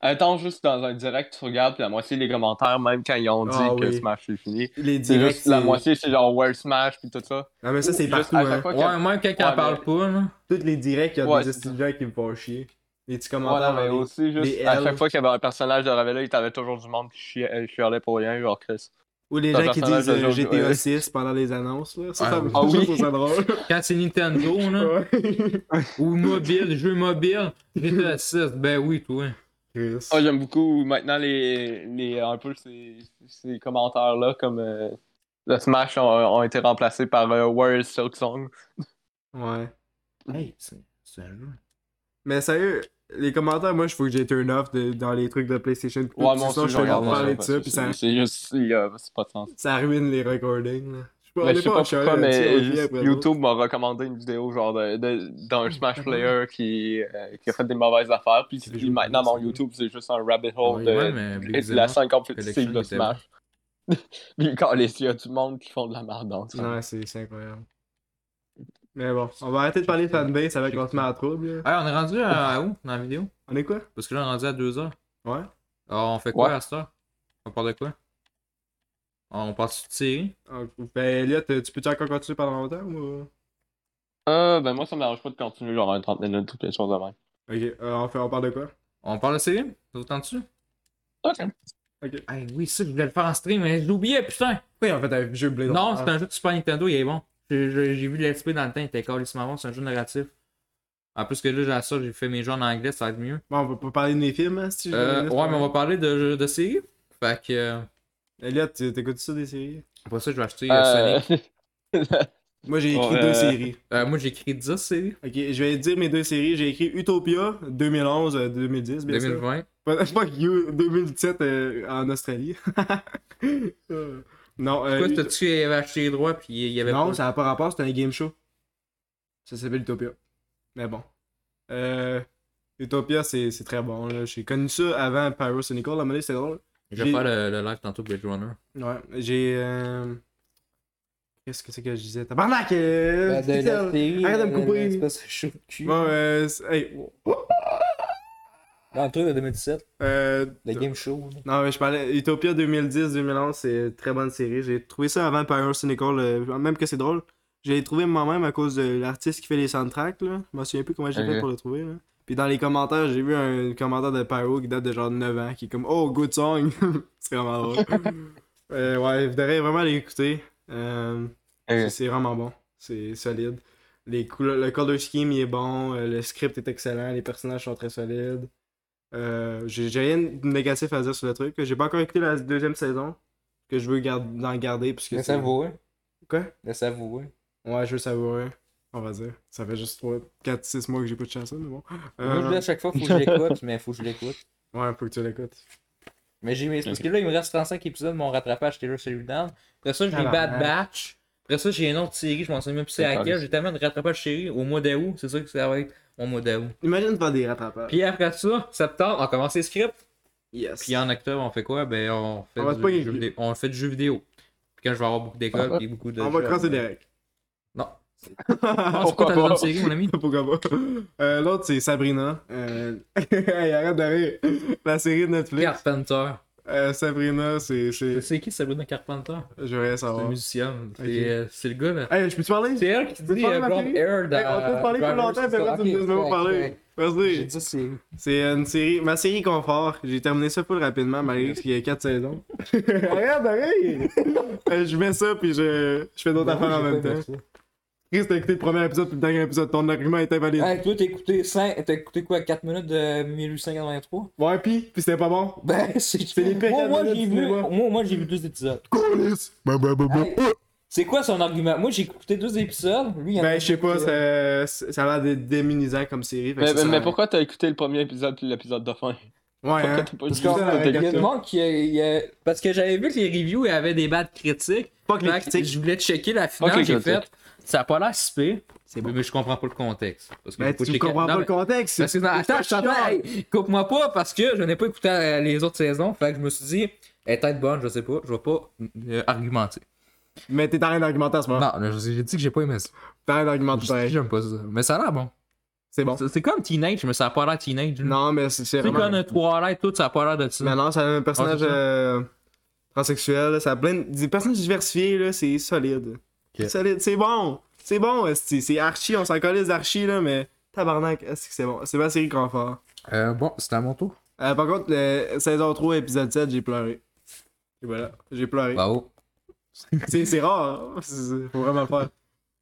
[SPEAKER 1] attends juste dans un direct, tu regardes, puis la moitié des commentaires, même quand ils ont dit
[SPEAKER 2] Ah
[SPEAKER 1] que
[SPEAKER 2] oui.
[SPEAKER 1] Smash est fini.
[SPEAKER 2] Les
[SPEAKER 1] C'est
[SPEAKER 2] directs.
[SPEAKER 1] juste la
[SPEAKER 2] c'est-
[SPEAKER 1] moitié, c'est genre World Smash, puis tout ça.
[SPEAKER 2] Ah, mais ça, c'est
[SPEAKER 1] Juste
[SPEAKER 2] partout,
[SPEAKER 1] à chaque
[SPEAKER 2] hein.
[SPEAKER 1] fois qu'il y a-
[SPEAKER 3] Ouais, même quand on
[SPEAKER 1] Ouais,
[SPEAKER 3] parle pas, là.
[SPEAKER 2] Toutes les directs, il y a
[SPEAKER 1] Ouais,
[SPEAKER 2] des
[SPEAKER 1] c'est
[SPEAKER 2] petits gens qui me font chier. Les petits
[SPEAKER 1] Ouais, non,
[SPEAKER 2] commentaires.
[SPEAKER 1] mais
[SPEAKER 2] en ligne.
[SPEAKER 1] aussi, juste
[SPEAKER 2] les
[SPEAKER 1] à
[SPEAKER 2] L.
[SPEAKER 1] chaque fois qu'il y avait un personnage de Ravella, il t'avait toujours du monde qui chiait- euh, chialait pour rien, genre Chris.
[SPEAKER 2] Ou les
[SPEAKER 1] Ton
[SPEAKER 2] gens qui
[SPEAKER 1] personnage
[SPEAKER 2] disent
[SPEAKER 1] de
[SPEAKER 2] euh,
[SPEAKER 1] Jojo-
[SPEAKER 2] GTA
[SPEAKER 1] ouais.
[SPEAKER 2] 6 pendant les annonces, là. Ça,
[SPEAKER 3] Ah
[SPEAKER 2] ça
[SPEAKER 3] oui.
[SPEAKER 2] me
[SPEAKER 1] Ah oui.
[SPEAKER 2] trouve ça drôle.
[SPEAKER 3] Quand c'est Nintendo, là.
[SPEAKER 2] Ouais.
[SPEAKER 3] Ou mobile, jeu mobile. GTA 6, ben oui, toi.
[SPEAKER 2] Chris.
[SPEAKER 1] Ah, j'aime beaucoup maintenant les, les un peu ces, ces commentaires-là, comme euh, le Smash ont, ont été remplacés par euh, Where is Silk Song.
[SPEAKER 2] Ouais.
[SPEAKER 3] Hey, c'est c'est un jeu.
[SPEAKER 2] Mais sérieux, les commentaires, moi, je faut que j'ai turn off de- dans les trucs de PlayStation. Plus,
[SPEAKER 1] Ouais, moi
[SPEAKER 2] sinon,
[SPEAKER 1] aussi,
[SPEAKER 2] je
[SPEAKER 1] je
[SPEAKER 2] peux pas
[SPEAKER 1] regarde pas
[SPEAKER 2] parler
[SPEAKER 1] ça,
[SPEAKER 2] de
[SPEAKER 1] parce
[SPEAKER 2] ça,
[SPEAKER 1] que
[SPEAKER 2] puis ça,
[SPEAKER 1] C'est c'est juste, il y a- c'est pas de sens.
[SPEAKER 2] ça ruine les recordings, là. Je sais pas, on
[SPEAKER 1] Mais je
[SPEAKER 2] est
[SPEAKER 1] sais
[SPEAKER 2] pas
[SPEAKER 1] pas
[SPEAKER 2] en charrette
[SPEAKER 1] pourquoi, mais
[SPEAKER 2] là-dessus, on vit après d'autres.
[SPEAKER 1] YouTube m'a recommandé une vidéo genre de- de- d'un Smash Player qui, euh, qui a fait des mauvaises affaires. Puis,
[SPEAKER 2] Tu veux
[SPEAKER 1] puis
[SPEAKER 2] jouer
[SPEAKER 1] maintenant,
[SPEAKER 2] plus,
[SPEAKER 1] mon
[SPEAKER 2] ça,
[SPEAKER 1] YouTube, c'est juste un rabbit
[SPEAKER 3] Ah
[SPEAKER 1] hole
[SPEAKER 3] oui,
[SPEAKER 1] de,
[SPEAKER 3] ouais, mais
[SPEAKER 1] de- de
[SPEAKER 3] Blazemore
[SPEAKER 1] euh, la scène compétitive
[SPEAKER 3] Collection
[SPEAKER 1] de
[SPEAKER 3] était
[SPEAKER 1] Smash. Puis quand les- il y a du monde qui font de la merde dans ça.
[SPEAKER 2] Ouais, c'est c'est incroyable. Mais bon, on va arrêter de parler de fanbase avec qu'on se met en trouble. là.
[SPEAKER 3] Hey, on est rendu à, à où dans la vidéo?
[SPEAKER 2] On est quoi?
[SPEAKER 3] Parce que là, on est rendu à 2 heures.
[SPEAKER 2] Ouais.
[SPEAKER 3] Alors, on fait quoi
[SPEAKER 1] Ouais.
[SPEAKER 3] à cette heure? On parle de quoi? On parle de série?
[SPEAKER 2] Ah, Ben, Elliot, tu peux-tu encore continuer pendant longtemps ou.
[SPEAKER 1] Euh, ben moi, ça me dérange pas de continuer genre un 30 minutes, toutes les choses de même.
[SPEAKER 2] Ok, euh, on, fait, on parle de quoi?
[SPEAKER 3] On parle de série? Autant dessus?
[SPEAKER 1] Ok.
[SPEAKER 3] Hey, oui, ça, je voulais le faire en stream, mais je l'oubliais, putain!
[SPEAKER 2] Oui, en fait, un jeu blé
[SPEAKER 3] Non, c'est un jeu de Super Nintendo, il est bon. J'ai j'ai- j'ai vu l'XP dans le temps, il était carrément bon, c'est un jeu narratif. En plus que là, j'ai ça, j'ai fait mes jeux en anglais, ça va être mieux.
[SPEAKER 2] Bon, on va pas parler de mes films, hein, si tu
[SPEAKER 3] Euh, ouais, mais on va parler de jeux de série. Fait que. euh,
[SPEAKER 2] Elliot, tu- t'écoutes ça des séries?
[SPEAKER 3] Après ça, je vais acheter euh,
[SPEAKER 1] Euh,
[SPEAKER 3] Sonic.
[SPEAKER 2] Moi, j'ai
[SPEAKER 1] Bon,
[SPEAKER 2] écrit
[SPEAKER 1] euh,
[SPEAKER 2] deux séries.
[SPEAKER 3] Euh, moi, j'ai écrit 10 séries.
[SPEAKER 2] Ok, je vais te dire mes deux séries. J'ai écrit Utopia 2011, euh, 2010, bien sûr.
[SPEAKER 3] 2020.
[SPEAKER 2] Pas- Fuck you, 2017 euh, en Australie. Euh, non, euh,
[SPEAKER 3] Pourquoi t'as-tu acheté les droits puis il y avait
[SPEAKER 2] non,
[SPEAKER 3] pas...
[SPEAKER 2] ça n'a pas rapport, c'était un game show. Ça s'appelle Utopia. Mais bon. Euh, Utopia, c'est c'est très bon. là. J'ai connu ça avant Pyrocynical. À un moment donné, c'était drôle.
[SPEAKER 3] Je
[SPEAKER 2] j'ai-
[SPEAKER 3] vais faire le, le live tantôt Blade Runner.
[SPEAKER 2] Ouais, j'ai. euh, Qu'est-ce que c'est que je disais? Tabarnak!
[SPEAKER 5] Ben,
[SPEAKER 2] euh,
[SPEAKER 3] Ben,
[SPEAKER 2] putain, Arrête de me
[SPEAKER 5] euh,
[SPEAKER 2] couper! Bon, euh. c'est- hey,
[SPEAKER 5] Dans le truc de 2017,
[SPEAKER 2] euh,
[SPEAKER 5] le game show.
[SPEAKER 2] Non, mais je parlais. Utopia 2010-2011, c'est une très bonne série. J'ai trouvé ça avant Power Cynical, euh, même que c'est drôle. Je l'ai trouvé moi-même à cause de l'artiste qui fait les soundtracks. Là. Je me souviens plus comment j'ai
[SPEAKER 1] Ok.
[SPEAKER 2] fait pour le trouver. Là. Puis dans les commentaires, j'ai vu un commentaire de Pyro qui date de genre 9 ans qui est comme Oh, good song! c'est vraiment drôle. Euh, ouais, vous devriez vraiment l'écouter. Euh,
[SPEAKER 3] Ah
[SPEAKER 2] c'est- C'est vraiment bon. C'est solide. Les couleurs, le color scheme il est bon, euh, le script est excellent, les personnages sont très solides. Euh, j'ai j'ai rien de négatif à dire sur le truc. J'ai pas encore écouté la deuxième saison que je veux gard- d'en garder parce que
[SPEAKER 5] Le
[SPEAKER 2] c'est-
[SPEAKER 5] savourer.
[SPEAKER 2] Quoi?
[SPEAKER 5] Le savourer.
[SPEAKER 2] Ouais, je veux savourer, on va dire. Ça fait juste 3, 4, 6 mois que j'ai pas de chance, mais bon.
[SPEAKER 5] Moi, je dis
[SPEAKER 2] Euh,
[SPEAKER 5] à chaque fois, faut que je l'écoute, mais faut que je l'écoute.
[SPEAKER 2] ouais, faut que tu l'écoutes.
[SPEAKER 5] Mais j'ai mes- Parce que là, il me reste 35 épisodes de mon rattrapage Taylor Sheridan. Après ça, j'ai
[SPEAKER 2] Ah,
[SPEAKER 5] Bad
[SPEAKER 2] ouais.
[SPEAKER 5] Batch. Après ça, j'ai une autre série, je m'en souviens même plus c'est
[SPEAKER 1] D'accord.
[SPEAKER 5] laquelle. J'ai tellement de rattrapage série au mois d'août. C'est sûr que ça va être au mois d'août.
[SPEAKER 2] Imagine faire des rattrapages.
[SPEAKER 5] Puis après ça, septembre, on commence les scripts.
[SPEAKER 2] Yes.
[SPEAKER 3] Puis en octobre, on fait quoi? Ben, on fait,
[SPEAKER 2] On va se
[SPEAKER 3] du,
[SPEAKER 2] pogner.
[SPEAKER 3] jeu vidéo. on fait du jeu vidéo. Puis quand je vais avoir beaucoup d'écoles puis beaucoup de...
[SPEAKER 2] on va
[SPEAKER 3] jeux.
[SPEAKER 2] crosser direct.
[SPEAKER 3] Non. Non, c'est
[SPEAKER 2] Pourquoi
[SPEAKER 3] quoi ta
[SPEAKER 1] pas?
[SPEAKER 3] deuxième série, mon ami?
[SPEAKER 2] pas? Euh, L'autre, c'est Sabrina. Euh... hey, arrête de rire. La série de Netflix.
[SPEAKER 3] Carpenter.
[SPEAKER 2] Euh, Sabrina, c'est. c'est-
[SPEAKER 3] C'est qui Sabrina Carpenter?
[SPEAKER 2] Je voudrais
[SPEAKER 3] C'est un
[SPEAKER 2] savoir.
[SPEAKER 3] musicien. C'est
[SPEAKER 2] Ok.
[SPEAKER 3] euh, c'est le gars, là.
[SPEAKER 2] Hey, je peux-tu parler?
[SPEAKER 5] C'est elle qui
[SPEAKER 2] Tu veux
[SPEAKER 5] dit
[SPEAKER 2] parler,
[SPEAKER 5] euh,
[SPEAKER 2] ma
[SPEAKER 5] Blonde
[SPEAKER 2] chérie?
[SPEAKER 5] Air dans.
[SPEAKER 2] Hey, on peut parler plus
[SPEAKER 5] Drivers,
[SPEAKER 2] longtemps,
[SPEAKER 5] c'est
[SPEAKER 2] mais
[SPEAKER 5] ça.
[SPEAKER 2] après, tu me
[SPEAKER 5] Ok,
[SPEAKER 2] laisses même pas
[SPEAKER 5] ouais,
[SPEAKER 2] parler.
[SPEAKER 5] ouais.
[SPEAKER 2] Vas-y.
[SPEAKER 3] J'ai dit c'est.
[SPEAKER 2] C'est une série, ma série confort. J'ai terminé ça full rapidement malgré qu'il y a 4 saisons. arrête, arrête! Euh, je mets ça puis je, je fais d'autres
[SPEAKER 3] Ben
[SPEAKER 2] affaires en même temps. Chris, t'as écouté le premier épisode puis le dernier épisode. Ton argument était valide.
[SPEAKER 3] Hey, toi, t'as écouté, cinq- t'as écouté quoi 4 minutes de 1883
[SPEAKER 2] Ouais, pis, pis c'était pas bon.
[SPEAKER 3] Ben, c'est
[SPEAKER 2] C'est les pires
[SPEAKER 3] Moi,
[SPEAKER 2] quatre
[SPEAKER 3] moi,
[SPEAKER 2] minutes
[SPEAKER 3] j'ai
[SPEAKER 2] du
[SPEAKER 3] vu,
[SPEAKER 2] cinéma.
[SPEAKER 3] moi, moi, j'ai vu deux épisodes. Bah, Hey, c'est quoi son argument Moi, j'ai écouté deux épisodes. Lui, il y en a euh,
[SPEAKER 2] Ben, je sais pas,
[SPEAKER 3] écouté-
[SPEAKER 2] ça, ça a l'air d'être démunisant comme série. fait que
[SPEAKER 1] Mais,
[SPEAKER 2] ça sert
[SPEAKER 1] mais
[SPEAKER 2] à rien.
[SPEAKER 1] pourquoi t'as écouté le premier épisode puis l'épisode de fin?
[SPEAKER 2] Ouais,
[SPEAKER 1] Pourquoi
[SPEAKER 2] hein.
[SPEAKER 1] t'as pas
[SPEAKER 3] Parce
[SPEAKER 1] juste
[SPEAKER 3] qu'on-
[SPEAKER 2] ça,
[SPEAKER 3] il y a
[SPEAKER 1] écouté
[SPEAKER 3] du monde qui. il y a- Parce que j'avais vu que les reviews avaient des bad critiques.
[SPEAKER 2] Pas que les
[SPEAKER 3] Fait que
[SPEAKER 2] critiques.
[SPEAKER 3] Je voulais checker la finale,
[SPEAKER 1] Ok,
[SPEAKER 3] j'ai
[SPEAKER 1] ok.
[SPEAKER 3] fait. Ça a pas l'air si pire.
[SPEAKER 2] C'est bon.
[SPEAKER 3] Mais je comprends pas le contexte. Parce que
[SPEAKER 2] Ben,
[SPEAKER 3] j'ai pas
[SPEAKER 2] tu
[SPEAKER 3] checké-
[SPEAKER 2] comprends
[SPEAKER 3] Non,
[SPEAKER 2] pas
[SPEAKER 3] mais-
[SPEAKER 2] le contexte.
[SPEAKER 3] Parce que non, attends,
[SPEAKER 2] c'est
[SPEAKER 3] attends,
[SPEAKER 2] chiant.
[SPEAKER 3] hey, coupe-moi pas parce que je n'ai pas écouté euh, les autres saisons. Fait que je me suis dit, elle est peut-être bonne, je sais pas, je vais pas euh, argumenter.
[SPEAKER 2] Mais t'es en train d'argumenter en ce moment.
[SPEAKER 3] Non, là, je- j'ai dit que j'ai pas aimé ça.
[SPEAKER 2] T'es en train d'argumenter.
[SPEAKER 3] Je- J'aime pas ça. Mais ça a l'air bon.
[SPEAKER 2] ben, C'est bon.
[SPEAKER 3] C'est- C'est comme Teenage, mais ça a pas l'air Teenage. là.
[SPEAKER 2] Non, mais c'est- c'est
[SPEAKER 3] Tu sais,
[SPEAKER 2] vraiment.
[SPEAKER 3] comme Twilight, tout, ça a pas l'air de ça.
[SPEAKER 2] Mais non, c'est un personnage
[SPEAKER 3] Ah, c'est ça.
[SPEAKER 2] euh, transsexuel, là, ça a plein de... des personnages diversifiés, là, c'est solide. C'est solide, c'est bon! C'est bon, esti, c'est archi, on s'en colise d'archi, là, mais tabarnak, esti que c'est bon. C'est ma série confort.
[SPEAKER 3] Euh, bon, c'est à mon tour.
[SPEAKER 2] Euh, par contre, le saison 3, épisode 7, j'ai pleuré. Et voilà, j'ai pleuré.
[SPEAKER 3] Bravo.
[SPEAKER 2] C'est c'est rare, hein. C'est- c'est- faut vraiment le faire.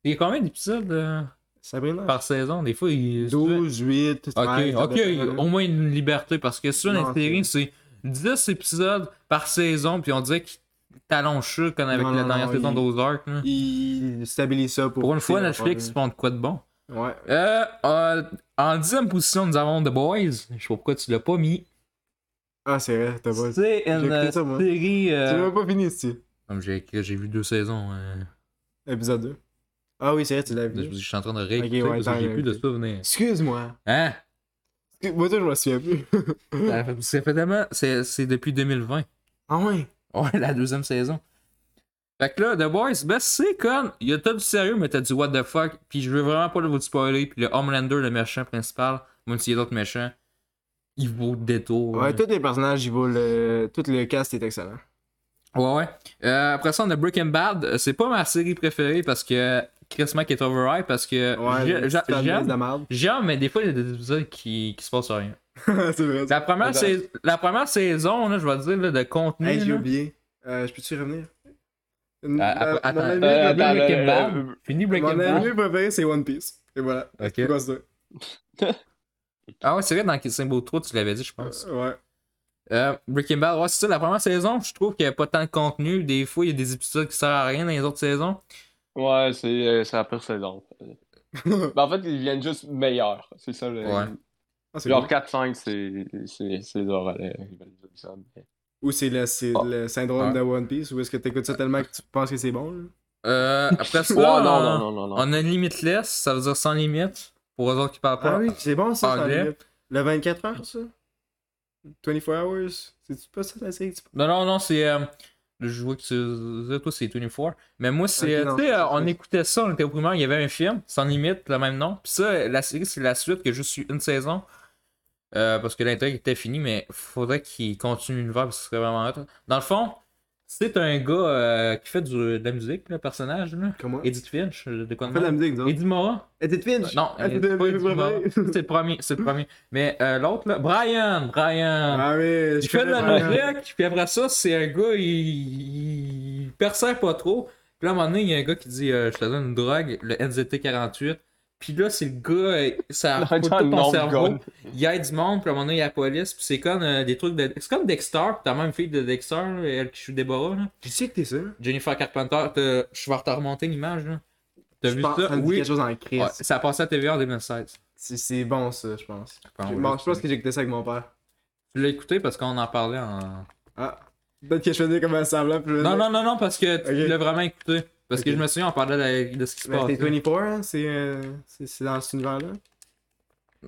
[SPEAKER 3] Il y a combien d'épisodes euh,
[SPEAKER 2] Sabrina?
[SPEAKER 3] par saison Des fois, il.
[SPEAKER 2] 12, 8,
[SPEAKER 3] Ok,
[SPEAKER 2] 13,
[SPEAKER 3] ok, au moins une liberté parce que sur
[SPEAKER 2] Non,
[SPEAKER 3] une série, c'est 10 épisodes par saison, puis on dirait qu'il t'allonge ça comme avec
[SPEAKER 2] Non,
[SPEAKER 3] la
[SPEAKER 2] non,
[SPEAKER 3] dernière
[SPEAKER 2] non,
[SPEAKER 3] saison
[SPEAKER 2] il-
[SPEAKER 3] d'Ozark. là.
[SPEAKER 2] Il stabilise ça pour...
[SPEAKER 3] Pour une fois,
[SPEAKER 2] c'est-
[SPEAKER 3] Netflix, ils font de quoi de bon.
[SPEAKER 2] Ouais.
[SPEAKER 3] Euh, euh, en dixième position, nous avons The Boys. Je sais pas pourquoi tu l'as pas mis.
[SPEAKER 2] Ah, c'est vrai, t'as pas... Tu
[SPEAKER 3] C'est
[SPEAKER 2] J'ai
[SPEAKER 3] une
[SPEAKER 2] écouté
[SPEAKER 3] euh,
[SPEAKER 2] ça, moi.
[SPEAKER 3] série. euh,
[SPEAKER 2] l'as même pas fini, esti.
[SPEAKER 3] Comme j'ai écrit, j'ai vu deux saisons. euh,
[SPEAKER 2] Épisode 2. Ah oui, c'est vrai, tu l'as
[SPEAKER 3] Je, je
[SPEAKER 2] vu.
[SPEAKER 3] suis en train de réécouter
[SPEAKER 2] ouais,
[SPEAKER 3] parce que
[SPEAKER 2] t'as
[SPEAKER 3] j'ai plus de
[SPEAKER 2] réécouté.
[SPEAKER 3] souvenirs.
[SPEAKER 2] Excuse-moi.
[SPEAKER 3] Hein?
[SPEAKER 2] Excuse- Moi, toi, je m'en souviens plus.
[SPEAKER 3] Ça fait- ça fait tellement- C'est c'est depuis 2020.
[SPEAKER 2] ah ouais?
[SPEAKER 3] Ouais, la deuxième saison. Fait que là, The Boys, ben c'est comme. Il y a t'as du sérieux, mais t'as du what the fuck. Puis je veux vraiment pas vous le spoiler. Puis le Homelander, le méchant principal, même s'il y a d'autres méchants, il vaut le détour.
[SPEAKER 2] Ouais, tous les personnages, ils volent. euh, Tout le cast est excellent.
[SPEAKER 3] Ouais, ouais. Euh, après ça, on a Breaking Bad. Euh, C'est pas ma série préférée parce que Chris Mack est overhype parce que Euh, j'ai-
[SPEAKER 2] Ouais,
[SPEAKER 3] j'a-
[SPEAKER 2] c'est de la
[SPEAKER 3] j'aime.
[SPEAKER 2] merde.
[SPEAKER 3] J'aime, mais des fois, il y a des épisodes qui, qui se passent rien.
[SPEAKER 2] c'est vrai.
[SPEAKER 3] La première,
[SPEAKER 1] Ouais,
[SPEAKER 3] sais- la première saison, là, je vais dire, là, de contenu.
[SPEAKER 2] ben- Hey, j'ai
[SPEAKER 3] là.
[SPEAKER 2] oublié. Euh, je peux-tu y revenir?
[SPEAKER 3] Euh, après- attends,
[SPEAKER 2] mon ami,
[SPEAKER 3] euh,
[SPEAKER 1] Euh,
[SPEAKER 2] préféré-
[SPEAKER 1] attends,
[SPEAKER 3] Breaking
[SPEAKER 1] le-
[SPEAKER 3] Bad.
[SPEAKER 1] le-
[SPEAKER 3] Fini Breaking
[SPEAKER 2] mon
[SPEAKER 3] Bad.
[SPEAKER 2] ami préféré, c'est One Piece. Et voilà.
[SPEAKER 3] Ok.
[SPEAKER 2] C'est quoi ça?
[SPEAKER 3] Ah ouais, c'est vrai, dans Kimbo 3, tu l'avais dit, je pense.
[SPEAKER 2] Ouais.
[SPEAKER 3] Euh, Breaking Bad, ouais, c'est ça, la première saison, je trouve qu'il n'y avait pas tant de contenu. Des fois, il y a des épisodes qui servent à rien dans les autres saisons.
[SPEAKER 1] Ouais, c'est euh, c'est la pire saison. Ben, en fait, ils viennent juste meilleurs. C'est ça le.
[SPEAKER 3] Ouais.
[SPEAKER 2] Ah, c'est
[SPEAKER 1] Genre
[SPEAKER 2] cool.
[SPEAKER 1] 4-5, c'est- c'est c'est leur relais. Ils veulent dire ça, mais-
[SPEAKER 2] Ou c'est le, c'est
[SPEAKER 3] Oh.
[SPEAKER 2] le syndrome
[SPEAKER 3] Ouais.
[SPEAKER 2] de One Piece, ou est-ce que t'écoutes ça tellement que tu penses que c'est bon? Là?
[SPEAKER 3] Euh, après ça,
[SPEAKER 1] Ouais, non,
[SPEAKER 3] on-
[SPEAKER 2] euh,
[SPEAKER 1] non, non, non, non.
[SPEAKER 3] on a Limitless, ça veut dire sans limite, pour eux autres qui parlent pas.
[SPEAKER 2] Ah oui, c'est bon ça, ça
[SPEAKER 3] Anglais.
[SPEAKER 2] arrive. Le 24 heures, ça? 24 hours? C'est-tu pas ça la série que tu
[SPEAKER 3] Non, non, non, c'est. euh, je vois que tu- toi, c'est 24. Mais moi, c'est.
[SPEAKER 2] Ok, non,
[SPEAKER 3] tu sais,
[SPEAKER 2] c'est-
[SPEAKER 3] euh, on
[SPEAKER 2] c'est-
[SPEAKER 3] écoutait ça, on était au primaire, il y avait un film, sans limite, le même nom. Puis ça, la série, c'est la suite que je suis une saison. euh, parce que l'intrigue était finie, mais faudrait qu'il continue l'univers parce que ce serait vraiment hot. Dans le fond, c'est un gars euh, qui fait du- de la musique, le personnage, là.
[SPEAKER 2] Comment?
[SPEAKER 3] Edith Finch, euh, de quoi
[SPEAKER 2] On
[SPEAKER 3] de
[SPEAKER 2] fait de la
[SPEAKER 3] même?
[SPEAKER 2] musique, disons.
[SPEAKER 3] Edith Mora
[SPEAKER 2] Edith Finch!
[SPEAKER 3] Non,
[SPEAKER 2] Ah,
[SPEAKER 3] Edith-
[SPEAKER 2] c'est
[SPEAKER 3] pas
[SPEAKER 2] le-
[SPEAKER 3] Edith Mora.
[SPEAKER 2] le-
[SPEAKER 3] C'est le premier, c'est le premier. Mais euh, l'autre, là, Brian, Brian.
[SPEAKER 2] Ah oui,
[SPEAKER 3] Il
[SPEAKER 2] je
[SPEAKER 3] fait de
[SPEAKER 2] connais
[SPEAKER 3] la
[SPEAKER 2] Brian.
[SPEAKER 3] musique, puis après ça, c'est un gars, il, il perçait pas trop. Puis là, à un moment donné, il y a un gars qui dit euh, Je te donne une drogue, le NZT48. Puis là, c'est le gars, euh, ça fout tout
[SPEAKER 1] Dans le
[SPEAKER 3] ton
[SPEAKER 1] nom de
[SPEAKER 3] cerveau.
[SPEAKER 1] gun.
[SPEAKER 3] Il aide du monde, puis à un moment donné, il y a la police, puis c'est comme euh, des trucs de. C'est comme Dexter, puis t'as même fille de Dexter, là, elle qui joue Deborah, là.
[SPEAKER 2] J'ai checké ça.
[SPEAKER 3] Jennifer Carpenter, t'as- je vais te remonter l'image, là. T'as
[SPEAKER 2] Je
[SPEAKER 3] vu
[SPEAKER 2] pense que
[SPEAKER 3] ça
[SPEAKER 2] ça me dit
[SPEAKER 3] Oui.
[SPEAKER 2] quelque chose en crise.
[SPEAKER 3] Ouais, ça a passé à TVA en 2016.
[SPEAKER 2] C'est- C'est bon ça, je pense.
[SPEAKER 3] Enfin,
[SPEAKER 2] Bon, je pense que j'ai écouté ça avec mon père.
[SPEAKER 3] Tu l'as écouté parce qu'on en parlait en.
[SPEAKER 2] Ah. Peut-être que je faisais comme un semblant. puis je
[SPEAKER 3] Non,
[SPEAKER 2] faisais-
[SPEAKER 3] non, non, non, parce que tu
[SPEAKER 2] Ok.
[SPEAKER 3] l'as vraiment écouté. Parce
[SPEAKER 2] Ok.
[SPEAKER 3] que je me souviens, on parlait de, de ce qui se
[SPEAKER 2] Mais
[SPEAKER 3] passe.
[SPEAKER 2] c'est 24, hein? C'est euh, c'est- c'est dans cet univers-là?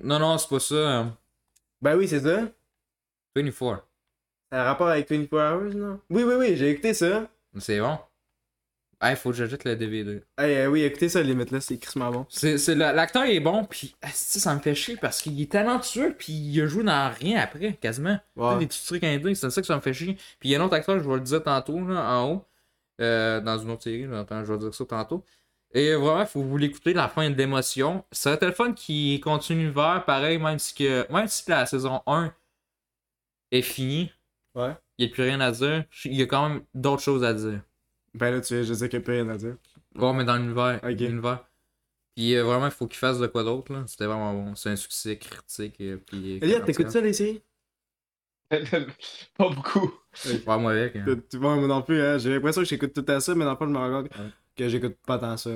[SPEAKER 3] Non, non, c'est pas ça. euh,
[SPEAKER 2] Ben oui, c'est ça.
[SPEAKER 3] 24.
[SPEAKER 2] Ça a rapport avec 24 Hours, non? Oui, oui, oui, j'ai écouté ça.
[SPEAKER 3] C'est bon. Ah, faut que j'ajoute le DVD.
[SPEAKER 2] Hey, euh, oui, écoutez ça, les là, c'est crissement bon.
[SPEAKER 3] C'est, c'est la- l'acteur est bon, puis asti, ça me fait chier parce qu'il est talentueux, puis il a joué dans rien après, quasiment. Tu sais, Des
[SPEAKER 2] Ouais.
[SPEAKER 3] petits trucs indiens, c'est ça que ça me fait chier. Puis il y a un autre acteur, je vais le dire tantôt, là, en haut, euh, dans une autre série, là, attends, je vais dire ça tantôt. Et vraiment, faut vous l'écouter, la fin de l'émotion. C'est un téléphone qui continue vers, pareil, même si, que, même si la saison 1 est finie.
[SPEAKER 2] Ouais.
[SPEAKER 3] Il n'y a plus rien à dire. Il y a quand même d'autres choses à dire.
[SPEAKER 2] Ben là, tu sais, je sais qu'il n'y a plus rien à dire.
[SPEAKER 3] Ouais, mais dans l'univers.
[SPEAKER 2] Ok.
[SPEAKER 3] l'univers. Puis euh, vraiment, il faut qu'il fasse de quoi d'autre. là. C'était vraiment bon. C'est un succès critique. euh, puis,
[SPEAKER 2] Elliot, t'écoutes ça, les séries?
[SPEAKER 1] Pas beaucoup.
[SPEAKER 3] Ouais, moi avec. hein.
[SPEAKER 2] Tu tu vois, moi non plus, hein, j'ai l'impression que j'écoute tout à ça, mais dans le fond, je me rends compte
[SPEAKER 3] Ouais.
[SPEAKER 2] que j'écoute pas tant ça.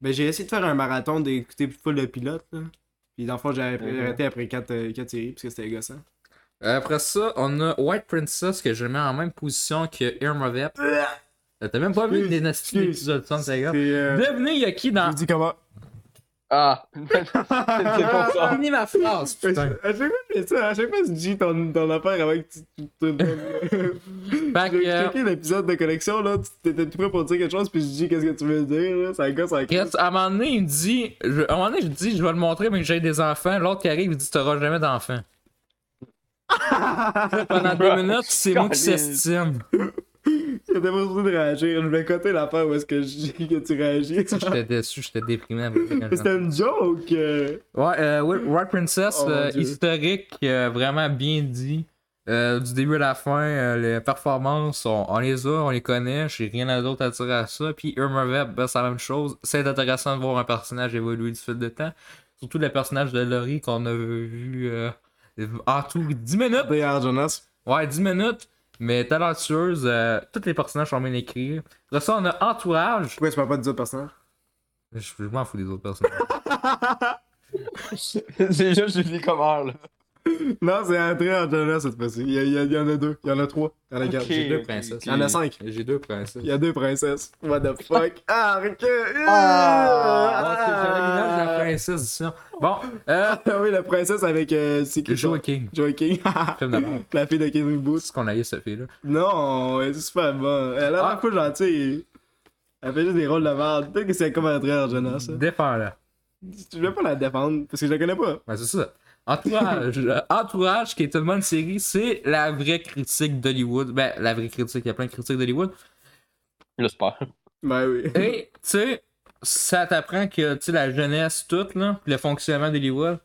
[SPEAKER 2] Mais j'ai essayé de faire un marathon d'écouter full de pilote, là. Puis dans le fond, j'ai arrêté après 4, séries, parce que c'était gossant.
[SPEAKER 3] Euh, Après ça, on a White Princess que je mets en même position que Irma Vep. T'as même pas vu
[SPEAKER 2] Excuse,
[SPEAKER 3] les nasty
[SPEAKER 2] excuse.
[SPEAKER 3] épisodes de
[SPEAKER 2] C'est,
[SPEAKER 3] les gars.
[SPEAKER 2] euh,
[SPEAKER 3] Devenez y a qui
[SPEAKER 2] je
[SPEAKER 3] dans.
[SPEAKER 2] vous dis comment.
[SPEAKER 1] Ah, c'est pour ça.
[SPEAKER 3] Fini ma phrase,
[SPEAKER 2] À chaque
[SPEAKER 3] putain.
[SPEAKER 2] fois, je fais ça, à chaque fois, tu dis ton, ton affaire avec. tu- tu- tu-
[SPEAKER 3] Fait que,
[SPEAKER 2] J'ai
[SPEAKER 3] euh,
[SPEAKER 2] checké l'épisode de connexion, là, tu t'étais tout prêt pour dire quelque chose, puis je dis qu'est-ce que tu veux dire, là. Ça gosse, ça gosse.
[SPEAKER 3] Chris, à un moment donné, il me dit. je- À un moment donné, je dis, je vais le montrer, mais que j'ai des enfants. L'autre qui arrive, il dit, t'auras jamais d'enfants. Pendant deux minutes, c'est moi qui s'estime.
[SPEAKER 2] J'étais pas supposé de réagir. Je vais coter l'affaire où est-ce que je dis que tu réagis.
[SPEAKER 3] J'étais déçu, j'étais déprimé avec les gens.
[SPEAKER 2] C'était une joke. euh.
[SPEAKER 3] Ouais, euh, Wi- White Princess,
[SPEAKER 2] Oh mon
[SPEAKER 3] euh,
[SPEAKER 2] Dieu.
[SPEAKER 3] historique, euh, vraiment bien dit. Euh, du début à la fin, euh, les performances, on, on les a, on les connaît, j'ai rien d'autre à dire à ça. Puis Irma Vep, ben, c'est la même chose. C'est intéressant de voir un personnage évoluer du fil de temps. Surtout le personnage de Laurie qu'on a vu euh, en tout 10 minutes.
[SPEAKER 2] D'ailleurs, Jonas.
[SPEAKER 3] Ouais, 10 minutes, mais talentueuse. euh, tous les personnages sont bien écrits. Après ça, on a Entourage.
[SPEAKER 2] Pourquoi tu parles pas des autres personnages
[SPEAKER 3] Je, je m'en fous des autres personnages.
[SPEAKER 1] C'est juste Julie Commère, là.
[SPEAKER 2] Non, c'est André en Jonas cette fois-ci. Il y, a- il y a- il y en a deux. Il y en a trois. Il y en a quatre.
[SPEAKER 1] Ok,
[SPEAKER 2] J'ai deux.
[SPEAKER 1] ok,
[SPEAKER 3] princesses.
[SPEAKER 1] ok.
[SPEAKER 2] Il y en a cinq.
[SPEAKER 3] J'ai deux princesses.
[SPEAKER 2] Il y a deux princesses. What the fuck? Ah, Rick!
[SPEAKER 3] Ah, c'est le l'image de la princesse ici. Bon, euh,
[SPEAKER 2] euh, Ah oui, la princesse avec. Euh, c'est qui,
[SPEAKER 3] Joe
[SPEAKER 2] ça? Ah.
[SPEAKER 3] King.
[SPEAKER 2] Joey King.
[SPEAKER 3] Film de merde.
[SPEAKER 2] la fille de Kevin Booth.
[SPEAKER 3] C'est ce qu'on a eu, ce film là
[SPEAKER 2] Non, elle est super bonne. Elle a
[SPEAKER 3] Ah.
[SPEAKER 2] l'air pas gentille. Elle fait juste des rôles de merde. Peut-être que c'est comme André en Jonas. ça.
[SPEAKER 3] Défends-la.
[SPEAKER 2] Je vais pas la défendre parce que je la connais pas.
[SPEAKER 3] Ouais, c'est ça. Entourage. Euh, Entourage, qui est une bonne série, c'est la vraie critique d'Hollywood. Ben, la vraie critique, il y a plein de critiques d'Hollywood.
[SPEAKER 1] J'espère.
[SPEAKER 2] Ben oui.
[SPEAKER 3] Et, tu sais, ça t'apprend que, tu sais, la jeunesse toute, là, puis le fonctionnement d'Hollywood,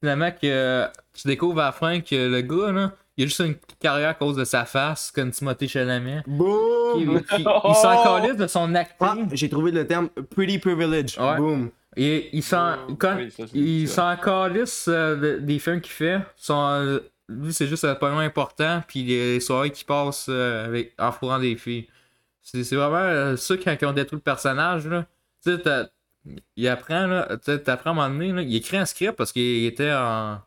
[SPEAKER 3] finalement, que euh, tu découvres à la fin que le gars, là, il a juste une carrière à cause de sa face, comme Timothée Chalamet. Qui-
[SPEAKER 2] Boom!
[SPEAKER 3] qui- il s'en calisse de son
[SPEAKER 2] Oh, Ah,
[SPEAKER 3] acting.
[SPEAKER 2] j'ai trouvé le terme pretty privilege.
[SPEAKER 3] Ouais.
[SPEAKER 2] Boom.
[SPEAKER 3] Et il s'en
[SPEAKER 1] Oh,
[SPEAKER 3] quand-
[SPEAKER 1] oui, ça, c'est
[SPEAKER 3] il
[SPEAKER 1] difficile.
[SPEAKER 3] s'en calisse euh, de- des films qu'il fait. Son, euh, lui, c'est juste un point important. Puis les soirées qu'il passe euh, avec, en fourrant des filles. C'est c'est vraiment euh, ça quand quand on détruit le personnage. Là. Tu sais, t'as- il apprend, là, tu sais, t'apprends à un moment donné, là, il écrit un script parce qu'il il était en.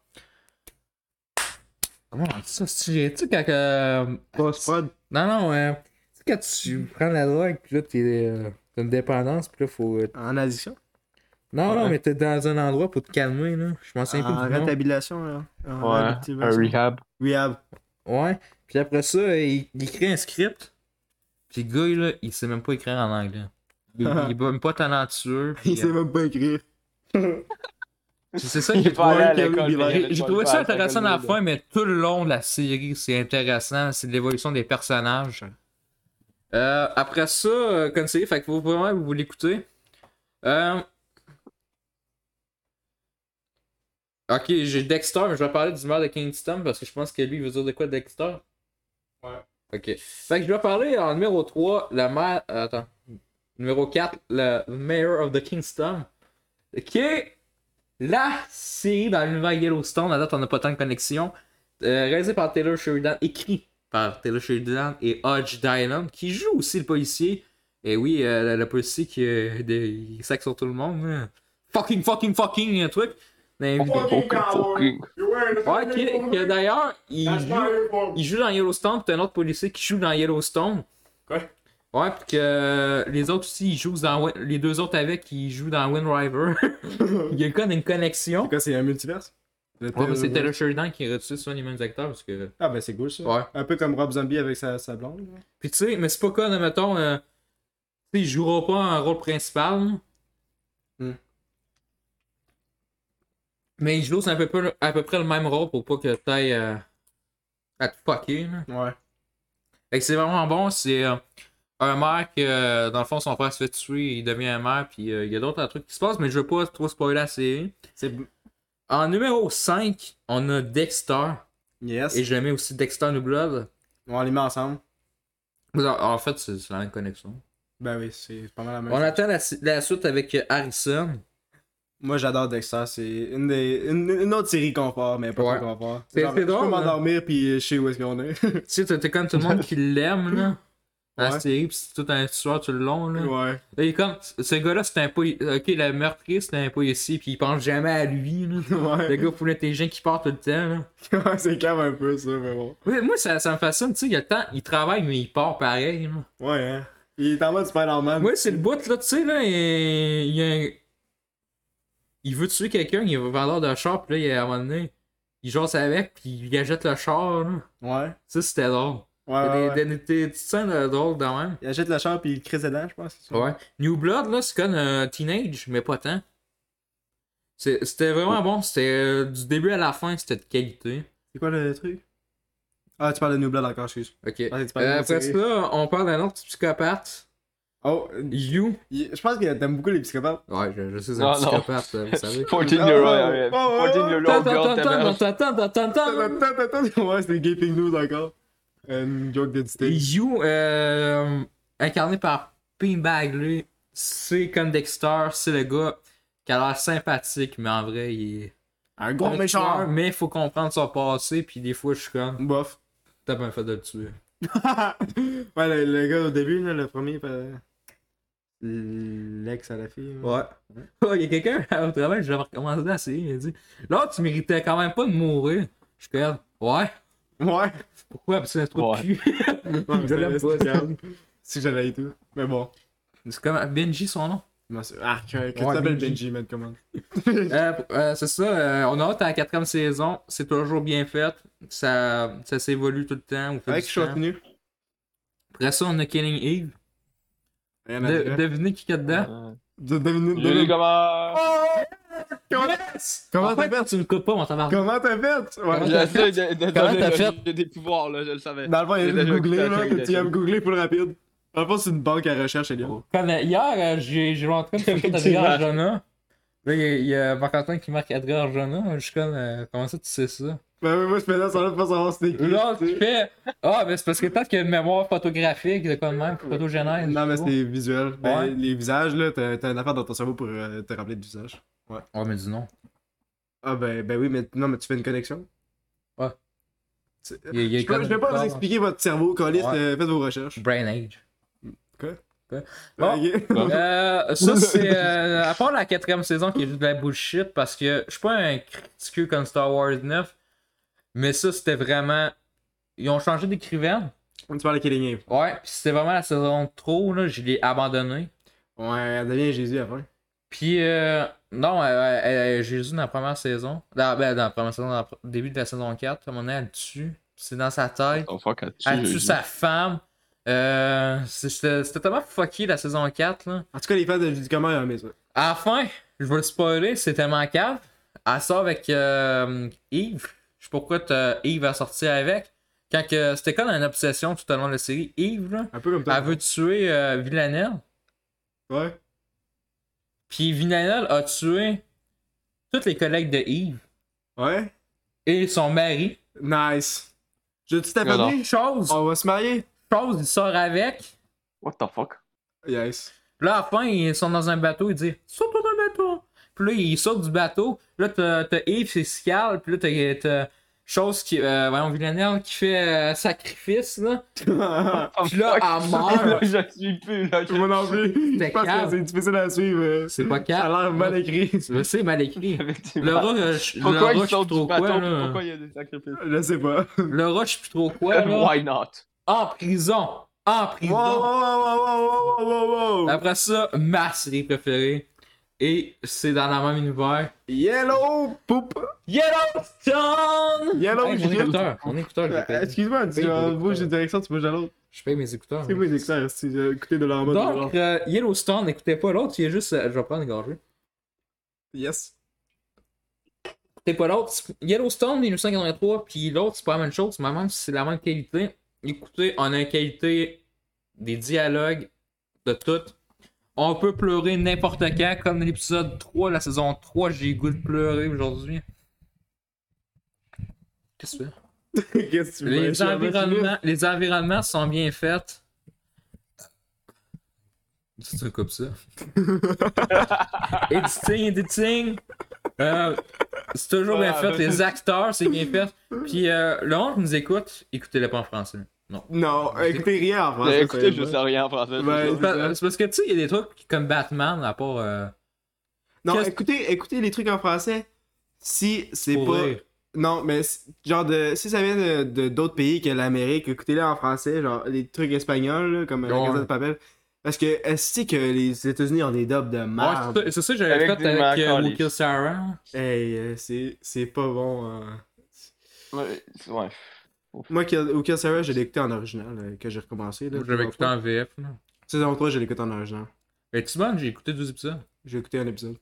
[SPEAKER 3] Comment on dit ça? c'est- Tu sais, quand. euh,
[SPEAKER 2] Post-prod.
[SPEAKER 3] Non, non, euh, tu sais, quand tu prends la drogue, puis là, t'es. euh, t'as une dépendance, puis là, faut. euh,
[SPEAKER 2] En addiction.
[SPEAKER 3] non, non,
[SPEAKER 1] Ouais.
[SPEAKER 3] mais t'es dans un endroit pour te calmer, là. Je m'en souviens plus
[SPEAKER 2] En
[SPEAKER 3] du nom.
[SPEAKER 2] réhabilitation. Là. En
[SPEAKER 1] Ouais, un
[SPEAKER 2] réhabilitation.
[SPEAKER 1] rehab.
[SPEAKER 2] Rehab.
[SPEAKER 3] Ouais. Puis après ça, il, il crée un script. Puis le gars, là, il sait même pas écrire en anglais. Il, il est même pas talentueux. puis,
[SPEAKER 2] Il sait même pas écrire.
[SPEAKER 3] euh, c'est ça
[SPEAKER 1] Il
[SPEAKER 3] qui
[SPEAKER 1] est pas allé à
[SPEAKER 2] Kevin
[SPEAKER 1] l'école.
[SPEAKER 2] Bilac.
[SPEAKER 1] mais il avait
[SPEAKER 3] J'ai j'ai
[SPEAKER 1] pas
[SPEAKER 3] trouvé
[SPEAKER 1] le
[SPEAKER 3] ça
[SPEAKER 1] faire,
[SPEAKER 3] intéressant à la
[SPEAKER 1] Kevin
[SPEAKER 3] fin, mais tout le long de la série, c'est intéressant. C'est de l'évolution des personnages. Euh, après ça, euh, comme série, fait que vous vraiment vous l'écoutez. Euh, Ok, j'ai Dexter, mais je vais parler du maire de Kingston parce que je pense que lui, il veut dire de quoi Dexter
[SPEAKER 8] Ouais.
[SPEAKER 3] Ok. Fait que je vais parler en numéro 3, la maire. euh, Attends. Numéro 4, le Mayor of the Kingston. Qui est la série dans l'univers Yellowstone. À date, on n'a pas tant de connexion. Euh, réalisé par Taylor Sheridan, écrit par Taylor Sheridan et Hodge Dylan, qui joue aussi le policier. Et oui, euh, le, le policier qui euh, de- il sac sur tout le monde. hein. Fucking, fucking, fucking, un truc. Mais-
[SPEAKER 1] Bilac.
[SPEAKER 3] Ouais, qui, que d'ailleurs, il joue, il joue dans Yellowstone, puis t'as un autre policier qui joue dans Yellowstone.
[SPEAKER 8] Quoi?
[SPEAKER 3] Ouais, puis que euh, les autres aussi, ils jouent dans. Win- Les deux autres avec, ils jouent dans Wind River. il y a quand même une connexion.
[SPEAKER 2] C'est quoi, c'est un multiverse?
[SPEAKER 3] Ouais, mais c'est Taylor Sheridan qui retire souvent les mêmes acteurs parce que.
[SPEAKER 2] Ah, ben c'est cool ça.
[SPEAKER 3] Ouais.
[SPEAKER 2] Un peu comme Rob Zombie avec sa, sa blonde. là.
[SPEAKER 3] Puis tu sais, mais c'est pas con, admettons, euh, tu sais, il jouera pas un rôle principal. là.
[SPEAKER 2] Hmm.
[SPEAKER 3] Mais il joue c'est à peu, près, à peu près le même rôle pour pas que t'ailles euh, à te fucker. là.
[SPEAKER 2] Ouais.
[SPEAKER 3] Fait que c'est vraiment bon, c'est. euh, un maire que, euh, dans le fond, son frère se fait tuer, il devient un maire, puis euh, il y a d'autres trucs qui se passent, mais je veux pas trop spoiler la série.
[SPEAKER 2] C'est...
[SPEAKER 3] En numéro 5, on a Dexter,
[SPEAKER 2] Yes.
[SPEAKER 3] et je le mets aussi Dexter New Blood.
[SPEAKER 2] On les met ensemble.
[SPEAKER 3] En, en fait, c'est c'est la même connexion.
[SPEAKER 2] Ben oui, c'est pas mal la même
[SPEAKER 3] On
[SPEAKER 2] chose.
[SPEAKER 3] attend la, si- la suite avec euh, Harrison.
[SPEAKER 2] Moi, j'adore Dexter. C'est une, des... une, une autre série confort, mais pas
[SPEAKER 3] Ouais.
[SPEAKER 2] trop confort.
[SPEAKER 3] C'est-
[SPEAKER 2] Genre,
[SPEAKER 3] c'est
[SPEAKER 2] Je
[SPEAKER 3] drôle,
[SPEAKER 2] peux
[SPEAKER 3] hein.
[SPEAKER 2] m'endormir, puis euh, je sais où est-ce qu'on est.
[SPEAKER 3] tu sais, t'es t'es comme tout le monde qui l'aime, là. Dans
[SPEAKER 2] Ouais.
[SPEAKER 3] la série, pis Ah, c'est tout un tueur tout le long, là.
[SPEAKER 2] ouais.
[SPEAKER 3] Et comme, ce ce gars-là, c'est un peu. Ok, le meurtrier, c'est un peu ici, pis il pense jamais à lui, là. Le
[SPEAKER 2] Ouais.
[SPEAKER 3] gars full intelligent qui part tout le temps, là.
[SPEAKER 2] Ouais, c'est calme un peu, ça, mais bon.
[SPEAKER 3] Oui, moi, ça, ça me fascine, tu sais, il y a le temps, il travaille, mais il part pareil. là.
[SPEAKER 2] Ouais, hein. Il est en mode Spider-Man.
[SPEAKER 3] Moi, c'est le bout, là, tu sais, là, il, il y a un- il veut tuer quelqu'un, il est vendeur de char, puis là, il, à un moment donné, il jase avec, puis il achète le char, là.
[SPEAKER 2] Ouais.
[SPEAKER 3] Ça, c'était drôle.
[SPEAKER 2] Ouais,
[SPEAKER 3] Il y a
[SPEAKER 2] ouais, Ah, ouais.
[SPEAKER 3] des- des- des petites scènes euh, drôles, quand même.
[SPEAKER 2] Il achète le char, puis il crée dedans, je pense. c'est ça?
[SPEAKER 3] Ouais. New Blood, là, c'est comme un teenage, mais pas tant. C'est- C'était vraiment bon, c'était euh, du début à la fin, c'était de qualité.
[SPEAKER 2] C'est quoi le truc Ah, tu parles de New Blood encore, excuse. Ah,
[SPEAKER 3] Ok.
[SPEAKER 2] tu parles de
[SPEAKER 3] Euh,
[SPEAKER 2] la
[SPEAKER 3] après
[SPEAKER 2] série.
[SPEAKER 3] ça, on parle d'un autre psychopathe,
[SPEAKER 2] Oh,
[SPEAKER 3] You.
[SPEAKER 2] il- je pense que t'aimes beaucoup les psychopathes.
[SPEAKER 3] Ouais, je, je suis
[SPEAKER 1] Non,
[SPEAKER 3] un
[SPEAKER 1] non.
[SPEAKER 3] psychopathe, euh, vous savez.
[SPEAKER 1] 14
[SPEAKER 2] Oh,
[SPEAKER 1] year
[SPEAKER 2] oh, oh, oh.
[SPEAKER 1] old 14 year old girl t'aimes.
[SPEAKER 3] Attends, attends, attends.
[SPEAKER 2] Attends, attends, attends. Ouais, c'était Gaping News encore. Euh, Une joke de distance.
[SPEAKER 3] You, euh, incarné par Pim Bagley, c'est comme Dexter, c'est le gars qui a l'air sympathique, mais en vrai, il est.
[SPEAKER 2] Un
[SPEAKER 3] un
[SPEAKER 2] gros
[SPEAKER 3] tueur,
[SPEAKER 2] méchant.
[SPEAKER 3] Mais il faut comprendre son passé, puis des fois, je suis comme.
[SPEAKER 2] Bof.
[SPEAKER 3] T'as bien fait de le tuer.
[SPEAKER 2] ouais, le, le gars au début, là, le premier. euh, L'ex à la fille. là.
[SPEAKER 3] Ouais. Oh, il y a quelqu'un au travail, j'avais recommencé la série, il a dit Là, tu méritais quand même pas de mourir. Je suis comme Ouais.
[SPEAKER 2] Ouais.
[SPEAKER 3] Pourquoi Parce que c'est trop de
[SPEAKER 1] Ouais.
[SPEAKER 3] cul.
[SPEAKER 2] Ouais,
[SPEAKER 3] Je l'aime pas,
[SPEAKER 2] c'était- Si j'allais et tout. Mais bon.
[SPEAKER 3] C'est comme Benji, son nom.
[SPEAKER 2] Moi, c'est- Ah, que, que
[SPEAKER 3] Ouais,
[SPEAKER 2] tu t'appelles Benji,
[SPEAKER 3] Benji.
[SPEAKER 2] man, comment
[SPEAKER 3] Euh, euh, c'est ça, euh, on a hâte à la quatrième saison, c'est toujours bien fait, ça, ça s'évolue tout le temps. au fil
[SPEAKER 2] Avec
[SPEAKER 3] du
[SPEAKER 2] je
[SPEAKER 3] temps.
[SPEAKER 2] continue.
[SPEAKER 3] Après ça, on a Killing Eve.
[SPEAKER 2] Rien à
[SPEAKER 3] De-
[SPEAKER 2] dire.
[SPEAKER 3] devinez qui qu'il y a
[SPEAKER 2] oh, Euh, De-
[SPEAKER 3] dedans.
[SPEAKER 2] devine-
[SPEAKER 1] J'ai eu
[SPEAKER 2] devine-
[SPEAKER 1] comme un-
[SPEAKER 2] Comment
[SPEAKER 3] En
[SPEAKER 2] t'as
[SPEAKER 3] fait,
[SPEAKER 2] fait
[SPEAKER 3] tu me coupes pas, mon tabarnak.
[SPEAKER 2] Comment t'as fait
[SPEAKER 3] Comment
[SPEAKER 2] Ouais.
[SPEAKER 3] t'as
[SPEAKER 1] J'essaie de- de-
[SPEAKER 3] Comment
[SPEAKER 1] de-
[SPEAKER 3] t'as
[SPEAKER 1] j'ai-
[SPEAKER 3] fait?
[SPEAKER 1] J'ai des pouvoirs, là, je le savais.
[SPEAKER 2] Dans le fond, il y a
[SPEAKER 1] J'ai
[SPEAKER 2] juste
[SPEAKER 1] déjà
[SPEAKER 2] googler,
[SPEAKER 1] écouté la
[SPEAKER 2] là,
[SPEAKER 1] série
[SPEAKER 2] que tu aimes
[SPEAKER 1] là-dessus.
[SPEAKER 2] googler pour le rapide. Dans le fond, c'est une banque à recherche, Elion.
[SPEAKER 3] Comme, euh, hier, euh, j'ai j'ai rentré une photo d'Adrien Arjona. Là, il y a- il y a, Marc-Antoine qui marque Adrien Arjona. Je suis comme, euh, comment ça, tu sais ça?
[SPEAKER 2] Ben oui, moi, je fais là, ça là, pour savoir c'était qui.
[SPEAKER 3] Là,
[SPEAKER 2] tu
[SPEAKER 3] tu
[SPEAKER 2] sais.
[SPEAKER 3] fais. Ah, mais c'est parce que peut-être qu'il y a une mémoire photographique, de quoi de même, photogénèse.
[SPEAKER 2] Non, mais
[SPEAKER 3] je sais
[SPEAKER 2] c'était visuel. Ben,
[SPEAKER 3] Ouais.
[SPEAKER 2] Les visages, là, t'as t'as une affaire dans ton cerveau pour euh, te rappeler du visage.
[SPEAKER 3] pas. Ouais, mais dis non.
[SPEAKER 2] Ah, ben, ben oui, mais non, mais tu fais une connexion.
[SPEAKER 3] Ouais.
[SPEAKER 2] C'est- euh,
[SPEAKER 3] Il y a- il y a
[SPEAKER 2] Je peux- je vais pas vous expliquer votre cerveau, Colis,
[SPEAKER 3] Ouais.
[SPEAKER 2] euh, faites vos recherches.
[SPEAKER 3] Brain Age. Bon.
[SPEAKER 2] Ok.
[SPEAKER 1] Bah,
[SPEAKER 3] Euh, ça, c'est. euh, à part la quatrième saison qui est juste de la bullshit, parce que je suis pas un critiqueux comme Star Wars 9, mais ça, c'était vraiment. Ils ont changé d'écrivaine.
[SPEAKER 2] On te parle de Killing Eve.
[SPEAKER 3] Ouais, pis c'était vraiment la saison trop, là, je l'ai abandonnée.
[SPEAKER 2] Ouais, elle devient Jésus après.
[SPEAKER 3] Puis, euh, non, euh, euh, euh, Jésus dans la première saison. Dans, ben, dans la première saison, dans le pr- début de la saison 4, à un moment donné, elle le tue. C'est dans sa tête.
[SPEAKER 1] Oh, fuck, elle tue,
[SPEAKER 3] Elle
[SPEAKER 1] j'ai
[SPEAKER 3] tue
[SPEAKER 1] dit.
[SPEAKER 3] sa femme. Euh, c'est- C'était c'était tellement fucké la saison 4. Là.
[SPEAKER 2] En tout cas, les fans de Judicament, ils ont aimé ça.
[SPEAKER 3] À la fin, je vais le spoiler, c'est tellement cave. Elle sort avec euh, Yves. Je sais pas pourquoi t'as- Yves a sorti avec. Quand que- c'était comme une obsession tout au long de la série. Yves, là,
[SPEAKER 2] Un peu comme toi.
[SPEAKER 3] elle veut tuer euh, Villanelle.
[SPEAKER 2] Ouais.
[SPEAKER 3] Puis Villanelle a tué tous les collègues de Yves
[SPEAKER 2] Ouais.
[SPEAKER 3] et son mari.
[SPEAKER 2] Nice. Je te
[SPEAKER 1] Non, non.
[SPEAKER 2] t'appeler?
[SPEAKER 3] Chose,
[SPEAKER 2] On va se marier?
[SPEAKER 3] chose, il sort avec.
[SPEAKER 1] What the fuck?
[SPEAKER 2] Yes.
[SPEAKER 3] Là, à la fin, ils sont dans un bateau, il dit Saute dans un bateau. Puis là, ils sortent du bateau. Là, t'as t'as Yves, c'est Scal. Puis là, t'as- t'as Chose qui. Euh, voyons, Villanelle qui fait euh, sacrifice, là.
[SPEAKER 2] Moi
[SPEAKER 1] Oh,
[SPEAKER 3] Puis là,
[SPEAKER 1] fuck.
[SPEAKER 3] elle meurt.
[SPEAKER 1] Je suis plus, là. je-
[SPEAKER 2] non plus.
[SPEAKER 3] C'était
[SPEAKER 2] Je pense
[SPEAKER 3] calme.
[SPEAKER 2] que c'est difficile à suivre. euh,
[SPEAKER 3] C'est pas
[SPEAKER 2] Ça a
[SPEAKER 3] calme.
[SPEAKER 2] l'air mal écrit.
[SPEAKER 3] C'est mal écrit. Le
[SPEAKER 1] Effectivement.
[SPEAKER 3] rat, euh, je- le
[SPEAKER 1] Pourquoi ils
[SPEAKER 3] rat, je sais
[SPEAKER 1] sont
[SPEAKER 3] plus trop
[SPEAKER 1] du
[SPEAKER 3] quoi,
[SPEAKER 1] bâton?
[SPEAKER 3] là.
[SPEAKER 1] Pourquoi il y a des sacrifices?
[SPEAKER 2] Je sais pas.
[SPEAKER 3] Le rat, je sais plus trop quoi, là.
[SPEAKER 1] Why not?
[SPEAKER 3] En prison. En
[SPEAKER 2] Wow,
[SPEAKER 3] prison.
[SPEAKER 2] wow, wow, wow, wow, wow, wow, wow.
[SPEAKER 3] Après ça, ma série préférée. Et c'est dans la même univers.
[SPEAKER 2] Yellow Poop.
[SPEAKER 3] Yellowstone!
[SPEAKER 2] Yellow
[SPEAKER 3] Hey, mon
[SPEAKER 2] Poop.
[SPEAKER 3] écouteur, mon écouteur, je
[SPEAKER 2] Euh,
[SPEAKER 3] l'ai payé.
[SPEAKER 2] Excuse-moi, tu
[SPEAKER 3] Oui,
[SPEAKER 2] euh,
[SPEAKER 3] oui.
[SPEAKER 2] bouges d'une direction, tu bouges à l'autre.
[SPEAKER 3] Je paye mes écouteurs.
[SPEAKER 2] C'est
[SPEAKER 3] moi.
[SPEAKER 2] moi les éclairs, si j'ai écouté de leur mode. de leur-
[SPEAKER 3] Donc, euh, Yellowstone, n'écoutez pas l'autre, il est juste. euh, je vais prendre une gorgée.
[SPEAKER 2] Yes.
[SPEAKER 3] Écoutez pas l'autre. c'est- Yellowstone, 1983, puis l'autre, c'est pas la même chose, mais même si c'est la même qualité, écoutez, on a une qualité des dialogues, de tout. On peut pleurer n'importe quand, comme dans l'épisode 3, la saison 3, j'ai le goût de pleurer aujourd'hui. Qu'est-ce que tu fais?
[SPEAKER 2] Qu'est-ce que tu veux?
[SPEAKER 3] Les environnements, les environnements sont bien faits. Si tu coupes ça. editing, editing. Euh, c'est toujours bien fait. Les acteurs, c'est bien fait. Puis euh, le monde qui nous écoute, écoutez-le pas en français. Non.
[SPEAKER 2] Non, écoutez rien en français.
[SPEAKER 1] J'ai
[SPEAKER 2] c'est
[SPEAKER 1] écouté, je
[SPEAKER 2] vrai.
[SPEAKER 1] sais rien en français.
[SPEAKER 2] Ouais.
[SPEAKER 3] C'est pa- c'est parce que tu sais, il y a des trucs comme Batman, à part. euh,
[SPEAKER 2] Non,
[SPEAKER 3] Qu'est-ce-
[SPEAKER 2] écoutez, écoutez les trucs en français. Si c'est
[SPEAKER 3] pour
[SPEAKER 2] pas.
[SPEAKER 3] rire.
[SPEAKER 2] Non, mais c- genre de. Si ça vient de- de d'autres pays que l'Amérique, écoutez-les en français, genre les trucs espagnols, là, comme euh,
[SPEAKER 3] Ouais.
[SPEAKER 2] la Casa de Papel. Parce que est-ce que les États-Unis ont des dubs de
[SPEAKER 3] Ouais,
[SPEAKER 2] merde?
[SPEAKER 3] c'est ça- c'est ça que j'avais
[SPEAKER 1] Avec
[SPEAKER 3] fait
[SPEAKER 1] des
[SPEAKER 3] avec euh,
[SPEAKER 1] macaques.
[SPEAKER 3] Wookiee Sarah.
[SPEAKER 2] hey, euh, c'est c'est pas bon. hein.
[SPEAKER 1] Ouais, c'est- ouais.
[SPEAKER 2] Moi, Kill- au Kill Sarah, je l'ai écouté en original, euh, que j'ai recommencé. Là,
[SPEAKER 3] J'avais écouté en VF. là.
[SPEAKER 2] Saison 3, je l'écoute en original.
[SPEAKER 3] Mais tu vois, j'ai écouté deux épisodes.
[SPEAKER 2] J'ai écouté un épisode.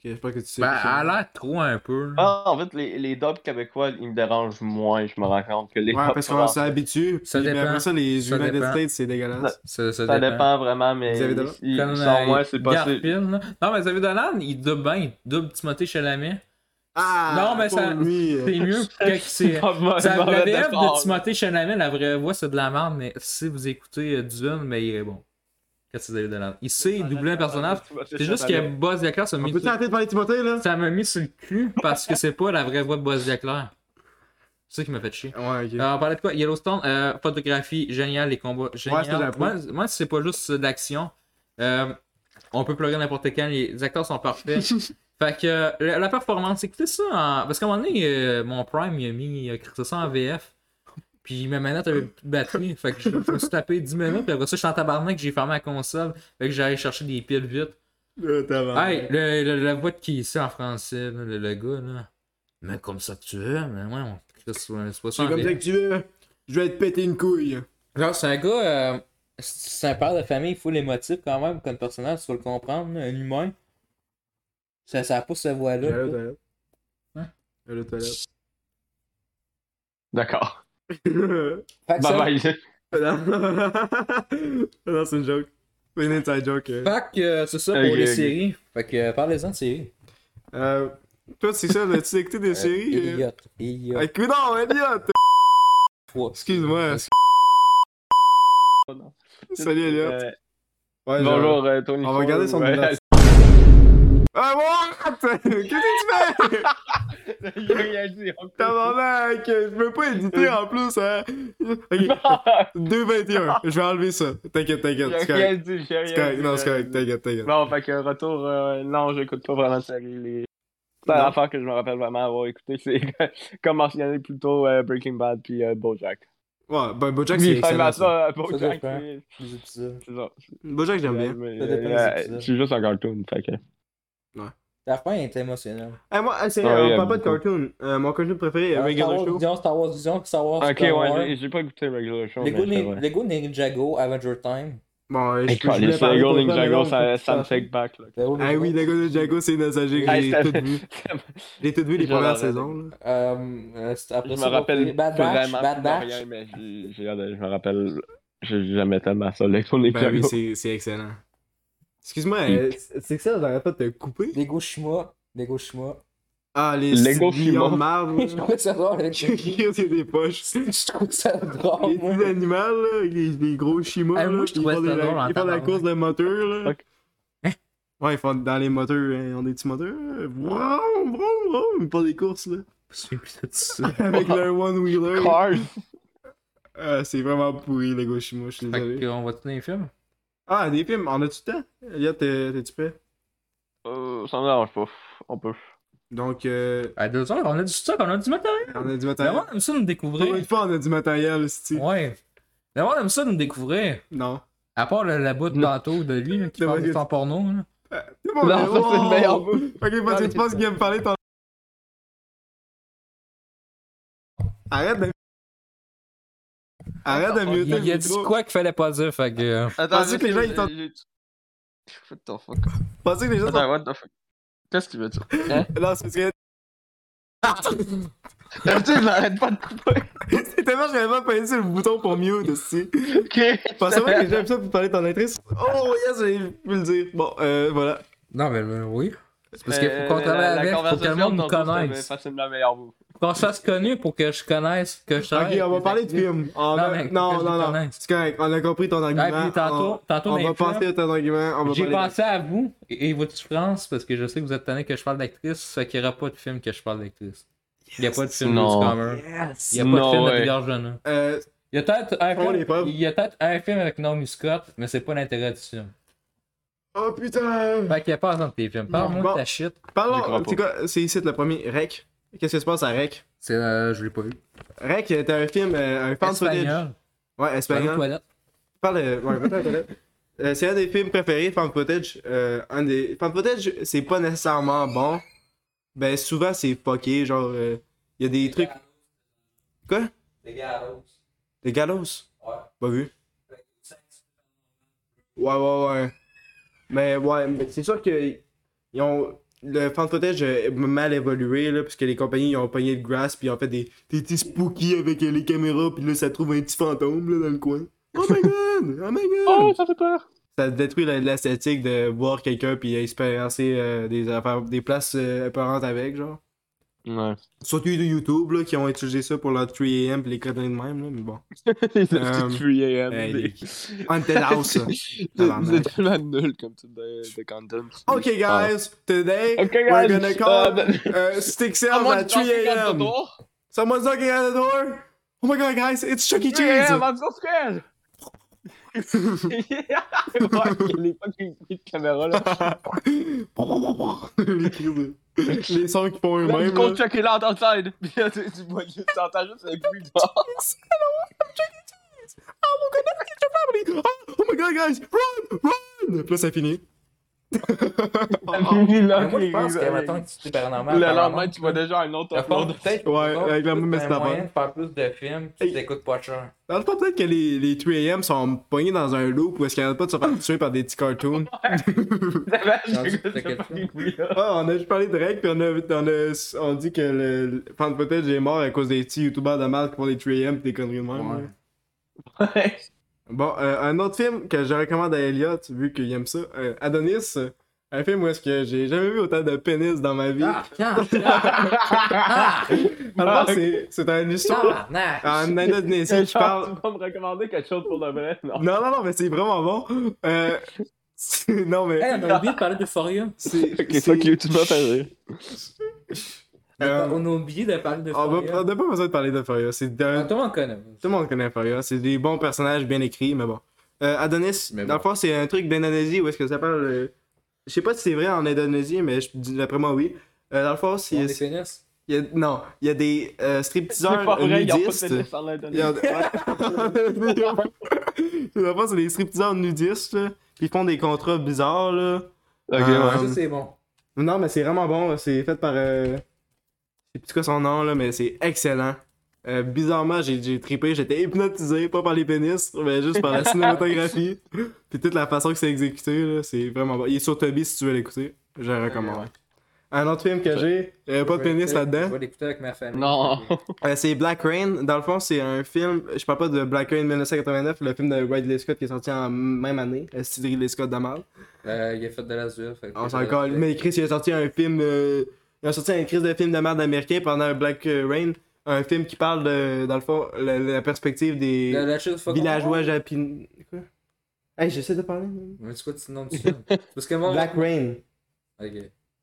[SPEAKER 2] Fait que J'espère que tu sais.
[SPEAKER 3] Ben,
[SPEAKER 2] que c'est-
[SPEAKER 3] elle a l'air trop un peu. là.
[SPEAKER 1] Ah, en fait, les, les dubs québécois, ils me dérangent moins, je me rends compte que les
[SPEAKER 2] Ouais,
[SPEAKER 1] dubs
[SPEAKER 2] parce qu'on
[SPEAKER 1] français.
[SPEAKER 2] s'habitue.
[SPEAKER 3] Ça
[SPEAKER 2] puis, mais
[SPEAKER 3] dépend.
[SPEAKER 2] après ça, les
[SPEAKER 3] Ça
[SPEAKER 2] United
[SPEAKER 3] dépend.
[SPEAKER 2] States, c'est dégueulasse.
[SPEAKER 3] Ça, ça
[SPEAKER 1] Ça
[SPEAKER 3] dépend.
[SPEAKER 1] dépend vraiment, mais
[SPEAKER 2] Vous avez de-
[SPEAKER 1] ils-
[SPEAKER 3] Comme,
[SPEAKER 1] sans
[SPEAKER 3] euh,
[SPEAKER 1] moi, c'est pas c'est-
[SPEAKER 3] Garfield, là. Non, mais Xavier Dolan, il double bien, il double Timothée Chalamet.
[SPEAKER 2] Ah!
[SPEAKER 3] Non, mais
[SPEAKER 2] pour
[SPEAKER 3] ça-
[SPEAKER 2] lui, euh,
[SPEAKER 3] C'est mieux que c'est.
[SPEAKER 1] pas mauvais-
[SPEAKER 3] Ça-
[SPEAKER 1] mauvais
[SPEAKER 3] La VF de
[SPEAKER 1] effort.
[SPEAKER 3] Timothée Chalamet, la vraie voix, c'est de la merde, mais si vous écoutez euh, Dune, mais il est bon. Qu'est-ce que c'est Xavier Dolan? Il sait
[SPEAKER 1] Ah,
[SPEAKER 3] doubler un personnage. C'est juste que Buzz Lightyear, ça m'a
[SPEAKER 2] On
[SPEAKER 3] mis,
[SPEAKER 2] peut arrêter de parler de Timothée, là?
[SPEAKER 3] ça m'a mis sur le cul parce que c'est pas la vraie voix de Buzz Lightyear. C'est ça qui m'a fait chier.
[SPEAKER 2] Ouais, ok.
[SPEAKER 3] Alors, on parlait de quoi Yellowstone, euh, photographie géniale, les combats géniaux.
[SPEAKER 2] c'est la
[SPEAKER 3] moi, moi, c'est pas juste de l'action. Euh, on peut pleurer n'importe quand, les acteurs sont parfaits. fait que euh, la, la performance, écoutez ça. en- Parce qu'à un moment donné, euh, mon Prime, il a mis il a écrit ça en VF. Puis ma manette avait plus de batterie. Fait que je, je me suis tapé 10 minutes. Puis après ça, je suis en tabarnak, j'ai fermé la console. Fait que j'allais chercher des piles vite.
[SPEAKER 2] Euh, t'as avant.
[SPEAKER 3] Hey, le, le- la voix de qui ici en français, là, le, le gars, là. Mais comme ça que tu veux, mais ouais, on... c'est pas ça.
[SPEAKER 2] C'est
[SPEAKER 3] en
[SPEAKER 2] comme
[SPEAKER 3] VF.
[SPEAKER 2] ça que tu veux. Je vais te péter une couille.
[SPEAKER 3] Genre, c'est un gars. euh, c'est un père de famille, il faut les motifs quand même, comme personnage, tu vas le comprendre, là, un humain. Ça, ça a pas cette voix-là.
[SPEAKER 2] Allô,
[SPEAKER 3] quoi.
[SPEAKER 2] toilette.
[SPEAKER 3] Hein?
[SPEAKER 2] Allô, toilette.
[SPEAKER 1] D'accord.
[SPEAKER 3] Fait que ça-
[SPEAKER 1] Bye bye.
[SPEAKER 2] Non, Non, c'est une joke. C'est une inside joke. euh.
[SPEAKER 3] fait que, euh, c'est ça pour
[SPEAKER 1] Ok,
[SPEAKER 3] les
[SPEAKER 1] ok.
[SPEAKER 3] séries. Fait que euh, parlez-en de séries.
[SPEAKER 2] Euh, Toi, c'est ça, là, tu sais écouter des séries? euh?
[SPEAKER 3] Elliot. Elliot.
[SPEAKER 2] Ah, écoute, non, Elliot!
[SPEAKER 3] Trois.
[SPEAKER 2] Excuse-moi.
[SPEAKER 1] Oh, non.
[SPEAKER 2] Salut, Elliot.
[SPEAKER 1] Euh,
[SPEAKER 2] Ouais, genre-
[SPEAKER 1] bonjour, euh, Tony.
[SPEAKER 2] On va regarder son
[SPEAKER 1] Ouais.
[SPEAKER 2] bilan. Ah, what? Qu'est-ce que tu fais?
[SPEAKER 1] Il a rien dit. on coupe.
[SPEAKER 2] Tabarnak! Je peux pas éditer en plus, hein! Ok, 2.21, je vais enlever ça. T'inquiète, t'inquiète,
[SPEAKER 1] Il a
[SPEAKER 2] c'est
[SPEAKER 1] rien
[SPEAKER 2] correct.
[SPEAKER 1] dit. j'ai
[SPEAKER 2] C'est
[SPEAKER 1] rien
[SPEAKER 2] correct,
[SPEAKER 1] dit,
[SPEAKER 2] non, c'est
[SPEAKER 1] euh,
[SPEAKER 2] correct, t'inquiète, t'inquiète.
[SPEAKER 1] Bon, fait que retour, euh, non, j'écoute pas vraiment de série. Les... C'est
[SPEAKER 2] Non.
[SPEAKER 1] l'affaire que je me rappelle vraiment avoir écouté, c'est comme mentionné plus tôt euh, Breaking Bad puis euh, Bojack.
[SPEAKER 2] Ouais, ben Bojack, c'est
[SPEAKER 1] Puis finalement
[SPEAKER 2] excellent.
[SPEAKER 1] ça, euh,
[SPEAKER 2] ça.
[SPEAKER 3] Ça
[SPEAKER 1] Bojack,
[SPEAKER 3] dépend.
[SPEAKER 1] c'est
[SPEAKER 3] Des épisodes.
[SPEAKER 1] c'est ça.
[SPEAKER 2] Bojack, j'aime bien.
[SPEAKER 1] Mais,
[SPEAKER 3] Ça dépend des
[SPEAKER 1] euh,
[SPEAKER 3] épisodes.
[SPEAKER 1] C'est juste un cartoon, fait que.
[SPEAKER 3] La fin est émotionnelle.
[SPEAKER 2] Eh, moi, ah, c'est,
[SPEAKER 1] Ouais,
[SPEAKER 2] euh, on
[SPEAKER 1] j'aime
[SPEAKER 2] parle pas de
[SPEAKER 1] beaucoup.
[SPEAKER 2] cartoon. Euh, mon cartoon préféré, euh,
[SPEAKER 3] Euh, Star
[SPEAKER 2] Regular
[SPEAKER 3] Wars
[SPEAKER 2] Show.
[SPEAKER 3] Vision, Star Wars Vision, Star Wars
[SPEAKER 1] Ok,
[SPEAKER 3] Star Wars.
[SPEAKER 1] ouais, j'ai- j'ai pas écouté Regular Show.
[SPEAKER 3] Les
[SPEAKER 1] mais c'est
[SPEAKER 3] Go-
[SPEAKER 1] vrai.
[SPEAKER 3] Les Go Ninjago, Avenger Time.
[SPEAKER 2] Bon, euh, je,
[SPEAKER 1] Hey,
[SPEAKER 2] je voulais
[SPEAKER 1] Colin,
[SPEAKER 2] parler
[SPEAKER 1] Lego
[SPEAKER 2] pour toi, mais
[SPEAKER 1] Ninjago,
[SPEAKER 2] non,
[SPEAKER 1] ça
[SPEAKER 2] faut que
[SPEAKER 1] ça me
[SPEAKER 2] tu fasses.
[SPEAKER 1] take back. Là.
[SPEAKER 2] Ah oui, Lego Ninjago, c'est nostalgique,
[SPEAKER 1] Hey,
[SPEAKER 2] j'ai
[SPEAKER 1] ça-
[SPEAKER 2] tout vu. J'ai tout vu les
[SPEAKER 1] Je
[SPEAKER 2] premières
[SPEAKER 1] l'aurais
[SPEAKER 2] saisons, là.
[SPEAKER 3] Euh, euh, c'est-
[SPEAKER 1] Je
[SPEAKER 3] après
[SPEAKER 1] me
[SPEAKER 3] ça,
[SPEAKER 1] rappelle
[SPEAKER 3] Bad Batch,
[SPEAKER 1] vraiment
[SPEAKER 3] Bad
[SPEAKER 1] plus de
[SPEAKER 3] Batch.
[SPEAKER 1] rien, mais j'ai- j'ai- je me rappelle. J'ai jamais tellement ça, Lego
[SPEAKER 2] Ben oui,
[SPEAKER 1] Ninjago.
[SPEAKER 2] c'est, c'est excellent. Excuse-moi, euh, c'est c'est que ça, j'arrête pas de te couper?
[SPEAKER 3] Lego Shima. Lego Shima.
[SPEAKER 2] Ah, les
[SPEAKER 1] Lego
[SPEAKER 2] petits lions de
[SPEAKER 1] Fimo.
[SPEAKER 2] marbre,
[SPEAKER 3] Je
[SPEAKER 2] là.
[SPEAKER 3] trouvais ça drôle. avec-
[SPEAKER 2] c'est des poches.
[SPEAKER 3] Je trouve ça
[SPEAKER 2] Les
[SPEAKER 3] drôle, moi.
[SPEAKER 2] petits animaux, là, avec les, les gros chimas,
[SPEAKER 3] Ah,
[SPEAKER 2] là,
[SPEAKER 3] moi, je
[SPEAKER 2] qui
[SPEAKER 3] trouvais
[SPEAKER 2] font des-
[SPEAKER 3] ça drôle
[SPEAKER 2] ils
[SPEAKER 3] en
[SPEAKER 2] font de la
[SPEAKER 3] tabarnak.
[SPEAKER 2] course de moteur, là. Hein?
[SPEAKER 1] Fuck.
[SPEAKER 2] Ouais, ils font dans les moteurs, hein, ils ont des petits moteurs. là. Vroom, vroom, vroom, ils font des courses, là. Avec leur one-wheeler.
[SPEAKER 1] Cars!
[SPEAKER 2] Ah, c'est vraiment pourri, les gros chimas, je suis
[SPEAKER 3] Fait
[SPEAKER 2] désolé.
[SPEAKER 3] qu'on va tenir les films.
[SPEAKER 2] Ah, des films, on a-tu le temps? Elliot, t'es- t'es-tu prêt?
[SPEAKER 1] Euh, ça me dérange pas. On peut.
[SPEAKER 2] Donc, euh,
[SPEAKER 3] À deux heures, on a du stock, on a du matériel.
[SPEAKER 2] on a du
[SPEAKER 3] Le
[SPEAKER 2] matériel.
[SPEAKER 3] monde aime ça nous
[SPEAKER 2] Pour une
[SPEAKER 3] découvrir.
[SPEAKER 2] fois, on a du matériel, cest
[SPEAKER 3] Ouais. Le monde aime ça nous découvrir.
[SPEAKER 2] Non.
[SPEAKER 3] À part le- la bout de tantôt de lui là, qui
[SPEAKER 2] Non,
[SPEAKER 3] parle de
[SPEAKER 2] mais-
[SPEAKER 3] son porno. là.
[SPEAKER 2] C'est bon,
[SPEAKER 1] Non, ça, c'est le meilleur
[SPEAKER 2] Ok, parce que tu penses qu'il va me parler ton. Arrête de. Arrête de
[SPEAKER 1] Il-
[SPEAKER 2] muter
[SPEAKER 3] Il,
[SPEAKER 2] le
[SPEAKER 3] il a dit
[SPEAKER 2] micro.
[SPEAKER 3] quoi qu'il fallait pas dire, fait que. euh,
[SPEAKER 1] Attends,
[SPEAKER 2] Pensez que les gens, ils t'ont-
[SPEAKER 1] What the fuck?
[SPEAKER 2] Pensez que les gens sont.
[SPEAKER 1] Hein? Attends, what the fuck? Qu'est-ce qu'il veut dire?
[SPEAKER 2] Non, c'est parce que.
[SPEAKER 1] D'habitude, je m'arrête pas de couper.
[SPEAKER 2] C'est tellement que j'avais pas appuyé sur le bouton pour mute aussi.
[SPEAKER 1] Ok.
[SPEAKER 2] Pensez savoir que j'ai appuyé ça pour parler de ton actrice. Oh yes, j'ai pu le dire. Bon, euh, voilà.
[SPEAKER 3] Non, mais euh, oui. C'est parce qu'il
[SPEAKER 1] Euh,
[SPEAKER 3] faut qu'on travaille
[SPEAKER 1] la- la
[SPEAKER 3] avec, faut que le
[SPEAKER 1] conversation,
[SPEAKER 3] monde nous
[SPEAKER 1] dans le fond,
[SPEAKER 3] connaisse.
[SPEAKER 1] c'est facilement meilleur vous.
[SPEAKER 3] Qu'on se fasse connu pour que je connaisse, que je
[SPEAKER 2] Ok,
[SPEAKER 3] travaille
[SPEAKER 2] on va
[SPEAKER 3] avec
[SPEAKER 2] parler
[SPEAKER 3] les
[SPEAKER 2] de film. On
[SPEAKER 3] Non,
[SPEAKER 2] va-
[SPEAKER 3] mais-
[SPEAKER 2] non,
[SPEAKER 3] je
[SPEAKER 2] non,
[SPEAKER 3] le
[SPEAKER 2] non.
[SPEAKER 3] connais.
[SPEAKER 2] C'est correct, on a compris ton
[SPEAKER 3] Ah,
[SPEAKER 2] argument.
[SPEAKER 3] puis tantôt,
[SPEAKER 2] on,
[SPEAKER 3] tantôt,
[SPEAKER 2] hein. on
[SPEAKER 3] dans
[SPEAKER 2] va
[SPEAKER 3] les films,
[SPEAKER 2] penser à ton argument. On va
[SPEAKER 3] j'ai
[SPEAKER 2] parler-
[SPEAKER 3] pensé à vous et, et votre souffrance parce que je sais que vous êtes tanné que je parle d'actrice, fait qu'il n'y aura pas de film que je parle d'actrice. Il n'y a pas de film de
[SPEAKER 1] Non.
[SPEAKER 3] Newcomer. Il n'y a pas
[SPEAKER 1] Non,
[SPEAKER 3] de film
[SPEAKER 1] ouais.
[SPEAKER 3] de Edgar Jeunet.
[SPEAKER 2] Euh,
[SPEAKER 3] Il y a peut-être un,
[SPEAKER 2] Oh, les
[SPEAKER 3] film-
[SPEAKER 2] preuves.
[SPEAKER 3] il y a peut-être un film avec Naomi Scott, mais c'est pas l'intérêt du film.
[SPEAKER 2] Oh putain!
[SPEAKER 3] Fait qu'il n'y a pas exemple tes films. Parle-moi
[SPEAKER 2] Bon.
[SPEAKER 3] de ta shit.
[SPEAKER 1] Je crois
[SPEAKER 2] Parlons,
[SPEAKER 1] pas.
[SPEAKER 2] c'est quoi, c'est ici le premier, Rec. Qu'est-ce qui se passe à Rec?
[SPEAKER 3] C'est, euh, je l'ai pas vu.
[SPEAKER 2] Rec était un film, euh, un fan footage.
[SPEAKER 3] Espagnol.
[SPEAKER 2] Ouais,
[SPEAKER 3] Dans les
[SPEAKER 2] espagnol.
[SPEAKER 3] toilettes.
[SPEAKER 2] Parle, euh, ouais, va-t'en, va-t'en. Euh, c'est un des films préférés, fan footage. Euh, un des... Fan footage, c'est pas nécessairement bon. Ben, souvent, c'est fucké, genre, il y a des trucs... Quoi? Des gallows.
[SPEAKER 3] Ouais.
[SPEAKER 2] Pas vu. Ouais, ouais, ouais. Mais ouais, mais c'est sûr que ils ont, le fan footage a mal évolué, là, parce que les compagnies ils ont pogné le grass, puis ils ont fait des, des petits spooky avec euh, les caméras, puis là, ça trouve un petit fantôme là, dans le coin. Oh my god! Oh my god!
[SPEAKER 1] Oh, ça fait peur.
[SPEAKER 2] Ça détruit la- l'esthétique de voir quelqu'un, puis expérimenter euh, des, affaires- des places euh, apparentes avec, genre.
[SPEAKER 1] Ouais.
[SPEAKER 2] Surtout de YouTube, là, qui ont utilisé ça pour leur 3am, puis les conneries de même, là, mais bon.
[SPEAKER 1] Les
[SPEAKER 2] Euh,
[SPEAKER 1] petits hein, 3
[SPEAKER 2] hey,
[SPEAKER 1] AM.
[SPEAKER 2] les-
[SPEAKER 1] C'est
[SPEAKER 2] Haunted House! ça.
[SPEAKER 1] c'est tellement nul comme type de, de content.
[SPEAKER 2] Okay, guys, today
[SPEAKER 1] Okay,
[SPEAKER 2] we're
[SPEAKER 1] guys,
[SPEAKER 2] gonna call
[SPEAKER 1] um,
[SPEAKER 2] uh, Stick Sales
[SPEAKER 1] Someone
[SPEAKER 2] at 3
[SPEAKER 1] knocking at the
[SPEAKER 2] a.m.
[SPEAKER 1] door.
[SPEAKER 2] Someone's knocking at the door. Oh my god, guys, it's Chuck E. Cheese.
[SPEAKER 1] Yeah, I'm so scared. ouais, il est pas qu'il y ait de caméra là.
[SPEAKER 2] les, cris de- les sons qui font
[SPEAKER 1] Là,
[SPEAKER 2] eux-mêmes.
[SPEAKER 1] tu comptes
[SPEAKER 2] là.
[SPEAKER 1] checker l'autre outside. Puis là, tu tu vois, tu entends juste le bruit dehors.
[SPEAKER 2] Oh, we're gonna get your family. Oh, oh my god, guys, run, run. Puis là, ça finit. Ah,
[SPEAKER 1] Puis là,
[SPEAKER 3] Mais moi, je
[SPEAKER 2] euh,
[SPEAKER 3] pense
[SPEAKER 1] il-
[SPEAKER 3] que maintenant que tu es paranormal,
[SPEAKER 1] Le
[SPEAKER 3] apparemment,
[SPEAKER 1] lendemain, tu vois déjà un autre
[SPEAKER 3] la forme
[SPEAKER 1] upload.
[SPEAKER 3] peut-être.
[SPEAKER 2] Ouais,
[SPEAKER 3] la forme,
[SPEAKER 2] avec la même
[SPEAKER 3] c'est un
[SPEAKER 2] estampe.
[SPEAKER 3] moyen de faire plus de films qui
[SPEAKER 2] Hey.
[SPEAKER 3] t'écoutent pas cher.
[SPEAKER 2] Dans le fond, peut-être que les, les 3am sont pognés dans un loop où est-ce qu'ils n'arrêtent pas de se faire tuer par des petits cartoons. Ah, on a juste parlé de règles, puis on a, on a- on dit que le, le fan footage est mort à cause des petits youtubeurs de mal qui font des 3am pis des conneries de même.
[SPEAKER 3] Ouais.
[SPEAKER 2] là. Bon, euh, un autre film que je recommande à Elliot, vu qu'il aime ça, euh, Adonis. euh, Un film où est-ce que j'ai jamais vu autant de pénis dans ma vie.
[SPEAKER 3] Ah, tiens, ah,
[SPEAKER 2] Alors, c'est, c'est un histoire Ah,
[SPEAKER 3] tabarnak.
[SPEAKER 2] en Indonésie qui parle.
[SPEAKER 1] Tu vas me recommander quelque chose pour de vrai, non?
[SPEAKER 2] Non, non, non, mais c'est vraiment bon. Euh, c'est- non, mais.
[SPEAKER 3] Hey, on a oublié de parler d'Euphoria.
[SPEAKER 2] C'est,
[SPEAKER 1] Ok,
[SPEAKER 2] c'est-
[SPEAKER 1] fuck you, tu m'as fait rire.
[SPEAKER 2] euh,
[SPEAKER 3] on a oublié de parler
[SPEAKER 2] on va-
[SPEAKER 3] d'Euphoria.
[SPEAKER 2] on n'a pas besoin de parler de Furia. C'est d'un-
[SPEAKER 3] Tout le monde connaît.
[SPEAKER 2] Tout le monde connaît Furia, c'est des bons personnages bien écrits, mais bon. Euh, Adonis, dans le fond, c'est un truc d'Indonésie où est-ce que ça parle. euh, Je sais pas si c'est vrai en Indonésie, mais je dis d'après moi oui. Euh, dans le fond,
[SPEAKER 3] On
[SPEAKER 2] c'est.
[SPEAKER 3] les pénis.
[SPEAKER 2] il y a- Non, il y a des euh,
[SPEAKER 1] C'est pas
[SPEAKER 2] stripteaseurs
[SPEAKER 1] vrai, il y a pas
[SPEAKER 2] nudistes.
[SPEAKER 1] de dessin là
[SPEAKER 2] Il y a- Ouais. Dans le fond, c'est des stripteaseurs nudistes, là, puis ils font des contrats bizarres, là. Euh,
[SPEAKER 1] Ok,
[SPEAKER 3] Ah, Ça, c'est bon.
[SPEAKER 2] Non, mais c'est vraiment bon. C'est fait par. Euh... Je sais plus quoi son nom, là, mais c'est excellent. Euh, bizarrement, j'ai, j'ai trippé. J'étais hypnotisé, pas par les pénis, mais juste par la cinématographie. Puis toute la façon que c'est exécuté, là, c'est vraiment bon. Il est sur Toby si tu veux l'écouter. Je le recommande. Un autre film que j'ai, euh, pas de pénis là-dedans.
[SPEAKER 3] Je vais l'écouter avec ma famille.
[SPEAKER 1] Non.
[SPEAKER 2] Euh, c'est Black Rain. Dans le fond, c'est un film. Je parle pas de Black Rain 1989, le film de Ridley Scott qui est sorti en même année. Euh, C'est Ridley Scott d'Amal.
[SPEAKER 3] Euh, il a fait de l'azur. fait que- euh,
[SPEAKER 2] On s'en colle. Mais Chris, il a sorti un film. euh, il a sorti un Chris de film de merde américain pendant Black euh, Rain. Un film qui parle, de, dans le fond, la, la perspective des
[SPEAKER 3] La- la chose, faut qu'on-
[SPEAKER 2] villageois japonais. Quoi Hey, j'essaie de parler. man.
[SPEAKER 3] Mais c'est quoi le nom du film? Parce que moi.
[SPEAKER 2] Black Rain.
[SPEAKER 3] Ok.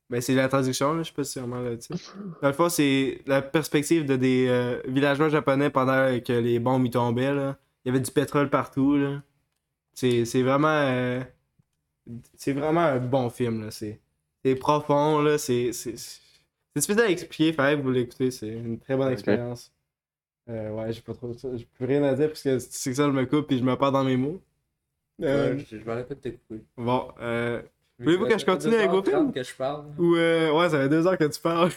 [SPEAKER 2] Ben, c'est la traduction, là, je sais pas si c'est vraiment le titre. Dans le fond, c'est la perspective de des euh, villageois japonais pendant que les bombes y tombaient. Là. Il y avait du pétrole partout. Là. C'est, c'est vraiment. euh, c'est vraiment un bon film. Là. C'est, c'est profond. Là. C'est, c'est, c'est difficile à expliquer. Fallait que vous l'écoutez. C'est une très bonne
[SPEAKER 1] Ok.
[SPEAKER 2] expérience. Euh, ouais, j'ai pas trop. J'ai plus rien à dire parce que c'est que ça, je me coupe et je me perds dans mes mots. Euh,
[SPEAKER 3] Ouais, Je je vais arrêter de t'écouter.
[SPEAKER 2] Bon. euh, Voulez-vous que je continue
[SPEAKER 3] Ça fait
[SPEAKER 2] avec vos
[SPEAKER 3] 2h30
[SPEAKER 2] films?
[SPEAKER 3] que je parle.
[SPEAKER 2] ou, euh, ouais, ça fait deux heures que tu parles.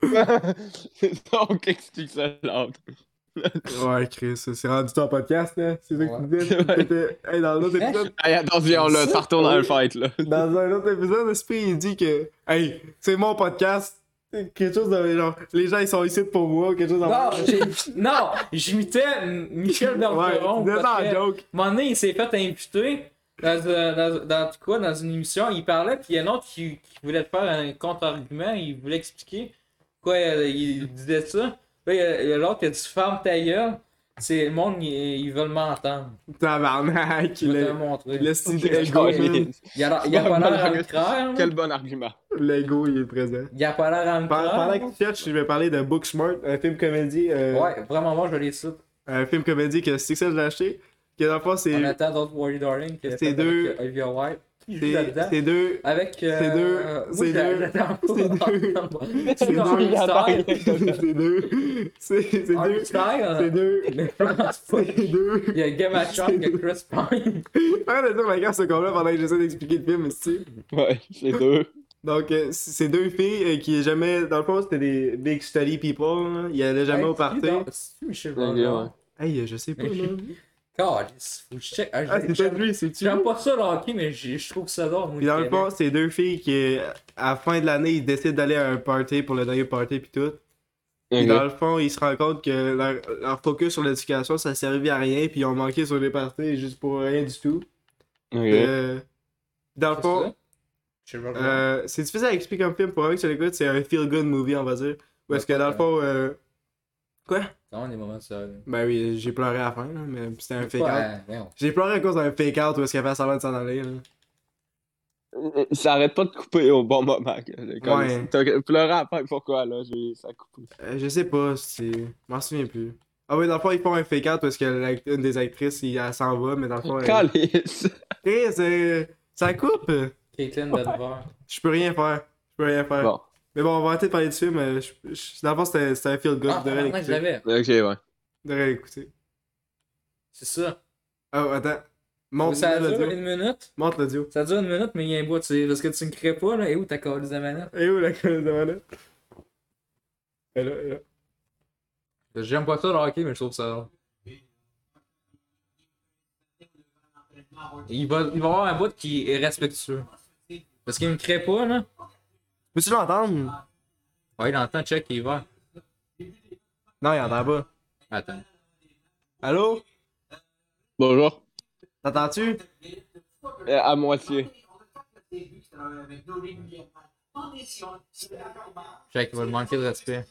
[SPEAKER 1] Donc, explique ça l'autre.
[SPEAKER 2] Ouais, Chris, c'est c'est rendu ton podcast, là. C'est ça que tu disais.
[SPEAKER 1] Ouais.
[SPEAKER 2] T'étais- hey, dans un autre
[SPEAKER 3] Hey,
[SPEAKER 2] épisode,
[SPEAKER 1] Hey, attention, là, ça retourne à le fight, là.
[SPEAKER 2] dans un autre épisode, Esprit, il dit que, hey, c'est mon podcast, Quelque chose de genre, les gens ils sont ici pour moi, quelque chose de.
[SPEAKER 3] Non, j'ai- non, j'imitais M- Michel Bergeron.
[SPEAKER 2] ouais,
[SPEAKER 3] parce
[SPEAKER 2] c'est
[SPEAKER 3] que,
[SPEAKER 2] un
[SPEAKER 3] à un
[SPEAKER 2] joke.
[SPEAKER 3] moment donné, il s'est fait imputer dans, euh, dans, dans- quoi, dans une émission. Il parlait, puis il y en a un autre qui, qui voulait te faire un contre-argument. Il voulait expliquer pourquoi euh, il disait ça. Là, il y a- il y a l'autre qui a dit Ferme ta gueule. C'est, le monde, ils, ils veulent m'entendre.
[SPEAKER 2] Tabarnak,
[SPEAKER 3] Je
[SPEAKER 2] il
[SPEAKER 3] vais te le
[SPEAKER 2] est.
[SPEAKER 3] montrer.
[SPEAKER 2] L'esti
[SPEAKER 1] Quel
[SPEAKER 2] d'ego, man.
[SPEAKER 3] Il a, il a pas l'air à me
[SPEAKER 2] hein.
[SPEAKER 3] craindre.
[SPEAKER 1] Quel bon argument.
[SPEAKER 2] L'ego, il est présent.
[SPEAKER 3] Il a pas l'air à me
[SPEAKER 2] Par- Pendant
[SPEAKER 3] craindre.
[SPEAKER 2] que tu cherches, je vais parler de Booksmart, un film comédie. euh,
[SPEAKER 3] Ouais, vraiment, moi, je les cite.
[SPEAKER 2] Un film comédie que Sixel l'a acheté. Que dans le fond, c'est.
[SPEAKER 3] On attend Don't Worry Darling. qui
[SPEAKER 2] C'est
[SPEAKER 3] est fait avec,
[SPEAKER 2] deux-
[SPEAKER 3] euh, Olivia Wilde. Qui joue
[SPEAKER 2] C'est
[SPEAKER 3] là-dedans.
[SPEAKER 2] c'est deux.
[SPEAKER 3] Avec. euh,
[SPEAKER 2] C'est deux-
[SPEAKER 3] oui,
[SPEAKER 2] c'est
[SPEAKER 3] j'a-
[SPEAKER 2] deux-
[SPEAKER 3] j'attends
[SPEAKER 2] c'est
[SPEAKER 3] pas.
[SPEAKER 2] deux-
[SPEAKER 3] C'est
[SPEAKER 2] deux-
[SPEAKER 3] deux stars.
[SPEAKER 2] c'est deux. C'est c'est deux.
[SPEAKER 3] Harry Styles.
[SPEAKER 2] C'est deux.
[SPEAKER 3] Mais vraiment, c'est pas-
[SPEAKER 2] C'est deux.
[SPEAKER 3] Il y a Gamachon, il y a Chris Pine.
[SPEAKER 2] Arrête de dire la guerre ce là pendant que j'essaie d'expliquer le film ici.
[SPEAKER 1] Ouais, c'est deux.
[SPEAKER 2] Donc, euh, c- c'est deux filles euh, qui jamais. Dans le fond, c'était des big study people. là. Ils allaient jamais
[SPEAKER 3] Hey,
[SPEAKER 2] au
[SPEAKER 3] c'est
[SPEAKER 2] party.
[SPEAKER 3] qui dans- C'est Michel
[SPEAKER 1] Ouais.
[SPEAKER 3] Bergeron.
[SPEAKER 2] Hey, euh, je sais pas, là.
[SPEAKER 3] God, faut que je check. Ah,
[SPEAKER 2] Ah, c'est
[SPEAKER 3] j'ai-
[SPEAKER 2] peut-être lui, c'est-tu?
[SPEAKER 3] J'aime pas ça le hockey, mais j'ai- je trouve ça drôle. moi,
[SPEAKER 2] Puis dans le
[SPEAKER 3] Québec.
[SPEAKER 2] fond, c'est deux filles qui, euh, à la fin de l'année, ils décident d'aller à un party pour le dernier party puis tout. Puis dans le fond, ils se rendent compte que leur, leur focus sur l'éducation, ça servait à rien, puis ils ont manqué sur les parties juste pour rien du tout. Euh, dans le
[SPEAKER 3] C'est
[SPEAKER 2] fond,
[SPEAKER 3] ça? Michel Bergeron.
[SPEAKER 2] Euh, c'est difficile à expliquer comme film. Pour un que tu l'écoutes, c'est un feel-good movie, on va dire. Ou est-ce que dans le fond. euh,
[SPEAKER 3] Non, des moments sérieux.
[SPEAKER 2] Ben oui, j'ai pleuré à la fin, là, mais c'était un fake-out.
[SPEAKER 3] Ouais, merde.
[SPEAKER 2] J'ai pleuré à cause d'un fake-out où est-ce qu'elle fait semblant de s'en aller. Là.
[SPEAKER 1] Euh, Ça arrête pas de couper au bon moment. que- Comme
[SPEAKER 2] Ouais.
[SPEAKER 1] T'as pleuré à la fin, pourquoi là? j'ai- Ça coupe.
[SPEAKER 2] Euh, je sais pas, c'est. Je m'en souviens plus. Ah oui, dans le fond, ils font un fake-out où est-ce que l'act- une des actrices, il- elle s'en va, mais dans le fond. elle-
[SPEAKER 1] Calice!
[SPEAKER 2] Chris, euh, ça coupe!
[SPEAKER 3] Caitlin Denver.
[SPEAKER 2] Je peux rien faire. Je peux rien faire.
[SPEAKER 1] Bon,
[SPEAKER 2] Mais bon, on va arrêter de parler du film. euh, je- je- Dans le fond, c'était c'était un feel-good.
[SPEAKER 3] Ah,
[SPEAKER 2] je devrais
[SPEAKER 3] tabarnak, je
[SPEAKER 2] l'écouter.
[SPEAKER 3] l'avais.
[SPEAKER 1] ok, ouais.
[SPEAKER 2] Je devrais l'écouter.
[SPEAKER 3] C'est ça.
[SPEAKER 2] Oh, attends.
[SPEAKER 3] Mais
[SPEAKER 2] Montre
[SPEAKER 3] Ça dure
[SPEAKER 2] l'audio.
[SPEAKER 3] une minute.
[SPEAKER 2] Montre l'audio.
[SPEAKER 3] Ça dure une minute, mais il y a un bout, tu sais, parce que tu ne crées pas, là, et où ta calice de manette?
[SPEAKER 2] Et où la colonne de manette? Elle est là, elle est là.
[SPEAKER 3] J'aime pas ça le hockey, mais je trouve ça drôle. Il va, il va avoir un bout qui est respectueux. Parce qu'il me crée pas, là.
[SPEAKER 2] Peux-tu l'entendre?
[SPEAKER 3] Ouais, il entend, check, il va.
[SPEAKER 2] Non, il entend pas.
[SPEAKER 3] Attends.
[SPEAKER 2] Allô?
[SPEAKER 1] Bonjour.
[SPEAKER 2] T'entends-tu?
[SPEAKER 1] Euh, à moitié.
[SPEAKER 3] Check, il va le manquer de respect.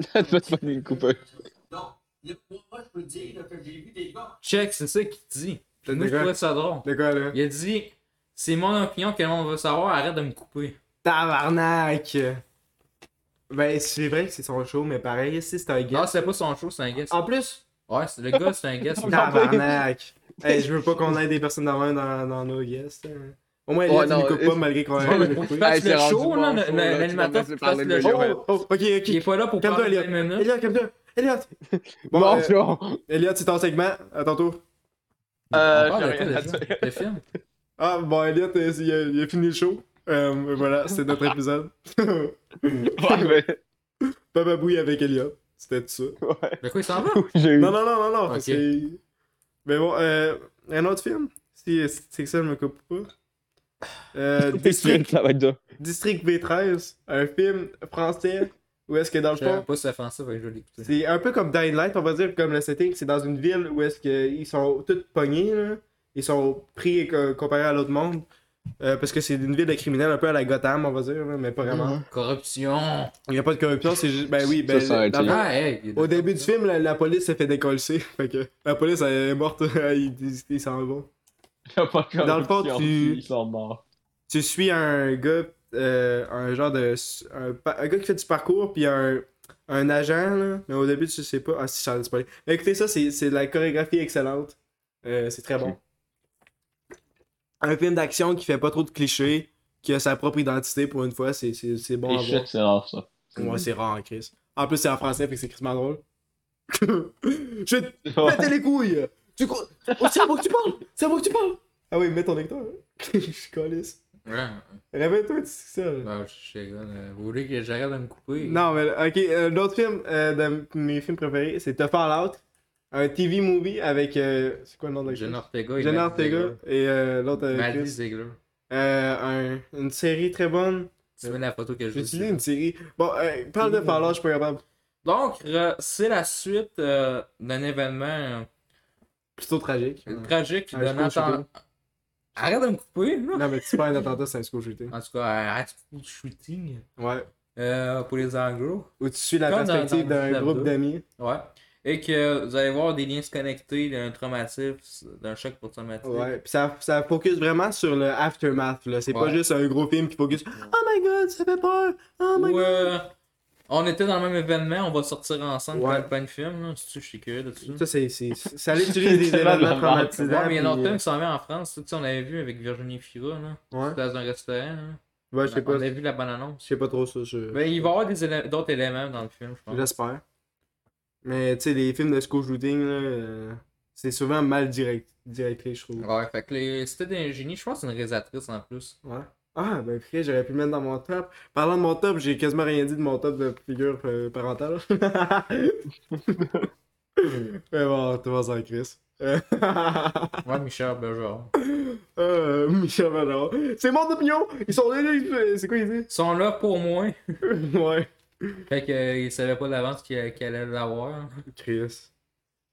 [SPEAKER 1] Ça te fait fucking couper.
[SPEAKER 3] Check, c'est ça qu'il dit. Nous,
[SPEAKER 2] D'accord.
[SPEAKER 3] je trouvais ça drôle.
[SPEAKER 2] De quoi, là?
[SPEAKER 3] Il a dit, c'est mon opinion que l'on veut savoir, arrête de me couper.
[SPEAKER 2] Tabarnak! Ben, c'est vrai que c'est son show, mais pareil, si c'est un gars.
[SPEAKER 3] Non, c'est pas son show, c'est un guest.
[SPEAKER 2] Ah, En plus,
[SPEAKER 3] Ouais, c'est- le gars, c'est un guest.
[SPEAKER 2] tabarnak! hey, je veux pas qu'on ait des personnes dans, dans, dans nos guests. hein. Au moins,
[SPEAKER 1] Ouais,
[SPEAKER 2] là, tu
[SPEAKER 1] non,
[SPEAKER 2] nous coupes
[SPEAKER 1] euh,
[SPEAKER 2] pas malgré qu'on
[SPEAKER 3] Ouais, mais
[SPEAKER 2] ait.
[SPEAKER 3] faut que tu
[SPEAKER 1] Hey,
[SPEAKER 3] fasses
[SPEAKER 1] c'est
[SPEAKER 3] le
[SPEAKER 1] rendu
[SPEAKER 3] show,
[SPEAKER 1] bon
[SPEAKER 3] là, le-
[SPEAKER 1] show, là,
[SPEAKER 3] le-
[SPEAKER 1] tu vas
[SPEAKER 3] l'animateur
[SPEAKER 1] me laisser
[SPEAKER 3] qui fasse
[SPEAKER 1] parler de
[SPEAKER 3] le
[SPEAKER 1] Joël.
[SPEAKER 3] show.
[SPEAKER 2] Oh, oh, ok, ok.
[SPEAKER 3] Il est pas là pour
[SPEAKER 2] Calme-toi,
[SPEAKER 3] parler
[SPEAKER 2] Elliot.
[SPEAKER 3] de minutes.
[SPEAKER 2] Elliot, calme-toi! Elliot! Bon, euh,
[SPEAKER 1] Bonjour!
[SPEAKER 2] Elliot, c'est ton segment, à ton tour.
[SPEAKER 1] Euh,
[SPEAKER 3] On parle de
[SPEAKER 1] j'ai
[SPEAKER 3] quoi,
[SPEAKER 1] rien à
[SPEAKER 3] déjà?
[SPEAKER 1] dire.
[SPEAKER 3] Le film?
[SPEAKER 2] Ah, bon, Elliot, euh, il a, il a fini le show. Euh, voilà, c'est notre épisode.
[SPEAKER 1] Ouais, mais-
[SPEAKER 2] Bababouille avec Elliot. C'était tout ça.
[SPEAKER 1] ouais.
[SPEAKER 3] De quoi il s'en va?
[SPEAKER 1] J'ai eu.
[SPEAKER 2] Non, non, non, non, non.
[SPEAKER 3] Ok.
[SPEAKER 2] c'est- Mais bon, euh, un autre film, si si c'est que ça, je me coupe pas. Euh, District,
[SPEAKER 1] Ça va être dur.
[SPEAKER 2] District B13, un film français où est-ce que dans le
[SPEAKER 3] Je savais
[SPEAKER 2] fond,
[SPEAKER 3] pas si ça fait ça, fait que je vais l'écouter.
[SPEAKER 2] c'est un peu comme Dying Light, on va dire, comme le setting, c'est dans une ville où est-ce qu'ils sont tous pognés, là. ils sont pris et co- comparés à l'autre monde. Euh, parce que c'est une ville de criminels un peu à la Gotham, on va dire, là, mais pas
[SPEAKER 3] Mm-hmm.
[SPEAKER 2] vraiment.
[SPEAKER 3] Corruption!
[SPEAKER 2] Il n'y a pas de corruption, c'est juste. Ben oui, ben.
[SPEAKER 1] Ça, ça a
[SPEAKER 2] dans le
[SPEAKER 1] été-
[SPEAKER 2] fond,
[SPEAKER 3] Ah, hey! il y a des-
[SPEAKER 2] au début du film, la, la police s'est fait décoller. Fait que la police elle est morte, ils ils s'en vont.
[SPEAKER 1] Y a pas de
[SPEAKER 2] Dans le fond,
[SPEAKER 1] corruption,
[SPEAKER 2] tu-
[SPEAKER 1] Ils sont morts.
[SPEAKER 2] Tu suis un gars, euh, un genre de. Un, pa- un gars qui fait du parcours, puis un, un agent, là. Mais au début, tu sais pas. Ah, si, ça pas. Mais écoutez, ça, c'est c'est de la chorégraphie excellente. Euh, c'est très bon. Un film d'action qui fait pas trop de clichés, qui a sa propre identité pour une fois, c'est- c'est c'est bon
[SPEAKER 1] Et
[SPEAKER 2] à voir.
[SPEAKER 1] shit, c'est rare ça.
[SPEAKER 2] Ouais, c'est rare en Chris. En plus, c'est en français, fait que c'est crissement drôle. je vais te péter les couilles! Tu crois. Oh, c'est à moi que tu parles! C'est à moi que tu parles! Ah oui, mets ton lecteur. je suis calisse.
[SPEAKER 3] Ouais,
[SPEAKER 2] Réveille-toi, tu sais ça. là.
[SPEAKER 3] bah, je sais, là, euh, vous voulez que j'arrête de me couper?
[SPEAKER 2] Non, mais ok, euh, l'autre film euh, de mes films préférés, c'est The Fallout. Un TV movie avec. euh, c'est quoi le nom de
[SPEAKER 3] Jen
[SPEAKER 2] l'actrice?
[SPEAKER 3] Ortega et
[SPEAKER 2] Jenna
[SPEAKER 3] Maddie
[SPEAKER 2] Ortega. Et euh, l'autre.
[SPEAKER 3] Ziegler.
[SPEAKER 2] euh,
[SPEAKER 3] Maddie
[SPEAKER 2] Chris.
[SPEAKER 3] Ziegler.
[SPEAKER 2] Euh, un, une une série très bonne.
[SPEAKER 3] Tu veux la photo que je
[SPEAKER 2] Euh, J'ai
[SPEAKER 3] dis.
[SPEAKER 2] utilisé une série. Bon, euh, parle de parler, je suis pas capable.
[SPEAKER 3] Donc, euh, c'est la suite euh, d'un événement euh,
[SPEAKER 2] Plutôt tragique.
[SPEAKER 3] tragique
[SPEAKER 2] Un
[SPEAKER 3] d'un
[SPEAKER 2] school
[SPEAKER 3] atten-
[SPEAKER 2] shooting.
[SPEAKER 3] Arrête de me couper, là.
[SPEAKER 2] Non, mais c'est pas un attentat, c'est un school shooting.
[SPEAKER 3] En tout cas, euh, arrête de shooting
[SPEAKER 2] Ouais.
[SPEAKER 3] euh, pour les anglo.
[SPEAKER 2] Où tu suis la
[SPEAKER 3] Comme dans-
[SPEAKER 2] perspective
[SPEAKER 3] dans
[SPEAKER 2] d'un
[SPEAKER 3] Slab
[SPEAKER 2] groupe
[SPEAKER 3] 2.
[SPEAKER 2] d'amis.
[SPEAKER 3] Ouais. Et que vous allez voir des liens se connecter d'un traumatisme, d'un choc pour traumatisme.
[SPEAKER 2] Ouais, puis ça, ça focus vraiment sur le aftermath, là. C'est pas
[SPEAKER 3] Ouais.
[SPEAKER 2] juste un gros film qui focus Oh my god, ça fait peur! Oh my
[SPEAKER 3] Ou,
[SPEAKER 2] god!
[SPEAKER 3] euh, on était dans le même événement, on va sortir ensemble
[SPEAKER 2] Ouais.
[SPEAKER 3] ouais. plein de films. Là. Si tu- je suis curieux de ça.
[SPEAKER 2] Ça, c'est. c'est- Ça l'utilise des
[SPEAKER 1] C'est tellement
[SPEAKER 2] événements
[SPEAKER 1] de la merde.
[SPEAKER 2] traumatisants.
[SPEAKER 3] Ouais, mais il y a
[SPEAKER 2] puis,
[SPEAKER 3] longtemps qui s'en vient en France. Tu sais, on avait vu avec Virginie Fira, là.
[SPEAKER 2] euh, Ouais,
[SPEAKER 3] Dans un restaurant, là.
[SPEAKER 2] ouais je sais
[SPEAKER 3] on
[SPEAKER 2] pas.
[SPEAKER 3] avait vu la bonne annonce.
[SPEAKER 2] Je sais pas trop ça. je-
[SPEAKER 3] Mais il va y avoir des élé- d'autres éléments dans le film, je Ben, pense.
[SPEAKER 2] J'espère. Mais tu sais, les films de school shooting, là, euh, c'est souvent mal direct, directé, je trouve.
[SPEAKER 3] Ouais, fait que les... c'était des génies, je pense que c'est une réalisatrice en plus.
[SPEAKER 2] Ouais. Ah, ben après, j'aurais pu le mettre dans mon top. Parlant de mon top, j'ai quasiment rien dit de mon top de figure euh, parentale. Mais bon, tout va sans Chris. Euh,
[SPEAKER 3] Ouais, Michel Bergeron.
[SPEAKER 2] euh, Michel Manon. C'est mon opinion! Ils sont là, là, ils- c'est quoi ils
[SPEAKER 3] Ils sont là pour moi.
[SPEAKER 2] disent? ouais.
[SPEAKER 3] Fait qu'ils savaient pas d'avance qu'il qu'il allait l'avoir.
[SPEAKER 2] Chris.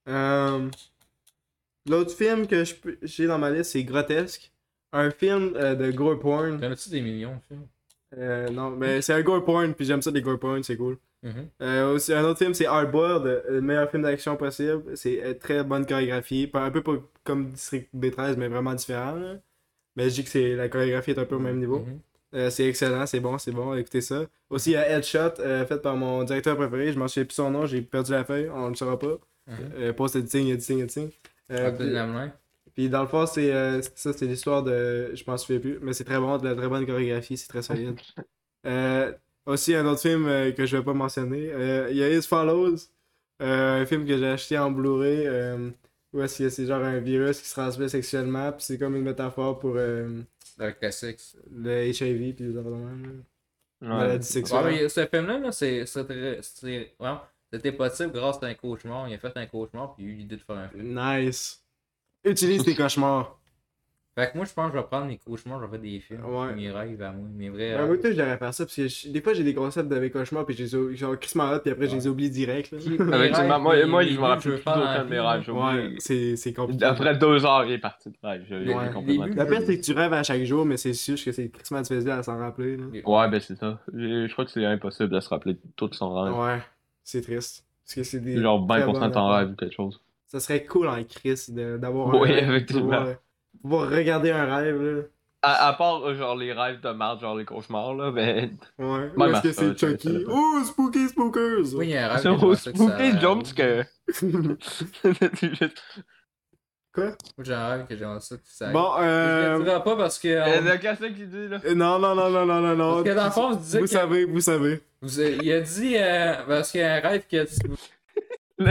[SPEAKER 2] Euh, L'autre film que je peux- j'ai dans ma liste, c'est Grotesque. Un film euh, de gore porn.
[SPEAKER 3] T'en as-tu des millions, Phil?
[SPEAKER 2] Euh, non, mais c'est un gore porn, puis j'aime ça des gore porn, c'est cool.
[SPEAKER 3] Mhm.
[SPEAKER 2] Euh, aussi, un autre film, c'est Hardboiled, euh, le meilleur film d'action possible. C'est euh, très bonne chorégraphie, pas- un peu pas comme District B13, mais vraiment différent. là. Mais je dis que c'est- la chorégraphie est un peu au même niveau.
[SPEAKER 3] Mhm.
[SPEAKER 2] Euh, c'est excellent, c'est bon, c'est bon, écoutez ça. Aussi, il y a Headshot, euh, fait par mon directeur préféré, je m'en souviens plus son nom, j'ai perdu la feuille, on le saura pas.
[SPEAKER 3] Mhm. Ah,
[SPEAKER 2] Euh, post editing, editing, editing. Euh,
[SPEAKER 3] Abdel Lamelin.
[SPEAKER 2] puis dans le fond, c'est euh, ça, c'est l'histoire de. Je m'en souviens plus, mais c'est très bon, de la très bonne chorégraphie, c'est très solide. Euh, aussi, un autre film euh, que je vais pas mentionner, euh, il y a Is Follows, euh, un film que j'ai acheté en Blu-ray, euh, où est-ce que c'est genre un virus qui se transmet sexuellement, puis c'est comme une métaphore pour euh,
[SPEAKER 3] Avec la sexe.
[SPEAKER 2] le HIV, puis les affaires de même, là.
[SPEAKER 1] Ouais.
[SPEAKER 2] maladie sexuelle.
[SPEAKER 3] Ouais, Ah, mais ce film-là, là, c'est- c'est très- c'est- ouais, c'était possible grâce à un cauchemar. Il a fait un cauchemar, puis il a eu l'idée de faire un film.
[SPEAKER 2] Nice. Utilise tes cauchemars.
[SPEAKER 3] Fait que moi, je pense que je vais prendre mes cauchemars, je vais faire des films.
[SPEAKER 2] Ouais.
[SPEAKER 3] Mes rêves à moi, mes vrais
[SPEAKER 2] Ouais,
[SPEAKER 3] rêves.
[SPEAKER 2] moi, tout, je devrais faire ça, parce que je- des fois, j'ai des concepts de mes cauchemars, puis j'ai genre crissement hot, puis après, je les oublie direct. là.
[SPEAKER 3] Qui- mes
[SPEAKER 1] Avec du-
[SPEAKER 3] rêves,
[SPEAKER 1] moi, moi,
[SPEAKER 3] mes-
[SPEAKER 1] moi, je
[SPEAKER 3] mes
[SPEAKER 1] me
[SPEAKER 3] livres, je
[SPEAKER 1] rappelle
[SPEAKER 3] veux
[SPEAKER 1] plus
[SPEAKER 3] faire dans la
[SPEAKER 1] aucun de mes
[SPEAKER 3] vie.
[SPEAKER 1] rêves. j'ai
[SPEAKER 2] Ouais,
[SPEAKER 1] oublié.
[SPEAKER 2] c'est c'est compliqué.
[SPEAKER 1] Après euh, deux heures, il est parti de rêve. j'ai
[SPEAKER 2] Ouais.
[SPEAKER 1] complètement.
[SPEAKER 3] Début.
[SPEAKER 2] La pire, c'est que tu rêves à chaque jour, mais c'est sûr que c'est crissement difficile à s'en rappeler. là.
[SPEAKER 1] Ouais, ben c'est ça. Je je crois que c'est impossible de se rappeler tout de son rêve.
[SPEAKER 2] Ouais, c'est triste. Parce que c'est des.
[SPEAKER 1] Genre
[SPEAKER 2] très
[SPEAKER 1] 20% de ton
[SPEAKER 2] bonnes
[SPEAKER 1] rêve ou quelque chose.
[SPEAKER 2] Ça serait cool en crise de- d'avoir
[SPEAKER 1] Oui,
[SPEAKER 2] un rêve.
[SPEAKER 1] effectivement.
[SPEAKER 2] pouvoir, euh, pouvoir regarder un rêve, là.
[SPEAKER 1] À, à part euh, genre les rêves de marde, genre les cauchemars, là, mais.
[SPEAKER 2] Ouais. Ou est-ce
[SPEAKER 1] ben,
[SPEAKER 2] que
[SPEAKER 1] ça,
[SPEAKER 2] c'est
[SPEAKER 1] je- je-
[SPEAKER 2] Chucky? Oh, Spooky Spookers!
[SPEAKER 3] Oui, il y a un rêve.
[SPEAKER 1] C'est
[SPEAKER 3] que je
[SPEAKER 1] au
[SPEAKER 3] pensais que ça-
[SPEAKER 1] spooky jump, parce que. C'est juste-
[SPEAKER 3] Moi, j'ai un rêve que j'aimerais ça que ça arrive.
[SPEAKER 2] Bon,
[SPEAKER 3] Je le
[SPEAKER 2] euh.
[SPEAKER 3] dirai pas parce que.
[SPEAKER 1] Euh,
[SPEAKER 3] on-
[SPEAKER 1] Le classique qui dit, là.
[SPEAKER 2] Non, non, non, non, non, non, non.
[SPEAKER 3] Parce que dans le fond, vous disiez
[SPEAKER 2] Vous
[SPEAKER 3] que-
[SPEAKER 2] savez, vous savez.
[SPEAKER 3] vous- Il a dit. euh, Parce qu'il y a un rêve que. Euh,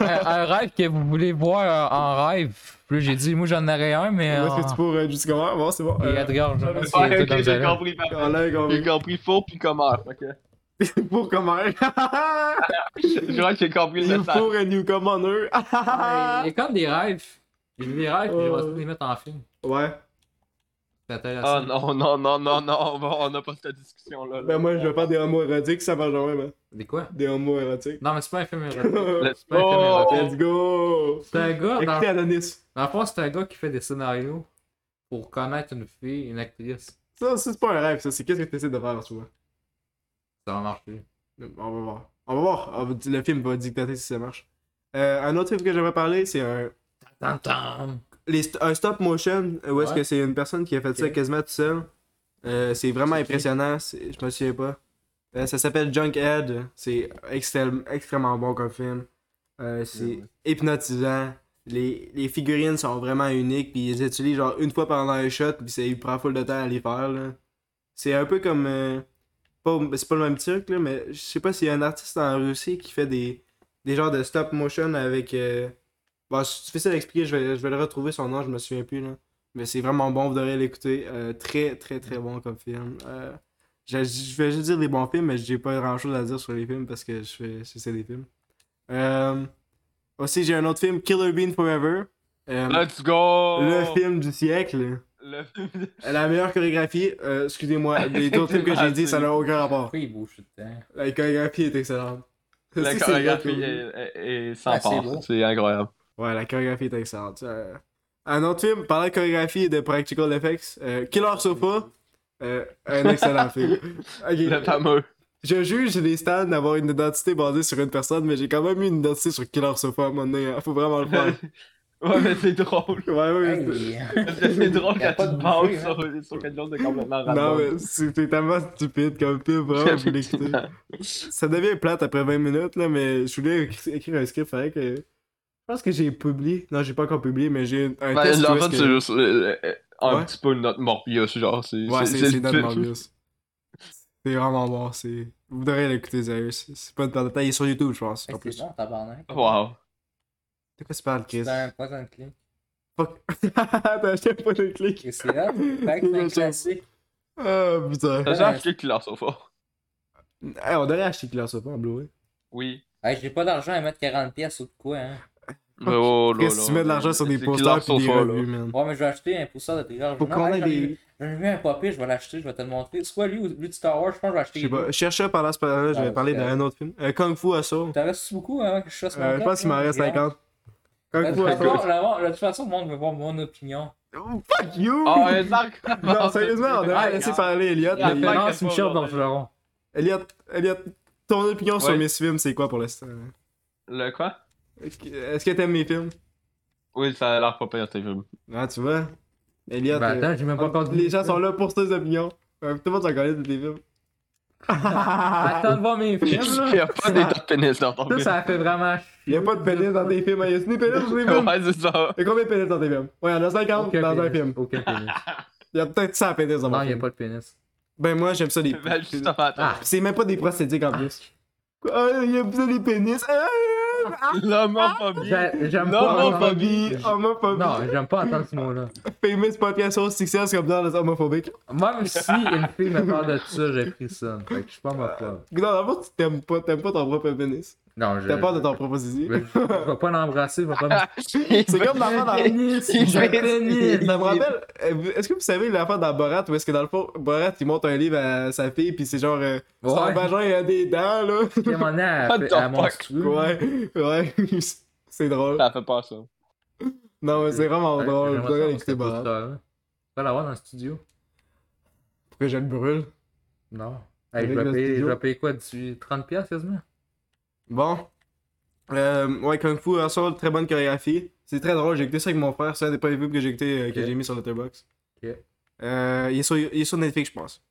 [SPEAKER 3] un, un rêve que vous voulez voir en en rêve. Puis là, j'ai dit, moi, j'en aurais un, mais.
[SPEAKER 2] Où est-ce que tu pourrais juste comment? Bon, c'est bon.
[SPEAKER 3] Et
[SPEAKER 2] Euh,
[SPEAKER 3] Edgar, je pense qu'il
[SPEAKER 1] Ouais,
[SPEAKER 3] était
[SPEAKER 1] ok,
[SPEAKER 3] comme ça.
[SPEAKER 1] j'ai
[SPEAKER 3] là.
[SPEAKER 1] compris,
[SPEAKER 2] On
[SPEAKER 1] papa.
[SPEAKER 2] l'a
[SPEAKER 1] J'ai
[SPEAKER 2] compris.
[SPEAKER 1] compris faux puis comment. Fait que-
[SPEAKER 2] Pour comment?
[SPEAKER 1] Je crois que j'ai compris le
[SPEAKER 2] You
[SPEAKER 1] message.
[SPEAKER 2] for a newcomer.
[SPEAKER 3] Il y a comme des rêves. Il y a des rêves, puis j'aimerais ça
[SPEAKER 2] Euh.
[SPEAKER 3] les mettre en film.
[SPEAKER 2] Ouais.
[SPEAKER 3] C'est intéressant.
[SPEAKER 1] Ah non, non, non, non, non, on va- on n'a pas cette discussion-là. là.
[SPEAKER 2] Ben moi, je vais faire des homo érotiques, ça va jouer, man.
[SPEAKER 3] Des quoi
[SPEAKER 2] Des homo érotiques.
[SPEAKER 3] Non, mais c'est pas un film érotique.
[SPEAKER 1] Let's
[SPEAKER 3] Ouais,
[SPEAKER 1] go!
[SPEAKER 2] Let's go!
[SPEAKER 3] C'est un gars, dans,
[SPEAKER 2] Écoutez Adonis.
[SPEAKER 3] dans le fond, c'est un gars qui fait des scénarios pour connaître une fille, une actrice.
[SPEAKER 2] Ça, ça, c'est pas un rêve, ça. C'est qu'est-ce que tu essaies de faire, tu vois.
[SPEAKER 3] Ça va marcher.
[SPEAKER 2] On va voir. On va voir. On va- Le film va dictater si ça marche. Euh, un autre film que j'aimerais parler, c'est un,
[SPEAKER 3] Tam tam.
[SPEAKER 2] les st- un stop motion. euh, Où est-ce
[SPEAKER 3] Ouais.
[SPEAKER 2] que c'est une personne qui a fait ça
[SPEAKER 3] Ok.
[SPEAKER 2] quasiment tout seul. Euh, c'est vraiment
[SPEAKER 3] C'est qui?
[SPEAKER 2] impressionnant. c'est- Je me souviens pas. Euh, ça s'appelle Junkhead. C'est extrême- extrêmement bon comme film. Euh, c'est hypnotisant. Les, les figurines sont vraiment uniques, puis ils les utilisent genre une fois pendant un shot, puis ça ils prend full de temps à les faire. là. C'est un peu comme. euh, pas- c'est pas le même truc, là, mais je sais pas s'il y a un artiste en Russie qui fait des, des genres de stop motion avec. euh, Bon, c'est difficile à expliquer, je vais, je vais le retrouver son nom, je me souviens plus. Là. Mais c'est vraiment bon, vous devriez l'écouter. Euh, très, très, très bon comme film. Euh, je, je vais juste dire des bons films, mais j'ai pas grand chose à dire sur les films parce que je fais je sais des films. Euh,
[SPEAKER 1] Ah,
[SPEAKER 2] aussi, j'ai un autre film, Killer Bean Forever. Euh,
[SPEAKER 1] Let's go!
[SPEAKER 2] le film du siècle.
[SPEAKER 1] Le...
[SPEAKER 2] La meilleure chorégraphie, euh, excusez-moi, les deux films que j'ai dit, ça n'a aucun rapport.
[SPEAKER 5] Pourquoi il bouge tout le temps?
[SPEAKER 2] La chorégraphie est excellente.
[SPEAKER 1] La
[SPEAKER 2] C'est- c'est
[SPEAKER 1] chorégraphie
[SPEAKER 2] vrai,
[SPEAKER 1] est, est- est sans
[SPEAKER 5] Ah, c'est
[SPEAKER 1] part.
[SPEAKER 5] beau.
[SPEAKER 1] C'est incroyable.
[SPEAKER 2] Ouais, la chorégraphie est excellente. Euh, un autre film, parlant de chorégraphie et de practical effects, euh, Killer Sofa, euh, un excellent film. Ok.
[SPEAKER 1] Le fameux.
[SPEAKER 2] Je juge les stands d'avoir une identité basée sur une personne, mais j'ai quand même eu une identité sur Killer Sofa à un moment donné. hein. Faut vraiment le faire.
[SPEAKER 1] ouais, mais c'est drôle.
[SPEAKER 2] Ouais, ouais. c'est-
[SPEAKER 5] Hey,
[SPEAKER 1] Parce que C'est drôle
[SPEAKER 5] Y a
[SPEAKER 1] quand
[SPEAKER 5] pas
[SPEAKER 1] tu
[SPEAKER 5] de
[SPEAKER 1] te bases
[SPEAKER 5] bouffée,
[SPEAKER 1] sur, sur quelque chose de complètement
[SPEAKER 2] hein. Non,
[SPEAKER 1] random.
[SPEAKER 2] mais c'était tellement stupide comme film, vraiment, je voulais écouter.
[SPEAKER 1] Effectivement.
[SPEAKER 2] Ça devient plate après 20 minutes, là, mais je voulais écri- écrire un script, fallait que... Je pense que j'ai publié... Non, j'ai pas encore publié, mais j'ai un- un
[SPEAKER 1] Ben,
[SPEAKER 2] test
[SPEAKER 1] en
[SPEAKER 2] où est-ce
[SPEAKER 1] fait,
[SPEAKER 2] que-
[SPEAKER 1] c'est juste euh, euh, un
[SPEAKER 2] Ouais.
[SPEAKER 1] petit peu notre Morbius, genre. C'est
[SPEAKER 2] Ouais, c'est c'est
[SPEAKER 1] le
[SPEAKER 2] notre
[SPEAKER 1] film.
[SPEAKER 2] Morbius. C'est vraiment bon, c'est... Vous devriez l'écouter, sérieux. C'est c'est pas une perte de temps, il est sur YouTube, je pense, en
[SPEAKER 5] C'est
[SPEAKER 2] plus.
[SPEAKER 5] bon, tabarnak.
[SPEAKER 1] Wow.
[SPEAKER 2] De quoi tu parles, Chris?
[SPEAKER 5] C'est un point and click.
[SPEAKER 2] Fuck. T'as acheté pas de clic.
[SPEAKER 5] Chris, c'est là. Fait que c'est un classique.
[SPEAKER 2] Oh, putain.
[SPEAKER 1] T'as déjà acheté Killer Sofa?
[SPEAKER 2] Hey, on devrait acheter Killer Sofa en Blu-ray.
[SPEAKER 1] Oui.
[SPEAKER 5] Hey, j'ai pas d'argent à mettre 40 pièces ou de quoi, hein.
[SPEAKER 1] Mais oh là
[SPEAKER 2] Chris,
[SPEAKER 1] là.
[SPEAKER 2] tu mets de l'argent sur des
[SPEAKER 1] C'est
[SPEAKER 2] posters
[SPEAKER 1] Killer
[SPEAKER 2] pis des
[SPEAKER 1] Sofa, là.
[SPEAKER 2] revues, man.
[SPEAKER 5] Ouais, mais je vais acheter un pousseur de trigger.
[SPEAKER 2] Faut qu'on ait des...
[SPEAKER 5] J'ai vu un papier, je vais l'acheter, je vais te le montrer. Soit lui ou lui de Star Wars, je pense que je vais acheter.
[SPEAKER 2] Je sais
[SPEAKER 5] les deux.
[SPEAKER 2] pas, cherche ça pendant ce là je vais
[SPEAKER 5] Ouais,
[SPEAKER 2] parler
[SPEAKER 5] c'est
[SPEAKER 2] d'un autre film. Euh, Kung Fu Assault.
[SPEAKER 5] T'en restes beaucoup avant que je fasse mon
[SPEAKER 2] Euh, je
[SPEAKER 5] top,
[SPEAKER 2] pense qu'il m'en
[SPEAKER 5] hein,
[SPEAKER 2] reste
[SPEAKER 5] regarde.
[SPEAKER 2] 50.
[SPEAKER 5] De
[SPEAKER 2] Kung
[SPEAKER 5] toute
[SPEAKER 2] Fu
[SPEAKER 5] façon,
[SPEAKER 2] Assault.
[SPEAKER 5] le- de toute façon, le monde veut voir mon opinion.
[SPEAKER 2] Oh, fuck you!
[SPEAKER 1] Ah, un arc.
[SPEAKER 2] non, sérieusement, on devrait
[SPEAKER 1] Ah,
[SPEAKER 2] laisser
[SPEAKER 1] regarde.
[SPEAKER 2] parler Elliot.
[SPEAKER 1] Regarde,
[SPEAKER 2] mais-
[SPEAKER 1] fuck.
[SPEAKER 3] Non, c'est Michel Bergeron.
[SPEAKER 2] Elliot, Elliot, ton opinion sur
[SPEAKER 1] Ouais.
[SPEAKER 2] mes films, c'est quoi pour l'instant? Euh,
[SPEAKER 1] Le quoi?
[SPEAKER 2] Est-ce que- est-ce que t'aimes mes films?
[SPEAKER 1] Oui, ça a l'air pas pire, tes films.
[SPEAKER 2] Ah, tu vois. Elliot,
[SPEAKER 3] Ben
[SPEAKER 2] euh,
[SPEAKER 3] attends, j'ai même pas encore dit.
[SPEAKER 2] les gens sont là pour tes opinions. Euh, tout le monde s'en connaît de tes films.
[SPEAKER 3] Attends de voir mes films,
[SPEAKER 1] Il
[SPEAKER 3] là.
[SPEAKER 1] y a pas des top pénis dans ton
[SPEAKER 3] Ça,
[SPEAKER 1] film.
[SPEAKER 3] ça fait vraiment chier.
[SPEAKER 2] Il y a pas de pénis dans tes films. hein. Y a-tu des pénis dans tes films?
[SPEAKER 1] Ouais, c'est ça.
[SPEAKER 2] Y a combien de pénis dans tes films? Ouais, y en a 50
[SPEAKER 3] Aucun
[SPEAKER 2] dans un
[SPEAKER 3] pénis,
[SPEAKER 2] film.
[SPEAKER 3] Aucun pénis.
[SPEAKER 2] Y a peut-être 100 pénis dans mon
[SPEAKER 3] Non, il n'y a
[SPEAKER 2] film.
[SPEAKER 3] pas de pénis.
[SPEAKER 2] Ben moi, j'aime ça les
[SPEAKER 1] Ben, justement, attends.
[SPEAKER 3] Ah.
[SPEAKER 2] C'est même pas des prosthétiques en plus. Ah, il y a plus des pénis. Ah, ah,
[SPEAKER 1] L'homophobie.
[SPEAKER 3] J'ai- J'aime
[SPEAKER 1] Non,
[SPEAKER 3] pas.
[SPEAKER 1] non,
[SPEAKER 3] entendre-
[SPEAKER 2] homophobie, homophobie.
[SPEAKER 3] Ah. Non, j'aime pas entendre ce mot-là.
[SPEAKER 2] Famous podcast sur success comme dans les homophobiques.
[SPEAKER 3] Même si une fille me parle de ça, j'ai pris ça. Fait que je suis pas homophobe.
[SPEAKER 2] Non, d'abord, tu t'aimes pas, t'aimes pas ton propre pénis.
[SPEAKER 3] Non, je.
[SPEAKER 2] T'as peur de ton propre zizi.
[SPEAKER 3] Je, je vais pas l'embrasser, je vais pas me.
[SPEAKER 2] C'est comme l'enfant dans...
[SPEAKER 3] Pénis, j'ai un pénis.
[SPEAKER 2] Ça me rappelle, euh, est-ce que vous savez l'enfant dans Borat où est-ce que dans le fond, Borat il monte un livre à sa fille pis c'est genre, euh, son
[SPEAKER 3] Ouais.
[SPEAKER 2] vagin il a des dents là.
[SPEAKER 3] Quel moment à,
[SPEAKER 1] ben, What the
[SPEAKER 3] euh, à mon
[SPEAKER 1] fuck?
[SPEAKER 3] studio.
[SPEAKER 2] ouais, ouais, c'est drôle.
[SPEAKER 1] Ça fait peur, ça.
[SPEAKER 2] Non mais c'est vraiment
[SPEAKER 3] Ouais,
[SPEAKER 2] drôle, je
[SPEAKER 3] Hein,
[SPEAKER 2] devrais
[SPEAKER 3] j'aimerais ça,
[SPEAKER 2] l'écouter
[SPEAKER 3] on se
[SPEAKER 2] Borat.
[SPEAKER 3] fait
[SPEAKER 1] hein.
[SPEAKER 3] plus tard. hein. Pas l'avoir dans le studio.
[SPEAKER 2] Pourquoi je le brûle?
[SPEAKER 3] Non. Hey, je,
[SPEAKER 2] Avec
[SPEAKER 3] vais
[SPEAKER 2] le
[SPEAKER 3] payer, je
[SPEAKER 2] studio.
[SPEAKER 3] vais payer quoi, 18, 30$ piastres, quasiment?
[SPEAKER 2] Bon. Euh, ouais, Kung Fu Assault, très bonne chorégraphie. C'est très drôle, j'ai écouté ça avec mon frère, c'est un des premiers films que j'ai écouté, euh, que
[SPEAKER 3] Ok.
[SPEAKER 2] j'ai mis sur Letterboxd.
[SPEAKER 3] Ok.
[SPEAKER 2] Euh, il, est sur, il est sur Netflix, je pense.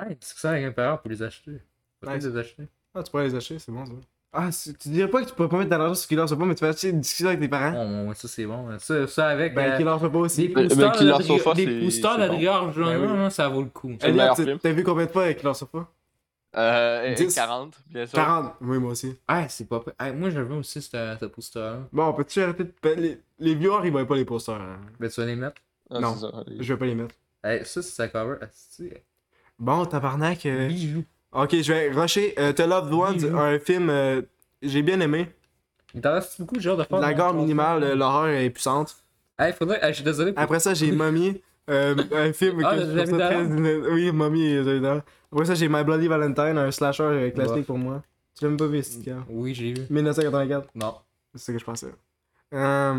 [SPEAKER 3] Hey, c'est ça avec un payeur pour les acheter. Faut
[SPEAKER 2] Nice.
[SPEAKER 3] les acheter.
[SPEAKER 2] Ah, tu pourrais les acheter, c'est bon ça. Ah, c'est- tu dirais pas que tu pourrais pas mettre de l'argent sur Killer Sofa, mais tu vas acheter une discussion avec tes parents.
[SPEAKER 1] Euh,
[SPEAKER 3] Bon, ouais, ça c'est bon. hein. Ça, ça avec.
[SPEAKER 2] Ben,
[SPEAKER 3] euh,
[SPEAKER 2] Killer Sofa
[SPEAKER 3] des
[SPEAKER 2] aussi.
[SPEAKER 1] mais
[SPEAKER 3] boosters
[SPEAKER 1] ben, Killer
[SPEAKER 3] de-
[SPEAKER 1] Sofa,
[SPEAKER 3] des
[SPEAKER 1] c'est-
[SPEAKER 3] boosters
[SPEAKER 1] c'est
[SPEAKER 3] de
[SPEAKER 1] bon.
[SPEAKER 3] rigueur jaune,
[SPEAKER 2] Ben oui.
[SPEAKER 3] là, ça vaut le coup.
[SPEAKER 1] C'est le
[SPEAKER 2] Elliot,
[SPEAKER 1] meilleur
[SPEAKER 2] t'as-
[SPEAKER 1] film.
[SPEAKER 2] t'as vu combien de fois avec Killer Sofa
[SPEAKER 1] Euh, et- et
[SPEAKER 2] 10.
[SPEAKER 1] 40, bien sûr.
[SPEAKER 2] 40. Oui, moi aussi.
[SPEAKER 3] Ah, c'est pas. Hey, moi, je veux aussi ce, ce poster-là.
[SPEAKER 2] Bon, peux-tu arrêter de. pa- Les, les viewers, ils voient pas les posters. hein.
[SPEAKER 3] Ben, tu vas les mettre.
[SPEAKER 1] Ah,
[SPEAKER 2] Non.
[SPEAKER 1] c'est ça.
[SPEAKER 2] Je vais pas les mettre.
[SPEAKER 3] Hey, ça, c'est sa cover. Asti.
[SPEAKER 2] Bon, tabarnak. euh,
[SPEAKER 3] Bijou.
[SPEAKER 2] Ok, je vais rusher. Euh, The Loved Ones,
[SPEAKER 3] Bijou.
[SPEAKER 2] un film. euh, J'ai bien aimé.
[SPEAKER 3] Il t'en reste beaucoup, genre de faire.
[SPEAKER 2] La gore minimale, euh, l'horreur est puissante.
[SPEAKER 3] Hey, faudrait. Hey, je suis désolé. pour-
[SPEAKER 2] Après ça, j'ai Mommy, euh, un film
[SPEAKER 3] Ah,
[SPEAKER 2] que je
[SPEAKER 3] le
[SPEAKER 2] trouve ça
[SPEAKER 3] Zolidar.
[SPEAKER 2] très... Oui, Mommy et Zolidar. Après ça, j'ai My Bloody Valentine, un slasher euh, classique
[SPEAKER 3] Bof.
[SPEAKER 2] pour moi. Tu l'as même pas vu,
[SPEAKER 3] Mm.
[SPEAKER 2] cette gars.
[SPEAKER 3] Oui, j'ai vu.
[SPEAKER 2] 1984,
[SPEAKER 3] Non.
[SPEAKER 2] c'est ce que je pensais. Euh,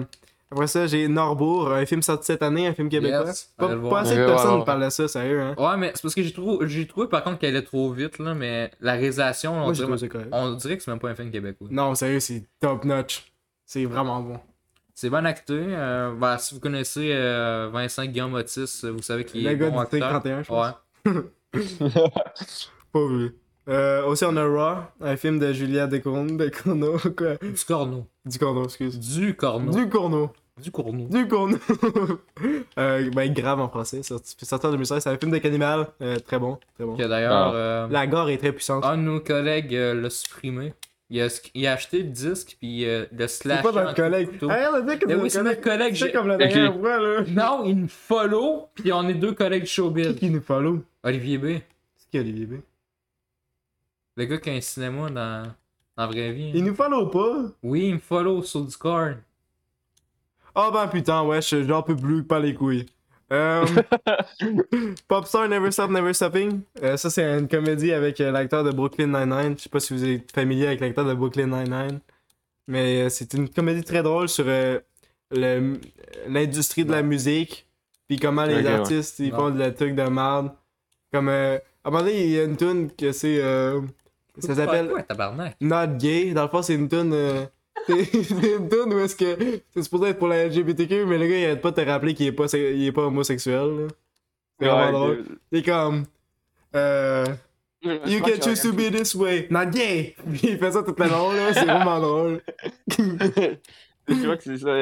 [SPEAKER 2] après ça, j'ai Norbourg, un film sorti cette année, un film québécois.
[SPEAKER 3] Yes,
[SPEAKER 2] pas
[SPEAKER 3] allez le
[SPEAKER 2] pas
[SPEAKER 3] voir.
[SPEAKER 2] assez de
[SPEAKER 1] Ouais,
[SPEAKER 2] personnes
[SPEAKER 1] ouais,
[SPEAKER 2] me
[SPEAKER 1] ouais.
[SPEAKER 2] parlent de ça, sérieux. Hein.
[SPEAKER 3] Ouais, mais c'est parce que j'ai trouvé, j'ai trouvé par contre qu'elle est trop vite, là, mais la réalisation, on,
[SPEAKER 2] Moi, je
[SPEAKER 3] dirait,
[SPEAKER 2] trouve ça correct.
[SPEAKER 3] on dirait que c'est même pas un film québécois.
[SPEAKER 2] Non, sérieux, c'est top notch. C'est vraiment bon.
[SPEAKER 3] C'est bien acté. euh, ben, si vous connaissez euh, Vincent Guillaume Otis, vous savez qu'il
[SPEAKER 2] Le
[SPEAKER 3] est
[SPEAKER 2] gars
[SPEAKER 3] bon
[SPEAKER 2] du Tic
[SPEAKER 3] acteur.
[SPEAKER 2] 31, je pense.
[SPEAKER 3] Ouais.
[SPEAKER 2] Pas vu. Euh, aussi, on a Raw, un film de Julia Decorno, Decorno quoi.
[SPEAKER 3] Du corneau.
[SPEAKER 2] Du Corneau, excuse.
[SPEAKER 3] Du corneau. Du,
[SPEAKER 2] Du Corneau.
[SPEAKER 3] corneau.
[SPEAKER 2] Du qu'on euh, ben, grave en français, sorti, sorti en 2016. C'est un film de cannibale, euh, très bon, très bon.
[SPEAKER 3] Que d'ailleurs,
[SPEAKER 1] Ah.
[SPEAKER 3] euh,
[SPEAKER 2] La gore est très puissante.
[SPEAKER 3] un de nos collègues euh, l'a supprimé. Il a, il a acheté le disque, puis euh, le slash.
[SPEAKER 2] c'est pas notre collègue. Hey, on a dit que notre
[SPEAKER 3] Mais Eh oui, c'est
[SPEAKER 2] collègue.
[SPEAKER 3] notre collègue.
[SPEAKER 2] C'est
[SPEAKER 3] j'ai-
[SPEAKER 2] comme la
[SPEAKER 1] Ok.
[SPEAKER 2] dernière fois, là.
[SPEAKER 3] Non, il me follow, puis on est deux collègues
[SPEAKER 2] Qui
[SPEAKER 3] showbiz.
[SPEAKER 2] qui nous follow
[SPEAKER 3] Olivier B.
[SPEAKER 2] C'est qui Olivier B
[SPEAKER 3] Le gars qui a un cinéma dans, dans la vraie vie. hein.
[SPEAKER 2] Il nous follow pas
[SPEAKER 3] Oui, il me follow sur Discord.
[SPEAKER 2] Ah ben putain, ouais, je- j'en peux plus, pas les couilles. Euh, Popstar Never Stop Never Stopping. Euh, ça, c'est une comédie avec euh, l'acteur de Brooklyn Nine-Nine. Je sais pas si vous êtes familier avec l'acteur de Brooklyn Nine-Nine. Mais euh, c'est une comédie très drôle sur euh, le- l'industrie de la musique. Puis comment les
[SPEAKER 1] Ok, ouais.
[SPEAKER 2] artistes ils
[SPEAKER 3] Non.
[SPEAKER 2] font de la truc de merde. Comme. euh, à un moment donné, il y a une tune que c'est. euh, ça s'appelle.
[SPEAKER 3] Ouais, tabarnak.
[SPEAKER 2] Not gay. Dans le fond, c'est une tonne. c'est c'est une tonne où est-ce que c'est supposé être pour la LGBTQ, mais le gars, il arrête pas de te rappeler qu'il est pas, sé- il est pas homosexuel. là. C'est vraiment drôle. Il est comme. euh, you can choose to be this way. Not gay. Puis il fait ça toute la longue, là. C'est vraiment drôle.
[SPEAKER 1] je crois que c'est ça.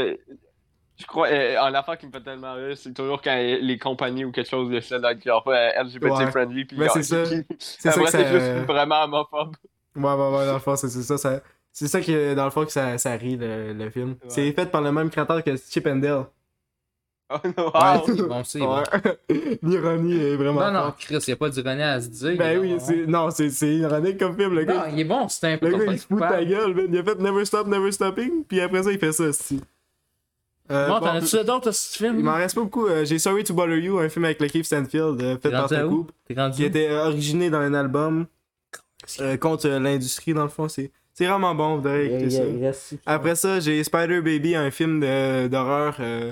[SPEAKER 1] Je crois, euh, en affaire qui me fait tellement rire, c'est toujours quand les compagnies ou quelque chose de ça, là, qui leur fait euh, LGBT
[SPEAKER 2] Ouais.
[SPEAKER 1] friendly, puis
[SPEAKER 2] Ben,
[SPEAKER 1] ils ont-
[SPEAKER 2] c'est ça.
[SPEAKER 1] qui-
[SPEAKER 2] C'est ça
[SPEAKER 1] après,
[SPEAKER 2] que
[SPEAKER 1] c'est
[SPEAKER 2] ça.
[SPEAKER 1] juste vraiment homophobe.
[SPEAKER 2] Ouais, ouais, ouais, dans le fond, c'est c'est ça. ça c'est ça que, dans le fond, que ça, ça rit, le, le film. C'est fait par le même créateur que Chip and Dale.
[SPEAKER 1] Oh, wow.
[SPEAKER 3] Ouais, c'est bon, c'est bon.
[SPEAKER 2] Ouais. L'ironie est vraiment.
[SPEAKER 3] Non, non,
[SPEAKER 2] forte.
[SPEAKER 3] Chris, y a pas d'ironie à se dire.
[SPEAKER 2] Ben
[SPEAKER 3] il est
[SPEAKER 2] oui,
[SPEAKER 3] bon.
[SPEAKER 2] c'est- non, c'est c'est ironique comme film, le
[SPEAKER 3] Non,
[SPEAKER 2] gars.
[SPEAKER 3] il est bon, c'est un peu
[SPEAKER 2] Le gars, il se fout de ta
[SPEAKER 3] coupable.
[SPEAKER 2] gueule, man. Il a fait Never Stop, Never Stopping, puis après ça, il fait ça, si. Euh,
[SPEAKER 3] Bon,
[SPEAKER 2] bon,
[SPEAKER 3] t'en as-tu d'autres, ce
[SPEAKER 2] il m'en
[SPEAKER 3] film?
[SPEAKER 2] reste pas beaucoup. Euh, J'ai Sorry to Bother You, un film avec le Keith Stanfield, euh, fait
[SPEAKER 3] T'es
[SPEAKER 2] par
[SPEAKER 3] rendu à
[SPEAKER 2] Taku,
[SPEAKER 3] où? T'es
[SPEAKER 2] qui
[SPEAKER 3] rendu
[SPEAKER 2] était euh, originé dans un album euh, contre euh, l'industrie, dans le fond. C'est c'est vraiment bon, vous devriez écouter ça. Après ça, j'ai Spider Baby, un film de- d'horreur euh,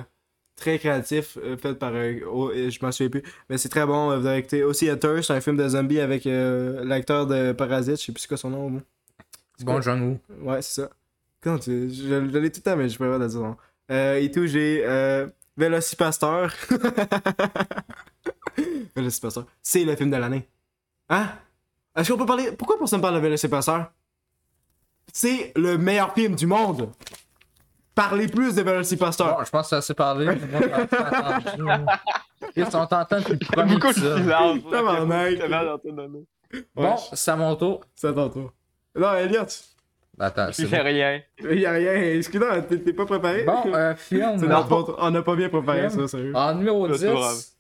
[SPEAKER 2] très créatif euh, fait par. euh, oh, euh, je m'en souviens plus. Mais c'est très bon. euh, Vous avez écouté aussi Hunters, un film de zombie avec euh, l'acteur de Parasite. Je sais plus c'est quoi son nom.
[SPEAKER 3] Bon, Jean-Woo.
[SPEAKER 2] Ouais, c'est ça. Quand tu... Je, je l'ai tout le temps, mais je peux pas le dire. son nom. Euh, et tout, j'ai euh, Velocipasteur. Velocipasteur. C'est le film de l'année. Hein? Est-ce qu'on peut parler. Pourquoi personne parle de Velocipasteur? C'est le meilleur film du monde! Parlez plus de Velocipasteur!
[SPEAKER 3] Bon, je pense que ça s'est parlé. Moi, je pense que ça a attendu. Chris, on t'entend depuis le premier
[SPEAKER 1] Beaucoup de
[SPEAKER 3] épisode.
[SPEAKER 1] silence.
[SPEAKER 2] Tabarnak.
[SPEAKER 1] Tellement d'antonomie.
[SPEAKER 3] Bon,
[SPEAKER 2] Ouais,
[SPEAKER 3] c'est à mon tour.
[SPEAKER 2] c'est à ton tour. Non, Elliot,
[SPEAKER 3] Attends,
[SPEAKER 1] Puis
[SPEAKER 3] c'est
[SPEAKER 1] fait
[SPEAKER 3] bon.
[SPEAKER 1] rien.
[SPEAKER 2] il y a rien. Excuse-moi, t'es t'es pas préparé?
[SPEAKER 3] Bon, euh,
[SPEAKER 2] C'est
[SPEAKER 3] film.
[SPEAKER 2] notre faute. On n'a pas bien préparé ça, sérieux.
[SPEAKER 3] En numéro
[SPEAKER 1] Ça, c'est grave.
[SPEAKER 3] 10,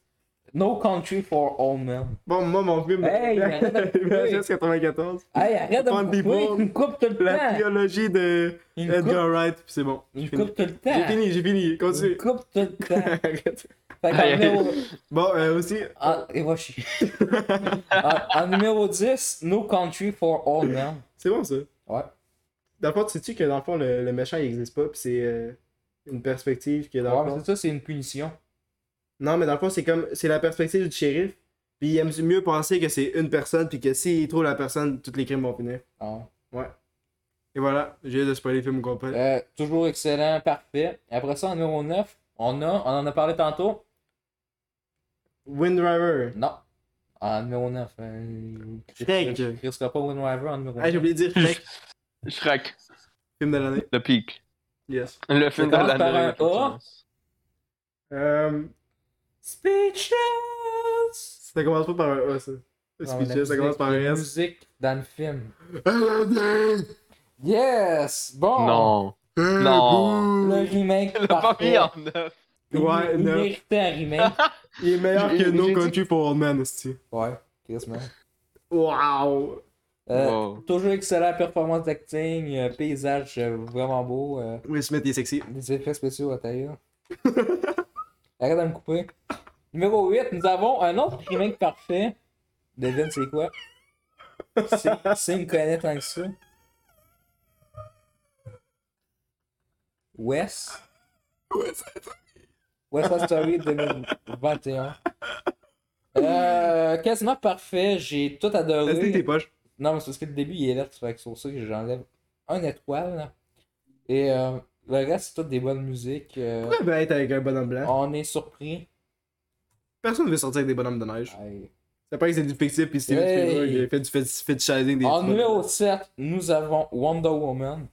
[SPEAKER 3] No Country for Old Men.
[SPEAKER 2] Bon, moi, mon film.
[SPEAKER 3] Hey, arrête de me couper.
[SPEAKER 2] VHS 94.
[SPEAKER 3] Hey, arrête de
[SPEAKER 2] Fun
[SPEAKER 3] me couper,
[SPEAKER 2] people.
[SPEAKER 3] tu me coupes tout le
[SPEAKER 2] La
[SPEAKER 3] temps.
[SPEAKER 2] trilogie de
[SPEAKER 3] Il me coupe,
[SPEAKER 2] Edgar Wright, puis c'est bon.
[SPEAKER 3] il
[SPEAKER 2] J'ai
[SPEAKER 3] me
[SPEAKER 2] fini,
[SPEAKER 3] coupe tout le
[SPEAKER 2] j'ai
[SPEAKER 3] temps.
[SPEAKER 2] fini, j'ai fini,
[SPEAKER 3] Il me
[SPEAKER 2] continue.
[SPEAKER 3] coupe tout le temps.
[SPEAKER 2] Arrête.
[SPEAKER 3] Fait qu'en
[SPEAKER 1] Aïe, aïe.
[SPEAKER 3] numéro...
[SPEAKER 2] Bon, euh, aussi,
[SPEAKER 3] Ah, et va chier. Ah, en, en numéro 10, No Country for Old Men.
[SPEAKER 2] c'est bon ça.
[SPEAKER 3] Ouais.
[SPEAKER 2] Dans le fond, tu sais-tu que dans le fond, le, le méchant, il existe pas, puis c'est euh, une perspective que dans le
[SPEAKER 3] Ouais, mais
[SPEAKER 2] fond.
[SPEAKER 3] c'est ça, c'est une punition.
[SPEAKER 2] Non, mais dans le fond, c'est comme, c'est la perspective du shérif, puis il aime mieux penser que c'est une personne, puis que s'il trouve la personne, tous les crimes vont finir.
[SPEAKER 3] Ah.
[SPEAKER 2] Et voilà, j'ai hâte de spoiler le film au complet.
[SPEAKER 3] Euh, toujours excellent, parfait. Après ça, en numéro 9, on a, on en a parlé tantôt.
[SPEAKER 2] Wind River.
[SPEAKER 3] Non. En numéro euh, 9.
[SPEAKER 2] Shrek.
[SPEAKER 3] Je ne risquerai pas Wind River en numéro
[SPEAKER 2] Ah,
[SPEAKER 3] 9.
[SPEAKER 2] j'ai oublié de dire Shrek,
[SPEAKER 1] Shrek,
[SPEAKER 2] film de l'année.
[SPEAKER 1] le pic.
[SPEAKER 2] Yes.
[SPEAKER 1] Le film de
[SPEAKER 3] commence
[SPEAKER 1] l'année.
[SPEAKER 3] par un
[SPEAKER 1] effectivement.
[SPEAKER 2] Euh,
[SPEAKER 3] Speechless!
[SPEAKER 2] ça commence pas par un A, ça.
[SPEAKER 3] Ah,
[SPEAKER 2] Speechless, ça commence par
[SPEAKER 3] la
[SPEAKER 2] un S. Ah,
[SPEAKER 3] musique dans le film.
[SPEAKER 2] Aladdin!
[SPEAKER 3] Yes! Bon!
[SPEAKER 1] Non.
[SPEAKER 3] Oh.
[SPEAKER 2] Euh,
[SPEAKER 1] Non.
[SPEAKER 2] bouh.
[SPEAKER 3] Le remake
[SPEAKER 1] Le
[SPEAKER 3] parfait.
[SPEAKER 1] premier en neuf.
[SPEAKER 3] Il-
[SPEAKER 2] Ouais,
[SPEAKER 3] il
[SPEAKER 2] neuf.
[SPEAKER 3] méritait un remake.
[SPEAKER 2] Il est meilleur
[SPEAKER 1] J'ai-
[SPEAKER 2] que No
[SPEAKER 1] j'ai dit-
[SPEAKER 2] Country for Old Men, aussi.
[SPEAKER 3] ouais, Chris, man.
[SPEAKER 2] Wow!
[SPEAKER 3] Euh,
[SPEAKER 1] Wow.
[SPEAKER 3] Toujours excellent performance d'acting, euh, paysage euh, vraiment beau, euh,
[SPEAKER 2] Will Smith il est sexy.
[SPEAKER 3] des effets spéciaux à taille. Arrête de me couper. Numéro 8, nous avons un autre remake parfait. Devine c'est quoi? C'est- C'est une connaît tant que ça. West. West Side Story 2021. Euh, quasiment parfait, j'ai tout adoré.
[SPEAKER 2] Restez tes poches.
[SPEAKER 3] Non, mais c'est parce que le début, il est vert, fait que c'est pour ça que j'enlève un étoile. là. Et euh, le reste, c'est toutes des bonnes musiques. euh,
[SPEAKER 2] Pourquoi elle veut être avec un bonhomme blanc?
[SPEAKER 3] on est surpris.
[SPEAKER 2] Personne veut sortir avec des bonhommes de neige.
[SPEAKER 3] Aïe.
[SPEAKER 2] C'est pas que c'est du fictif pis Steven
[SPEAKER 3] Hey.
[SPEAKER 2] Spielberg il a fait du fet- fetishizing des
[SPEAKER 3] En
[SPEAKER 2] petits
[SPEAKER 3] numéro
[SPEAKER 2] bonhommes.
[SPEAKER 3] 7, nous avons Wonder Woman.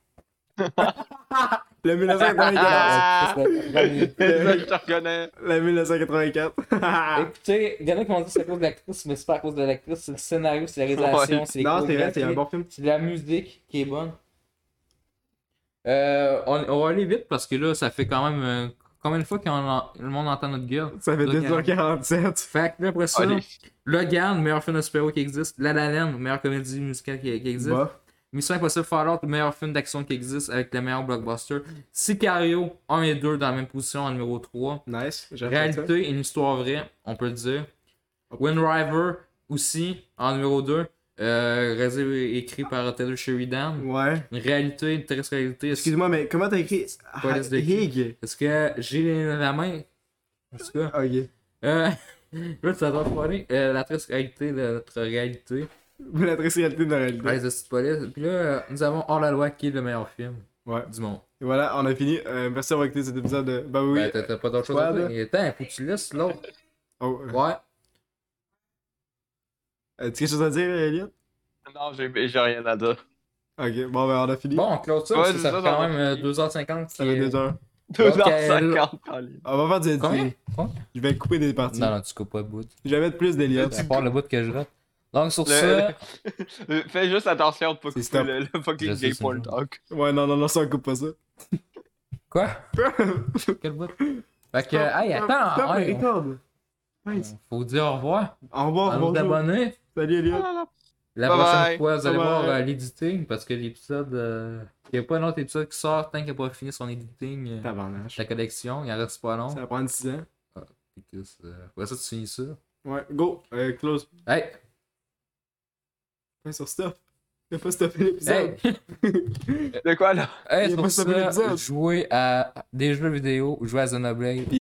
[SPEAKER 2] Le 1984.
[SPEAKER 1] Ah!
[SPEAKER 3] Euh, c'est le premier.
[SPEAKER 1] Là, je te reconnais.
[SPEAKER 2] Le 1984.
[SPEAKER 3] Écoutez, il y en a qui m'ont dit que c'est à cause de l'actrice, mais c'est pas à cause de l'actrice, c'est le scénario, c'est la réalisation,
[SPEAKER 1] Ouais.
[SPEAKER 3] c'est les
[SPEAKER 2] non, c'est vrai, c'est un
[SPEAKER 3] chorégraphies,
[SPEAKER 2] bon film.
[SPEAKER 3] c'est la musique qui est bonne. Euh, on, on va aller vite parce que là, ça fait quand même euh, combien de fois que le monde entend notre gueule.
[SPEAKER 2] Ça fait
[SPEAKER 3] Logan.
[SPEAKER 2] 2h47.
[SPEAKER 3] Fait que là, après ça,
[SPEAKER 1] Allez.
[SPEAKER 3] Logan, meilleur film de super-héros qui existe. La La Land, meilleure comédie musicale qui, qui existe.
[SPEAKER 2] Bah.
[SPEAKER 3] Mission Impossible Fallout, le meilleur film d'action qui existe avec les meilleurs blockbusters. Sicario, 1 et 2 dans la même position en numéro 3.
[SPEAKER 2] Nice, j'apprécie ça.
[SPEAKER 3] Réalité et une histoire vraie, on peut le dire. Wind River, aussi, en numéro 2. Euh, réalisé et écrit par Taylor Sheridan.
[SPEAKER 2] Ouais.
[SPEAKER 3] Une réalité, une triste réalité.
[SPEAKER 2] Excuse-moi, mais comment t'as écrit
[SPEAKER 3] Pas les écrits.
[SPEAKER 2] Hig
[SPEAKER 3] Parce que j'ai la main. En tout cas.
[SPEAKER 2] Ok.
[SPEAKER 3] Euh, là, tu t'entends parler. Euh, la triste réalité de notre réalité.
[SPEAKER 2] Vous l'adressez réalité de la réalité.
[SPEAKER 3] Ouais, c'est police. Puis là, euh, nous avons Hors la loi qui est le meilleur film
[SPEAKER 2] Ouais.
[SPEAKER 3] du monde.
[SPEAKER 2] Et voilà, on a fini. Euh, merci d'avoir écouté cet épisode de Bah oui.
[SPEAKER 3] Ben, t'as- t'as pas d'autre chose à
[SPEAKER 2] Ouais,
[SPEAKER 3] dire. Il est temps, faut que tu laisses l'autre.
[SPEAKER 2] Oh, euh,
[SPEAKER 3] Ouais.
[SPEAKER 2] As-tu quelque chose à dire, Elliot
[SPEAKER 1] Non, j'ai j'ai rien à dire.
[SPEAKER 2] Ok, bon, ben on a fini.
[SPEAKER 3] Bon, on clôt ça,
[SPEAKER 1] Ouais,
[SPEAKER 3] parce que
[SPEAKER 1] c'est
[SPEAKER 3] ça
[SPEAKER 1] ça,
[SPEAKER 3] fait
[SPEAKER 1] ça
[SPEAKER 3] quand
[SPEAKER 1] va.
[SPEAKER 3] même euh, 2h50.
[SPEAKER 2] Ça fait deux heures.
[SPEAKER 1] 2h50 en ligne.
[SPEAKER 2] On va faire du
[SPEAKER 3] Combien?
[SPEAKER 2] editing.
[SPEAKER 3] Combien?
[SPEAKER 2] Je vais couper des parties.
[SPEAKER 3] Non, non, tu coupes pas le bout.
[SPEAKER 2] Je vais mettre plus d'Elliot.
[SPEAKER 3] À part le bout que je rate. Donc, sur
[SPEAKER 1] Le-
[SPEAKER 3] ça.
[SPEAKER 1] Euh, Fais juste attention pour
[SPEAKER 2] C'est
[SPEAKER 1] couper
[SPEAKER 2] stop.
[SPEAKER 1] le, le
[SPEAKER 3] Je
[SPEAKER 1] fucking
[SPEAKER 3] sais,
[SPEAKER 1] gay
[SPEAKER 3] c'est
[SPEAKER 1] porn
[SPEAKER 3] bon.
[SPEAKER 1] talk.
[SPEAKER 2] Ouais, non, non, non, ça on coupe pas ça.
[SPEAKER 3] Quoi Quel bout Fait que, hey,
[SPEAKER 2] Stop,
[SPEAKER 3] attends,
[SPEAKER 2] mais
[SPEAKER 3] ouais,
[SPEAKER 2] record. Nice.
[SPEAKER 3] faut dire au revoir.
[SPEAKER 2] Au
[SPEAKER 3] À
[SPEAKER 2] revoir,
[SPEAKER 3] nos
[SPEAKER 2] bonjour.
[SPEAKER 3] abonnés.
[SPEAKER 2] Salut
[SPEAKER 1] Ah,
[SPEAKER 2] Elliot.
[SPEAKER 3] Ah, La
[SPEAKER 1] Bye
[SPEAKER 3] prochaine
[SPEAKER 1] bye.
[SPEAKER 3] fois, vous allez
[SPEAKER 2] Bye
[SPEAKER 3] voir
[SPEAKER 2] bye.
[SPEAKER 3] euh, l'éditing parce que l'épisode. euh, Il n'y a pas un autre épisode qui sort tant qu'il n'a pas fini son éditing euh, de
[SPEAKER 2] Tabarnage.
[SPEAKER 3] la collection. Il en reste pas long.
[SPEAKER 2] Ça va prendre 6 ans.
[SPEAKER 3] Fait que c'est, euh, Ouais, ça, tu finis ça.
[SPEAKER 2] Ouais, go. Euh, close.
[SPEAKER 3] Hey!
[SPEAKER 2] Ouais, sur stop. T'as pas stoppé l'épisode.
[SPEAKER 3] Hey!
[SPEAKER 1] De quoi là?
[SPEAKER 3] Hey,
[SPEAKER 2] Il a
[SPEAKER 3] sur
[SPEAKER 2] pas stoppé
[SPEAKER 3] ça,
[SPEAKER 2] l'épisode.
[SPEAKER 3] jouez à des jeux vidéo ou jouez à Xenoblade.